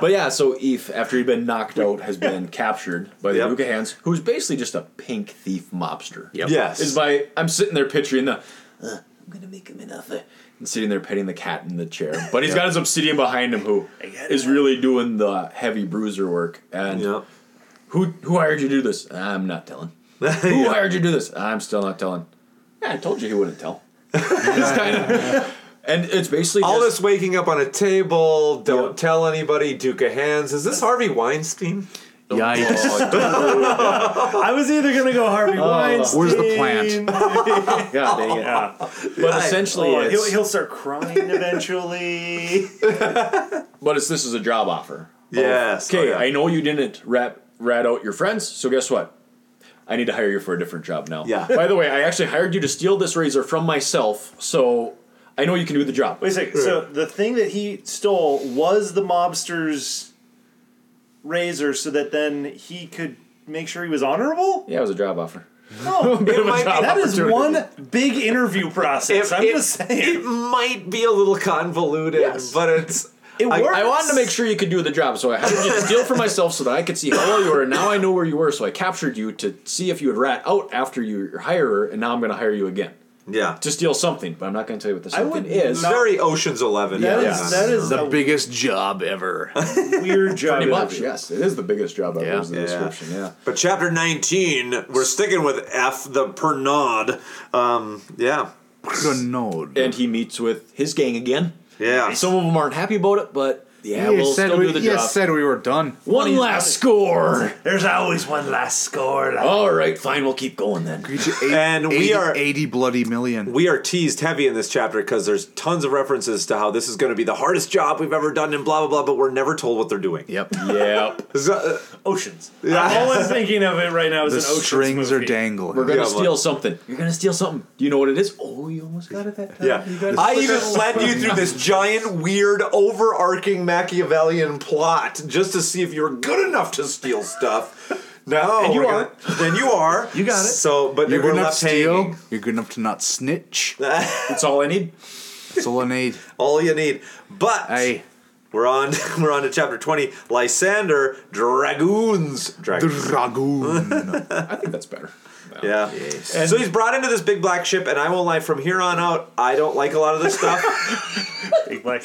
[SPEAKER 9] but yeah, so Eve, after he'd been knocked out, has been captured by the
[SPEAKER 7] Yep.
[SPEAKER 9] Duke of Hands, who's basically just a pink thief mobster.
[SPEAKER 7] Yep. Yes.
[SPEAKER 9] Is by I'm sitting there picturing the "Uh, I'm gonna make him an offer. And sitting there petting the cat in the chair. But he's
[SPEAKER 22] Yep.
[SPEAKER 9] got his obsidian behind him who is really doing the heavy bruiser work. And who who hired you to do this? I'm not telling. who hired you to do this? I'm still not telling. Yeah, I told you he wouldn't tell. It's kinda- and it's basically
[SPEAKER 7] All
[SPEAKER 9] just-
[SPEAKER 7] this waking up on a table, don't tell anybody, Duke of Hands. Is this Harvey Weinstein?
[SPEAKER 9] Oh,
[SPEAKER 10] I was either gonna
[SPEAKER 7] [laughs]
[SPEAKER 10] go Harvey
[SPEAKER 7] Oh.
[SPEAKER 10] Weinstein.
[SPEAKER 1] where's the plant?
[SPEAKER 9] [laughs] God dang it. But essentially,
[SPEAKER 10] Oh,
[SPEAKER 9] it's,
[SPEAKER 10] he'll, he'll start crying
[SPEAKER 7] [laughs]
[SPEAKER 10] eventually.
[SPEAKER 9] But it's this is a job offer.
[SPEAKER 7] Yes.
[SPEAKER 9] Okay,
[SPEAKER 7] Oh, yeah.
[SPEAKER 9] I know you didn't rat rat out your friends, so guess what? I need to hire you for a different job now.
[SPEAKER 7] Yeah.
[SPEAKER 9] By the way, I actually hired you to steal this razor from myself, so I know you can do the job.
[SPEAKER 10] Wait a second. So the thing that he stole was the mobster's razor, so that then he could make sure he was honorable.
[SPEAKER 9] yeah, it was a job offer.
[SPEAKER 10] Oh,
[SPEAKER 9] Bit of [laughs] a job
[SPEAKER 10] that is
[SPEAKER 9] opportunity.
[SPEAKER 10] one big interview process. I'm
[SPEAKER 7] it,
[SPEAKER 10] just saying.
[SPEAKER 7] it might be a little convoluted, but it's.
[SPEAKER 10] It
[SPEAKER 9] I,
[SPEAKER 10] works.
[SPEAKER 9] I wanted to make sure you could do the job, so I hired you to steal from myself so that I could see how well you were. And now I know where you were, so I captured you to see if you would rat out after you, your hirer, and now I'm going to hire you again
[SPEAKER 7] Yeah.
[SPEAKER 9] to steal something. But I'm not going to tell you what the
[SPEAKER 10] I
[SPEAKER 9] something
[SPEAKER 10] would
[SPEAKER 9] is.
[SPEAKER 10] not-
[SPEAKER 7] Very Ocean's Eleven.
[SPEAKER 9] That
[SPEAKER 7] Yeah.
[SPEAKER 9] is- that is
[SPEAKER 1] the
[SPEAKER 9] a-
[SPEAKER 1] biggest job ever.
[SPEAKER 10] weird job.
[SPEAKER 9] Pretty much,
[SPEAKER 10] interview.
[SPEAKER 9] yes. It is the biggest job ever.
[SPEAKER 1] Yeah.
[SPEAKER 9] Is the
[SPEAKER 7] Yeah.
[SPEAKER 9] description, yeah.
[SPEAKER 7] But chapter 19, we're sticking with F, the Pernod. Um, yeah.
[SPEAKER 1] Pernod.
[SPEAKER 9] And he meets with his gang again.
[SPEAKER 7] Yeah.
[SPEAKER 9] Some of them aren't happy about it, but [laughs] Yeah, we'll still do the
[SPEAKER 1] you
[SPEAKER 9] job.
[SPEAKER 1] said we were done.
[SPEAKER 9] One last score.
[SPEAKER 23] There's always one last score. lad.
[SPEAKER 9] All right, fine. We'll keep going then. [laughs]
[SPEAKER 7] and we
[SPEAKER 1] 80
[SPEAKER 7] are
[SPEAKER 1] 80 bloody million.
[SPEAKER 7] We are teased heavy in this chapter because there's tons of references to how this is going to be the hardest job we've ever done and blah blah blah, but we're never told what they're doing. uh,
[SPEAKER 1] Yep.
[SPEAKER 9] Yep.
[SPEAKER 10] Oceans.
[SPEAKER 7] Yeah.
[SPEAKER 10] All I'm thinking of it right now is
[SPEAKER 1] The
[SPEAKER 10] an ocean.
[SPEAKER 1] strings are dangling.
[SPEAKER 9] We're gonna
[SPEAKER 1] Yeah,
[SPEAKER 9] steal
[SPEAKER 1] look.
[SPEAKER 9] something. You're gonna steal something. Do you know what it is? Oh, you almost got it that time.
[SPEAKER 7] Yeah.
[SPEAKER 9] You got it.
[SPEAKER 7] I even led you
[SPEAKER 1] [laughs]
[SPEAKER 7] through this giant, weird, overarching Machiavellian plot just to see if you were good enough to steal stuff. No,
[SPEAKER 1] And you
[SPEAKER 7] we're
[SPEAKER 1] are.
[SPEAKER 7] gonna- then you are.
[SPEAKER 1] You got it.
[SPEAKER 7] So, but
[SPEAKER 1] you're good
[SPEAKER 7] we're
[SPEAKER 1] enough
[SPEAKER 7] left
[SPEAKER 1] to steal.
[SPEAKER 7] hanging.
[SPEAKER 1] You're good enough to not snitch.
[SPEAKER 7] That's
[SPEAKER 9] all I need.
[SPEAKER 1] That's all I need.
[SPEAKER 7] all you need. But we're on. [laughs] We're on to chapter twenty. Lysander, dragoons, dragoons.
[SPEAKER 1] Dragoon.
[SPEAKER 9] I think that's better.
[SPEAKER 7] Yeah. And so he's brought into this big black ship, and I won't lie. From here on out, I don't like a lot of this
[SPEAKER 9] [laughs]
[SPEAKER 7] stuff.
[SPEAKER 10] big black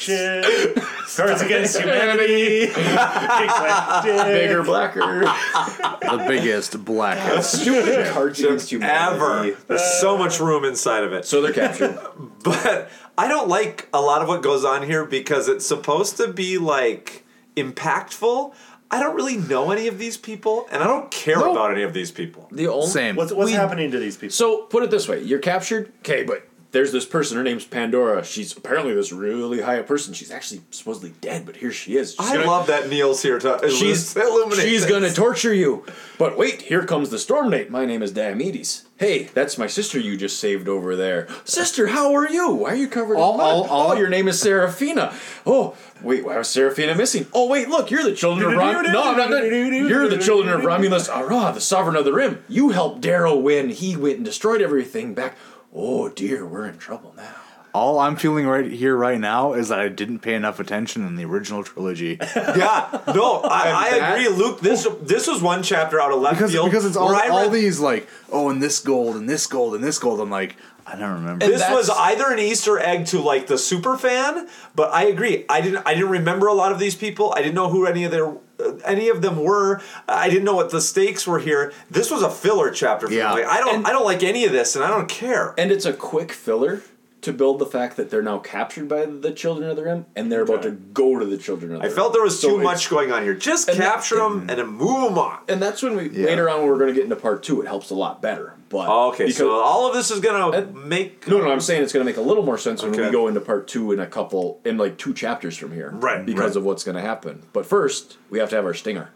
[SPEAKER 7] [laughs]
[SPEAKER 10] ship. Cards against humanity. big black dick.
[SPEAKER 9] [laughs] Bigger, blacker.
[SPEAKER 1] the biggest, blackest.
[SPEAKER 9] Stupid cards against
[SPEAKER 7] ever. There's so much room inside of it.
[SPEAKER 9] So they're captured.
[SPEAKER 7] but I don't like a lot of what goes on here because it's supposed to be like impactful. I don't really know any of these people, and I don't care
[SPEAKER 9] No.
[SPEAKER 7] about any of these people.
[SPEAKER 9] The only
[SPEAKER 10] What's, what's
[SPEAKER 9] We-
[SPEAKER 10] happening to these people?
[SPEAKER 9] So put it this way: you're captured. Okay, but there's this person. Her name's Pandora. She's apparently this really high up person. She's actually supposedly dead, but here she is. She's
[SPEAKER 7] I
[SPEAKER 9] gonna-
[SPEAKER 7] love that Neil's here to
[SPEAKER 9] She's
[SPEAKER 7] she's, illuminate.
[SPEAKER 9] she's
[SPEAKER 7] things.
[SPEAKER 9] gonna torture you. But wait, here comes the storm knight. My name is Diomedes. Hey, that's my sister you just saved over there. Sister, how are you? Why are you covered in blood? oh, your name is Seraphina. Oh, wait, why was Seraphina missing? Oh, wait, look, you're the children of Rom. No, I'm not. done. You're the children of Romulus Ara, the sovereign of the Rim. You helped Darrow win. He went and destroyed everything back. Oh dear, we're in trouble now.
[SPEAKER 1] All I'm feeling right here, right now, is that I didn't pay enough attention in the original trilogy. [laughs]
[SPEAKER 7] yeah, no, I,
[SPEAKER 1] And
[SPEAKER 7] I
[SPEAKER 1] that-
[SPEAKER 7] agree, Luke. This this was one chapter out of left
[SPEAKER 1] because,
[SPEAKER 7] field
[SPEAKER 1] because it's all,
[SPEAKER 7] where I
[SPEAKER 1] all
[SPEAKER 7] read-
[SPEAKER 1] these like oh and this gold and this gold and this gold i'm like i don't remember
[SPEAKER 7] This was either an Easter egg to like the super fan, but I agree. I didn't. I didn't remember a lot of these people. I didn't know who any of their uh, any of them were. I didn't know what the stakes were here. This was a filler chapter for
[SPEAKER 9] Yeah.
[SPEAKER 7] me. Like, I don't. I don't like any of this, and I don't care.
[SPEAKER 9] And it's a quick filler to build the fact that they're now captured by the children of the rim and they're about to go to the children of the
[SPEAKER 7] I
[SPEAKER 9] rim.
[SPEAKER 7] felt there was
[SPEAKER 9] So
[SPEAKER 7] too
[SPEAKER 9] it's-
[SPEAKER 7] much going on here. Just capture them and then move them on.
[SPEAKER 9] And that's when we later on when we're going to get into part two. It helps a lot better. But
[SPEAKER 7] Oh, okay, so all of this is going to make
[SPEAKER 9] no, no. I'm saying it's going to make a little more sense when
[SPEAKER 7] Okay.
[SPEAKER 9] we go into part two in a couple in like two chapters from here, right? Because
[SPEAKER 7] right.
[SPEAKER 9] of what's going to happen. But first, we have to have our stinger.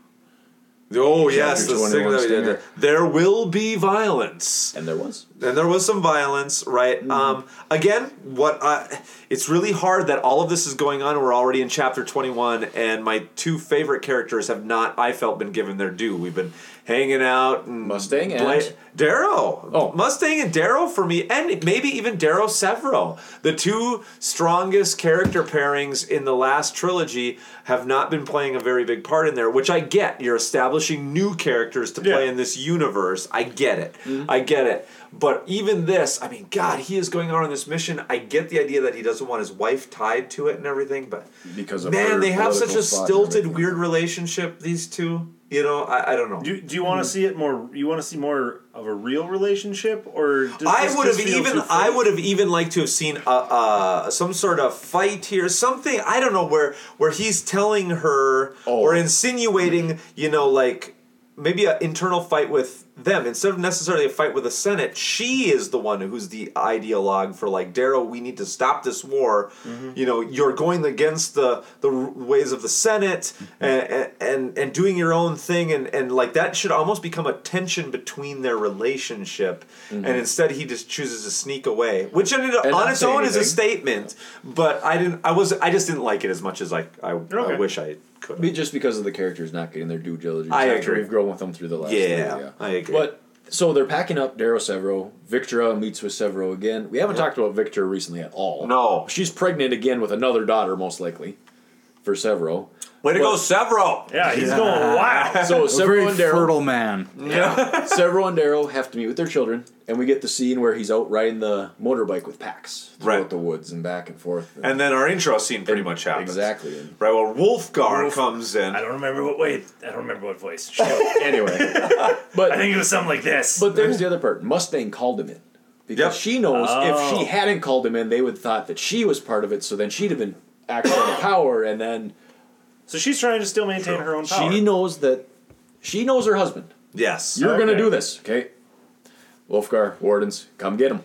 [SPEAKER 7] Oh yes,
[SPEAKER 9] Chapter
[SPEAKER 7] the thing
[SPEAKER 9] 21
[SPEAKER 7] that we did
[SPEAKER 9] stinger.
[SPEAKER 7] there. There will be violence,
[SPEAKER 9] and there was,
[SPEAKER 7] and there was some violence, right?
[SPEAKER 9] Hmm.
[SPEAKER 7] Um, again, what I, it's really hard that all of this is going on. We're already in chapter twenty-one, and my two favorite characters have not, I felt, been given their due. We've been hanging out, and Mustang
[SPEAKER 9] and-
[SPEAKER 7] Darrow. Oh, Mustang and Darrow for me, and maybe even Darrow Severo, the two strongest character pairings in the last trilogy, have not been playing a very big part in there. Which I get. You're establishing new characters to play in this universe. I get it.
[SPEAKER 9] Mm-hmm.
[SPEAKER 7] I get it. But even this, I mean, God, he is going on this mission. I get the idea that he doesn't want his wife tied to it and everything, but
[SPEAKER 9] Because of her
[SPEAKER 7] man, they have
[SPEAKER 9] political
[SPEAKER 7] such a
[SPEAKER 9] spot and
[SPEAKER 7] stilted, weird relationship. These two, you know, I, I don't know.
[SPEAKER 10] Do, do you want to see it more? You want to see more of a real relationship, or does
[SPEAKER 7] I
[SPEAKER 10] this
[SPEAKER 7] would
[SPEAKER 10] just
[SPEAKER 7] have
[SPEAKER 10] feel
[SPEAKER 7] even
[SPEAKER 10] too
[SPEAKER 7] I would have even liked to have seen a, uh, some sort of fight here, something I don't know where where he's telling her
[SPEAKER 10] Oh.
[SPEAKER 7] or insinuating, you know, like maybe an internal fight with them instead of necessarily a fight with the Senate. She is the one who's the ideologue for like Darrow. We need to stop this war.
[SPEAKER 9] Mm-hmm.
[SPEAKER 7] You know, you're going against the the r- ways of the Senate and, and and doing your own thing and and like that should almost become a tension between their relationship. And
[SPEAKER 9] Mhm.
[SPEAKER 7] instead, he just chooses to sneak away, which ended up
[SPEAKER 9] And
[SPEAKER 7] on
[SPEAKER 9] not
[SPEAKER 7] its
[SPEAKER 9] say
[SPEAKER 7] own is a
[SPEAKER 9] anything.
[SPEAKER 7] statement. But I didn't. I was. I just didn't like it as much as I. I, I
[SPEAKER 9] Okay.
[SPEAKER 7] wish I could.
[SPEAKER 9] Be- just because of the characters not getting their due diligence.
[SPEAKER 7] I
[SPEAKER 9] after
[SPEAKER 7] agree.
[SPEAKER 9] We've grown with them through the last.
[SPEAKER 7] Yeah,
[SPEAKER 9] three,
[SPEAKER 7] I agree.
[SPEAKER 9] But so they're packing up Darrow Severo. Victra meets with Severo again. We haven't talked about Victra recently at all.
[SPEAKER 7] No,
[SPEAKER 9] she's pregnant again with another daughter, most likely,
[SPEAKER 7] [laughs]
[SPEAKER 9] for Severo.
[SPEAKER 7] Way to go, Severo!
[SPEAKER 10] Yeah, he's
[SPEAKER 7] [laughs]
[SPEAKER 10] going wild.
[SPEAKER 9] So
[SPEAKER 1] A very
[SPEAKER 9] Severo and Darrow
[SPEAKER 1] fertile man
[SPEAKER 9] yeah. [laughs] Severo and Darrow have to meet with their children, and we get the scene where he's out riding the motorbike with Pax throughout the woods and back and forth.
[SPEAKER 7] And then our intro scene pretty much happens.
[SPEAKER 9] Exactly. And
[SPEAKER 7] Right. Well, Wolfgar comes in.
[SPEAKER 10] I don't remember what wait. I don't remember what voice. [laughs]
[SPEAKER 7] [laughs]
[SPEAKER 9] anyway, but
[SPEAKER 10] I think it was something like this.
[SPEAKER 9] But there's the other part. Mustang called him in because she knows if
[SPEAKER 10] Oh.
[SPEAKER 9] she hadn't called him in, they would have thought that she was part of it. So then she'd have been acting out of power, and then
[SPEAKER 10] So she's trying to still maintain her own power.
[SPEAKER 9] She knows that. She knows her husband.
[SPEAKER 7] Yes.
[SPEAKER 9] You're going to
[SPEAKER 10] Okay.
[SPEAKER 9] do this, okay? Wolfgar, Wardens, come get him.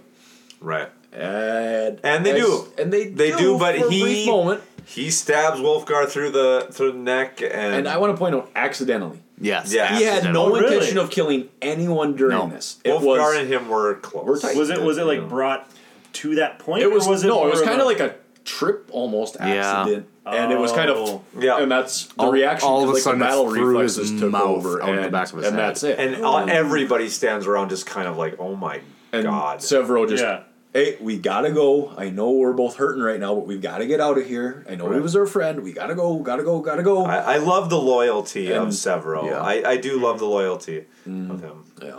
[SPEAKER 7] Right.
[SPEAKER 9] And,
[SPEAKER 7] And they do.
[SPEAKER 9] And they
[SPEAKER 7] They do, but
[SPEAKER 9] for a
[SPEAKER 7] he
[SPEAKER 9] brief moment.
[SPEAKER 7] he stabs Wolfgar through the through the neck and
[SPEAKER 9] And I want to point out, accidentally.
[SPEAKER 1] Yes.
[SPEAKER 7] Yeah,
[SPEAKER 9] he had
[SPEAKER 7] accidentally.
[SPEAKER 9] no
[SPEAKER 7] Oh, really?
[SPEAKER 9] intention of killing anyone during this. It
[SPEAKER 7] Wolfgar
[SPEAKER 9] was,
[SPEAKER 7] and him were close.
[SPEAKER 9] We're tight.
[SPEAKER 10] Was it was it like brought to that point?
[SPEAKER 9] It was,
[SPEAKER 10] or was it
[SPEAKER 9] no. It was
[SPEAKER 10] kind
[SPEAKER 9] kind of like a trip, almost accident, and it was kind of
[SPEAKER 7] yeah.
[SPEAKER 9] And that's the
[SPEAKER 7] All-
[SPEAKER 9] reaction.
[SPEAKER 7] all of
[SPEAKER 9] 'cause,
[SPEAKER 7] a
[SPEAKER 9] like,
[SPEAKER 7] sudden
[SPEAKER 9] the
[SPEAKER 7] it
[SPEAKER 9] battle
[SPEAKER 7] threw his
[SPEAKER 9] reflexes took
[SPEAKER 7] mouth
[SPEAKER 9] over,
[SPEAKER 7] out the
[SPEAKER 9] and,
[SPEAKER 7] back of his
[SPEAKER 9] and
[SPEAKER 7] head.
[SPEAKER 9] that's it.
[SPEAKER 7] And all- everybody stands around, just kind of like, oh my
[SPEAKER 9] Um, and
[SPEAKER 7] god.
[SPEAKER 9] Severo just,
[SPEAKER 7] Yeah.
[SPEAKER 9] hey, we gotta go. I know we're both hurting right now, but we've got to get out of here. I know he
[SPEAKER 7] Right.
[SPEAKER 9] was our friend. We gotta go. Gotta go. Gotta go.
[SPEAKER 7] I, I love the loyalty of
[SPEAKER 9] And-
[SPEAKER 7] Severo.
[SPEAKER 9] yeah. Mm.
[SPEAKER 7] I, I do love the loyalty of him.
[SPEAKER 9] Yeah.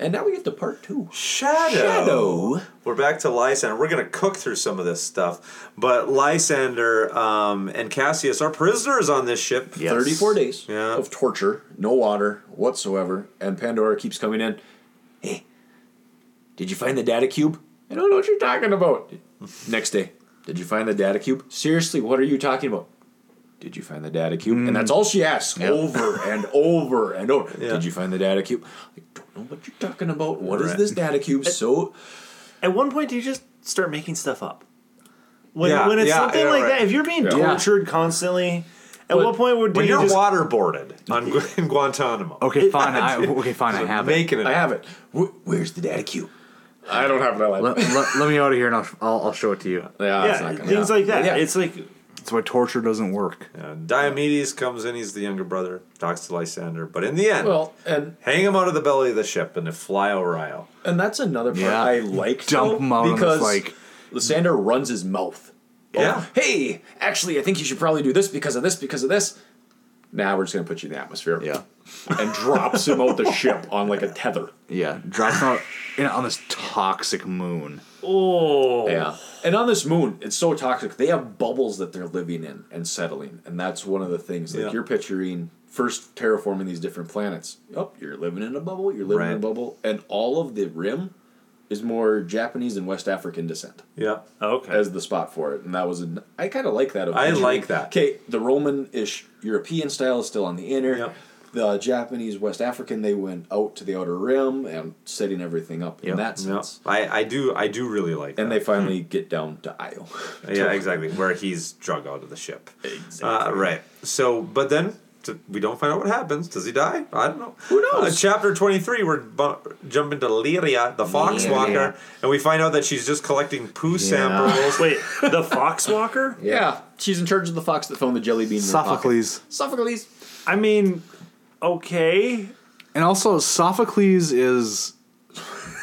[SPEAKER 9] And now we get to part two.
[SPEAKER 7] Shadow. We're back to Lysander. We're going to cook through some of this stuff. But Lysander um, and Cassius are prisoners on this ship.
[SPEAKER 9] Yes. 34 days of torture, no water whatsoever, and Pandora keeps coming in. Hey, did you find the data cube? I don't know what you're talking about. Next day, did you find the data cube? Seriously, what are you talking about? Did you find the data cube? And that's all she asks over and over and over. Did you find the data cube? I don't know what you're talking about. What is
[SPEAKER 10] Right.
[SPEAKER 9] this data cube? so
[SPEAKER 10] At one point, do you just start making stuff up? When,
[SPEAKER 9] Yeah,
[SPEAKER 10] when it's
[SPEAKER 9] yeah,
[SPEAKER 10] something
[SPEAKER 9] yeah,
[SPEAKER 10] like
[SPEAKER 9] right.
[SPEAKER 10] that, if you're being
[SPEAKER 9] Yeah.
[SPEAKER 10] tortured constantly, at
[SPEAKER 7] When-
[SPEAKER 10] what point would
[SPEAKER 7] when
[SPEAKER 10] you
[SPEAKER 7] you're
[SPEAKER 10] just, Oh.
[SPEAKER 7] waterboarded on Gu- in Guantanamo?
[SPEAKER 10] Okay, fine, I-
[SPEAKER 1] okay, fine. I have it.
[SPEAKER 7] making it.
[SPEAKER 1] I have
[SPEAKER 9] it. where's the data cube? I don't have it.
[SPEAKER 1] let, let, let me out of here and I'll, I'll, I'll show it to you.
[SPEAKER 9] Yeah,
[SPEAKER 10] it's not gonna- things like that. Yeah. It's like
[SPEAKER 1] that's why torture doesn't work.
[SPEAKER 7] Uh, Diomedes comes in. He's the younger brother. Talks to Lysander. But in the end,
[SPEAKER 9] Well, and
[SPEAKER 7] hang him out of the belly of the ship and they fly over Isle.
[SPEAKER 9] And that's another part
[SPEAKER 7] Yeah.
[SPEAKER 9] I like.
[SPEAKER 7] Dump
[SPEAKER 9] though,
[SPEAKER 7] him out on this,
[SPEAKER 9] because
[SPEAKER 7] like-
[SPEAKER 9] Lysander runs his mouth. Oh,
[SPEAKER 7] Yeah.
[SPEAKER 9] hey, actually, I think you should probably do this because of this because of this. Now we're just gonna put you in the atmosphere. Yeah. [laughs] And drops him out the ship on like a tether.
[SPEAKER 1] Yeah, drops out [laughs] in, on this toxic moon.
[SPEAKER 10] Oh.
[SPEAKER 9] Yeah. And on this moon, it's so toxic. They have bubbles that they're living in and settling. And that's one of the things like
[SPEAKER 7] Yeah.
[SPEAKER 9] you're picturing first terraforming these different planets. Yep, you're living in a bubble, you're living in a
[SPEAKER 7] Right.
[SPEAKER 9] bubble. And all of the rim is more Japanese and West African descent.
[SPEAKER 7] Yeah.
[SPEAKER 10] Okay.
[SPEAKER 9] As the spot for it. And that was an I kinda like that of
[SPEAKER 7] I like that.
[SPEAKER 9] Okay, the Roman ish European style is still on the inner. The Japanese West African, they went out to the outer rim and setting everything up in that
[SPEAKER 7] Yeah.
[SPEAKER 9] sense.
[SPEAKER 7] I, I do I do really like
[SPEAKER 9] And
[SPEAKER 7] that.
[SPEAKER 9] they finally get down [laughs] to Io.
[SPEAKER 7] Hmm. yeah, exactly. Where he's drug out of the ship. Exactly. Uh, right. So, but then t- we don't find out what happens. Does he die? I don't know. Who knows? Uh, chapter 23, we're bu- jumping to Lyria, the fox
[SPEAKER 10] Lyria.
[SPEAKER 7] walker, and we find out that she's just collecting poo samples.
[SPEAKER 10] [laughs] Wait, the fox walker?
[SPEAKER 9] Yeah. she's in charge of the fox that found the jelly bean.
[SPEAKER 1] Sophocles.
[SPEAKER 9] Sophocles.
[SPEAKER 10] [laughs] I mean, okay.
[SPEAKER 1] And also, Sophocles is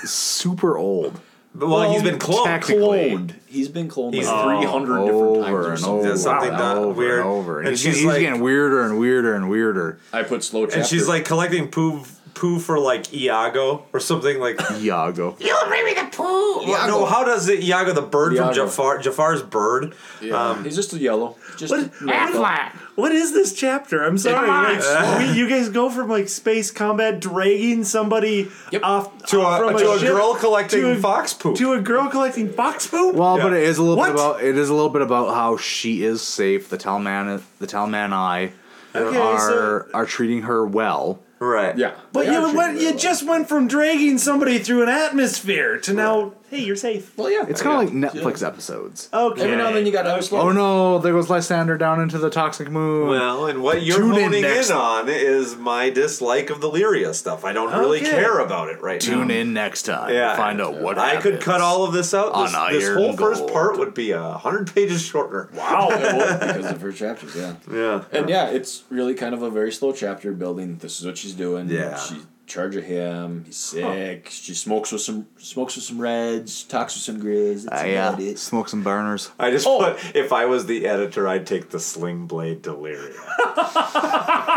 [SPEAKER 1] super old.
[SPEAKER 7] Well, he's been cloned.
[SPEAKER 1] Technically.
[SPEAKER 9] Cloned. He's been cloned
[SPEAKER 1] He's
[SPEAKER 9] like 300 different times.
[SPEAKER 1] over
[SPEAKER 9] or
[SPEAKER 1] and
[SPEAKER 9] something.
[SPEAKER 1] over
[SPEAKER 7] something
[SPEAKER 1] and
[SPEAKER 7] that
[SPEAKER 1] over
[SPEAKER 7] weird.
[SPEAKER 1] and over. And
[SPEAKER 7] And
[SPEAKER 1] he's,
[SPEAKER 7] she's
[SPEAKER 1] getting, he's
[SPEAKER 7] like-
[SPEAKER 1] getting weirder and weirder and weirder.
[SPEAKER 9] I put slow
[SPEAKER 7] And she's like collecting poo poo for like Iago or something like
[SPEAKER 1] Iago.
[SPEAKER 7] You'll bring me the poo.
[SPEAKER 9] Iago.
[SPEAKER 7] No, how does it Iago the bird
[SPEAKER 9] Iago.
[SPEAKER 7] from Jafar Jafar's bird?
[SPEAKER 9] Yeah.
[SPEAKER 7] um,
[SPEAKER 9] He's just a yellow. Just
[SPEAKER 10] What- What is this chapter? I'm sorry.
[SPEAKER 7] Come on.
[SPEAKER 10] Like, we, you guys go from like space combat dragging somebody off
[SPEAKER 7] to
[SPEAKER 10] off
[SPEAKER 7] a-
[SPEAKER 10] from
[SPEAKER 7] to a
[SPEAKER 10] ship
[SPEAKER 7] girl collecting
[SPEAKER 10] to a-
[SPEAKER 7] fox poop.
[SPEAKER 10] to a girl collecting fox poop.
[SPEAKER 1] Well, but it is a little
[SPEAKER 10] What?
[SPEAKER 1] bit about it is a little bit about how she is safe. The Talman, the Talman, I
[SPEAKER 10] Okay,
[SPEAKER 1] are
[SPEAKER 10] so-
[SPEAKER 1] are treating her well.
[SPEAKER 7] Right.
[SPEAKER 9] Yeah.
[SPEAKER 10] But you went, you just went from dragging somebody through an atmosphere to now, hey, you're safe.
[SPEAKER 9] Well, yeah,
[SPEAKER 1] It's kind of like Netflix episodes.
[SPEAKER 10] Okay.
[SPEAKER 9] Every now and then you got other slow.
[SPEAKER 1] Oh no! There goes Lysander down into the toxic moon.
[SPEAKER 7] Well, and what you're
[SPEAKER 1] Tune in
[SPEAKER 7] honing in,
[SPEAKER 1] next-
[SPEAKER 7] on is my dislike of the Lyria stuff. I don't really
[SPEAKER 1] Okay.
[SPEAKER 7] care about it right now.
[SPEAKER 1] Tune in next time.
[SPEAKER 7] Yeah.
[SPEAKER 1] to find out what
[SPEAKER 7] I could
[SPEAKER 1] happens.
[SPEAKER 7] cut all of this out. This,
[SPEAKER 1] on
[SPEAKER 7] this
[SPEAKER 1] Iron
[SPEAKER 7] whole first
[SPEAKER 1] Gold.
[SPEAKER 7] part would be a hundred pages shorter.
[SPEAKER 10] Wow.
[SPEAKER 7] [laughs]
[SPEAKER 9] because of her chapters, yeah.
[SPEAKER 7] Yeah.
[SPEAKER 9] And yeah, it's really kind of a very slow chapter building. This is what she's doing.
[SPEAKER 7] Yeah.
[SPEAKER 9] She's in charge of him. He's sick. She smokes with some smokes with some reds, talks with some grizz. That's
[SPEAKER 1] Uh,
[SPEAKER 9] about
[SPEAKER 1] yeah,
[SPEAKER 9] it.
[SPEAKER 1] smoke some burners.
[SPEAKER 7] I just put if I was the editor, I'd take the sling
[SPEAKER 1] [laughs]
[SPEAKER 7] blade Deliria.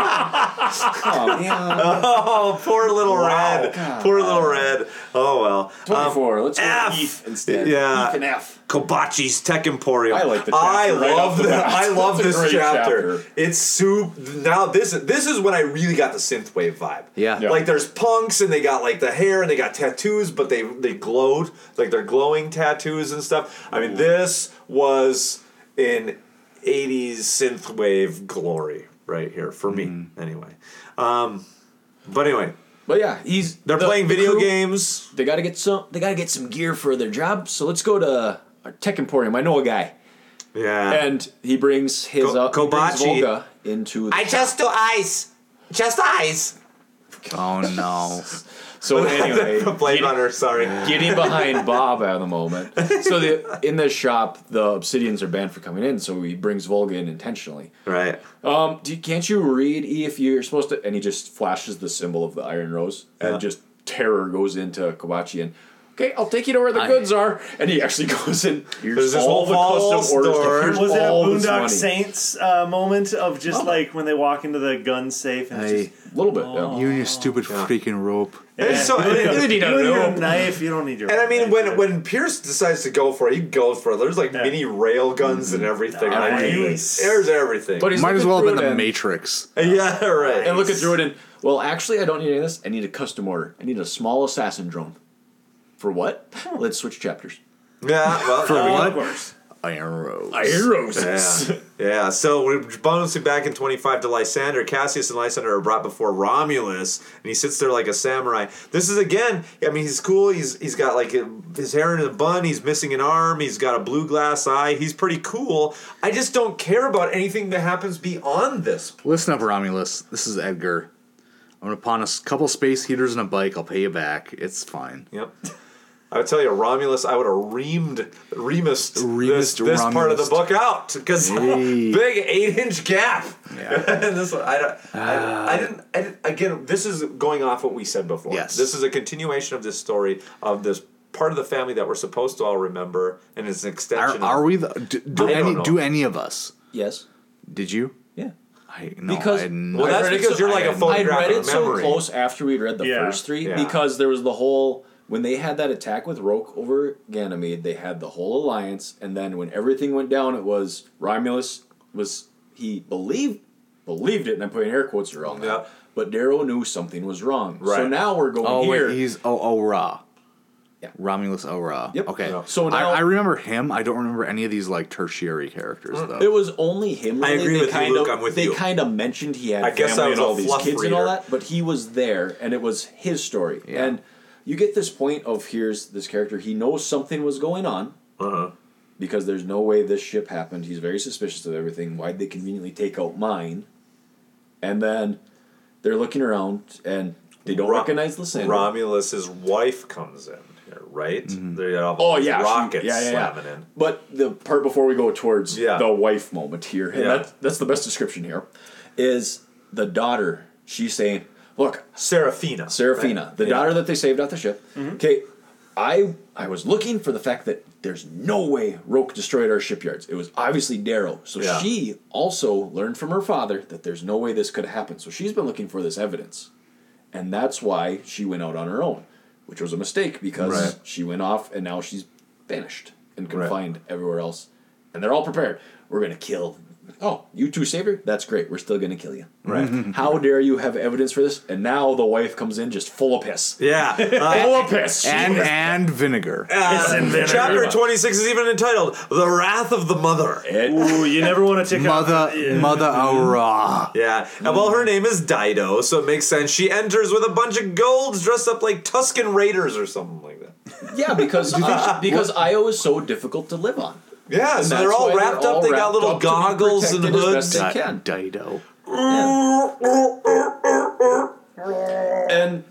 [SPEAKER 9] Oh, man.
[SPEAKER 7] oh, poor little
[SPEAKER 9] Wow.
[SPEAKER 7] red,
[SPEAKER 9] God.
[SPEAKER 7] poor little red. Oh well.
[SPEAKER 9] [laughs] Twenty-four.
[SPEAKER 7] Um,
[SPEAKER 9] Let's go
[SPEAKER 7] F.
[SPEAKER 9] with Heath instead.
[SPEAKER 7] Yeah.
[SPEAKER 9] Heath and F.
[SPEAKER 7] Kobachi's Tech Emporium.
[SPEAKER 9] I like the chapter
[SPEAKER 7] I
[SPEAKER 9] right off
[SPEAKER 7] love
[SPEAKER 9] the
[SPEAKER 7] the,
[SPEAKER 9] bat.
[SPEAKER 7] I love
[SPEAKER 9] That's a
[SPEAKER 7] this
[SPEAKER 9] great
[SPEAKER 7] chapter.
[SPEAKER 9] chapter.
[SPEAKER 7] It's soup. Now this is this is when I really got the synthwave vibe.
[SPEAKER 1] Yeah. Yeah.
[SPEAKER 7] Like there's punks and they got like the hair and they got tattoos, but they they glowed like they're glowing tattoos and stuff. I mean, this was in 80s synthwave glory right here for me
[SPEAKER 9] Mm-hmm.
[SPEAKER 7] anyway. Um, but anyway,
[SPEAKER 9] But yeah, he's
[SPEAKER 7] They're playing video games.
[SPEAKER 9] They gotta get some. They gotta get some gear for their job. So let's go to our tech emporium. I know a guy.
[SPEAKER 7] Yeah.
[SPEAKER 9] And he brings his
[SPEAKER 7] Ko-
[SPEAKER 9] uh, he brings
[SPEAKER 7] Kobachi.
[SPEAKER 9] Volga into. The
[SPEAKER 7] do ice. Just ice.
[SPEAKER 1] Oh
[SPEAKER 7] [laughs]
[SPEAKER 1] no.
[SPEAKER 9] So anyway,
[SPEAKER 7] Blade Runner. Sorry,
[SPEAKER 9] getting behind Bob at the moment. So the, in the shop, the Obsidians are banned for coming in. So he brings Volga in intentionally.
[SPEAKER 7] Right.
[SPEAKER 9] Um. Do you, can't you read E if you're supposed to? And he just flashes the symbol of the Iron Rose, and
[SPEAKER 7] Yeah.
[SPEAKER 9] just terror goes into Kobachi and. Okay, I'll take you to where the goods are, and he actually [laughs] goes in. Here's
[SPEAKER 7] There's this
[SPEAKER 9] all the
[SPEAKER 7] whole
[SPEAKER 9] custom orders. Here's
[SPEAKER 10] Was it a
[SPEAKER 9] all this money.
[SPEAKER 10] Boondock Saints uh, moment of just like when they walk into the gun safe and it's just
[SPEAKER 9] a little bit.
[SPEAKER 1] You
[SPEAKER 9] [laughs]
[SPEAKER 1] and your stupid freaking rope.
[SPEAKER 7] It's so-
[SPEAKER 10] you don't need
[SPEAKER 7] You don't need
[SPEAKER 10] a
[SPEAKER 7] a
[SPEAKER 10] knife. You don't need your.
[SPEAKER 7] And I mean, when when Pierce decides to go for it, he goes for it. There's like mini rail guns
[SPEAKER 9] Mm-hmm.
[SPEAKER 7] and everything. I mean,
[SPEAKER 9] Nice.
[SPEAKER 7] there's everything.
[SPEAKER 1] Might as well have been the
[SPEAKER 9] and-
[SPEAKER 1] Matrix.
[SPEAKER 7] Yeah, right.
[SPEAKER 9] And looking through it and well, actually, I don't need any of this. I need a custom order. I need a small assassin drone. For what? Let's switch chapters.
[SPEAKER 7] Yeah, well, uh,
[SPEAKER 9] For
[SPEAKER 7] yeah.
[SPEAKER 9] what?
[SPEAKER 1] Iron Rose.
[SPEAKER 9] Iron Roses.
[SPEAKER 7] Yeah. yeah, so we're bouncing back in 25 to Lysander. Cassius and Lysander are brought before Romulus, and he sits there like a samurai. This is, again, I mean, he's cool. He's He's got like a- his hair in a bun. He's missing an arm. He's got a blue glass eye. He's pretty cool. I just don't care about anything that happens beyond this.
[SPEAKER 1] Listen up, Romulus. This is Edgar. I'm gonna pawn a s- couple space heaters and a bike. I'll pay you back. It's fine.
[SPEAKER 7] Yep. I would tell you, Romulus, I would have reamed, remused this, this
[SPEAKER 1] Remused
[SPEAKER 7] part of the
[SPEAKER 1] Romulus.
[SPEAKER 7] book out [laughs] because
[SPEAKER 1] Hey.
[SPEAKER 7] big eight inch gap. [laughs] and this one, I, don't-
[SPEAKER 9] Uh.
[SPEAKER 7] I, I, didn't, I didn't. Again, this is going off what we said before.
[SPEAKER 1] Yes.
[SPEAKER 7] This is a continuation of this story of this part of the family that we're supposed to all remember, and it's an
[SPEAKER 1] Are,
[SPEAKER 7] extension.
[SPEAKER 1] are
[SPEAKER 7] of,
[SPEAKER 1] we? The, do, do
[SPEAKER 7] I don't
[SPEAKER 1] any?
[SPEAKER 7] know.
[SPEAKER 1] Do any of us?
[SPEAKER 9] Yes.
[SPEAKER 1] Did you?
[SPEAKER 9] Yeah.
[SPEAKER 1] I no.
[SPEAKER 9] because
[SPEAKER 1] I had no-
[SPEAKER 7] Well, that's
[SPEAKER 9] I read it
[SPEAKER 7] because you're like a photograph
[SPEAKER 9] I read
[SPEAKER 7] of
[SPEAKER 9] it so
[SPEAKER 7] memory.
[SPEAKER 9] close after we read the
[SPEAKER 7] Yeah.
[SPEAKER 9] first three
[SPEAKER 7] Yeah.
[SPEAKER 9] because there was the whole when they had that attack with Roke over Ganymede, they had the whole alliance, and then when everything went down, it was Romulus was he believed believed it, and I'm putting air quotes around that. But Darrow knew something was wrong, so
[SPEAKER 1] Right.
[SPEAKER 9] now we're going
[SPEAKER 1] oh,
[SPEAKER 9] here.
[SPEAKER 1] Wait, he's oh oh Ra.
[SPEAKER 9] Yeah.
[SPEAKER 1] Romulus Ora. Yep. Okay.
[SPEAKER 9] So
[SPEAKER 1] So
[SPEAKER 9] now-
[SPEAKER 1] I, I remember him. I don't remember any of these like tertiary characters though.
[SPEAKER 9] Mm. It was only him.
[SPEAKER 1] I
[SPEAKER 9] Really.
[SPEAKER 1] agree
[SPEAKER 9] they
[SPEAKER 1] with you,
[SPEAKER 9] kinda,
[SPEAKER 1] Luke, I'm with
[SPEAKER 9] They
[SPEAKER 1] you.
[SPEAKER 9] kind of mentioned he had
[SPEAKER 1] I guess I
[SPEAKER 9] family
[SPEAKER 1] was
[SPEAKER 9] and all
[SPEAKER 1] a
[SPEAKER 9] these
[SPEAKER 1] fluff
[SPEAKER 9] kids and all
[SPEAKER 1] reader.
[SPEAKER 9] that, but he was there, and it was his story. And you get this point of here's this character. He knows something was going on
[SPEAKER 1] Uh-huh.
[SPEAKER 9] because there's no way this ship happened. He's very suspicious of everything. Why'd they conveniently take out mine? And then they're looking around and they don't
[SPEAKER 7] Ro-
[SPEAKER 9] recognize Lysandra.
[SPEAKER 7] Romulus's wife comes in here, right? They have all
[SPEAKER 9] Oh
[SPEAKER 7] these
[SPEAKER 9] yeah, she-
[SPEAKER 7] rockets
[SPEAKER 9] yeah, yeah, yeah.
[SPEAKER 7] slamming in.
[SPEAKER 9] But the part before we go towards
[SPEAKER 7] Yeah.
[SPEAKER 9] the wife moment here, and
[SPEAKER 7] Yeah.
[SPEAKER 9] that's, that's the best description here, is the daughter. She's saying, "Look,
[SPEAKER 7] Seraphina,
[SPEAKER 9] Seraphina,
[SPEAKER 7] right?
[SPEAKER 9] the
[SPEAKER 7] Yeah. Mm-hmm.
[SPEAKER 9] daughter that they saved off the ship." Okay, I I was looking for the fact that there's no way Roke destroyed our shipyards. It was obviously Darrow. So
[SPEAKER 7] Yeah.
[SPEAKER 9] she also learned from her father that there's no way this could have happened. So she's been looking for this evidence, and that's why she went out on her own, which was a mistake because
[SPEAKER 7] Right.
[SPEAKER 9] she went off and now she's banished and confined everywhere else. And they're all prepared. We're gonna kill. Oh, you two saved her. That's great. We're still gonna kill you. Right? [laughs] How dare you have evidence for this? And now the wife comes in just full of piss.
[SPEAKER 7] Yeah.
[SPEAKER 9] [laughs] full of piss.
[SPEAKER 1] and and
[SPEAKER 9] [laughs]
[SPEAKER 1] vinegar.
[SPEAKER 7] Uh, chapter 26 is even entitled The Wrath of the Mother.
[SPEAKER 10] Ooh, you never want to take
[SPEAKER 1] Mother Mother oh,
[SPEAKER 9] Mm-hmm.
[SPEAKER 1] Ora.
[SPEAKER 7] Yeah. And well, her name is Dido, so it makes sense. She enters with a bunch of golds dressed up like Tuscan Raiders or something like that.
[SPEAKER 9] Yeah, because I, because Io is so difficult to live on.
[SPEAKER 7] Yeah,
[SPEAKER 9] And
[SPEAKER 7] so they're
[SPEAKER 9] that's
[SPEAKER 7] all
[SPEAKER 9] why
[SPEAKER 7] wrapped up. They got little
[SPEAKER 9] up to be
[SPEAKER 7] goggles and
[SPEAKER 9] protected as
[SPEAKER 7] hoods.
[SPEAKER 9] best they can.
[SPEAKER 1] Dido.
[SPEAKER 9] And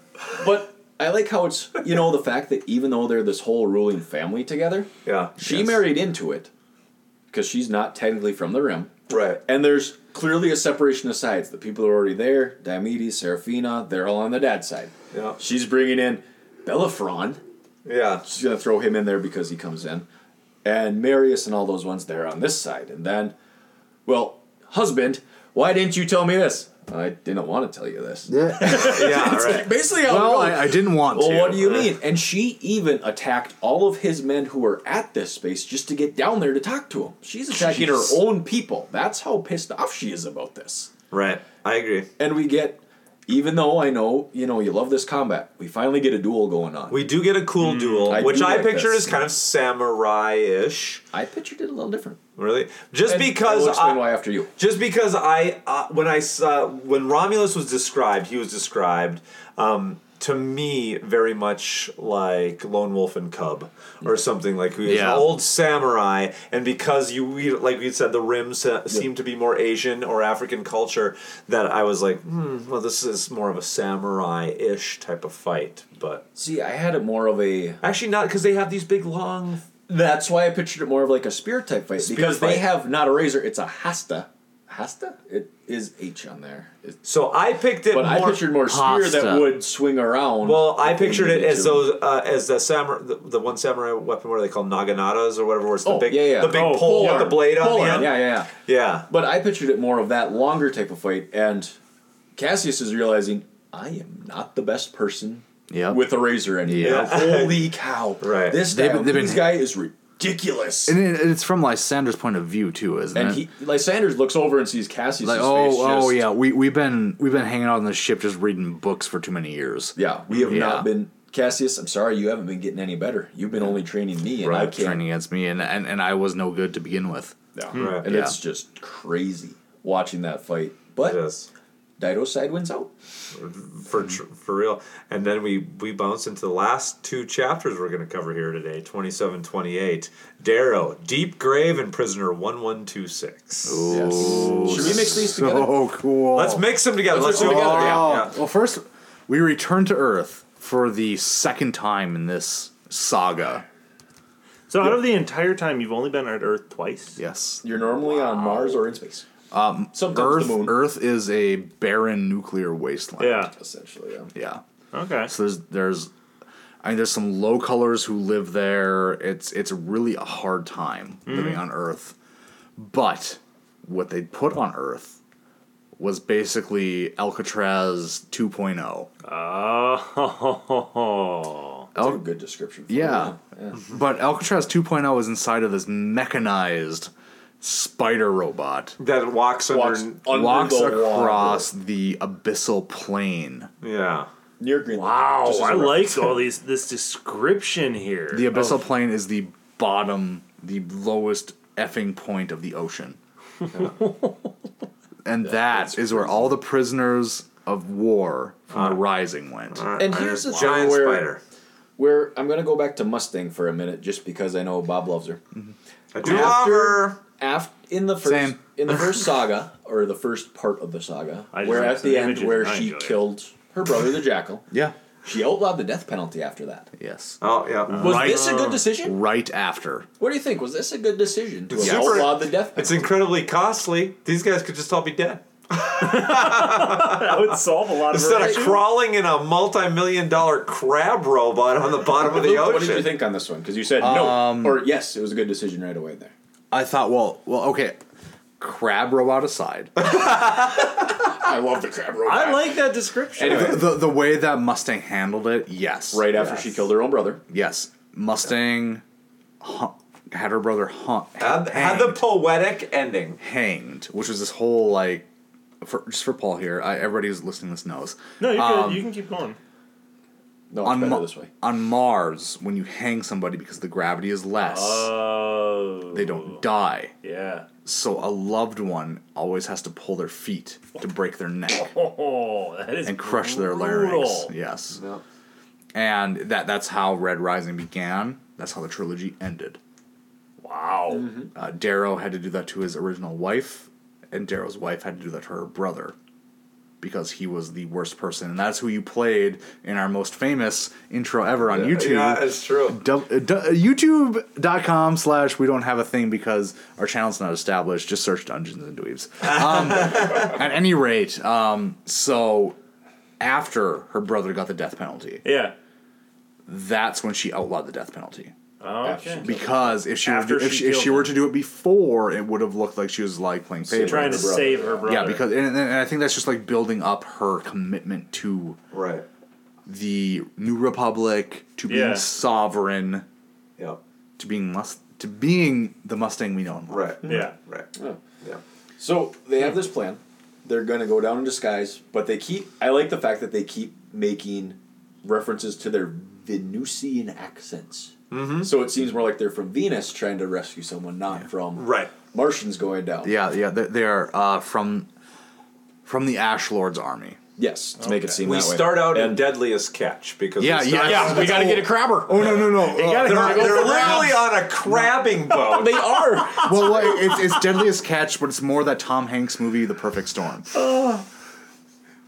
[SPEAKER 9] but I like how it's you know the fact that even though they're this whole ruling family together,
[SPEAKER 7] yeah,
[SPEAKER 9] she married into it because she's not technically from the rim,
[SPEAKER 7] right?
[SPEAKER 9] And there's clearly a separation of sides. The people are already there. Diomedes, Seraphina, they're all on the dad side.
[SPEAKER 7] Yeah.
[SPEAKER 9] She's bringing in Bellephron. [laughs]
[SPEAKER 7] Yeah,
[SPEAKER 9] she's gonna throw him in there because he comes in, and Marius and all those ones there on this side, and then, well, husband, why didn't you tell me this? I didn't want to tell you this.
[SPEAKER 1] Yeah,
[SPEAKER 7] yeah,
[SPEAKER 9] Basically, how it
[SPEAKER 1] well,
[SPEAKER 9] goes.
[SPEAKER 1] I, I didn't want
[SPEAKER 9] Well,
[SPEAKER 1] to.
[SPEAKER 9] what do you mean? And she even attacked all of his men who were at this space just to get down there to talk to him. She's attacking
[SPEAKER 7] Jeez.
[SPEAKER 9] her own people. That's how pissed off she is about this.
[SPEAKER 7] Right. I agree.
[SPEAKER 9] And we get even though I know you know you love this combat, we finally get a duel going on.
[SPEAKER 7] We do get a cool duel, which I picture is kind of samurai-ish.
[SPEAKER 9] I pictured it a little different.
[SPEAKER 7] Really, just
[SPEAKER 9] And I
[SPEAKER 7] because
[SPEAKER 9] will explain
[SPEAKER 7] I,
[SPEAKER 9] why after you.
[SPEAKER 7] Just because I uh, when I saw when Romulus was described, he was described um, to me very much like Lone Wolf and Cub or something like he was
[SPEAKER 24] Yeah.
[SPEAKER 7] an old samurai. And because you we, like we said, the rims uh, seem to be more Asian or African culture. That I was like, hmm, well, this is more of a samurai-ish type of fight. But
[SPEAKER 9] see, I had it more of a
[SPEAKER 7] actually not because they have these big long.
[SPEAKER 9] That's why I pictured it more of like a spear type fight
[SPEAKER 7] Spear
[SPEAKER 9] because
[SPEAKER 7] fight.
[SPEAKER 9] they have not a razor; it's a hasta. Hasta? It is H on there. It-
[SPEAKER 7] So I picked it.
[SPEAKER 9] but
[SPEAKER 7] more,
[SPEAKER 9] I pictured more spear that would swing around.
[SPEAKER 7] Well, I
[SPEAKER 9] if we
[SPEAKER 7] pictured it
[SPEAKER 9] needed
[SPEAKER 7] as
[SPEAKER 9] to.
[SPEAKER 7] those uh, as the samurai, the, the one samurai weapon. What are they called? Naganatas or whatever. Where it's the
[SPEAKER 9] Oh,
[SPEAKER 7] big,
[SPEAKER 9] yeah, yeah.
[SPEAKER 7] the big
[SPEAKER 9] Oh,
[SPEAKER 7] pole with
[SPEAKER 9] polearm.
[SPEAKER 7] the blade on the
[SPEAKER 9] Polearm,
[SPEAKER 7] end.
[SPEAKER 9] yeah, yeah,
[SPEAKER 7] yeah.
[SPEAKER 9] But I pictured it more of that longer type of fight, and Cassius is realizing I am not the best person with a razor anymore.
[SPEAKER 1] Yeah.
[SPEAKER 7] [laughs]
[SPEAKER 9] Holy cow! Right. This
[SPEAKER 1] They've
[SPEAKER 9] guy,
[SPEAKER 1] been- they've been-
[SPEAKER 9] this guy is ridiculous.
[SPEAKER 1] And it, it's from Lysander's point of view too, isn't
[SPEAKER 9] And
[SPEAKER 1] it?
[SPEAKER 9] he, Lysanders looks over and sees Cassius'
[SPEAKER 1] like,
[SPEAKER 9] face.
[SPEAKER 1] oh, oh
[SPEAKER 9] just-
[SPEAKER 1] yeah, we we've been we've been hanging out on this ship just reading books for too many years.
[SPEAKER 9] Yeah, we have
[SPEAKER 1] Yeah.
[SPEAKER 9] not been Cassius. I'm sorry, you haven't been getting any better. You've been only training me, and I
[SPEAKER 1] right,
[SPEAKER 9] can't.
[SPEAKER 1] training against me, and, and and I was no good to begin with.
[SPEAKER 9] Yeah,
[SPEAKER 1] Hmm. Right.
[SPEAKER 9] and
[SPEAKER 1] Yeah.
[SPEAKER 9] it's just crazy watching that fight. But Dido's side wins out.
[SPEAKER 7] for tr- for real. And then we we bounce into the last two chapters we're going to cover here today. 27, 28. Darrow, Deep Grave, and Prisoner One One Two Six.
[SPEAKER 9] Should we mix
[SPEAKER 1] [laughs]
[SPEAKER 9] these
[SPEAKER 1] so
[SPEAKER 9] together?
[SPEAKER 1] cool.
[SPEAKER 7] Let's mix them together. Let's, do it together. Yeah, yeah.
[SPEAKER 1] Oh. Well, first we return to Earth for the second time in this saga.
[SPEAKER 10] So out of the entire time, you've only been on Earth twice.
[SPEAKER 1] Yes,
[SPEAKER 9] you're normally on Mars or in space.
[SPEAKER 1] Um,
[SPEAKER 9] Sometimes
[SPEAKER 1] Earth,
[SPEAKER 9] the moon.
[SPEAKER 1] Earth is a barren nuclear wasteland.
[SPEAKER 10] Yeah.
[SPEAKER 9] essentially. Yeah.
[SPEAKER 1] Yeah.
[SPEAKER 10] Okay.
[SPEAKER 1] So there's there's I mean there's some low colors who live there. It's it's really a hard time living
[SPEAKER 9] Mhm.
[SPEAKER 1] on Earth. But what they put on Earth was basically Alcatraz 2.0.
[SPEAKER 10] Oh.
[SPEAKER 1] That's
[SPEAKER 9] a good description. for
[SPEAKER 1] Yeah.
[SPEAKER 9] it, yeah.
[SPEAKER 1] But Alcatraz 2.0 is inside of this mechanized spider robot
[SPEAKER 7] that walks under,
[SPEAKER 1] walks,
[SPEAKER 7] under
[SPEAKER 1] walks
[SPEAKER 7] the
[SPEAKER 1] across the abyssal plane.
[SPEAKER 7] Yeah.
[SPEAKER 9] Near Green.
[SPEAKER 10] Wow,
[SPEAKER 1] Just as
[SPEAKER 10] I
[SPEAKER 1] a
[SPEAKER 10] like
[SPEAKER 1] reference.
[SPEAKER 10] all these this description here.
[SPEAKER 1] The abyssal
[SPEAKER 10] of-
[SPEAKER 1] plane is the bottom, the lowest effing point of the ocean. and [laughs] that is Uh. where all the prisoners of war from the Rising went.
[SPEAKER 9] And here's the thing where, where I'm going to go back to Mustang for a minute, just because I know Bob loves her.
[SPEAKER 7] I do love her.
[SPEAKER 9] After in the first
[SPEAKER 7] Same.
[SPEAKER 9] in the first saga or the first part of the saga,
[SPEAKER 7] I just
[SPEAKER 9] where
[SPEAKER 7] like
[SPEAKER 9] at
[SPEAKER 7] some
[SPEAKER 9] the end
[SPEAKER 7] images
[SPEAKER 9] where
[SPEAKER 7] and I
[SPEAKER 9] she
[SPEAKER 7] enjoy it.
[SPEAKER 9] killed her brother the jackal.
[SPEAKER 1] Yeah.
[SPEAKER 9] She outlawed the death penalty after that.
[SPEAKER 1] Yes.
[SPEAKER 7] Oh yeah.
[SPEAKER 9] Was this a good decision?
[SPEAKER 1] Right after.
[SPEAKER 9] What do you think? Was this a good decision to
[SPEAKER 7] It's
[SPEAKER 9] have
[SPEAKER 7] super-
[SPEAKER 9] outlawed the death penalty?
[SPEAKER 7] It's incredibly costly. These guys could just all be dead.
[SPEAKER 10] that would solve a lot of
[SPEAKER 7] Instead
[SPEAKER 10] her
[SPEAKER 7] of
[SPEAKER 10] issues.
[SPEAKER 7] crawling in a multi-million dollar crab robot on the bottom of the
[SPEAKER 9] Luke,
[SPEAKER 7] ocean.
[SPEAKER 9] [laughs] what did you think on this one? Because you said
[SPEAKER 1] Um,
[SPEAKER 9] no or yes, it was a good decision right away there.
[SPEAKER 1] I thought, well, well, okay. Crab robot aside,
[SPEAKER 9] I love the crab robot.
[SPEAKER 10] I like that description.
[SPEAKER 1] the, the, the way that Mustang handled it, yes.
[SPEAKER 9] Right after she killed her own brother.
[SPEAKER 1] Yes. Mustang hu- had her brother hunt.
[SPEAKER 7] Had, had the poetic ending.
[SPEAKER 1] hanged, which was this whole like, for, just for Paul here. I, everybody who's listening to this knows.
[SPEAKER 10] no, you
[SPEAKER 1] Um,
[SPEAKER 10] can you can keep going.
[SPEAKER 9] No,
[SPEAKER 1] on, Ma- on Mars, when you hang somebody because the gravity is less,
[SPEAKER 9] Oh.
[SPEAKER 7] Oh,
[SPEAKER 1] they don't die.
[SPEAKER 10] Yeah.
[SPEAKER 1] So a loved one always has to pull their feet to break their neck
[SPEAKER 10] [laughs] Oh, that is
[SPEAKER 1] and crush their
[SPEAKER 10] brutal.
[SPEAKER 1] larynx. Yes. And that that's how Red Rising began. That's how the trilogy ended.
[SPEAKER 10] Wow.
[SPEAKER 7] Mm-hmm.
[SPEAKER 1] Uh, Darrow had to do that to his original wife, and Darrow's wife had to do that to her brother because he was the worst person. And that's who you played in our most famous intro ever on
[SPEAKER 7] Yeah,
[SPEAKER 1] YouTube.
[SPEAKER 7] yeah, it's true.
[SPEAKER 1] Du- uh, du- uh, YouTube.com slash we don't have a thing because our channel's not established. Just search Dungeons and Dweebs. Um,
[SPEAKER 10] [laughs]
[SPEAKER 1] at any rate, um, so after her brother got the death penalty,
[SPEAKER 10] Yeah.
[SPEAKER 1] that's when she outlawed the death penalty.
[SPEAKER 10] Oh, okay.
[SPEAKER 1] Because if she were
[SPEAKER 10] After
[SPEAKER 1] to, if
[SPEAKER 10] she
[SPEAKER 1] she, if she
[SPEAKER 10] killed
[SPEAKER 1] were
[SPEAKER 10] him.
[SPEAKER 1] to do it before, it would have looked like she was like playing
[SPEAKER 10] Saving
[SPEAKER 1] favorites.
[SPEAKER 10] Trying to her brother. save her brother.
[SPEAKER 1] Yeah, because and, and I think that's just like building up her commitment to
[SPEAKER 7] right
[SPEAKER 1] the New Republic to being
[SPEAKER 7] Yeah.
[SPEAKER 1] sovereign.
[SPEAKER 7] Yep.
[SPEAKER 1] To being must to being the Mustang we know and love.
[SPEAKER 7] Right.
[SPEAKER 9] Yeah.
[SPEAKER 7] Right.
[SPEAKER 9] Yeah. So they have this plan. they're gonna go down in disguise, but they keep. I like the fact that they keep making references to their Venusian accents.
[SPEAKER 7] Mm-hmm.
[SPEAKER 25] Mhm.
[SPEAKER 9] So it seems more like they're from Venus trying to rescue someone, not from
[SPEAKER 25] right
[SPEAKER 9] Martians going down.
[SPEAKER 1] Yeah, yeah, they, they are uh, from from the Ash Lord's army.
[SPEAKER 9] Yes, to make it seem
[SPEAKER 7] we
[SPEAKER 1] that way.
[SPEAKER 7] start out in
[SPEAKER 1] And-
[SPEAKER 7] deadliest catch because
[SPEAKER 1] Yeah,
[SPEAKER 7] we
[SPEAKER 1] yeah,
[SPEAKER 7] start-
[SPEAKER 1] yeah, we gotta get a crabber. Oh, no, no, no.
[SPEAKER 7] They
[SPEAKER 1] Uh, they're-
[SPEAKER 7] gotta- [laughs] they're
[SPEAKER 1] they're
[SPEAKER 7] they're literally
[SPEAKER 1] crabs.
[SPEAKER 7] on a crabbing boat.
[SPEAKER 1] They are. well, well, it's, it's Deadliest Catch, but it's more that Tom Hanks movie, The Perfect Storm.
[SPEAKER 9] Oh,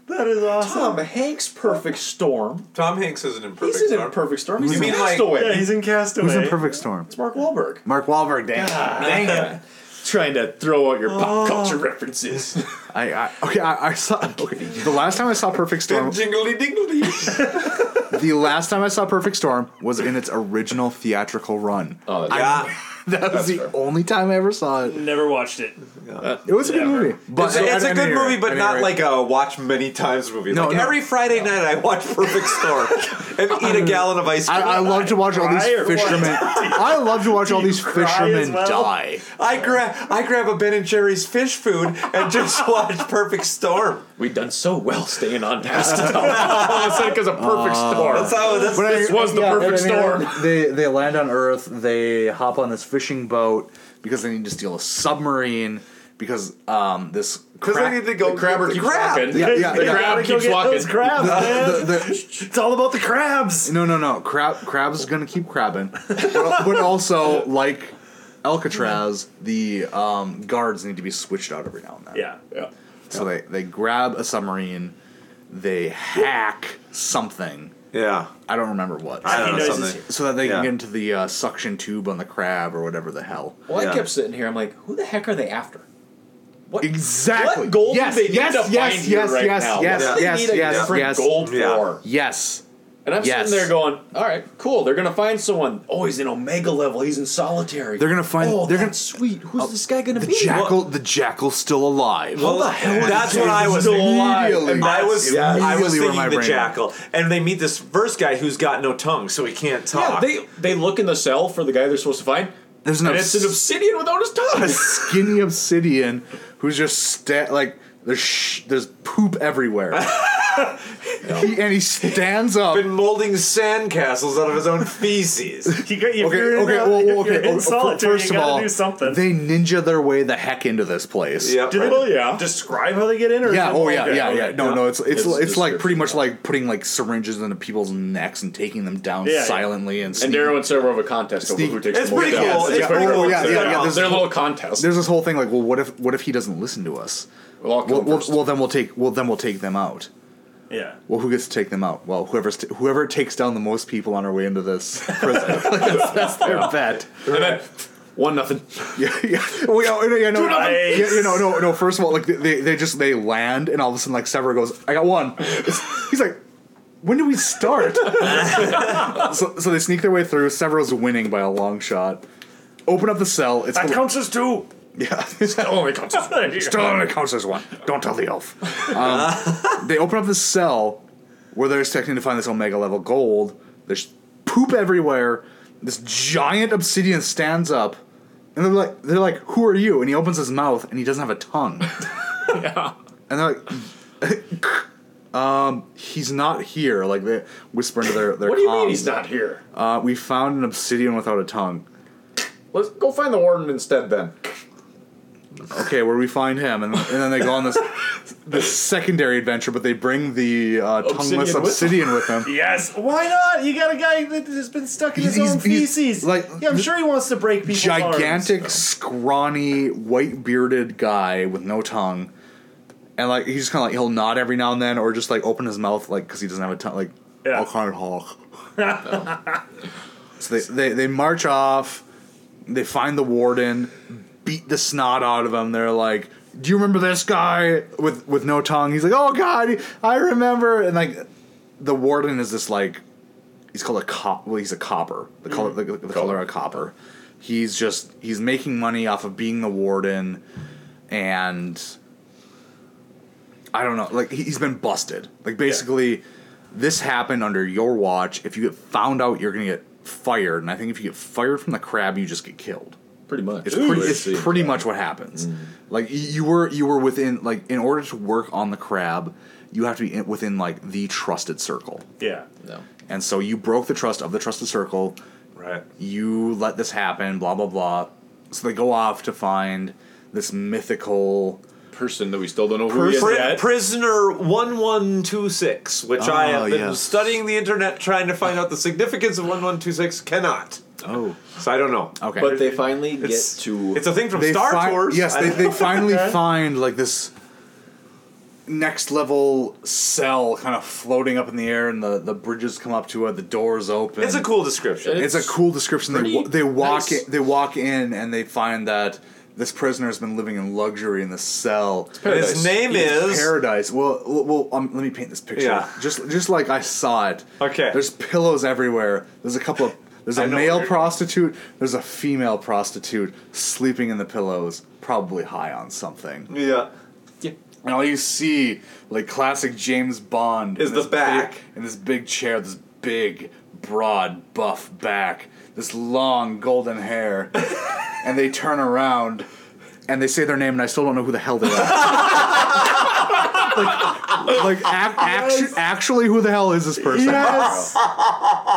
[SPEAKER 10] that is awesome.
[SPEAKER 9] Tom Hanks, Perfect Storm.
[SPEAKER 7] Tom Hanks isn't in perfect
[SPEAKER 9] He's in
[SPEAKER 7] storm.
[SPEAKER 9] Perfect Storm.
[SPEAKER 7] You
[SPEAKER 9] He's
[SPEAKER 7] mean
[SPEAKER 9] in
[SPEAKER 7] like-
[SPEAKER 9] Castaway.
[SPEAKER 7] Yeah, he's in
[SPEAKER 1] Who's in Perfect Storm?
[SPEAKER 9] It's Mark Wahlberg.
[SPEAKER 1] Mark Wahlberg, damn.
[SPEAKER 9] God, dang it. Trying to throw out your
[SPEAKER 7] Oh.
[SPEAKER 9] pop culture references.
[SPEAKER 1] I, I okay. I, I saw okay, the last time I saw Perfect Storm.
[SPEAKER 7] [laughs] Jingly dingledy.
[SPEAKER 1] the last time I saw Perfect Storm was in its original theatrical run. Oh,
[SPEAKER 7] yeah.
[SPEAKER 1] that was the only time I ever saw it.
[SPEAKER 10] Never watched it.
[SPEAKER 1] It was a good movie, but
[SPEAKER 7] it's, it's a good movie, but not like a watch many times movie.
[SPEAKER 1] No,
[SPEAKER 7] like
[SPEAKER 1] no.
[SPEAKER 7] every Friday night, I watch
[SPEAKER 1] [laughs]
[SPEAKER 7] Perfect Storm and eat a gallon of ice cream.
[SPEAKER 1] I, I love to watch all these
[SPEAKER 7] Cry or what?
[SPEAKER 1] fishermen.
[SPEAKER 7] [laughs]
[SPEAKER 1] I love to watch all these fishermen die.
[SPEAKER 7] I grab I grab a Ben and Jerry's fish food
[SPEAKER 1] [laughs]
[SPEAKER 7] and just watch Perfect Storm.
[SPEAKER 9] [laughs] We've done so well staying on [laughs]
[SPEAKER 1] task.
[SPEAKER 9] All of a sudden, because of Perfect
[SPEAKER 7] Oh.
[SPEAKER 9] Storm.
[SPEAKER 7] That's how. That's,
[SPEAKER 1] But I-
[SPEAKER 7] this was the
[SPEAKER 1] yeah,
[SPEAKER 7] Perfect
[SPEAKER 1] I mean, [laughs]
[SPEAKER 7] Storm.
[SPEAKER 1] They they land on Earth. They hop on this fishing boat because they need to steal a submarine because um this
[SPEAKER 7] Because
[SPEAKER 1] crab-
[SPEAKER 7] they need to go
[SPEAKER 1] the crabber
[SPEAKER 7] get the
[SPEAKER 1] keeps
[SPEAKER 7] crab. [laughs]
[SPEAKER 1] walking. Yeah, yeah,
[SPEAKER 7] The
[SPEAKER 1] yeah.
[SPEAKER 7] crab Gotta go keeps get walking. those crabs, man.
[SPEAKER 1] it's
[SPEAKER 10] all about the crabs.
[SPEAKER 1] No, no, no. Crab crabs is gonna keep crabbing, but, but also like Alcatraz, the um, guards need to be switched out every now and then.
[SPEAKER 10] Yeah, yeah.
[SPEAKER 1] So they they grab a submarine, they hack something.
[SPEAKER 7] Yeah.
[SPEAKER 1] I don't remember what.
[SPEAKER 7] I don't know, something.
[SPEAKER 1] So that they
[SPEAKER 7] Yeah.
[SPEAKER 1] can get into the uh, suction tube on the crab or whatever the hell.
[SPEAKER 9] Well, I kept sitting here. I'm like, who the heck are they after? What
[SPEAKER 1] Exactly.
[SPEAKER 9] What gold
[SPEAKER 1] Yes,
[SPEAKER 9] do they
[SPEAKER 1] yes,
[SPEAKER 9] need to
[SPEAKER 1] yes,
[SPEAKER 9] find here
[SPEAKER 1] yes,
[SPEAKER 9] right
[SPEAKER 1] yes,
[SPEAKER 9] now?
[SPEAKER 1] yes,
[SPEAKER 9] what do
[SPEAKER 1] yes,
[SPEAKER 9] they need
[SPEAKER 1] yes,
[SPEAKER 9] a different
[SPEAKER 1] yes.
[SPEAKER 9] gold
[SPEAKER 1] Yeah.
[SPEAKER 9] for?
[SPEAKER 1] Yes.
[SPEAKER 9] And I'm
[SPEAKER 1] Yes.
[SPEAKER 9] sitting there going, all right, cool. They're gonna find someone. Oh, he's in Omega level. He's in solitary.
[SPEAKER 1] They're gonna find.
[SPEAKER 9] Oh,
[SPEAKER 1] they're gonna
[SPEAKER 9] that's sweet. Who's this guy gonna
[SPEAKER 1] the
[SPEAKER 9] be?
[SPEAKER 1] jackal. The jackal's still alive.
[SPEAKER 7] Well, that's what I was
[SPEAKER 1] Immediately.
[SPEAKER 7] And I was, I was
[SPEAKER 1] Immediately where
[SPEAKER 7] thinking
[SPEAKER 1] my
[SPEAKER 7] the
[SPEAKER 1] brain went.
[SPEAKER 7] jackal, and they meet this first guy who's got no tongue, so he can't
[SPEAKER 9] Yeah,
[SPEAKER 7] talk.
[SPEAKER 9] they they look in the cell for the guy they're supposed to find.
[SPEAKER 1] There's an
[SPEAKER 9] and
[SPEAKER 1] obs-
[SPEAKER 9] it's an obsidian without his tongue.
[SPEAKER 1] a
[SPEAKER 9] [laughs]
[SPEAKER 1] skinny obsidian who's just sta- like there's sh- there's poop everywhere. He- and he stands up.
[SPEAKER 7] Been molding sandcastles out of his own feces.
[SPEAKER 1] [laughs]
[SPEAKER 10] you got,
[SPEAKER 1] Okay, okay, well, well, okay. oh, f- first of all,
[SPEAKER 10] do something.
[SPEAKER 1] they ninja their way the heck into this place.
[SPEAKER 10] Do they
[SPEAKER 1] [laughs]
[SPEAKER 10] describe how they get in? Or is
[SPEAKER 1] Yeah.
[SPEAKER 10] it
[SPEAKER 1] Oh
[SPEAKER 10] more
[SPEAKER 1] yeah.
[SPEAKER 10] good?
[SPEAKER 1] Yeah. Yeah.
[SPEAKER 10] Okay,
[SPEAKER 1] No. No. It's it's it's, like
[SPEAKER 10] description.
[SPEAKER 1] pretty much like putting like syringes into people's necks and taking them down
[SPEAKER 9] Yeah, yeah.
[SPEAKER 1] silently and
[SPEAKER 9] and
[SPEAKER 1] sneaking
[SPEAKER 9] Darrow and Sarah will have a contest over
[SPEAKER 1] Sneak-
[SPEAKER 9] who takes
[SPEAKER 1] It's
[SPEAKER 9] the most
[SPEAKER 1] pretty
[SPEAKER 9] damage.
[SPEAKER 1] cool. It's pretty cool. Yeah, yeah, yeah, there's
[SPEAKER 9] Their
[SPEAKER 1] a-
[SPEAKER 9] little contest.
[SPEAKER 1] There's this whole thing like, well, what if what if he doesn't listen to us?
[SPEAKER 9] Well, I'll
[SPEAKER 1] well,
[SPEAKER 9] come
[SPEAKER 1] well,
[SPEAKER 9] first.
[SPEAKER 1] well, then we'll take well then we'll take them out.
[SPEAKER 10] Yeah.
[SPEAKER 1] Well, who gets to take them out? Well, whoever's t- whoever takes down the most people on our way into this prison. [laughs] that's, that's their bet.
[SPEAKER 9] And then [laughs] one nothing.
[SPEAKER 1] [laughs] Yeah, yeah. Well, yeah, no, yeah, no,
[SPEAKER 9] Two nothing.
[SPEAKER 1] yeah, yeah, no, no, no. First of all, like they, they just they land, and all of a sudden, like Sever goes, "I got one." It's- He's like, "When do we start?" [laughs] so, so they sneak their way through. Sever's winning by a long shot. Open up the cell. It's
[SPEAKER 10] That
[SPEAKER 1] full-
[SPEAKER 10] counts as two.
[SPEAKER 1] [laughs] yeah, still
[SPEAKER 9] Oh
[SPEAKER 1] only counts as
[SPEAKER 10] There you
[SPEAKER 1] one. Still
[SPEAKER 10] go.
[SPEAKER 1] only counts as one. Don't tell the elf. [laughs] Um, they open up the cell where they're expecting to find this omega level gold. There's poop everywhere. This giant obsidian stands up, and they're like, "They're like, who are you?" And he opens his mouth, and he doesn't have a tongue. [laughs] yeah. And they're like, [laughs] um, he's not here. Like they whisper into their their.
[SPEAKER 9] What do you mean
[SPEAKER 1] comms.
[SPEAKER 9] he's not here?
[SPEAKER 1] Uh, we found an obsidian without a tongue.
[SPEAKER 9] Let's go find the warden instead then.
[SPEAKER 1] okay, where we find him, and, and then they go on [laughs] this this secondary adventure, but they bring the uh, tongueless obsidian with them.
[SPEAKER 10] Yes. Why not? You got a guy that has been stuck in his
[SPEAKER 1] He's-
[SPEAKER 10] own
[SPEAKER 1] he's-
[SPEAKER 10] feces.
[SPEAKER 1] like
[SPEAKER 10] yeah, I'm sure he wants to break people's arms.
[SPEAKER 1] gigantic, scrawny, white bearded guy with no tongue, and like he's just kind of like he'll nod every now and then, or just like open his mouth like because he doesn't have a tongue, like yeah. all kind of hawk. So they, they they march off. They find the warden, beat the snot out of him. They're like, "Do you remember this guy with with no tongue?" He's like, "Oh God, I remember." And like, the warden is this like, he's called a cop. Well, he's a Mm. copper. The color the, the color of copper. He's just he's making money off of being the warden, and I don't know. Like he- he's been busted. Like basically, this happened under your watch. If you get found out, you're gonna get fired. And I Mm. think if you get fired from the crab, you just get killed.
[SPEAKER 9] Pretty much.
[SPEAKER 1] It's pretty, it's pretty much what happens. Like y- you were you were within like in order to work on the crab, you have to be in, within like the trusted circle.
[SPEAKER 10] Yeah.
[SPEAKER 9] No.
[SPEAKER 1] And so you broke the trust of the trusted circle.
[SPEAKER 7] Right.
[SPEAKER 1] You let this happen, blah blah blah. So they go off to find this mythical
[SPEAKER 9] person that we still don't know
[SPEAKER 7] Pri- prisoner 1126, which I
[SPEAKER 1] Ah,
[SPEAKER 7] have been
[SPEAKER 1] yes.
[SPEAKER 7] studying the internet trying to find out the significance of 1126. Cannot.
[SPEAKER 1] Oh.
[SPEAKER 7] So I don't know.
[SPEAKER 1] Okay.
[SPEAKER 9] But they finally
[SPEAKER 7] It's-
[SPEAKER 9] get to.
[SPEAKER 7] It's a thing from
[SPEAKER 1] They
[SPEAKER 7] Star
[SPEAKER 1] fi-
[SPEAKER 7] Tours.
[SPEAKER 1] Yes,
[SPEAKER 7] I
[SPEAKER 1] they,
[SPEAKER 7] don't
[SPEAKER 1] they
[SPEAKER 7] know. [laughs]
[SPEAKER 1] finally find like this next level cell kind of floating up in the air, and the, the bridges come up to it. The doors open.
[SPEAKER 7] It's a cool description.
[SPEAKER 1] It's,
[SPEAKER 7] It's
[SPEAKER 1] a cool description. They wa-
[SPEAKER 7] pretty
[SPEAKER 1] they walk
[SPEAKER 7] nice.
[SPEAKER 1] in, they walk in and they find that this prisoner has been living in luxury in this cell.
[SPEAKER 7] And his paradise. name
[SPEAKER 1] It's
[SPEAKER 7] is-
[SPEAKER 1] paradise. Well, well, well, um, let me paint this picture.
[SPEAKER 7] Yeah.
[SPEAKER 1] Just just like I saw it.
[SPEAKER 7] Okay.
[SPEAKER 1] There's pillows everywhere. There's a couple of there's
[SPEAKER 7] [laughs] I
[SPEAKER 1] a
[SPEAKER 7] know
[SPEAKER 1] male
[SPEAKER 7] where-
[SPEAKER 1] prostitute, there's a female prostitute sleeping in the pillows, probably high on something.
[SPEAKER 7] Yeah.
[SPEAKER 9] Yeah.
[SPEAKER 1] And all you see, like classic James Bond,
[SPEAKER 7] Is
[SPEAKER 1] in
[SPEAKER 7] the
[SPEAKER 1] this
[SPEAKER 7] back.
[SPEAKER 1] big- in this big chair, this big, broad, buff back, this long golden
[SPEAKER 7] [laughs]
[SPEAKER 1] hair, and they turn around, and they say their name, and I still don't know who the hell they are.
[SPEAKER 7] [laughs]
[SPEAKER 1] like ac- actu- actually, who the hell is this person?
[SPEAKER 26] Yes.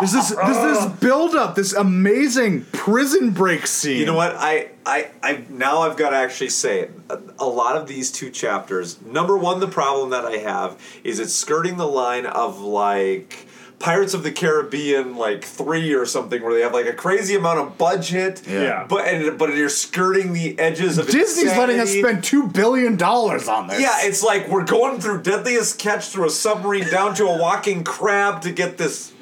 [SPEAKER 1] There's this there's this build up, this amazing prison break scene.
[SPEAKER 7] You know what? I, I, I now I've got to actually say it. A, a lot of these two chapters. Number one, the problem that I have is it's skirting the line of like Pirates of the Caribbean, like three or something, where they have like a crazy amount of budget.
[SPEAKER 1] Yeah. Yeah.
[SPEAKER 7] But and, but you're skirting the edges of
[SPEAKER 1] Disney's letting us
[SPEAKER 7] insanity.
[SPEAKER 1] spend two billion dollars on this.
[SPEAKER 7] Yeah, it's like we're going through Deadliest Catch through a submarine down to a walking crab to get this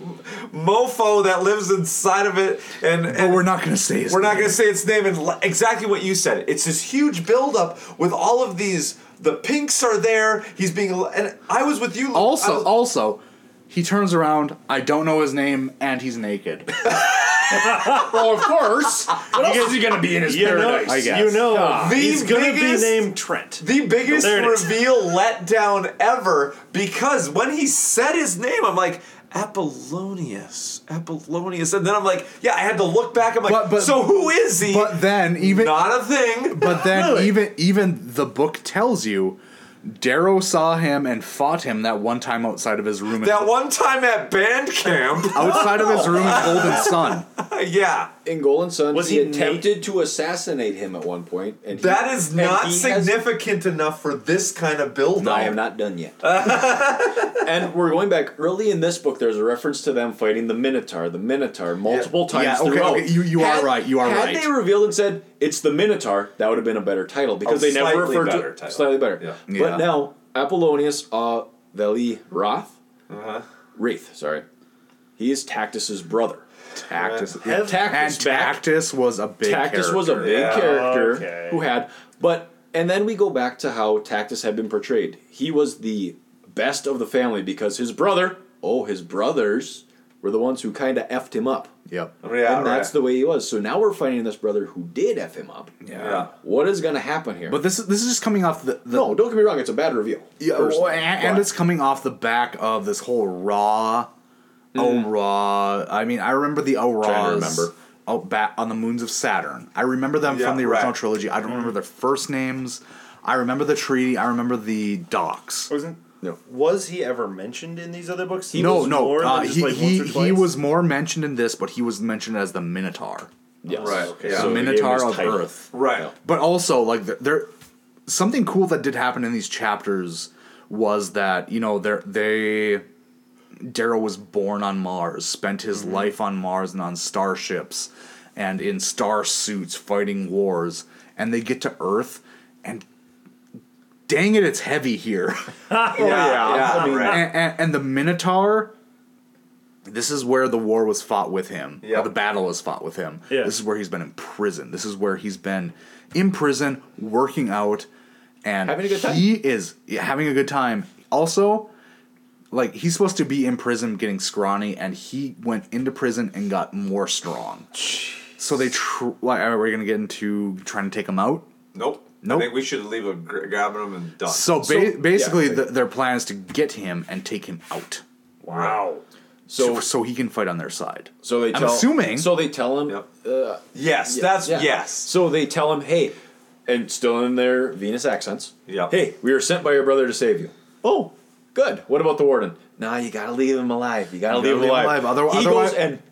[SPEAKER 7] mofo that lives inside of it, and
[SPEAKER 1] but we're not gonna say his
[SPEAKER 7] we're not
[SPEAKER 1] name.
[SPEAKER 7] going to say its name. And li- exactly what you said, it's this huge buildup with all of these. The pinks are there. He's being, and I was with you.
[SPEAKER 1] Also, also, he turns around. I don't know his name, and he's naked.
[SPEAKER 9] well, of course. What else is he gonna be in his
[SPEAKER 10] you
[SPEAKER 9] paradise?
[SPEAKER 10] Know,
[SPEAKER 1] I guess.
[SPEAKER 10] You know,
[SPEAKER 1] Ah.
[SPEAKER 7] The
[SPEAKER 10] he's gonna
[SPEAKER 7] biggest-
[SPEAKER 10] be named Trent.
[SPEAKER 7] The biggest
[SPEAKER 10] There it is.
[SPEAKER 7] reveal letdown ever because when he said his name, I'm like, Apollonius, Apollonius. And then I'm like, yeah, I had to look back. I'm like,
[SPEAKER 1] But- but-
[SPEAKER 7] so who is he?
[SPEAKER 1] But then even
[SPEAKER 7] Not a
[SPEAKER 1] [laughs]
[SPEAKER 7] thing.
[SPEAKER 1] But then
[SPEAKER 7] Really?
[SPEAKER 1] even even the book tells you, Darrow saw him and fought him that one time outside of his room. in-
[SPEAKER 7] that one time at band camp.
[SPEAKER 1] [laughs] outside of his room in Golden Sun.
[SPEAKER 7] yeah.
[SPEAKER 9] In Golden Sun,
[SPEAKER 7] Was
[SPEAKER 9] he,
[SPEAKER 7] he
[SPEAKER 9] attempted to assassinate him at one point, and he-
[SPEAKER 7] That is
[SPEAKER 9] and
[SPEAKER 7] not
[SPEAKER 9] he has-
[SPEAKER 7] significant enough for this kind of build.
[SPEAKER 9] No, I am not done
[SPEAKER 1] [laughs]
[SPEAKER 9] yet. and we're going back early in this book. There's a reference to them fighting the Minotaur, the Minotaur, multiple
[SPEAKER 1] Yeah,
[SPEAKER 9] times
[SPEAKER 1] okay,
[SPEAKER 9] throughout.
[SPEAKER 1] okay, you- you are right, you are
[SPEAKER 9] had
[SPEAKER 1] right.
[SPEAKER 9] they revealed and said it's the Minotaur, that would have been a better title because
[SPEAKER 7] A
[SPEAKER 9] they never
[SPEAKER 7] slightly
[SPEAKER 9] referred
[SPEAKER 7] better
[SPEAKER 9] to
[SPEAKER 7] title.
[SPEAKER 9] slightly better.
[SPEAKER 1] Yeah.
[SPEAKER 9] But
[SPEAKER 1] Yeah.
[SPEAKER 9] now Apollonius uh, Veli Roth,
[SPEAKER 7] Uh-huh.
[SPEAKER 9] Wraith, sorry, he is Tactus's brother. Tactus,
[SPEAKER 1] Yeah. and
[SPEAKER 9] Tactus, back
[SPEAKER 1] Tactus was a big
[SPEAKER 9] Tactus
[SPEAKER 1] character.
[SPEAKER 9] was a big character who had, but and then we go back to how Tactus had been portrayed. He was the best of the family because his brother, oh, his brothers were the ones who kind of effed him up.
[SPEAKER 1] Yep.
[SPEAKER 7] Yeah,
[SPEAKER 9] and that's
[SPEAKER 7] right.
[SPEAKER 9] the way he was. So now we're finding this brother who did f him up.
[SPEAKER 1] Yeah.
[SPEAKER 9] What is going to happen here?
[SPEAKER 1] But this is this is just coming off the, the
[SPEAKER 9] no, don't get me wrong. It's a bad reveal.
[SPEAKER 1] Yeah,
[SPEAKER 9] personally,
[SPEAKER 1] well, and, and
[SPEAKER 9] but-
[SPEAKER 1] it's coming off the back of this whole raw, oh
[SPEAKER 10] Mm.
[SPEAKER 1] raw. I mean, I remember the oh
[SPEAKER 9] Trying
[SPEAKER 1] raws.
[SPEAKER 9] to remember.
[SPEAKER 1] Out back on the moons of Saturn. I remember them
[SPEAKER 9] Yeah,
[SPEAKER 1] from the original
[SPEAKER 9] right.
[SPEAKER 1] trilogy. I don't
[SPEAKER 10] Mm.
[SPEAKER 1] remember their first names. I remember the treaty. I remember the docks.
[SPEAKER 10] Wasn't
[SPEAKER 1] no.
[SPEAKER 10] was he ever mentioned in these other books? Oh, He
[SPEAKER 1] no,
[SPEAKER 10] was
[SPEAKER 1] no.
[SPEAKER 10] more than
[SPEAKER 1] uh,
[SPEAKER 10] just,
[SPEAKER 1] he
[SPEAKER 10] like,
[SPEAKER 1] he,
[SPEAKER 10] once or
[SPEAKER 1] he
[SPEAKER 10] twice?
[SPEAKER 1] was more mentioned in this, but he was mentioned as the Minotaur.
[SPEAKER 9] Yes.
[SPEAKER 7] Right, okay.
[SPEAKER 1] The
[SPEAKER 7] So they gave him
[SPEAKER 1] Minotaur
[SPEAKER 7] his
[SPEAKER 1] of
[SPEAKER 7] title.
[SPEAKER 1] Earth.
[SPEAKER 7] Right.
[SPEAKER 1] But also, like there, there, something cool that did happen in these chapters was that you know there they, Darrow was born on Mars, spent his life on Mars and on starships, and in star suits fighting wars, and they get to Earth, and dang it, it's heavy here. [laughs]
[SPEAKER 7] Oh, yeah, yeah,
[SPEAKER 1] I mean,
[SPEAKER 9] eh,
[SPEAKER 7] right.
[SPEAKER 1] and, and, and the Minotaur. This is where the war was fought with him. or The battle was fought with him.
[SPEAKER 10] Yeah.
[SPEAKER 1] This is where he's been in prison. This is where he's been in prison, working out, and
[SPEAKER 9] Having a good time.
[SPEAKER 1] he is yeah, having a good time. Also, like he's supposed to be in prison getting scrawny, and he went into prison and got more strong. So they tr- like, are we gonna get into trying to take him out?
[SPEAKER 7] Nope.
[SPEAKER 1] Nope.
[SPEAKER 7] I think we should leave a gr- grabbing him and done.
[SPEAKER 1] So, ba- basically,
[SPEAKER 7] yeah.
[SPEAKER 1] th- their plan is to get him and take him out.
[SPEAKER 7] Wow.
[SPEAKER 1] So, so he can fight on their side.
[SPEAKER 9] So they
[SPEAKER 1] I'm
[SPEAKER 9] tell,
[SPEAKER 1] assuming-
[SPEAKER 9] So they tell him. Uh,
[SPEAKER 7] Yes,
[SPEAKER 9] yeah,
[SPEAKER 7] that's-
[SPEAKER 9] yeah.
[SPEAKER 7] yes.
[SPEAKER 9] So they tell him, hey, and still in their Venus accents.
[SPEAKER 7] Yeah.
[SPEAKER 9] Hey, we were sent by your brother to save you. Oh, good. What about the warden? Nah, you gotta leave him alive. You gotta,
[SPEAKER 1] You gotta
[SPEAKER 9] leave him alive.
[SPEAKER 1] Other-
[SPEAKER 9] he
[SPEAKER 1] otherwise-
[SPEAKER 9] goes and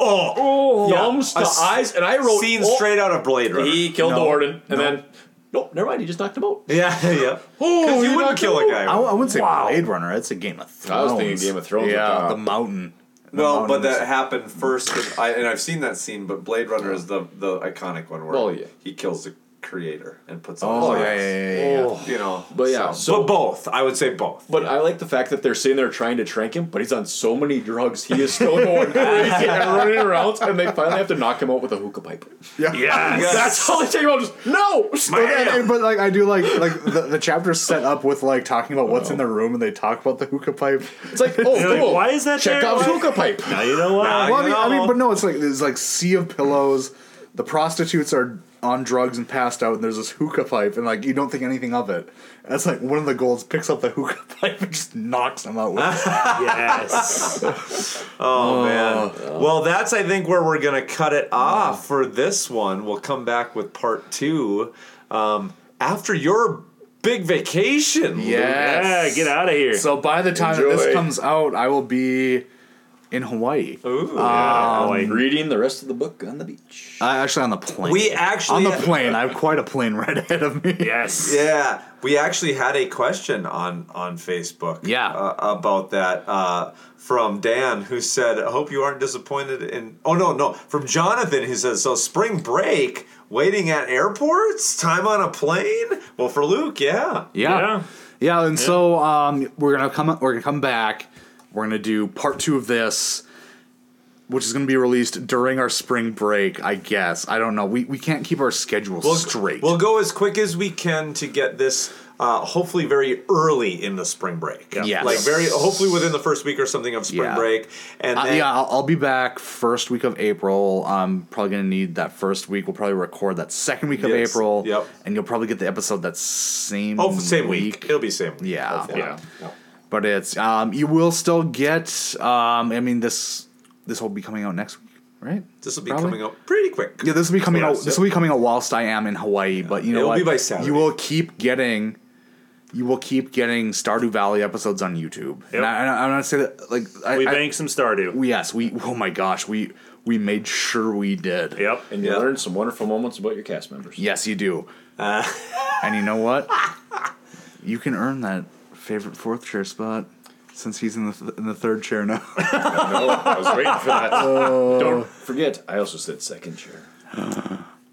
[SPEAKER 9] oh, oh thumbs
[SPEAKER 7] A
[SPEAKER 9] to
[SPEAKER 7] s-
[SPEAKER 9] eyes, and I wrote
[SPEAKER 7] scene
[SPEAKER 9] oh,
[SPEAKER 7] straight out of Blade Runner.
[SPEAKER 9] He killed the
[SPEAKER 7] No,
[SPEAKER 9] warden, and
[SPEAKER 7] no.
[SPEAKER 9] then nope, never mind. He just knocked him out.
[SPEAKER 7] Yeah, [laughs] yeah.
[SPEAKER 9] Oh, you wouldn't kill a guy.
[SPEAKER 1] I, I wouldn't say Blade Runner. I'd say Game of Thrones.
[SPEAKER 9] I was thinking Game of Thrones,
[SPEAKER 1] Yeah,
[SPEAKER 9] like, uh,
[SPEAKER 1] the mountain. The
[SPEAKER 7] Well, but
[SPEAKER 1] mountain
[SPEAKER 7] that
[SPEAKER 1] is-
[SPEAKER 7] happened first, in, I, and I've seen that scene. But Blade Runner is the the iconic one where
[SPEAKER 9] Well, Oh, yeah.
[SPEAKER 7] he kills the creator and puts.
[SPEAKER 9] Oh,
[SPEAKER 7] on his
[SPEAKER 9] yeah,
[SPEAKER 7] eyes.
[SPEAKER 9] yeah, yeah, yeah, yeah.
[SPEAKER 7] You know,
[SPEAKER 9] But yeah,
[SPEAKER 7] so, but both. I would say both.
[SPEAKER 9] But I like the fact that they're sitting there trying to trank him, but he's on so many drugs, he is still going [laughs] crazy and running around, and they finally have to knock him out with a hookah pipe.
[SPEAKER 1] Yeah.
[SPEAKER 9] Yes. [laughs] That's all they take about. Just no.
[SPEAKER 1] [laughs] But, and- and- but, like I do like like the, the chapter's set up with like talking about what's in the room and they talk about the hookah pipe.
[SPEAKER 9] It's like,
[SPEAKER 1] [laughs]
[SPEAKER 10] oh, You're like, cool. why is that there?
[SPEAKER 1] Chekhov's
[SPEAKER 10] Why-
[SPEAKER 1] hookah pipe.
[SPEAKER 10] Now [laughs] you know why. [laughs]
[SPEAKER 1] Well, I, mean, I
[SPEAKER 10] You know.
[SPEAKER 1] mean, but no, it's like there's like sea of pillows. The prostitutes are on drugs and passed out, and there's this hookah pipe, and like you don't think anything of it. And it's like one of the golds picks up the hookah [laughs] pipe and just knocks him out. With
[SPEAKER 7] Yes. Oh, man. Well, that's I think where we're gonna cut it off for this one. We'll come back with part two um, after your big vacation. Luke.
[SPEAKER 1] Yes. So by the time that this
[SPEAKER 7] Enjoy.
[SPEAKER 1] comes out, I will be in Hawaii.
[SPEAKER 7] Ooh,
[SPEAKER 9] yeah,
[SPEAKER 1] Um,
[SPEAKER 9] Hawaii. Reading the rest of the book on the beach.
[SPEAKER 1] I actually on the plane.
[SPEAKER 7] We actually-
[SPEAKER 1] on the plane. I have quite a plane right [laughs] ahead of me.
[SPEAKER 7] Yes. Yeah, we actually had a question on on Facebook. Yeah. Uh, about that uh, from Dan, who said, "I hope you aren't disappointed in." Oh no, no, from Jonathan, who says, "So spring break, waiting at airports, time on a plane." Well, for Luke, yeah,
[SPEAKER 1] Yeah. Yeah. and so um, we're gonna come we're gonna come back. We're gonna do part two of this, which is gonna be released during our spring break, I guess. I don't know. We we can't keep our schedule
[SPEAKER 7] We'll-
[SPEAKER 1] straight.
[SPEAKER 7] We'll go as quick as we can to get this. Uh, hopefully, very early in the spring break.
[SPEAKER 1] Yes.
[SPEAKER 7] like very hopefully within the first week or something of spring
[SPEAKER 1] Yeah.
[SPEAKER 7] break. And
[SPEAKER 1] Uh,
[SPEAKER 7] then,
[SPEAKER 1] yeah, I'll, I'll be back first week of April. I'm probably gonna need that first week. We'll probably record that second week of
[SPEAKER 7] Yes.
[SPEAKER 1] April.
[SPEAKER 7] Yep.
[SPEAKER 1] and you'll probably get the episode that same.
[SPEAKER 7] oh, same week. It'll be same. Week,
[SPEAKER 1] Yeah.
[SPEAKER 7] hopefully.
[SPEAKER 1] Yeah. But it's um, you will still get. Um, I mean this this will be coming out next week, right?
[SPEAKER 7] This will be
[SPEAKER 1] Probably.
[SPEAKER 7] coming up pretty quick.
[SPEAKER 1] Yeah, this will be coming
[SPEAKER 7] Yes,
[SPEAKER 1] out. This will be coming out whilst I am in Hawaii. But you know
[SPEAKER 7] It'll
[SPEAKER 1] what?
[SPEAKER 7] be by Saturday.
[SPEAKER 1] You will keep getting. You will keep getting Stardew Valley episodes on YouTube. And I, and I, am not say that like I,
[SPEAKER 10] We
[SPEAKER 1] I-
[SPEAKER 10] banked some Stardew.
[SPEAKER 1] we- Yes, we. Oh my gosh, we we made sure we did.
[SPEAKER 10] Yep,
[SPEAKER 9] and you learned some wonderful moments about your cast members.
[SPEAKER 1] Yes, you do.
[SPEAKER 7] Uh.
[SPEAKER 1] and you know
[SPEAKER 7] [laughs]
[SPEAKER 1] what? You can earn that favorite fourth chair spot since he's in the th- in the third chair [laughs] now.
[SPEAKER 9] I know. I was waiting for
[SPEAKER 1] [laughs]
[SPEAKER 9] that.
[SPEAKER 1] Oh.
[SPEAKER 9] Don't forget, I also said second chair.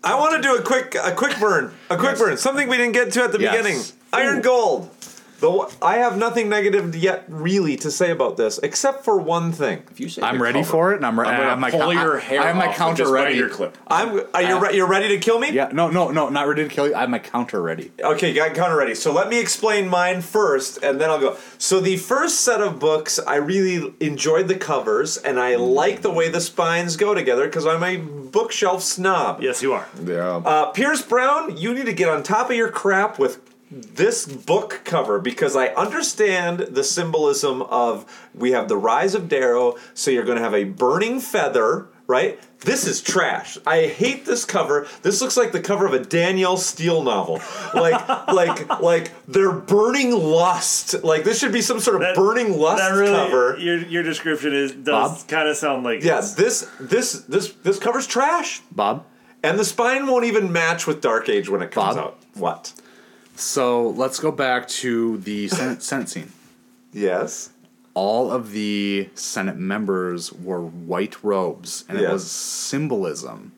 [SPEAKER 7] I want to do a quick a quick burn. A quick burn. Something we didn't get to at the
[SPEAKER 9] Yes.
[SPEAKER 7] beginning. Iron Gold. Though I have nothing negative yet really to say about this except for one thing. If you say
[SPEAKER 1] I'm ready for it, and I'm, re-
[SPEAKER 7] I'm
[SPEAKER 1] i
[SPEAKER 7] gonna
[SPEAKER 1] have my
[SPEAKER 7] pull
[SPEAKER 1] I-
[SPEAKER 7] your
[SPEAKER 1] I-
[SPEAKER 7] hair
[SPEAKER 1] I have my
[SPEAKER 7] off with
[SPEAKER 1] counter
[SPEAKER 7] this
[SPEAKER 1] ready.
[SPEAKER 7] binder clip. I'm. Are you re- you're ready to kill me?
[SPEAKER 1] Uh, Yeah. No. No. No. Not ready to kill you. I have my counter ready.
[SPEAKER 7] Okay, got counter ready. So let me explain mine first, and then I'll go. So the first set of books, I really enjoyed the covers, and I like the way the spines go together because I'm a bookshelf snob.
[SPEAKER 10] Yes, you are.
[SPEAKER 9] Yeah.
[SPEAKER 7] Uh, Pierce Brown, you need to get on top of your crap with this book cover because I understand the symbolism of we have the rise of Darrow, so you're going to have a burning feather, right? This is trash. I hate this cover. This looks like the cover of a Danielle Steele novel.
[SPEAKER 10] [laughs]
[SPEAKER 7] Like, like, like they're burning lust. Like this should be some sort of burning lust
[SPEAKER 10] that really,
[SPEAKER 7] cover.
[SPEAKER 10] Your your description is does kind of sound like
[SPEAKER 7] Yeah, this this this this cover's trash.
[SPEAKER 1] Bob.
[SPEAKER 7] And the spine won't even match with Dark Age when it comes out. What?
[SPEAKER 1] So let's go back to the [laughs] Senate, Senate scene.
[SPEAKER 7] Yes.
[SPEAKER 1] All of the Senate members wore white robes, and it
[SPEAKER 7] Yes.
[SPEAKER 1] was symbolism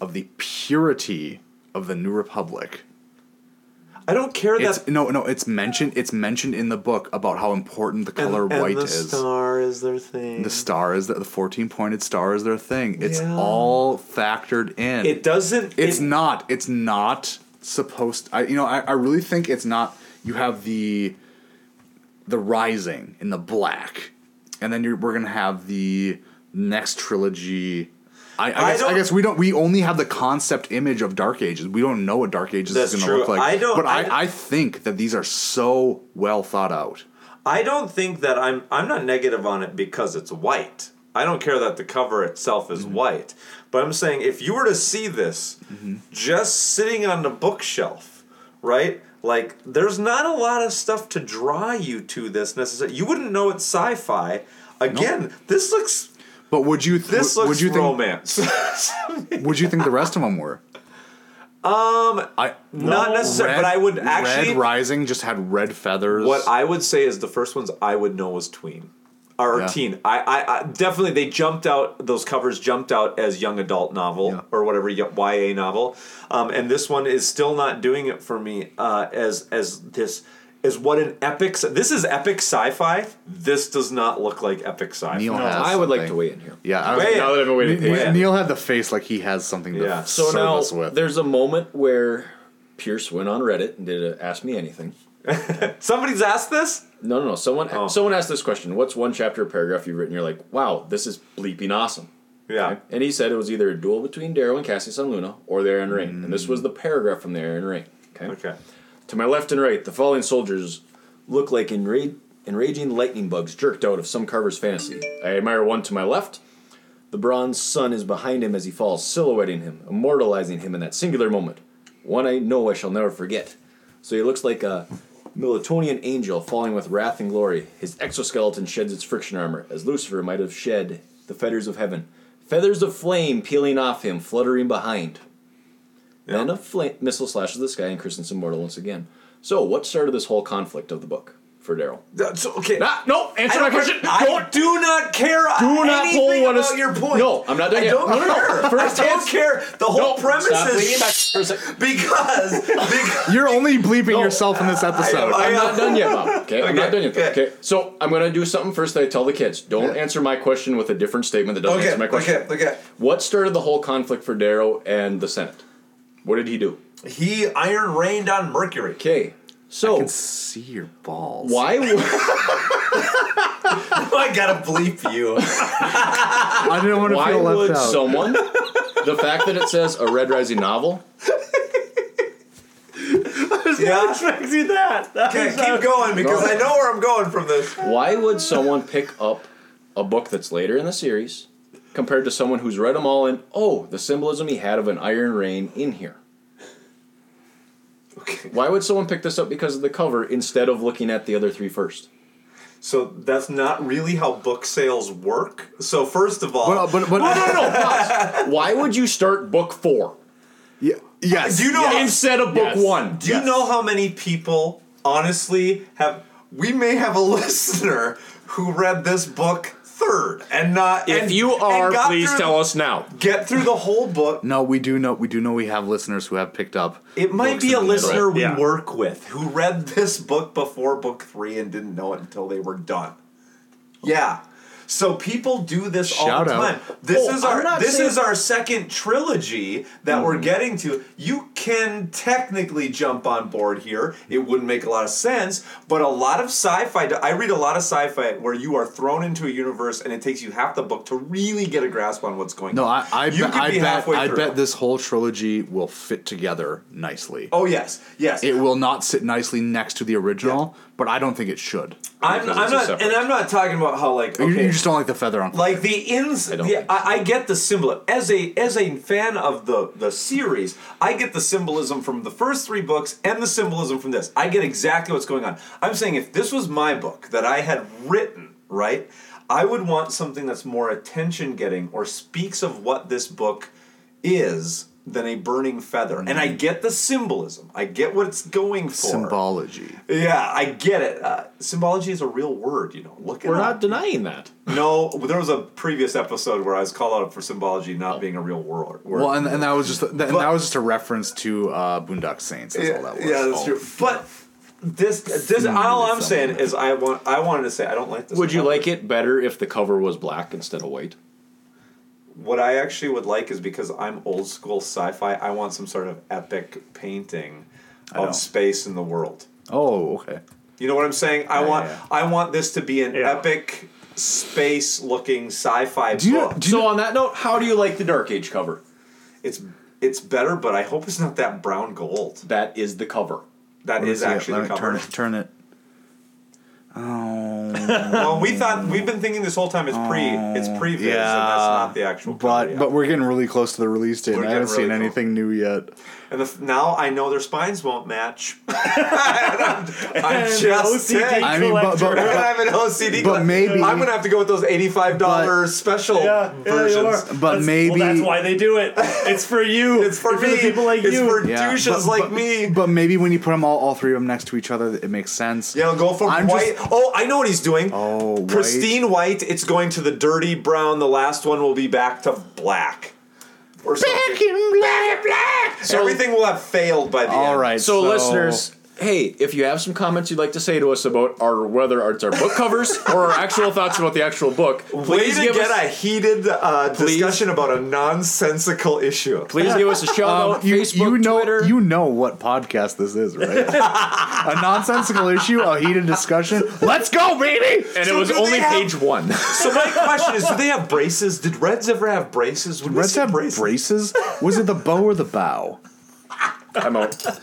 [SPEAKER 1] of the purity of the New Republic.
[SPEAKER 7] I don't care that-
[SPEAKER 1] it's, no, no. It's mentioned. It's mentioned in the book about how important the color
[SPEAKER 7] and
[SPEAKER 1] white
[SPEAKER 7] the
[SPEAKER 1] is.
[SPEAKER 7] star is their thing.
[SPEAKER 1] The star is that the fourteen pointed star is their thing. It's
[SPEAKER 7] Yeah.
[SPEAKER 1] all factored in.
[SPEAKER 7] It doesn't.
[SPEAKER 1] It's not. It's not supposed. I you know I, I really think it's not. You have the the rising in the black, and then you're, we're gonna have the next trilogy. I, I,
[SPEAKER 7] I
[SPEAKER 1] guess, I
[SPEAKER 7] don't-
[SPEAKER 1] guess we don't. We only have the concept image of Dark Ages. We don't know what Dark Ages
[SPEAKER 7] That's
[SPEAKER 1] is going
[SPEAKER 7] true.
[SPEAKER 1] to look like.
[SPEAKER 7] I don't-
[SPEAKER 1] But
[SPEAKER 7] I
[SPEAKER 1] I, I think that these are so well thought out.
[SPEAKER 7] I don't think that I'm I'm not negative on it because it's white. I don't care that the cover itself is
[SPEAKER 1] Mm-hmm.
[SPEAKER 7] white, but I'm saying if you were to see this
[SPEAKER 1] Mm-hmm.
[SPEAKER 7] just sitting on the bookshelf, right? Like there's not a lot of stuff to draw you to this necessarily. You wouldn't know it's sci-fi. Again, this looks
[SPEAKER 1] But would you th-
[SPEAKER 7] This
[SPEAKER 1] would
[SPEAKER 7] looks
[SPEAKER 1] you think,
[SPEAKER 7] romance. [laughs]
[SPEAKER 1] would you think the rest of them were?
[SPEAKER 7] um
[SPEAKER 1] I
[SPEAKER 7] Not necessarily, but I would actually-
[SPEAKER 1] Red Rising just had red feathers.
[SPEAKER 7] What I would say is the first ones I would know was tween or
[SPEAKER 1] Yeah.
[SPEAKER 7] teen. I, I, I definitely they jumped out. Those covers jumped out as young adult novel or whatever y- YA novel, um, and this one is still not doing it for me uh, as as this. Is what an epic. This is epic sci-fi. This does not look like epic sci-fi.
[SPEAKER 1] Neil has something. Yeah, I
[SPEAKER 7] Weigh in.
[SPEAKER 1] Neil,
[SPEAKER 7] Weigh in.
[SPEAKER 1] Neil had the face like he has something to
[SPEAKER 7] Yeah.
[SPEAKER 1] so
[SPEAKER 7] So
[SPEAKER 1] serve
[SPEAKER 7] now-
[SPEAKER 1] us with.
[SPEAKER 9] There's a moment where Pierce went on Reddit and did a Ask Me Anything.
[SPEAKER 7] Somebody's asked this?
[SPEAKER 9] No, no, no. Someone,
[SPEAKER 7] Oh.
[SPEAKER 9] someone asked this question. What's one chapter or paragraph you've written? You're like, wow, this is bleeping awesome.
[SPEAKER 7] Yeah.
[SPEAKER 9] And he said it was either a duel between Darrow and Cassius on Luna or the Iron Ring. And this was the paragraph from the Iron Ring. Okay.
[SPEAKER 7] Okay.
[SPEAKER 9] To my left and right, the falling soldiers look like enra- enraging lightning bugs jerked out of some carver's fantasy. I admire one to my left. The bronze sun is behind him as he falls, silhouetting him, immortalizing him in that singular moment. One I know I shall never forget. So he looks like a Miltonian angel falling with wrath and glory. His exoskeleton sheds its friction armor, as Lucifer might have shed the fetters of heaven. Feathers of flame peeling off him, fluttering behind. Then a flame missile slashes the sky and Christensen mortal once again. So, what started this whole conflict of the book for Daryl?
[SPEAKER 7] That's okay.
[SPEAKER 9] Ah, no, answer
[SPEAKER 7] I
[SPEAKER 9] my
[SPEAKER 7] don't-
[SPEAKER 9] question.
[SPEAKER 7] I
[SPEAKER 9] Don't-
[SPEAKER 7] do not care.
[SPEAKER 9] Do not
[SPEAKER 7] anything
[SPEAKER 9] pull one
[SPEAKER 7] about
[SPEAKER 9] as-
[SPEAKER 7] your point.
[SPEAKER 9] No, I'm not done
[SPEAKER 7] I
[SPEAKER 9] yet.
[SPEAKER 7] Don't
[SPEAKER 9] No, no, no.
[SPEAKER 7] care.
[SPEAKER 9] First
[SPEAKER 7] I don't
[SPEAKER 9] answer-
[SPEAKER 7] care. The whole
[SPEAKER 9] No,
[SPEAKER 7] premise
[SPEAKER 9] stop leaning back
[SPEAKER 7] is [laughs] because
[SPEAKER 1] You're only bleeping yourself in this episode.
[SPEAKER 9] I'm not done yet, Bob. Okay, I'm not
[SPEAKER 1] Okay,
[SPEAKER 9] done yet. though. Okay. so I'm gonna do something first that I tell the kids. Don't answer my question with a different statement that doesn't
[SPEAKER 7] Okay,
[SPEAKER 9] answer my question.
[SPEAKER 7] okay, okay.
[SPEAKER 9] What started the whole conflict for Darrow and the Senate? What did he do?
[SPEAKER 7] He iron rained on Mercury. [laughs]
[SPEAKER 9] Okay, so I can
[SPEAKER 1] see your balls.
[SPEAKER 9] Why?
[SPEAKER 7] I gotta bleep
[SPEAKER 9] [laughs]
[SPEAKER 7] you.
[SPEAKER 1] I didn't want to
[SPEAKER 9] Why
[SPEAKER 1] feel left
[SPEAKER 9] would
[SPEAKER 1] out.
[SPEAKER 9] someone? The fact that it says a Red Rising novel.
[SPEAKER 27] I was not expecting that. that
[SPEAKER 7] Okay,
[SPEAKER 27] was-
[SPEAKER 7] keep going because I know where I'm going from this.
[SPEAKER 9] Why would someone pick up a book that's later in the series compared to someone who's read them all and oh, the symbolism he had of an iron rain in here? Why would someone pick this up because of the cover instead of looking at the other three first?
[SPEAKER 7] So that's not really how book sales work. So first of all,
[SPEAKER 1] uh,
[SPEAKER 9] But- but- but- No, no, no, pause. Why would you start book four?
[SPEAKER 1] Yeah. Yes.
[SPEAKER 7] Do you know
[SPEAKER 9] instead of book one?
[SPEAKER 7] Do you know how many people honestly have? We may have a [laughs] listener who read this book third and not.
[SPEAKER 9] If
[SPEAKER 7] and-
[SPEAKER 9] you
[SPEAKER 7] and
[SPEAKER 9] are,
[SPEAKER 7] got
[SPEAKER 9] please
[SPEAKER 7] through-
[SPEAKER 9] tell us now.
[SPEAKER 7] Get through the whole book.
[SPEAKER 1] No, we do know. We do know we have listeners who have picked up.
[SPEAKER 7] It might
[SPEAKER 1] books
[SPEAKER 7] be
[SPEAKER 1] in
[SPEAKER 7] a
[SPEAKER 1] the middle.
[SPEAKER 7] listener we work with who read this book before book three and didn't know it until they were done. Yeah. So people do this all
[SPEAKER 1] Shout
[SPEAKER 7] the
[SPEAKER 1] out.
[SPEAKER 7] time. This
[SPEAKER 9] Oh,
[SPEAKER 7] is
[SPEAKER 9] I'm
[SPEAKER 7] our
[SPEAKER 9] not
[SPEAKER 7] this
[SPEAKER 9] saying-
[SPEAKER 7] is our second trilogy that
[SPEAKER 1] Mm-hmm.
[SPEAKER 7] we're getting to. You can technically jump on board here. It wouldn't make a lot of sense, but a lot of sci-fi I read a lot of sci-fi where you are thrown into a universe and it takes you half the book to really get a grasp on what's going
[SPEAKER 1] No,
[SPEAKER 7] on.
[SPEAKER 1] I, I,
[SPEAKER 7] You
[SPEAKER 1] bet
[SPEAKER 7] could
[SPEAKER 1] I
[SPEAKER 7] be
[SPEAKER 1] bet
[SPEAKER 7] halfway
[SPEAKER 1] I
[SPEAKER 7] through.
[SPEAKER 1] bet this whole trilogy will fit together nicely.
[SPEAKER 7] Oh yes, yes.
[SPEAKER 1] It will not sit nicely next to the original, but I don't think it should.
[SPEAKER 7] I'm,
[SPEAKER 1] Because
[SPEAKER 7] I'm
[SPEAKER 1] it's a
[SPEAKER 7] not,
[SPEAKER 1] separate-
[SPEAKER 7] and I'm not talking about how like
[SPEAKER 1] You-
[SPEAKER 7] okay,
[SPEAKER 1] you just don't like the feather on.
[SPEAKER 7] like the ins. the- I,
[SPEAKER 1] don't
[SPEAKER 7] I, get the symbol as a as a fan of the the series. I get the symbolism from the first three books and the symbolism from this. I get exactly what's going on. I'm saying if this was my book that I had written, right, I would want something that's more attention getting or speaks of what this book is than a burning feather. And
[SPEAKER 1] Mm.
[SPEAKER 7] I get the symbolism. I get what it's going for.
[SPEAKER 1] symbology.
[SPEAKER 7] Yeah, I get it. Uh, symbology is a real word, you know. Look,
[SPEAKER 9] We're
[SPEAKER 7] not
[SPEAKER 9] denying that.
[SPEAKER 7] No, there was a previous episode where I was called out for symbology not being a real word. word.
[SPEAKER 1] Oh. Well, and, and that was just that, that was just a reference to uh, Boondock Saints. That's all that was.
[SPEAKER 7] yeah, that's
[SPEAKER 1] Oh.
[SPEAKER 7] true. But this, this all I'm saying is I want I wanted to say I don't like this.
[SPEAKER 9] Would you
[SPEAKER 7] cover.
[SPEAKER 9] like it better if the cover was black instead of white?
[SPEAKER 7] What I actually would like is because I'm old school sci-fi. I want some sort of epic painting
[SPEAKER 1] I know.
[SPEAKER 7] of space in the world.
[SPEAKER 1] Oh, okay.
[SPEAKER 7] You know what I'm saying? I want I want this to be an epic space looking sci-fi book.
[SPEAKER 9] so on that note, how do you like the Dark Age cover?
[SPEAKER 7] It's it's better, but I hope it's not that brown gold.
[SPEAKER 9] That is the cover.
[SPEAKER 7] That
[SPEAKER 1] Let me
[SPEAKER 7] is
[SPEAKER 1] see it.
[SPEAKER 7] actually
[SPEAKER 1] [laughs] Let me
[SPEAKER 7] the cover.
[SPEAKER 1] Turn it. Turn it. Oh.
[SPEAKER 7] well, we thought we've been thinking this whole time it's pre, it's pre viz, and that's not the actual.
[SPEAKER 1] Um, But but we're getting really close to the release date.
[SPEAKER 7] We're
[SPEAKER 1] and I haven't
[SPEAKER 7] getting
[SPEAKER 1] seen
[SPEAKER 7] really
[SPEAKER 1] anything new yet.
[SPEAKER 7] And the, f- now I know their spines
[SPEAKER 1] [laughs]
[SPEAKER 7] won't match. [laughs] And I'm, I'm
[SPEAKER 1] And
[SPEAKER 7] just
[SPEAKER 1] OCD
[SPEAKER 7] [laughs] saying.
[SPEAKER 1] I mean, but- but-
[SPEAKER 7] And I'm an OCD.
[SPEAKER 1] but
[SPEAKER 7] collector.
[SPEAKER 1] maybe-
[SPEAKER 7] I'm gonna have to go with those eighty-five dollar special versions.
[SPEAKER 1] But maybe that's why
[SPEAKER 10] they do it. It's for
[SPEAKER 7] [laughs]
[SPEAKER 10] you.
[SPEAKER 7] it's for, me.
[SPEAKER 10] people like
[SPEAKER 7] it's
[SPEAKER 10] you.
[SPEAKER 7] for douches like me.
[SPEAKER 1] But maybe when you put them all, all three of them next to each other, it makes sense.
[SPEAKER 7] Yeah, I'll go for
[SPEAKER 1] I'm
[SPEAKER 7] white.
[SPEAKER 1] just-
[SPEAKER 7] oh, I know what he's doing.
[SPEAKER 1] Oh,
[SPEAKER 7] Pristine white. It's going to the dirty brown. The last one will be back to black. Or back in black, black. So everything will have failed by the end. All right.
[SPEAKER 9] So, listeners, hey, if you have some comments you'd like to say to us about our whether it's our book
[SPEAKER 7] [laughs]
[SPEAKER 9] covers or our actual thoughts about the actual book,
[SPEAKER 7] Way
[SPEAKER 9] please
[SPEAKER 7] to
[SPEAKER 9] give
[SPEAKER 7] get a
[SPEAKER 9] us
[SPEAKER 7] heated uh,
[SPEAKER 9] Please.
[SPEAKER 7] discussion about a nonsensical issue. [laughs]
[SPEAKER 1] Um, you, you know, You know what podcast this is,
[SPEAKER 7] [laughs]
[SPEAKER 1] right? a nonsensical issue, a heated discussion. Let's go, baby!
[SPEAKER 7] And it So was do they only have- page
[SPEAKER 9] one.
[SPEAKER 7] So my question is, do they have braces? Did Reds ever have braces? Would
[SPEAKER 1] Reds have braces. Was it the bow or the bow?
[SPEAKER 9] I'm out.
[SPEAKER 1] [laughs]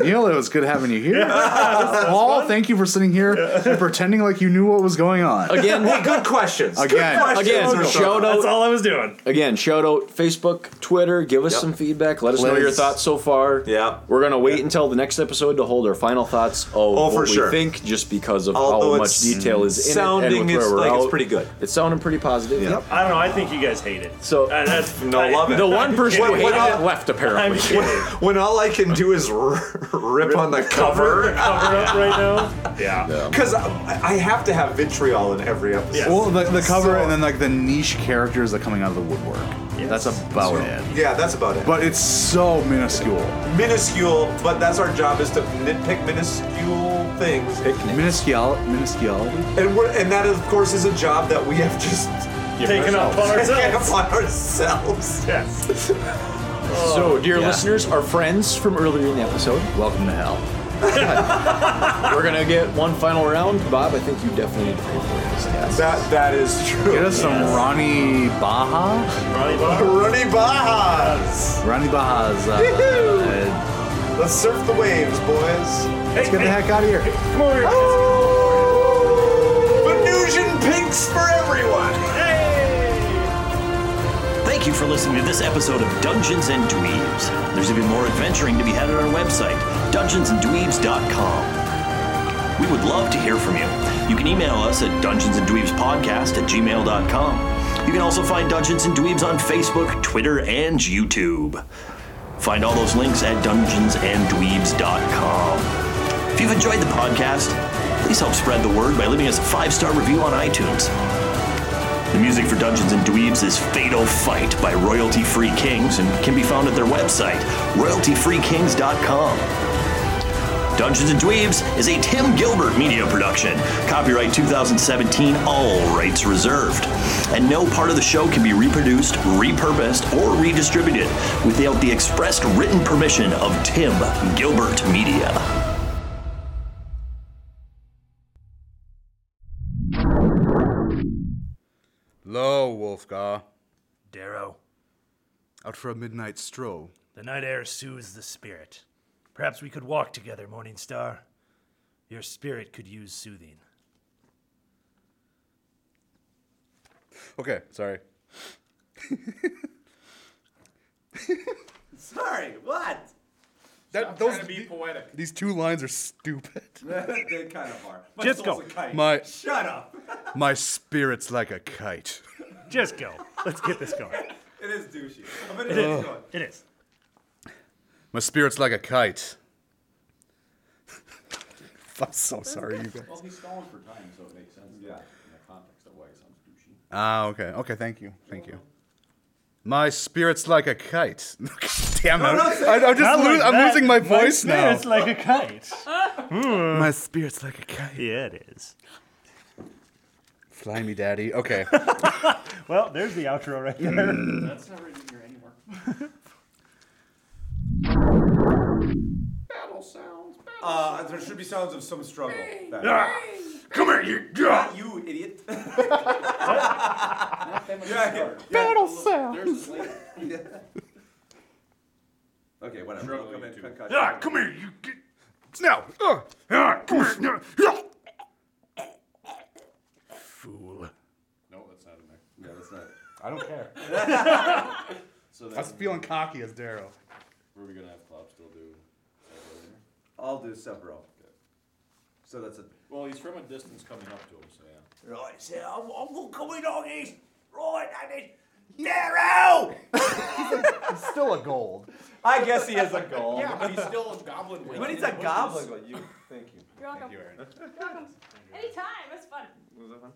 [SPEAKER 1] Neil, it was good having you here.
[SPEAKER 7] Yeah, this was
[SPEAKER 1] Paul, thank you for sitting here and pretending like you knew what was going on.
[SPEAKER 7] hey, good questions. Good
[SPEAKER 1] Again.
[SPEAKER 7] questions.
[SPEAKER 9] [laughs] again,
[SPEAKER 7] We're
[SPEAKER 9] shout out.
[SPEAKER 7] sorry.
[SPEAKER 10] I was doing.
[SPEAKER 9] Again, shout out Facebook, Twitter. Give us
[SPEAKER 7] Yep.
[SPEAKER 9] some feedback. Let us know
[SPEAKER 7] Please.
[SPEAKER 9] your thoughts so far.
[SPEAKER 7] Yeah.
[SPEAKER 9] We're gonna wait until the next episode to hold our final thoughts of
[SPEAKER 7] Oh,
[SPEAKER 9] what
[SPEAKER 7] for
[SPEAKER 9] we
[SPEAKER 7] sure.
[SPEAKER 9] think, just because of
[SPEAKER 7] Although
[SPEAKER 9] how much
[SPEAKER 7] it's
[SPEAKER 9] detail is in it.
[SPEAKER 7] sounding
[SPEAKER 9] and with
[SPEAKER 7] is-
[SPEAKER 9] where we're
[SPEAKER 7] like it's
[SPEAKER 9] out.
[SPEAKER 7] pretty good.
[SPEAKER 9] It's sounding pretty positive. Yep.
[SPEAKER 10] I don't know. I think you guys hate it.
[SPEAKER 9] So
[SPEAKER 10] Uh, that's,
[SPEAKER 7] No,
[SPEAKER 10] I-
[SPEAKER 7] love it.
[SPEAKER 10] The one person who hated
[SPEAKER 7] all-
[SPEAKER 10] it left, apparently. I'm
[SPEAKER 7] [laughs]
[SPEAKER 10] kidding.
[SPEAKER 7] When, when all I can do is [laughs] r- rip on the cover,
[SPEAKER 10] cover
[SPEAKER 7] [laughs]
[SPEAKER 10] up right now. Yeah.
[SPEAKER 7] Because I, I have to have vitriol in every episode.
[SPEAKER 1] Well, the, the cover and then like the niche characters that are coming out of the woodwork. That's about it.
[SPEAKER 7] Yeah, that's about it.
[SPEAKER 1] But it's so minuscule.
[SPEAKER 7] minuscule, but that's our job is to nitpick minuscule things.
[SPEAKER 1] Minuscule, minuscule.
[SPEAKER 7] And we're, and that of course is a job that we have just
[SPEAKER 1] Given Taken up
[SPEAKER 7] [laughs]
[SPEAKER 1] ourselves.
[SPEAKER 10] [laughs]
[SPEAKER 1] on
[SPEAKER 7] Taken up on ourselves.
[SPEAKER 10] Yes.
[SPEAKER 9] [laughs] So, dear
[SPEAKER 7] Yeah.
[SPEAKER 9] listeners, our friends from earlier in the episode,
[SPEAKER 1] welcome to hell.
[SPEAKER 9] We're gonna get one final round. Bob, I think you definitely need to pay for this task.
[SPEAKER 7] That that is true.
[SPEAKER 1] Get us some Ronnie Baja.
[SPEAKER 10] Ronnie
[SPEAKER 7] Ronnie Bajas.
[SPEAKER 1] Ronnie Baja's.
[SPEAKER 7] Yoo-hoo!
[SPEAKER 1] Uh,
[SPEAKER 7] Let's surf the waves, boys.
[SPEAKER 1] Let's get the heck out of here.
[SPEAKER 10] Come over here.
[SPEAKER 7] Venusian pinks for everyone.
[SPEAKER 2] Thank you for listening to this episode of Dungeons and Dweebs. There's even more adventuring to be had at our website, dungeonsanddweebs.com. We would love to hear from you. You can email us at dungeonsanddweebspodcast at gmail.com. You can also find Dungeons and Dweebs on Facebook, Twitter, and YouTube. Find all those links at dungeonsanddweebs.com. If you've enjoyed the podcast, please help spread the word by leaving us a five star review on iTunes. The music for Dungeons and Dweebs is Fatal Fight by Royalty Free Kings and can be found at their website, royaltyfreekings.com. Dungeons and Dweebs is a Tim Gilbert media production. Copyright 2017, all rights reserved. And no part of the show can be reproduced, repurposed, or redistributed without the expressed written permission of Tim Gilbert Media.
[SPEAKER 28] Lo, Wolfgar.
[SPEAKER 29] Darrow.
[SPEAKER 28] Out for a midnight stroll.
[SPEAKER 29] The night air soothes the spirit. Perhaps we could walk together, Morning Star. Your spirit could use soothing.
[SPEAKER 28] Okay, sorry.
[SPEAKER 30] [laughs] Sorry, what?
[SPEAKER 28] That, those,
[SPEAKER 30] be poetic.
[SPEAKER 28] These two lines are stupid.
[SPEAKER 30] [laughs] they kind of are. My
[SPEAKER 29] Just
[SPEAKER 30] soul's
[SPEAKER 29] go.
[SPEAKER 30] a kite.
[SPEAKER 28] My-
[SPEAKER 30] Shut up.
[SPEAKER 28] My spirit's like a kite.
[SPEAKER 29] Just go. Let's get this going.
[SPEAKER 30] It is douchey. I'm
[SPEAKER 29] It is. It is.
[SPEAKER 28] My spirit's like a kite. [laughs] I'm so sorry, you guys.
[SPEAKER 31] Well, he's stalling for time, so it makes sense. Yeah. In the context of why it sounds douchey.
[SPEAKER 28] Ah, okay. Okay, thank you. Thank you. My spirit's like a kite. [laughs] Damn it.
[SPEAKER 30] No, no, say
[SPEAKER 28] I, I'm,
[SPEAKER 30] it. Not
[SPEAKER 28] just lo-
[SPEAKER 30] like
[SPEAKER 28] I'm
[SPEAKER 30] that.
[SPEAKER 28] losing my
[SPEAKER 30] My
[SPEAKER 28] voice now.
[SPEAKER 30] spirit's like a
[SPEAKER 29] kite.
[SPEAKER 28] My spirit's like a kite.
[SPEAKER 29] Yeah, it is.
[SPEAKER 28] Fly me, daddy. [laughs] Okay.
[SPEAKER 29] Well, there's the outro right there.
[SPEAKER 28] That's
[SPEAKER 30] not written here anymore.
[SPEAKER 31] Battle sounds.
[SPEAKER 30] Uh, there should be sounds of some struggle. That-
[SPEAKER 31] Ah, come here, you-
[SPEAKER 30] [laughs] Not you idiot. yeah, yeah,
[SPEAKER 31] Battle
[SPEAKER 30] sounds. [laughs] okay, whatever. We'll come in concussion.
[SPEAKER 31] Ah, come here, you.
[SPEAKER 28] No.
[SPEAKER 31] Ah, come here. No. Ah,
[SPEAKER 32] Yeah, that's not it.
[SPEAKER 33] I don't care.
[SPEAKER 32] So
[SPEAKER 33] I was
[SPEAKER 32] then-
[SPEAKER 33] feeling cocky as Daryl.
[SPEAKER 32] Were we gonna have Klopp still do? I'll do Sepro. Okay. So that's a. Well, he's from a distance coming up to him, so yeah.
[SPEAKER 1] Right, so I'm, I'm coming on this. Right, and then Darrow!
[SPEAKER 9] It's still a gold.
[SPEAKER 7] I guess he has a goal.
[SPEAKER 1] Yeah, but he's still a goblin.
[SPEAKER 7] But he's a goblin. But you, thank you.
[SPEAKER 3] You're welcome.
[SPEAKER 7] Thank you, Aaron.
[SPEAKER 3] You're welcome. Anytime. That's fun.
[SPEAKER 7] Was that fun?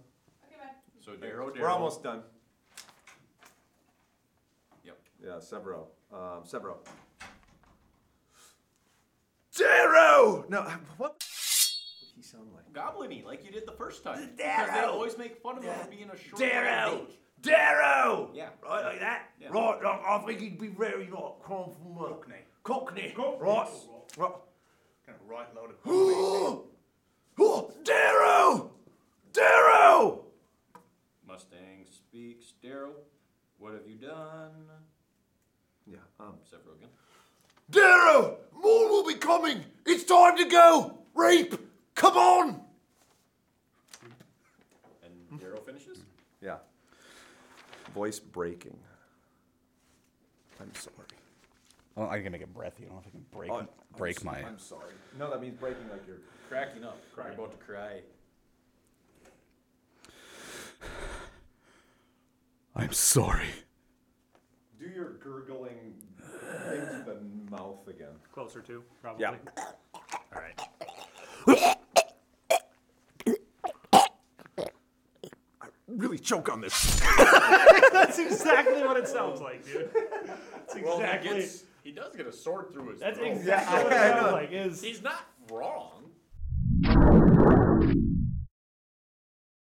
[SPEAKER 3] Okay, bye.
[SPEAKER 32] So Darrow,
[SPEAKER 7] We're
[SPEAKER 32] Darrow.
[SPEAKER 7] almost done.
[SPEAKER 32] Yep.
[SPEAKER 7] Yeah, Severo. Um, Severo.
[SPEAKER 1] Darrow! No, what?
[SPEAKER 7] He sound like?
[SPEAKER 9] Gobliny, like you did the first time. Because they
[SPEAKER 1] Darrow!
[SPEAKER 9] always make fun of him for being a short
[SPEAKER 1] Darrow!
[SPEAKER 9] dick.
[SPEAKER 1] Darrow!
[SPEAKER 9] Yeah.
[SPEAKER 1] Right, like that?
[SPEAKER 9] Yeah.
[SPEAKER 1] Right, right, I think he'd be very right. Come from uh, Cockney. Cockney. Right. Right.
[SPEAKER 33] Kind of right
[SPEAKER 1] [gasps]
[SPEAKER 33] loaded.
[SPEAKER 1] Oh, Darrow! Darrow!
[SPEAKER 9] Mustang speaks, Daryl. What have you done?
[SPEAKER 7] Yeah, um,
[SPEAKER 9] Severo again.
[SPEAKER 1] Darrow! More will be coming! It's time to go! Reap! Come on!
[SPEAKER 9] And Daryl finishes.
[SPEAKER 7] Yeah. Voice breaking. I'm sorry.
[SPEAKER 33] I don't- I can make it breathy. I don't know if I can break
[SPEAKER 7] Oh, I'm
[SPEAKER 33] break
[SPEAKER 7] so-
[SPEAKER 33] my.
[SPEAKER 7] I'm sorry. No, that means breaking like you're
[SPEAKER 9] cracking up. Crying. about to cry.
[SPEAKER 33] I'm sorry.
[SPEAKER 7] Do your gurgling thing to the mouth again.
[SPEAKER 2] Closer to, probably.
[SPEAKER 7] Yeah.
[SPEAKER 2] All right.
[SPEAKER 1] Really choke on this.
[SPEAKER 2] That's exactly what it sounds like, dude. That's exactly.
[SPEAKER 9] Well, he, gets, he does get a sword through his
[SPEAKER 2] That's
[SPEAKER 9] throat.
[SPEAKER 2] exactly what it sounds like. Is
[SPEAKER 9] He's not wrong.